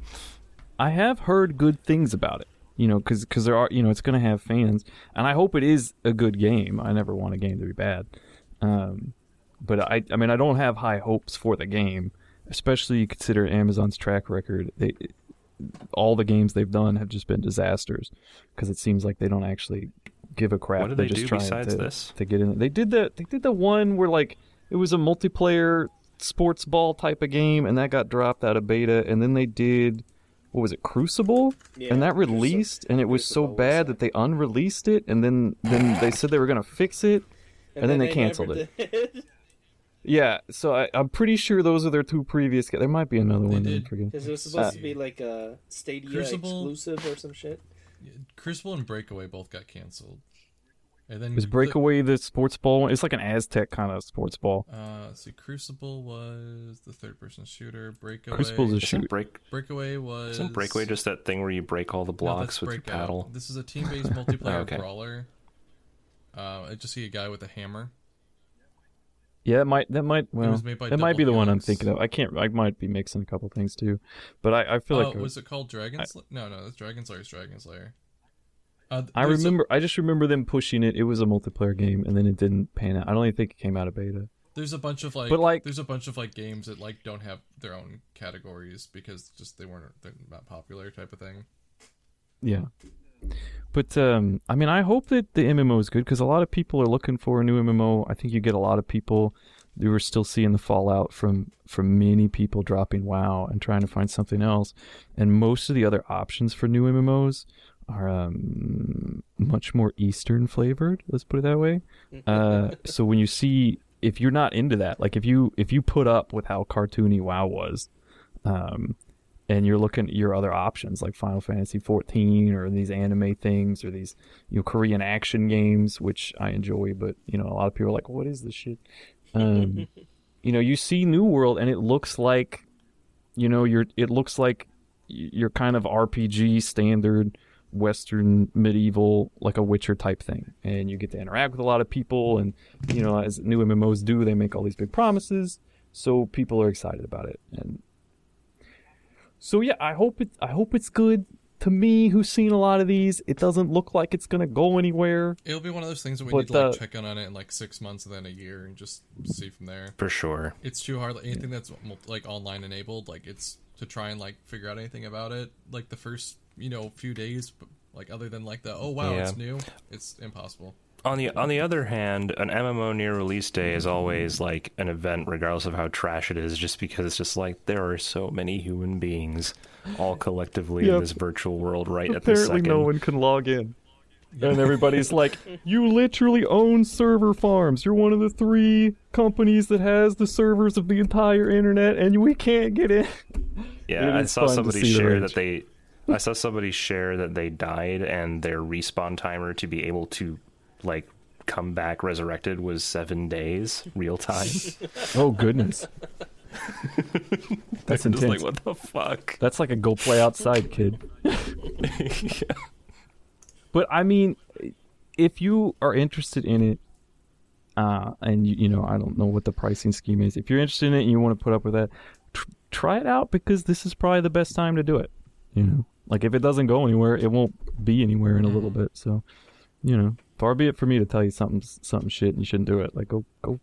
Speaker 1: I have heard good things about it. You know, because there are you know it's going to have fans, and I hope it is a good game. I never want a game to be bad. Um, but I I mean I don't have high hopes for the game, especially consider Amazon's track record. They all the games they've done have just been disasters because it seems like they don't actually give a crap.
Speaker 4: What do
Speaker 1: They're
Speaker 4: they
Speaker 1: just
Speaker 4: do
Speaker 1: trying
Speaker 4: besides
Speaker 1: to,
Speaker 4: this?
Speaker 1: to get in. They did the they did the one where like it was a multiplayer sports ball type of game, and that got dropped out of beta. And then they did what was it Crucible,
Speaker 7: Yeah,
Speaker 1: and that
Speaker 7: Crucible-
Speaker 1: released, and it was so
Speaker 7: Crucible was
Speaker 1: bad
Speaker 7: that.
Speaker 1: that they unreleased it, and then then they said they were gonna fix it, and, then, they canceled it. Yeah, so I, I'm pretty sure those are their two previous. Ga- there might be another one. that I'm
Speaker 6: did.
Speaker 1: forgetting.
Speaker 7: Because it was supposed to be like a Stadia
Speaker 6: Crucible?
Speaker 7: exclusive or some shit.
Speaker 6: Crucible and Breakaway both got canceled. And then
Speaker 1: Is Breakaway the sports ball one? It's like an Aztec kind of sports ball.
Speaker 6: The, uh, let's see, Crucible was the third-person shooter. Breakaway.
Speaker 1: Crucible's a
Speaker 4: Isn't
Speaker 1: shoot.
Speaker 4: break
Speaker 6: Breakaway was.
Speaker 4: isn't breakaway just that thing where you break all the
Speaker 6: No,
Speaker 4: blocks
Speaker 6: that's
Speaker 4: with your
Speaker 6: Breakout.
Speaker 4: paddle? Oh,
Speaker 6: This is a team-based multiplayer
Speaker 4: okay.
Speaker 6: brawler. Uh, I just see a guy with a hammer.
Speaker 1: Yeah, that might that might well
Speaker 6: was made by
Speaker 1: that might
Speaker 6: Double
Speaker 1: be the one I'm
Speaker 6: Helix.
Speaker 1: thinking of. I can't. I might be mixing a couple things too, but I, I feel
Speaker 6: Oh,
Speaker 1: like uh, it
Speaker 6: was it called Dragon? Sla- no, no, that's Dragon Slayer's Dragon Slayer. Uh, th-
Speaker 1: I
Speaker 6: there's a-
Speaker 1: remember. I just remember them pushing it. It was a multiplayer game, and then it didn't pan out. I don't even think it came out of beta.
Speaker 6: there's a bunch of like,
Speaker 1: But, like-
Speaker 6: there's a bunch of like games that like don't have their own categories because just they weren't they're not popular type of thing.
Speaker 1: Yeah. But um, I mean, I hope that the MMO is good because a lot of people are looking for a new MMO. I think you get a lot of people. You were still seeing the fallout from from many people dropping WoW and trying to find something else, and most of the other options for new MMOs are um, much more Eastern flavored. Let's put it that way. Uh, so when you see if you're not into that, like if you if you put up with how cartoony WoW was, um, and you're looking at your other options like Final Fantasy 14 or these anime things or these you know Korean action games which I enjoy but you know a lot of people are like what is this shit um, you know you see New World and it looks like you know you're it looks like y- your kind of RPG standard western medieval like a witcher type thing and you get to interact with a lot of people and you know as new mmos do they make all these big promises so people are excited about it and so yeah, I hope it. I hope it's good. To me, who's seen a lot of these, it doesn't look like it's gonna go anywhere.
Speaker 6: It'll be one of those things that we
Speaker 1: But
Speaker 6: need to
Speaker 1: the-
Speaker 6: like check in on it in like six months and then a year and just see from there.
Speaker 4: For sure.
Speaker 6: It's too hard. Like, anything that's mul- like online enabled, like it's to try and like figure out anything about it. Like the first you know few days, but, like other than like the oh wow
Speaker 4: Yeah.
Speaker 6: it's new, it's impossible.
Speaker 4: On the on the
Speaker 1: Mm-hmm.
Speaker 4: other hand, an MMO near release day is always like an event, regardless of how trash it is, just because it's just like there are so many human beings all collectively
Speaker 1: Yep.
Speaker 4: in this virtual world right at this
Speaker 1: Apparently,
Speaker 4: second.
Speaker 1: no one can log in, and everybody's like, "You literally own server farms. You're one of the three companies that has the servers of the entire internet, and we can't get in." It
Speaker 4: Yeah, I
Speaker 1: is
Speaker 4: saw
Speaker 1: fun to
Speaker 4: somebody
Speaker 1: see the
Speaker 4: share
Speaker 1: rage.
Speaker 4: that they I saw somebody share that they died and their respawn timer to be able to like come back resurrected was 7 days real time.
Speaker 1: Oh goodness, that's
Speaker 4: Just
Speaker 1: intense.
Speaker 4: like what the fuck?
Speaker 1: That's like a go play outside, kid. But I mean, if you are interested in it, uh, and you, you know, I don't know what the pricing scheme is. If you're interested in it and you want to put up with that, tr- try it out because this is probably the best time to do it. You know, like if it doesn't go anywhere, it won't be anywhere in a little bit. So, you know, far be it for me to tell you something, something shit, and you shouldn't do it. Like go, go,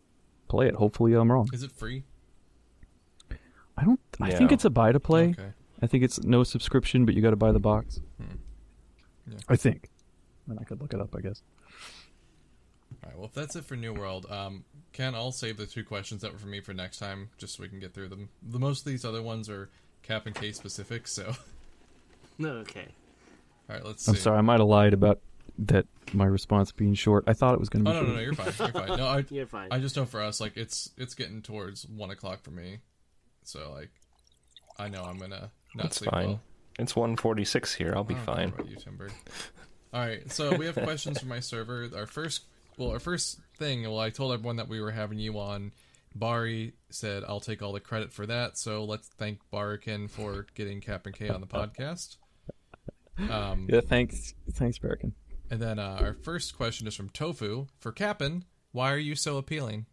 Speaker 1: play it. Hopefully, I'm wrong.
Speaker 6: Is it free?
Speaker 1: I don't. I think
Speaker 4: No.
Speaker 1: it's a buy to play.
Speaker 6: Okay.
Speaker 1: I think it's no subscription, but you got to buy the box.
Speaker 6: Hmm. Yeah.
Speaker 1: I think. And I could look it up, I guess.
Speaker 6: All right. Well, if that's it for New World, um, Ken, I'll save the two questions that were for me for next time, just so we can get through them. The most of these other ones are cap and case specific. So, all
Speaker 2: Okay.
Speaker 6: right, let's see.
Speaker 1: I'm sorry, I might have lied about that. My response being short. I thought it was going to
Speaker 6: Oh
Speaker 1: be.
Speaker 6: no, no, no,
Speaker 1: good.
Speaker 6: you're fine. You're fine. No, I,
Speaker 2: You're fine.
Speaker 6: I just know for us, like it's it's getting towards one o'clock for me, so like, I know I'm gonna not
Speaker 4: That's
Speaker 6: sleep
Speaker 4: fine.
Speaker 6: well.
Speaker 4: It's 146 here. I'll be
Speaker 6: I don't care
Speaker 4: fine.
Speaker 6: about you, Timber. All right, so we have questions for my server. Our first, well, our first thing. Well, I told everyone that we were having you on. Bari said, "I'll take all the credit for that." So let's thank Barikin for getting Cap and K on the podcast. Um,
Speaker 1: Yeah, thanks, thanks, Berkin.
Speaker 6: And then uh, our first question is from Tofu for Cap'n. Why are you so appealing?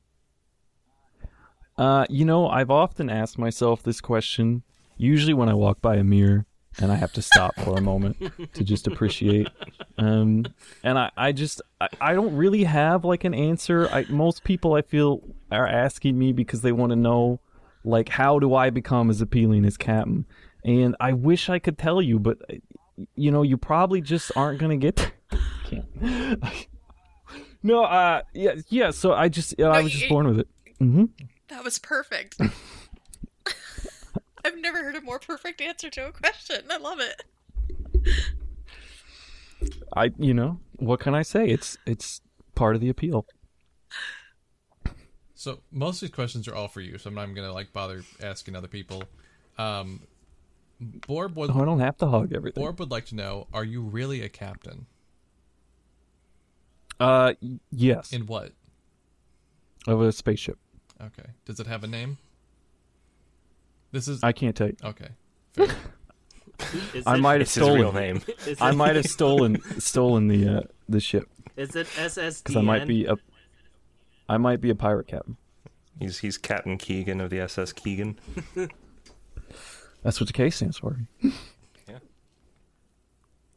Speaker 1: Uh, you know, I've often asked myself this question, usually when I walk by a mirror, and I have to stop for a moment to just appreciate. Um, and I, I just, I, I don't really have like an answer. I, most people I feel are asking me because they want to know, like, how do I become as appealing as Captain? And I wish I could tell you, but uh, you know, you probably just aren't gonna get. There. Can't. no, uh, yeah, yeah. So I just, I was just
Speaker 3: you-
Speaker 1: born with it. hmm
Speaker 3: That was perfect. I've never heard a more perfect answer to a question. I love it.
Speaker 1: I you know what can I say? It's it's part of the appeal.
Speaker 6: So most of these questions are all for you, so I'm not even gonna like bother asking other people. Um, Borb would
Speaker 1: Oh, I don't have to hog everything.
Speaker 6: Borb would like to know: Are you really a captain?
Speaker 1: uh, y- yes,
Speaker 6: In what?
Speaker 1: of a spaceship.
Speaker 6: Okay. Does it have a name? This is
Speaker 1: I can't tell you.
Speaker 6: okay. Fair.
Speaker 2: Is
Speaker 1: I
Speaker 2: it-
Speaker 1: might have
Speaker 4: It's his real
Speaker 1: stolen.
Speaker 4: name.
Speaker 2: Is
Speaker 1: I
Speaker 2: it-
Speaker 1: might have stolen stolen the uh, the ship
Speaker 2: Is it SSDN?
Speaker 1: because I might be a I might be a pirate captain.
Speaker 4: He's he's Captain Keegan of the SS Keegan.
Speaker 1: That's what the K stands for.
Speaker 6: all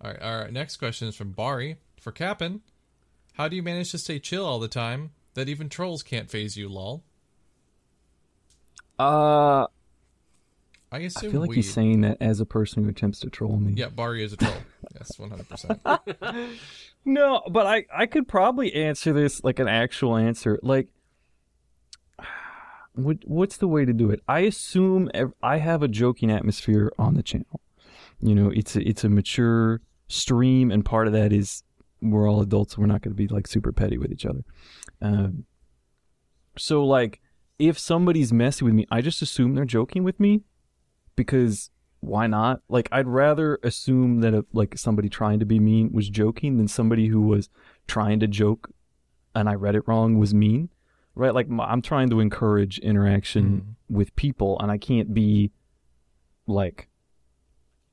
Speaker 6: right. All right. Next question is from Bari for Cap'n. How do you manage to stay chill all the time? That even trolls can't phase you, lol.
Speaker 1: Uh,
Speaker 6: I assume
Speaker 1: I feel like
Speaker 6: we.
Speaker 1: he's saying that as a person who attempts to troll me.
Speaker 6: yeah, Bari is a troll. yes, one hundred percent.
Speaker 1: No, but I I could probably answer this like an actual answer. Like, what what's the way to do it? I assume ev- I have a joking atmosphere on the channel. You know, it's a, it's a mature stream, and part of that is we're all adults. and We're not going to be like super petty with each other. Um, so like, if somebody's messy with me, I just assume they're joking with me, because why not? Like, I'd rather assume that a, like somebody trying to be mean was joking than somebody who was trying to joke and I read it wrong was mean, right? Like, m- I'm trying to encourage interaction with people, and I can't be like,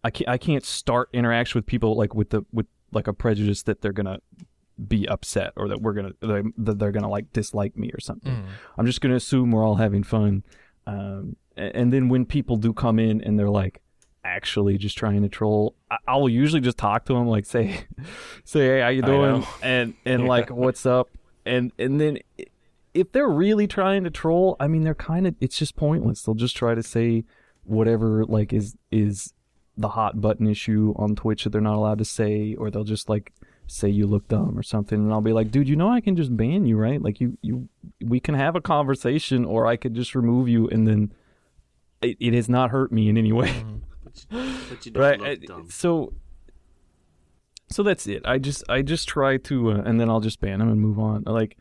Speaker 1: I can't, I can't start interaction with people like with the with like a prejudice that they're gonna be upset or that we're gonna that they're gonna like dislike me or something.
Speaker 6: Mm.
Speaker 1: I'm just going to assume we're all having fun. Um, a- and then when people do come in and they're like actually just trying to troll, I- I'll usually just talk to them, like say, say, hey, how you doing?
Speaker 4: know.
Speaker 1: And and like, what's up? And and then i- if they're really trying to troll, I mean, they're kind of it's just pointless. They'll just try to say whatever like is is the hot button issue on Twitch that they're not allowed to say, or they'll just like say you look dumb or something, and I'll be like, dude, you know I can just ban you, right? Like you you we can have a conversation, or I could just remove you, and then it, it has not hurt me in any way,
Speaker 2: But you don't
Speaker 1: right?
Speaker 2: Mm, look
Speaker 1: I-
Speaker 2: dumb.
Speaker 1: So so that's it. I just I just try to, uh, and then I'll just ban them and move on. Like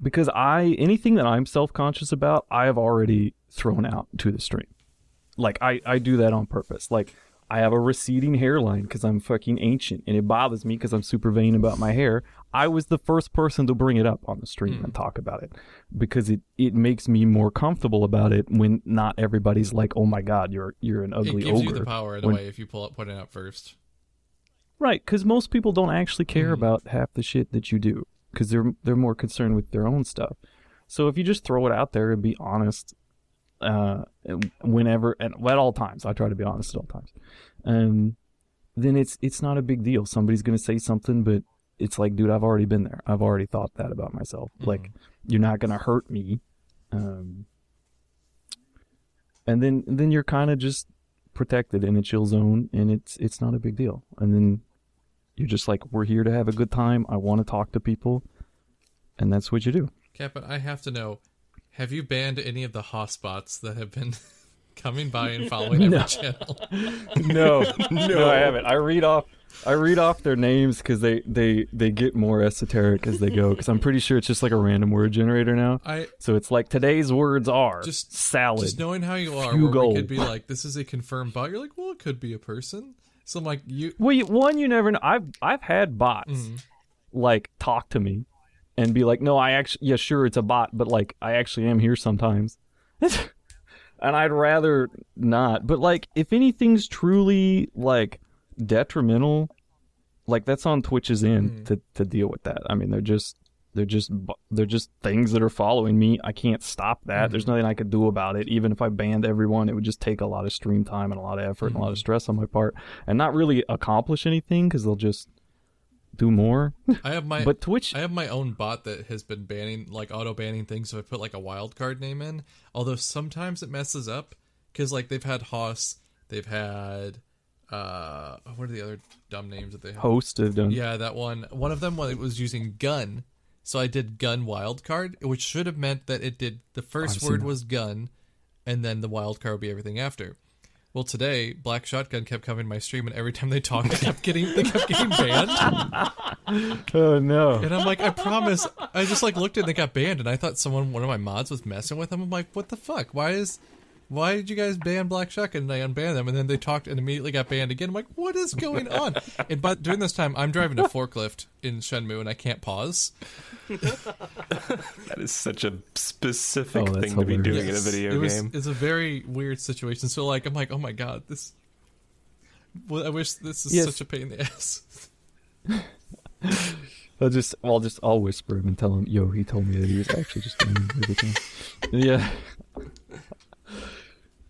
Speaker 1: because I anything that I'm self conscious about, I have already thrown out to the stream. Like I I do that on purpose. Like I have a receding hairline because I'm fucking ancient, and it bothers me because I'm super vain about my hair. I was the first person to bring it up on the stream and
Speaker 6: Hmm.
Speaker 1: talk about it because it it makes me more comfortable about it when not everybody's like, oh my god, you're you're an
Speaker 6: It
Speaker 1: ugly
Speaker 6: gives
Speaker 1: ogre.
Speaker 6: you the power in a
Speaker 1: when-
Speaker 6: way if you pull up, put it up first.
Speaker 1: Right, because most people don't actually care about half the shit that you do, because they're they're more concerned with their own stuff. So if you just throw it out there and be honest, uh, whenever and at all times, I try to be honest at all times. Um, then it's it's not a big deal. Somebody's gonna say something, but it's like, dude, I've already been there. I've already thought that about myself. Like, you're not gonna hurt me. Um, and then then you're kind of just protected in a chill zone, and it's it's not a big deal. And then you're just like, we're here to have a good time. I want to talk to people, and that's what you do.
Speaker 6: Captain, I have to know: Have you banned any of the hotspots that have been coming by and following every channel?
Speaker 1: no, no, I haven't. I read off, I read off their names because they they they get more esoteric as they go. Because I'm pretty sure it's just like a random word generator now.
Speaker 6: I
Speaker 1: So it's like today's words are
Speaker 6: Just-
Speaker 1: salad.
Speaker 6: just knowing how you are,
Speaker 1: Few
Speaker 6: where we
Speaker 1: gold.
Speaker 6: could be like, "This is a confirmed bot." You're like, "Well, it could be a person." So I'm like, "You."
Speaker 1: well, you, one you never know. I've I've had bots like talk to me and be like, no, I actually yeah, sure, it's a bot, but like I actually am here sometimes. and I'd rather not. But like, if anything's truly like detrimental, like that's on Twitch's end to to deal with that. I mean, they're just They're just bu- they're just things that are following me. I can't stop that. There's
Speaker 6: Mm-hmm.
Speaker 1: nothing I could do about it. Even if I banned everyone, it would just take a lot of stream time and a lot of effort and a
Speaker 6: Mm-hmm.
Speaker 1: lot of stress on my part, and not really accomplish anything because they'll just do more.
Speaker 6: I have my
Speaker 1: But Twitch,
Speaker 6: I have my own bot that has been banning like auto banning things so I put like a wildcard name in. Although sometimes it messes up cuz like they've had Haas, they've had uh what are the other dumb names that they have?
Speaker 1: hosts have done.
Speaker 6: Yeah, that one. One of them was was using gun. So I did gun wildcard, which should have meant that it did the 1st word was gun and then the wildcard would be everything after. Well, today Black Shotgun kept coming to my stream, and every time they talked, they kept getting they kept getting banned.
Speaker 1: Oh no.
Speaker 6: And I'm like, I promise. I just like looked and they got banned, and I thought someone, one of my mods, was messing with them. I'm like, what the fuck? Why is, why did you guys ban Black Shotgun? And I unbanned them, and then they talked and immediately got banned again. I'm like, what is going on? And but during this time, I'm driving a forklift in Shenmue, and I can't pause.
Speaker 4: That is such a specific
Speaker 1: Oh, that's
Speaker 4: thing to be doing
Speaker 1: hilarious.
Speaker 4: in a video
Speaker 6: it was,
Speaker 4: game.
Speaker 6: It's a very weird situation. So like, I'm like, oh my god, this. Well, I wish this is
Speaker 1: Yes.
Speaker 6: such a pain in the ass.
Speaker 1: I'll just I'll just I'll whisper him and tell him, yo, he told me that he was actually just doing everything. yeah.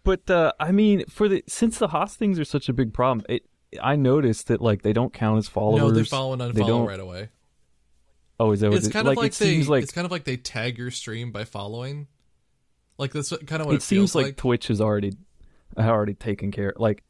Speaker 1: But uh, I mean, for the since the Haas things are such a big problem, it I noticed that like they don't count as followers.
Speaker 6: No, they follow and
Speaker 1: They
Speaker 6: unfollow
Speaker 1: don't.
Speaker 6: right away.
Speaker 1: Oh, is that what
Speaker 6: it's
Speaker 1: it-
Speaker 6: kind of like,
Speaker 1: it
Speaker 6: they
Speaker 1: seems like
Speaker 6: it's kind of like they tag your stream by following. Like that's what, kind of what
Speaker 1: it,
Speaker 6: it,
Speaker 1: seems
Speaker 6: feels
Speaker 1: like, Twitch has already had already taken care. Like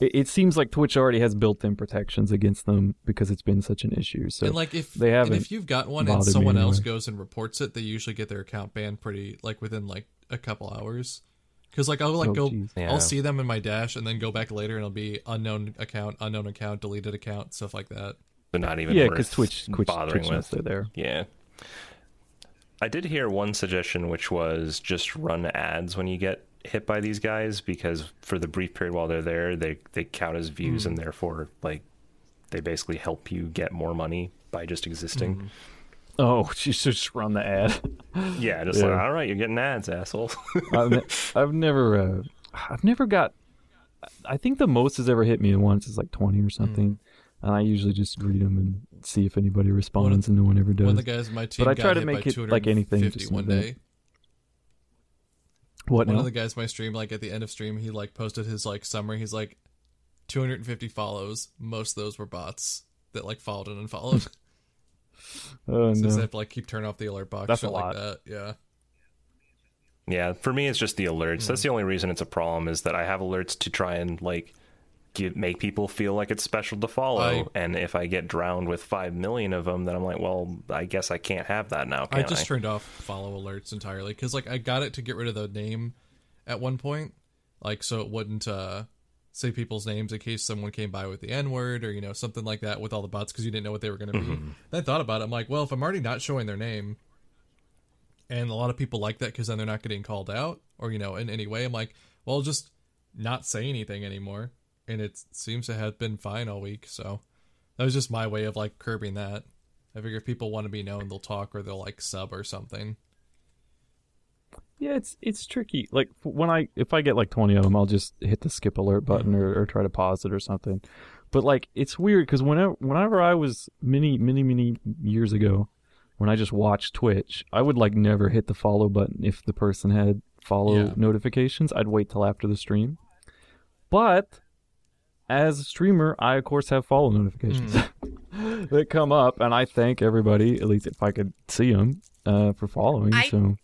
Speaker 1: it, it seems like Twitch already has built-in protections against them because it's been such an issue. So
Speaker 6: and like if
Speaker 1: they
Speaker 6: and
Speaker 1: haven't
Speaker 6: if you've got one and
Speaker 1: bothered me
Speaker 6: someone else
Speaker 1: anyway.
Speaker 6: goes and reports it, they usually get their account banned pretty like within like a couple hours. Because like I'll like
Speaker 1: Oh,
Speaker 6: go,
Speaker 1: geez.
Speaker 4: Yeah.
Speaker 6: I'll see them in my dash and then go back later and it'll be unknown account, unknown account, deleted account, stuff like that.
Speaker 4: But not even
Speaker 1: yeah,
Speaker 4: because
Speaker 1: because Twitch, Twitch,
Speaker 4: bothering
Speaker 1: Twitch knows
Speaker 4: with.
Speaker 1: they're there.
Speaker 4: Yeah. I did hear one suggestion, which was just run ads when you get hit by these guys, because for the brief period while they're there, they they count as
Speaker 1: Mm.
Speaker 4: views, and therefore, like, they basically help you get more money by just existing.
Speaker 1: Oh, she should just run the ad.
Speaker 4: Yeah, just like,
Speaker 1: Mm. Yeah.
Speaker 4: all right, you're getting ads, asshole.
Speaker 1: I've, ne- I've never, uh, I've never got. I think the most has ever hit me once is like twenty or something, and I usually just read them and see if anybody responds, and no one ever does.
Speaker 6: One of the guys in my team
Speaker 1: But I
Speaker 6: got
Speaker 1: try to
Speaker 6: hit
Speaker 1: make
Speaker 6: by
Speaker 1: it like anything, just
Speaker 6: 250 one
Speaker 1: like that.
Speaker 6: day.
Speaker 1: what
Speaker 6: One
Speaker 1: now?
Speaker 6: of the guys in my stream, like at the end of stream, he like posted his like summary. He's like, 250 follows. Most of those were bots that like followed and unfollowed.
Speaker 1: oh
Speaker 6: So
Speaker 1: no!
Speaker 6: I have to like keep turning off the alert box.
Speaker 1: That's a
Speaker 6: shit
Speaker 1: lot.
Speaker 6: Like that. Yeah.
Speaker 4: Yeah, for me it's just the alerts. That's
Speaker 6: Hmm.
Speaker 4: the only reason it's a problem is that I have alerts to try and like give make people feel like it's special to follow.
Speaker 6: I-
Speaker 4: and if I get drowned with five million of them, then I'm like, well, I guess I can't have that now. Can
Speaker 6: I
Speaker 4: I
Speaker 6: just turned off follow alerts entirely because like I got it to get rid of the name at one point, like so it wouldn't uh say people's names in case someone came by with the N word or you know something like that with all the bots because you didn't know what they were going to be.
Speaker 4: Mm-hmm.
Speaker 6: Then I thought about it. I'm like, well, if I'm already not showing their name, and a lot of people like that because then they're not getting called out or you know in any way. I'm like, well, I'll just not say anything anymore, and it seems to have been fine all week. So that was just my way of like curbing that. I figure if people want to be known, they'll talk or they'll like sub or something.
Speaker 1: Yeah, it's it's tricky. Like f- when I if I get like twenty of them, I'll just hit the skip alert button or, or try to pause it or something. But like it's weird because whenever whenever I was many many many years ago, when I just watched Twitch, I would like never hit the follow button if the person had follow
Speaker 6: Yeah.
Speaker 1: notifications. I'd wait till after the stream. But as a streamer, I of course have follow notifications that come up, and I thank everybody at least if I could see them uh, for following.
Speaker 3: I-
Speaker 1: So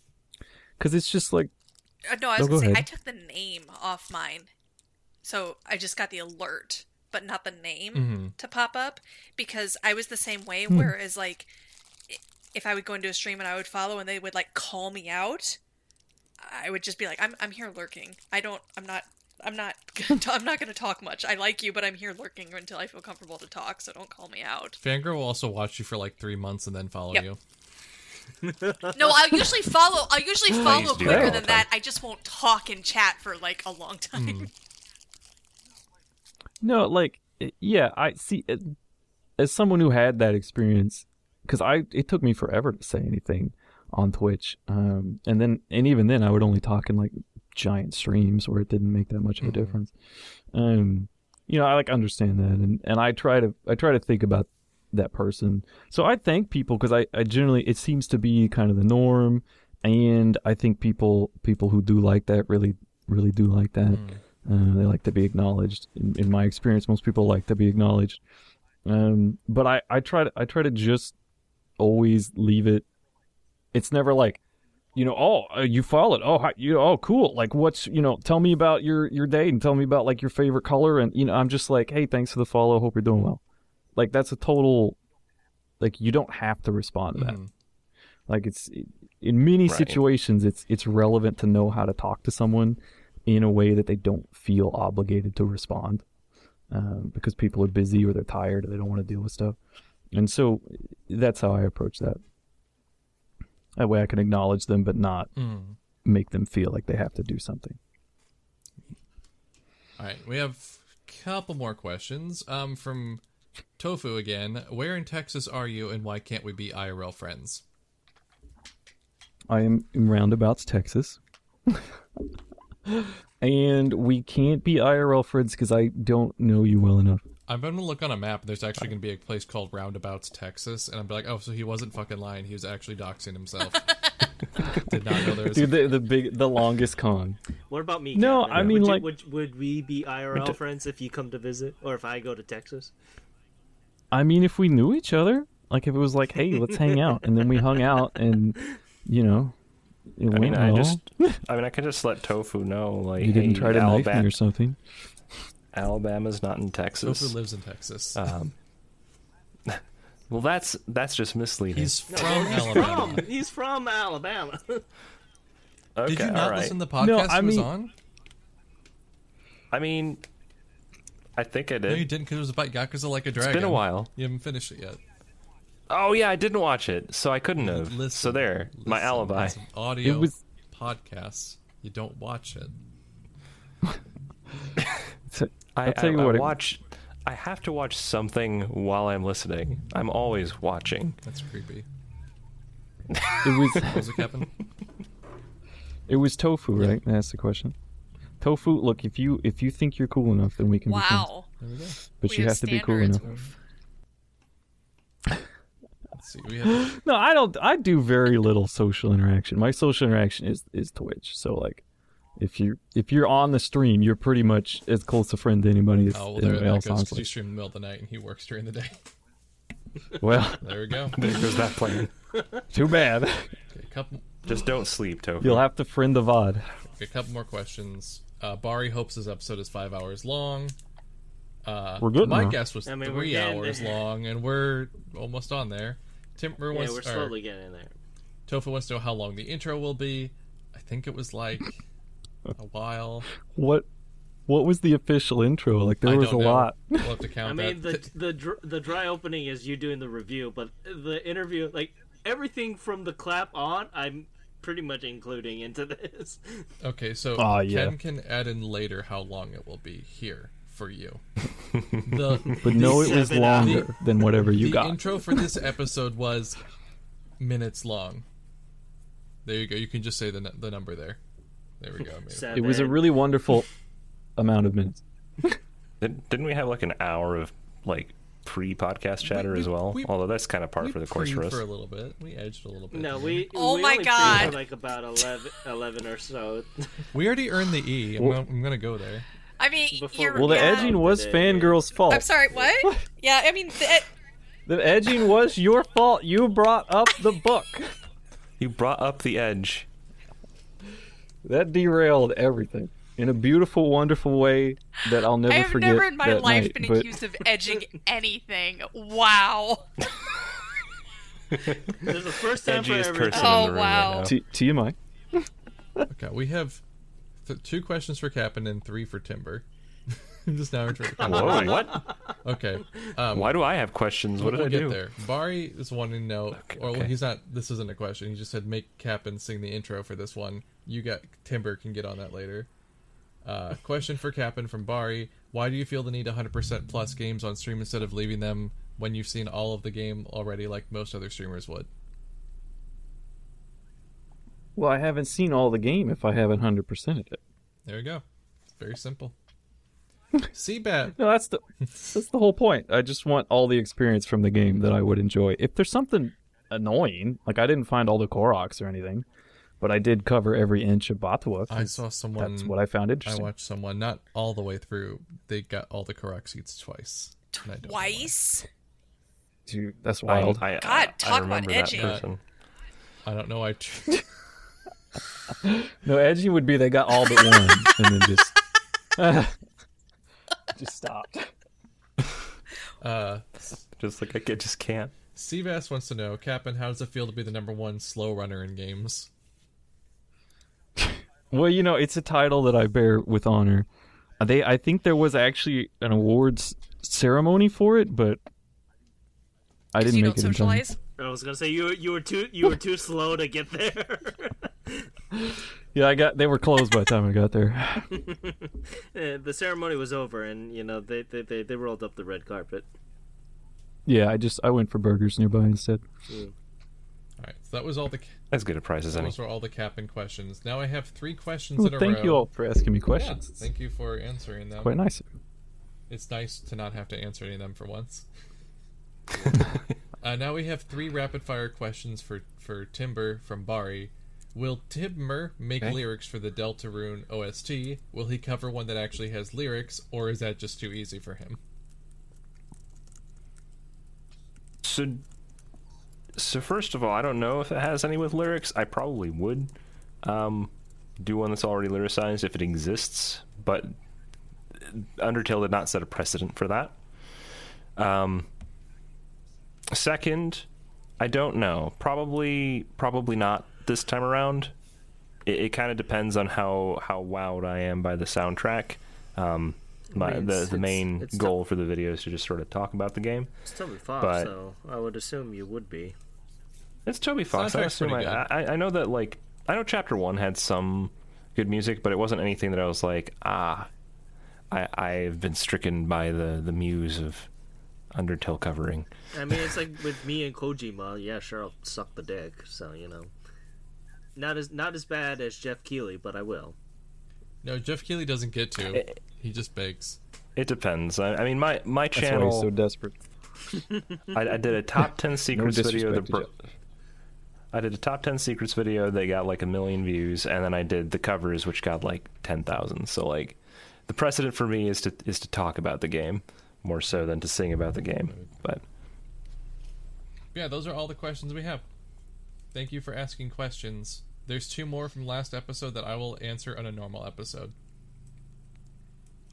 Speaker 1: because it's just like.
Speaker 3: Uh, no, I
Speaker 1: No,
Speaker 3: was gonna
Speaker 1: go
Speaker 3: say I
Speaker 1: ahead.
Speaker 3: took the name off mine, so I just got the alert, but not the name
Speaker 1: Mm. Mm-hmm.
Speaker 3: to pop up because I was the same way.
Speaker 1: Hmm.
Speaker 3: Whereas, like, i- if I would go into a stream and I would follow, and they would like call me out, I would just be like, "I'm I'm here lurking. I don't. I'm not." I'm not. gonna- I'm not going to talk much. I like you, but I'm here lurking until I feel comfortable to talk. So don't call me out.
Speaker 6: Fangirl will also watch you for like three months and then follow
Speaker 3: Yep.
Speaker 6: you.
Speaker 3: No, I'll usually follow. I'll usually follow
Speaker 4: to do that all
Speaker 3: quicker
Speaker 4: the
Speaker 3: than that. I just won't talk and chat for like a long time.
Speaker 1: Mm. No, like i- yeah, I see. uh, As someone who had that experience, because I it took me forever to say anything on Twitch, um, and then and even then I would only talk in like giant streams where it didn't make that much of a difference. Um, you know, I like understand that, and and I try to I try to think about that person. So I thank people because I, I generally it seems to be kind of the norm, and I think people people who do like that really really do like that. Uh, they like to be acknowledged. In, in my experience, most people like to be acknowledged. Um, but I I try to I try to just always leave it. It's never like, you know, oh uh, you followed, oh hi, you oh cool. Like what's you know, tell me about your your day and tell me about like your favorite color and you know I'm just like hey thanks for the follow, hope you're doing well. Like that's a total, like you don't have to respond to that.
Speaker 6: Mhm.
Speaker 1: Like it's in many
Speaker 4: Right.
Speaker 1: situations it's it's relevant to know how to talk to someone in a way that they don't feel obligated to respond um, because people are busy or they're tired or they don't want to deal with stuff. And so that's how I approach that. That way I can acknowledge them but not
Speaker 6: Mm.
Speaker 1: make them feel like they have to do something.
Speaker 6: All right, we have a couple more questions. Um, from Tofu again. Where in Texas are you, and why can't we be IRL friends?
Speaker 1: I am in Roundabouts, Texas. and we can't be IRL friends because I don't know you well enough.
Speaker 6: I'm gonna look on a map, and there's actually gonna be a place called Roundabouts, Texas, and I'm be like, oh, so he wasn't fucking lying. He was actually doxing himself. Did not know there was.
Speaker 1: Dude, the, the big, the longest con.
Speaker 2: What about me?
Speaker 1: No,
Speaker 2: Captain?
Speaker 1: I mean,
Speaker 2: would you-
Speaker 1: like-
Speaker 2: would, would we be IRL friends if you come to visit, or if I go to Texas?
Speaker 1: I mean, if we knew each other, like if it was like, hey, let's hang out, and then we hung out, and you know, it
Speaker 4: I
Speaker 1: went
Speaker 4: mean, I
Speaker 1: well.
Speaker 4: just, I mean, I could just let Tofu know, like,
Speaker 1: you didn't
Speaker 4: hey,
Speaker 1: try to knife
Speaker 4: Alabama,
Speaker 1: me or something.
Speaker 4: Alabama's not in
Speaker 6: Tofu
Speaker 4: Texas.
Speaker 6: lives in Texas.
Speaker 1: Ah,
Speaker 4: Um, well, that's that's just misleading.
Speaker 6: he's from Alabama.
Speaker 2: From he's from Alabama.
Speaker 4: okay,
Speaker 6: Did you
Speaker 4: all
Speaker 6: not
Speaker 4: right.
Speaker 6: listen to the podcast
Speaker 1: No, I
Speaker 6: he was
Speaker 1: mean-
Speaker 6: on?
Speaker 4: I mean, I think I
Speaker 6: No, you
Speaker 4: did.
Speaker 6: didn't, because it was about Yakuza like a dragon.
Speaker 4: It's been a while.
Speaker 6: You haven't finished it yet.
Speaker 4: Oh yeah, I didn't watch it, so I couldn't have.
Speaker 6: Listen,
Speaker 4: so there, my
Speaker 6: listen,
Speaker 4: alibi.
Speaker 6: it's an audio
Speaker 1: It was-
Speaker 6: podcast. You don't watch it.
Speaker 1: T-
Speaker 4: I,
Speaker 1: I'll tell
Speaker 4: I-
Speaker 1: you
Speaker 4: I
Speaker 1: what. it-
Speaker 4: watch. I have to watch something while I'm listening. I'm always watching.
Speaker 6: That's creepy.
Speaker 1: it was.
Speaker 6: What was it, Captain?
Speaker 1: It was tofu, right? That's the question. Tofu. Look, if you if you think you're cool enough, then we can be friends.
Speaker 3: Wow.
Speaker 6: there we go.
Speaker 1: But you
Speaker 3: Weird
Speaker 1: have to be cool
Speaker 3: standards.
Speaker 1: enough.
Speaker 3: Oof.
Speaker 6: Let's see, we have
Speaker 1: No, I don't. I do very little social interaction. My social interaction is is Twitch. So like, if you if you're on the stream, you're pretty much as close a friend to anybody as
Speaker 6: oh well, there
Speaker 1: anybody
Speaker 6: that
Speaker 1: else.
Speaker 6: goes because
Speaker 1: Honestly,
Speaker 6: you stream in the middle of the night and he works during the day.
Speaker 1: well,
Speaker 6: There we go.
Speaker 4: There goes that plan.
Speaker 1: too bad.
Speaker 6: Okay, a couple,
Speaker 4: Just don't sleep, Tofu.
Speaker 1: You'll have to friend the VOD.
Speaker 6: a couple more questions. Uh, Bari hopes his episode is five hours long. Uh,
Speaker 1: We're good
Speaker 6: My
Speaker 1: now.
Speaker 6: guess was
Speaker 2: I mean, we're
Speaker 6: three
Speaker 2: getting
Speaker 6: hours
Speaker 2: there.
Speaker 6: long, and we're almost on there. Timber
Speaker 2: yeah,
Speaker 6: wants,
Speaker 2: we're
Speaker 6: or
Speaker 2: slowly getting there.
Speaker 6: Tofu wants to know how long the intro will be. I think it was like a while.
Speaker 1: What what was the official intro? Like there
Speaker 6: I
Speaker 1: was a
Speaker 6: don't know.
Speaker 1: lot.
Speaker 6: We'll have to count
Speaker 2: I mean,
Speaker 6: that.
Speaker 2: the the dr- the dry opening is you doing the review, but the interview, like everything from the clap on, I'm pretty much including into this.
Speaker 6: Okay, so
Speaker 1: Aw, Ah, yeah.
Speaker 6: Ken can add in later how long it will be here for you. the
Speaker 1: But no, it was
Speaker 2: Seven
Speaker 1: longer than whatever you
Speaker 6: the
Speaker 1: got.
Speaker 6: intro for this episode was minutes long. There you go. You can just say the, nu- the number there. There we go. Maybe.
Speaker 1: it was a
Speaker 2: Seven.
Speaker 1: really wonderful amount of minutes.
Speaker 4: Did- Didn't we have like an hour of like pre-podcast chatter
Speaker 6: we-
Speaker 4: as well?
Speaker 6: we-
Speaker 4: Although that's kind of par
Speaker 6: We
Speaker 4: for the course for
Speaker 6: preened
Speaker 4: us.
Speaker 6: for a little bit. We edged a little bit.
Speaker 2: No, we.
Speaker 3: Oh
Speaker 2: we
Speaker 3: my
Speaker 2: only pre-
Speaker 3: God.
Speaker 2: for, Like about 11, 11 or so.
Speaker 6: We already earned the E. I'm, gonna, I'm gonna go there.
Speaker 3: I mean,
Speaker 2: Before
Speaker 3: you're,
Speaker 2: we-
Speaker 1: Well, the
Speaker 3: yeah.
Speaker 1: edging was
Speaker 2: Today.
Speaker 1: fangirl's fault.
Speaker 3: I'm sorry. What? Yeah, I mean, the, ed-
Speaker 1: The edging was your fault. You brought up the book.
Speaker 4: You brought up the edge.
Speaker 1: That derailed everything in a beautiful, wonderful way that I'll never
Speaker 3: I have
Speaker 1: forget.
Speaker 3: never in my
Speaker 1: that
Speaker 3: life
Speaker 1: night,
Speaker 3: been
Speaker 1: but
Speaker 3: accused of edging anything. Wow.
Speaker 2: There's a first time for
Speaker 4: Edgiest
Speaker 2: everything.
Speaker 4: person
Speaker 3: Oh,
Speaker 4: in the room
Speaker 3: wow.
Speaker 4: right now.
Speaker 1: T- TMI.
Speaker 6: Okay, we have th- two questions for Cap and then three for Timber. just now. we're trying-
Speaker 4: Whoa, what?
Speaker 6: Okay. Um,
Speaker 4: Why do I have questions? What did
Speaker 6: we'll
Speaker 4: I
Speaker 6: get
Speaker 4: do?
Speaker 6: there. Bari is wanting to know, or well,
Speaker 4: okay.
Speaker 6: he's not. This isn't a question. He just said make Cap and sing the intro for this one. You got Timber can get on that later. Uh, question for Cap'n from Bari: Why do you feel the need to 100% plus games on stream instead of leaving them when you've seen all of the game already, like most other streamers would?
Speaker 1: Well, I haven't seen all the game if I haven't hundred percented it.
Speaker 6: There you go. It's very simple. Seabat.
Speaker 1: No, that's the that's the whole point. I just want all the experience from the game that I would enjoy. If there's something annoying, like I didn't find all the Koroks or anything, but I did cover every inch of Batua.
Speaker 6: I saw someone.
Speaker 1: That's what I found
Speaker 6: I
Speaker 1: interesting.
Speaker 6: watched someone not all the way through. They got all the Korok seats twice. and I don't know why.
Speaker 3: Twice?
Speaker 1: Dude, that's wild.
Speaker 4: I, I,
Speaker 3: God,
Speaker 4: I,
Speaker 3: talk about
Speaker 4: remember
Speaker 3: edgy.
Speaker 4: That person.
Speaker 6: I don't know why.
Speaker 1: no, edgy would be they got all but one and then just just stopped.
Speaker 6: Uh,
Speaker 4: Just like I ca- just can't.
Speaker 6: Seabass wants to know, Captain, how does it feel to be the number one slow runner in games?
Speaker 1: Well, you know, it's a title that I bear with honor. Uh, They, I think there was actually an awards ceremony for it, but I didn't
Speaker 3: you
Speaker 1: make
Speaker 3: don't
Speaker 1: it in time.
Speaker 3: socialize?
Speaker 2: I was gonna say you were- you were too you were too slow to get there.
Speaker 1: Yeah, I got. They were closed by the time I got there.
Speaker 2: Uh, the ceremony was over, and you know they they, they, they rolled up the red carpet.
Speaker 1: Yeah, I just I went for burgers nearby instead.
Speaker 6: All right, so that was all the
Speaker 4: As good a prize as any.
Speaker 6: those were all the Captain questions. Now I have three questions
Speaker 1: Well,
Speaker 6: in a row.
Speaker 1: thank you all for asking me
Speaker 6: Yeah,
Speaker 1: questions.
Speaker 6: thank you for answering them.
Speaker 1: Quite nice.
Speaker 6: It's nice to not have to answer any of them for once. uh, now we have three rapid fire questions for for Timber from Bari. Will Timber make lyrics for the Deltarune OST? Will he cover one that actually has lyrics, or is that just too easy for him?
Speaker 4: So, so first of all, I don't know if it has any with lyrics. I probably would um, do one that's already lyricized if it exists, but Undertale did not set a precedent for that. Um, second, I don't know. Probably, probably not this time around. It, it kind of depends on how how wowed I am by the soundtrack. Um, my,
Speaker 2: mean,
Speaker 4: the
Speaker 2: it's-
Speaker 4: the
Speaker 2: it's-
Speaker 4: main
Speaker 2: it's tough.
Speaker 4: goal for the video is to just sort of talk about the game.
Speaker 2: It's Toby Fox,
Speaker 4: But-
Speaker 2: so I would assume you would be.
Speaker 4: It's Toby Fox. I,
Speaker 6: Soundtrack's
Speaker 4: assume
Speaker 6: pretty
Speaker 4: I, I I know that like I know Chapter One had some good music, but it wasn't anything that I was like ah, I I've been stricken by the the muse of Undertale covering.
Speaker 2: I mean, it's like with me and Kojima. Yeah, sure, I'll suck the dick. So you know, not as not as bad as Jeff Keeley, but I will.
Speaker 6: No, Jeff Keighley doesn't get to.
Speaker 1: Uh,
Speaker 6: He just begs.
Speaker 4: It depends. I, I mean my my
Speaker 1: That's why he's
Speaker 4: channel.
Speaker 1: so desperate.
Speaker 4: I, I did a top ten secrets video. The
Speaker 1: disrespect to
Speaker 4: bro- I did a top ten secrets video. They got like a million views, and then I did the covers, which got like ten thousand. So like, the precedent for me is to is to talk about the game more so than to sing about the game. But
Speaker 6: yeah, those are all the questions we have. Thank you for asking questions. There's two more from last episode that I will answer on a normal episode.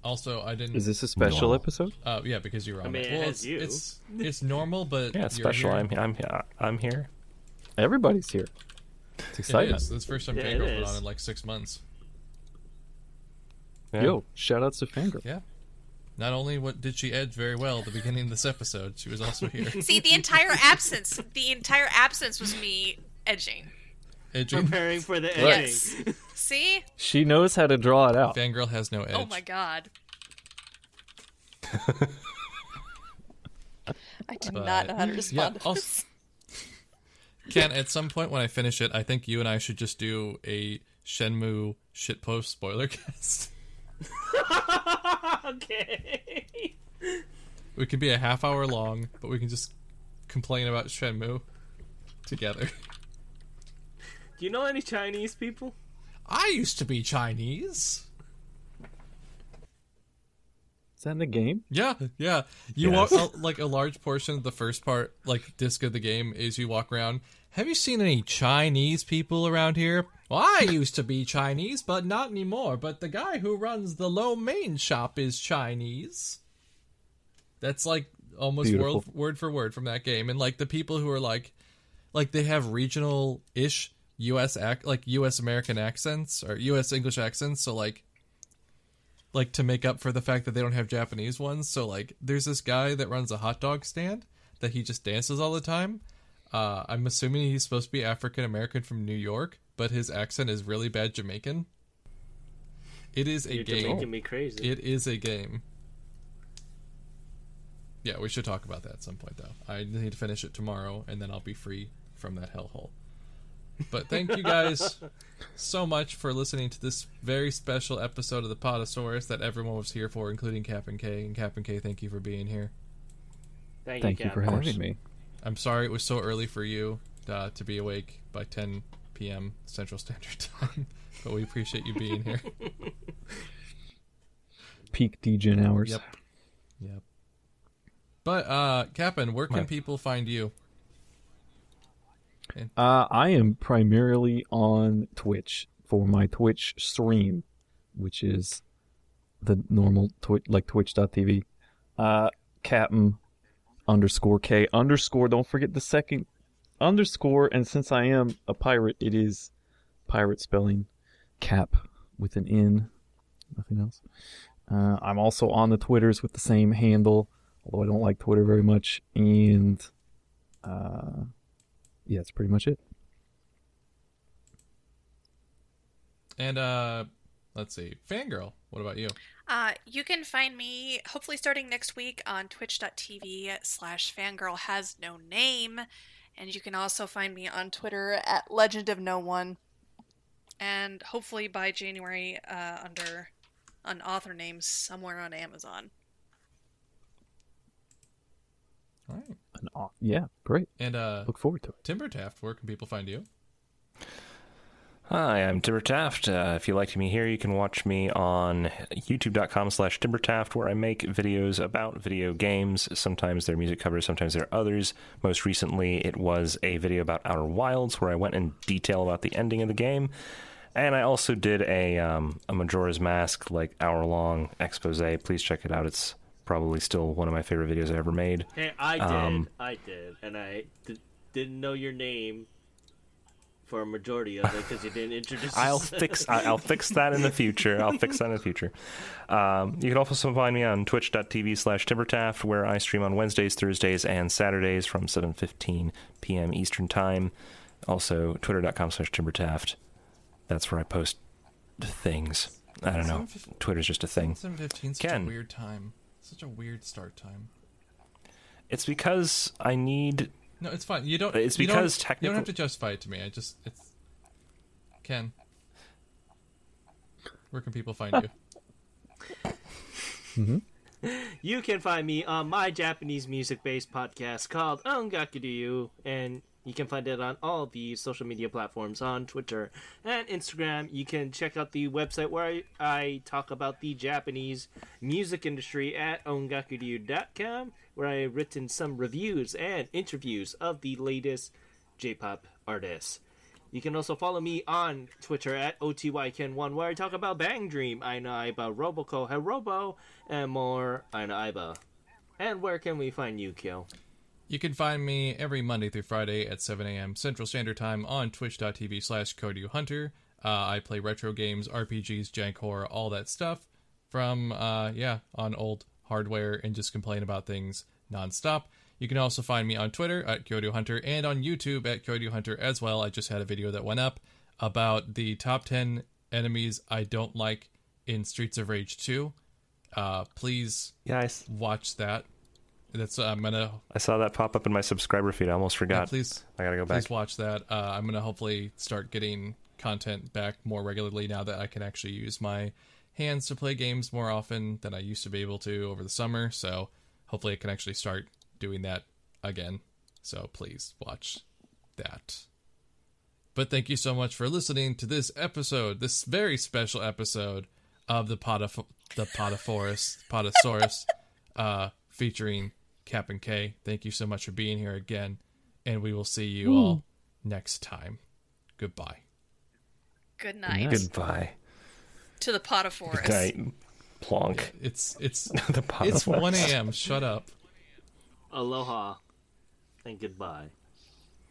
Speaker 6: Also, I didn't.
Speaker 1: Is this a special
Speaker 4: No.
Speaker 1: episode?
Speaker 6: Uh, yeah, because you're on.
Speaker 2: mean, it
Speaker 6: well,
Speaker 2: has
Speaker 6: it's,
Speaker 2: you.
Speaker 6: it's it's normal, but
Speaker 4: yeah,
Speaker 6: you're
Speaker 4: it's special.
Speaker 6: Here.
Speaker 4: I'm I'm uh, I'm here.
Speaker 1: Everybody's here. It's
Speaker 6: It
Speaker 1: exciting.
Speaker 6: is. That's the first time
Speaker 2: Yeah,
Speaker 6: Fangirl's
Speaker 2: it
Speaker 6: been
Speaker 2: is.
Speaker 6: on in like six months.
Speaker 4: Yeah.
Speaker 1: Yo, shout outs to Fangirl.
Speaker 6: Yeah. Not only what did she edge very well at the beginning of this episode, she was also here
Speaker 3: See, the entire absence, the entire absence was me edging.
Speaker 6: edging.
Speaker 2: Preparing for the ending.
Speaker 3: Yes. See?
Speaker 1: She knows how to draw it out.
Speaker 6: Fangirl has no edge.
Speaker 3: Oh my god. I did not know how to
Speaker 6: Yeah.
Speaker 3: respond. to
Speaker 6: Also, Ken, at some point when I finish it, I think you and I should just do a Shenmue shitpost spoiler cast.
Speaker 2: okay.
Speaker 6: It can be a half hour long, but we can just complain about Shenmue together.
Speaker 2: Do you know any Chinese people?
Speaker 6: I used to be Chinese.
Speaker 1: Is that in the game?
Speaker 6: Yeah, yeah. You
Speaker 4: Yes.
Speaker 6: walk a, like a large portion of the first part, like disc of the game, is you walk around. Have you seen any Chinese people around here? Well, I used to be Chinese, but not anymore. But the guy who runs the low main shop is Chinese. That's like almost
Speaker 1: Beautiful.
Speaker 6: word, word for word from that game. And like the people who are like, like they have regional ish U.S. Ac- like U.S. American accents or U.S. English accents. So like like to make up for the fact that they don't have Japanese ones. So like, there's this guy that runs a hot dog stand that he just dances all the time. Uh, I'm assuming he's supposed to be African American from New York, but his accent is really bad Jamaican. It is a
Speaker 2: You're
Speaker 6: game.
Speaker 2: making me crazy.
Speaker 6: It is a game. Yeah, we should talk about that at some point, though. I need to finish it tomorrow, and then I'll be free from that hellhole. But thank you guys so much for listening to this very special episode of the Potosaurus that everyone was here for, including Captain K. And Captain K, thank you for being here.
Speaker 2: Thank,
Speaker 1: Thank
Speaker 2: you,
Speaker 1: you for
Speaker 2: Captain.
Speaker 1: having me.
Speaker 6: I'm sorry it was so early for you uh, to be awake by 10 p.m. Central Standard Time, but we appreciate you being here.
Speaker 1: Peak DGen hours.
Speaker 6: Yep. Yep. But uh Captain, where can
Speaker 1: My-
Speaker 6: people find you?
Speaker 1: Uh, I am primarily on Twitch for my Twitch stream, which is the normal Twitch, like twitch.tv. Uh, Captain underscore K underscore, don't forget the second underscore, and since I am a pirate, it is pirate spelling cap with an N, nothing else. Uh, I'm also on the Twitters with the same handle, although I don't like Twitter very much, and uh, yeah, that's pretty much it.
Speaker 6: And uh let's see. Fangirl, what about you?
Speaker 3: Uh, you can find me hopefully starting next week on twitch.tv slash fangirl has no name. And you can also find me on Twitter at legend of no one. And hopefully by January uh, under an author name somewhere on Amazon.
Speaker 6: All right.
Speaker 1: An au- yeah, great.
Speaker 6: And uh
Speaker 1: Look forward to it.
Speaker 6: Timber Taft, where can people find you?
Speaker 4: Hi, I'm Timber Taft. Uh, if you liked me here, you can watch me on youtube.com slash timbertaft, where I make videos about video games. Sometimes they're music covers, sometimes they're others. Most recently, it was a video about Outer Wilds, where I went in detail about the ending of the game. And I also did a, um, a Majora's Mask, like, hour long expose. Please check it out. It's probably still one of my favorite videos I ever made.
Speaker 2: Hey, I did.
Speaker 4: Um,
Speaker 2: I did. And I d- didn't know your name for a majority of it because you didn't introduce
Speaker 4: I'll
Speaker 2: yourself.
Speaker 4: fix I- I'll fix that in the future. I'll fix that in the future. Um, you can also find me on twitch.tv slash timbertaft where I stream on Wednesdays, Thursdays, and Saturdays from 7.15 p.m. Eastern Time. Also, twitter.com slash timbertaft. That's where I post things. I don't know. Twitter's just a thing.
Speaker 6: Seven fifteen such
Speaker 4: Ken.
Speaker 6: a weird time. Such a weird start time.
Speaker 4: It's because I need...
Speaker 6: No, it's fine. You don't
Speaker 4: It's
Speaker 6: you don't-
Speaker 4: because
Speaker 6: you don't have
Speaker 4: technical-
Speaker 6: to justify it to me. I just it's Ken. Where can people find you?
Speaker 2: You can find me on my Japanese music based podcast called Ongakudu, and you can find it on all the social media platforms on Twitter and Instagram. You can check out the website where I, I talk about the Japanese music industry at ongakudu.com, where I have written some reviews and interviews of the latest J pop artists. You can also follow me on Twitter at OTYKen1, where I talk about Bang Dream, Aina Iba, Roboco, Herobo, and more Aina Iba. And where can we find you, Kyo?
Speaker 6: You can find me every Monday through Friday at 7 a.m. Central Standard Time on twitch.tv slash CodeUHunter. Uh, I play retro games, RPGs, jank horror, all that stuff from, uh, yeah, on old hardware and just complain about things nonstop. You can also find me on Twitter at Kyoto Hunter and on YouTube at Kyoto Hunter as well. I just had a video that went up about the top 10 enemies I don't like in Streets of Rage 2. Uh, please
Speaker 4: Yeah, I, s-
Speaker 6: watch that. That's I'm gonna
Speaker 4: I saw that pop up in my subscriber feed. I almost
Speaker 6: yeah,
Speaker 4: forgot.
Speaker 6: please
Speaker 4: I gotta go back.
Speaker 6: please watch that. Uh, I'm gonna hopefully start getting content back more regularly now that I can actually use my hands to play games more often than I used to be able to over the summer. So hopefully I can actually start doing that again. So please watch that. But thank you so much for listening to this episode, this very special episode of the Potif- the Potiphorus, Potosaurus, uh, featuring Cap and K. Thank you so much for being here again, and we will see you all next time. Goodbye.
Speaker 3: Good night.
Speaker 4: Goodbye.
Speaker 3: To the pot of forest.
Speaker 4: Night. Plonk.
Speaker 6: It's it's
Speaker 4: the
Speaker 6: it's
Speaker 4: Potaphoris.
Speaker 6: one a.m. Shut up.
Speaker 2: Aloha and goodbye.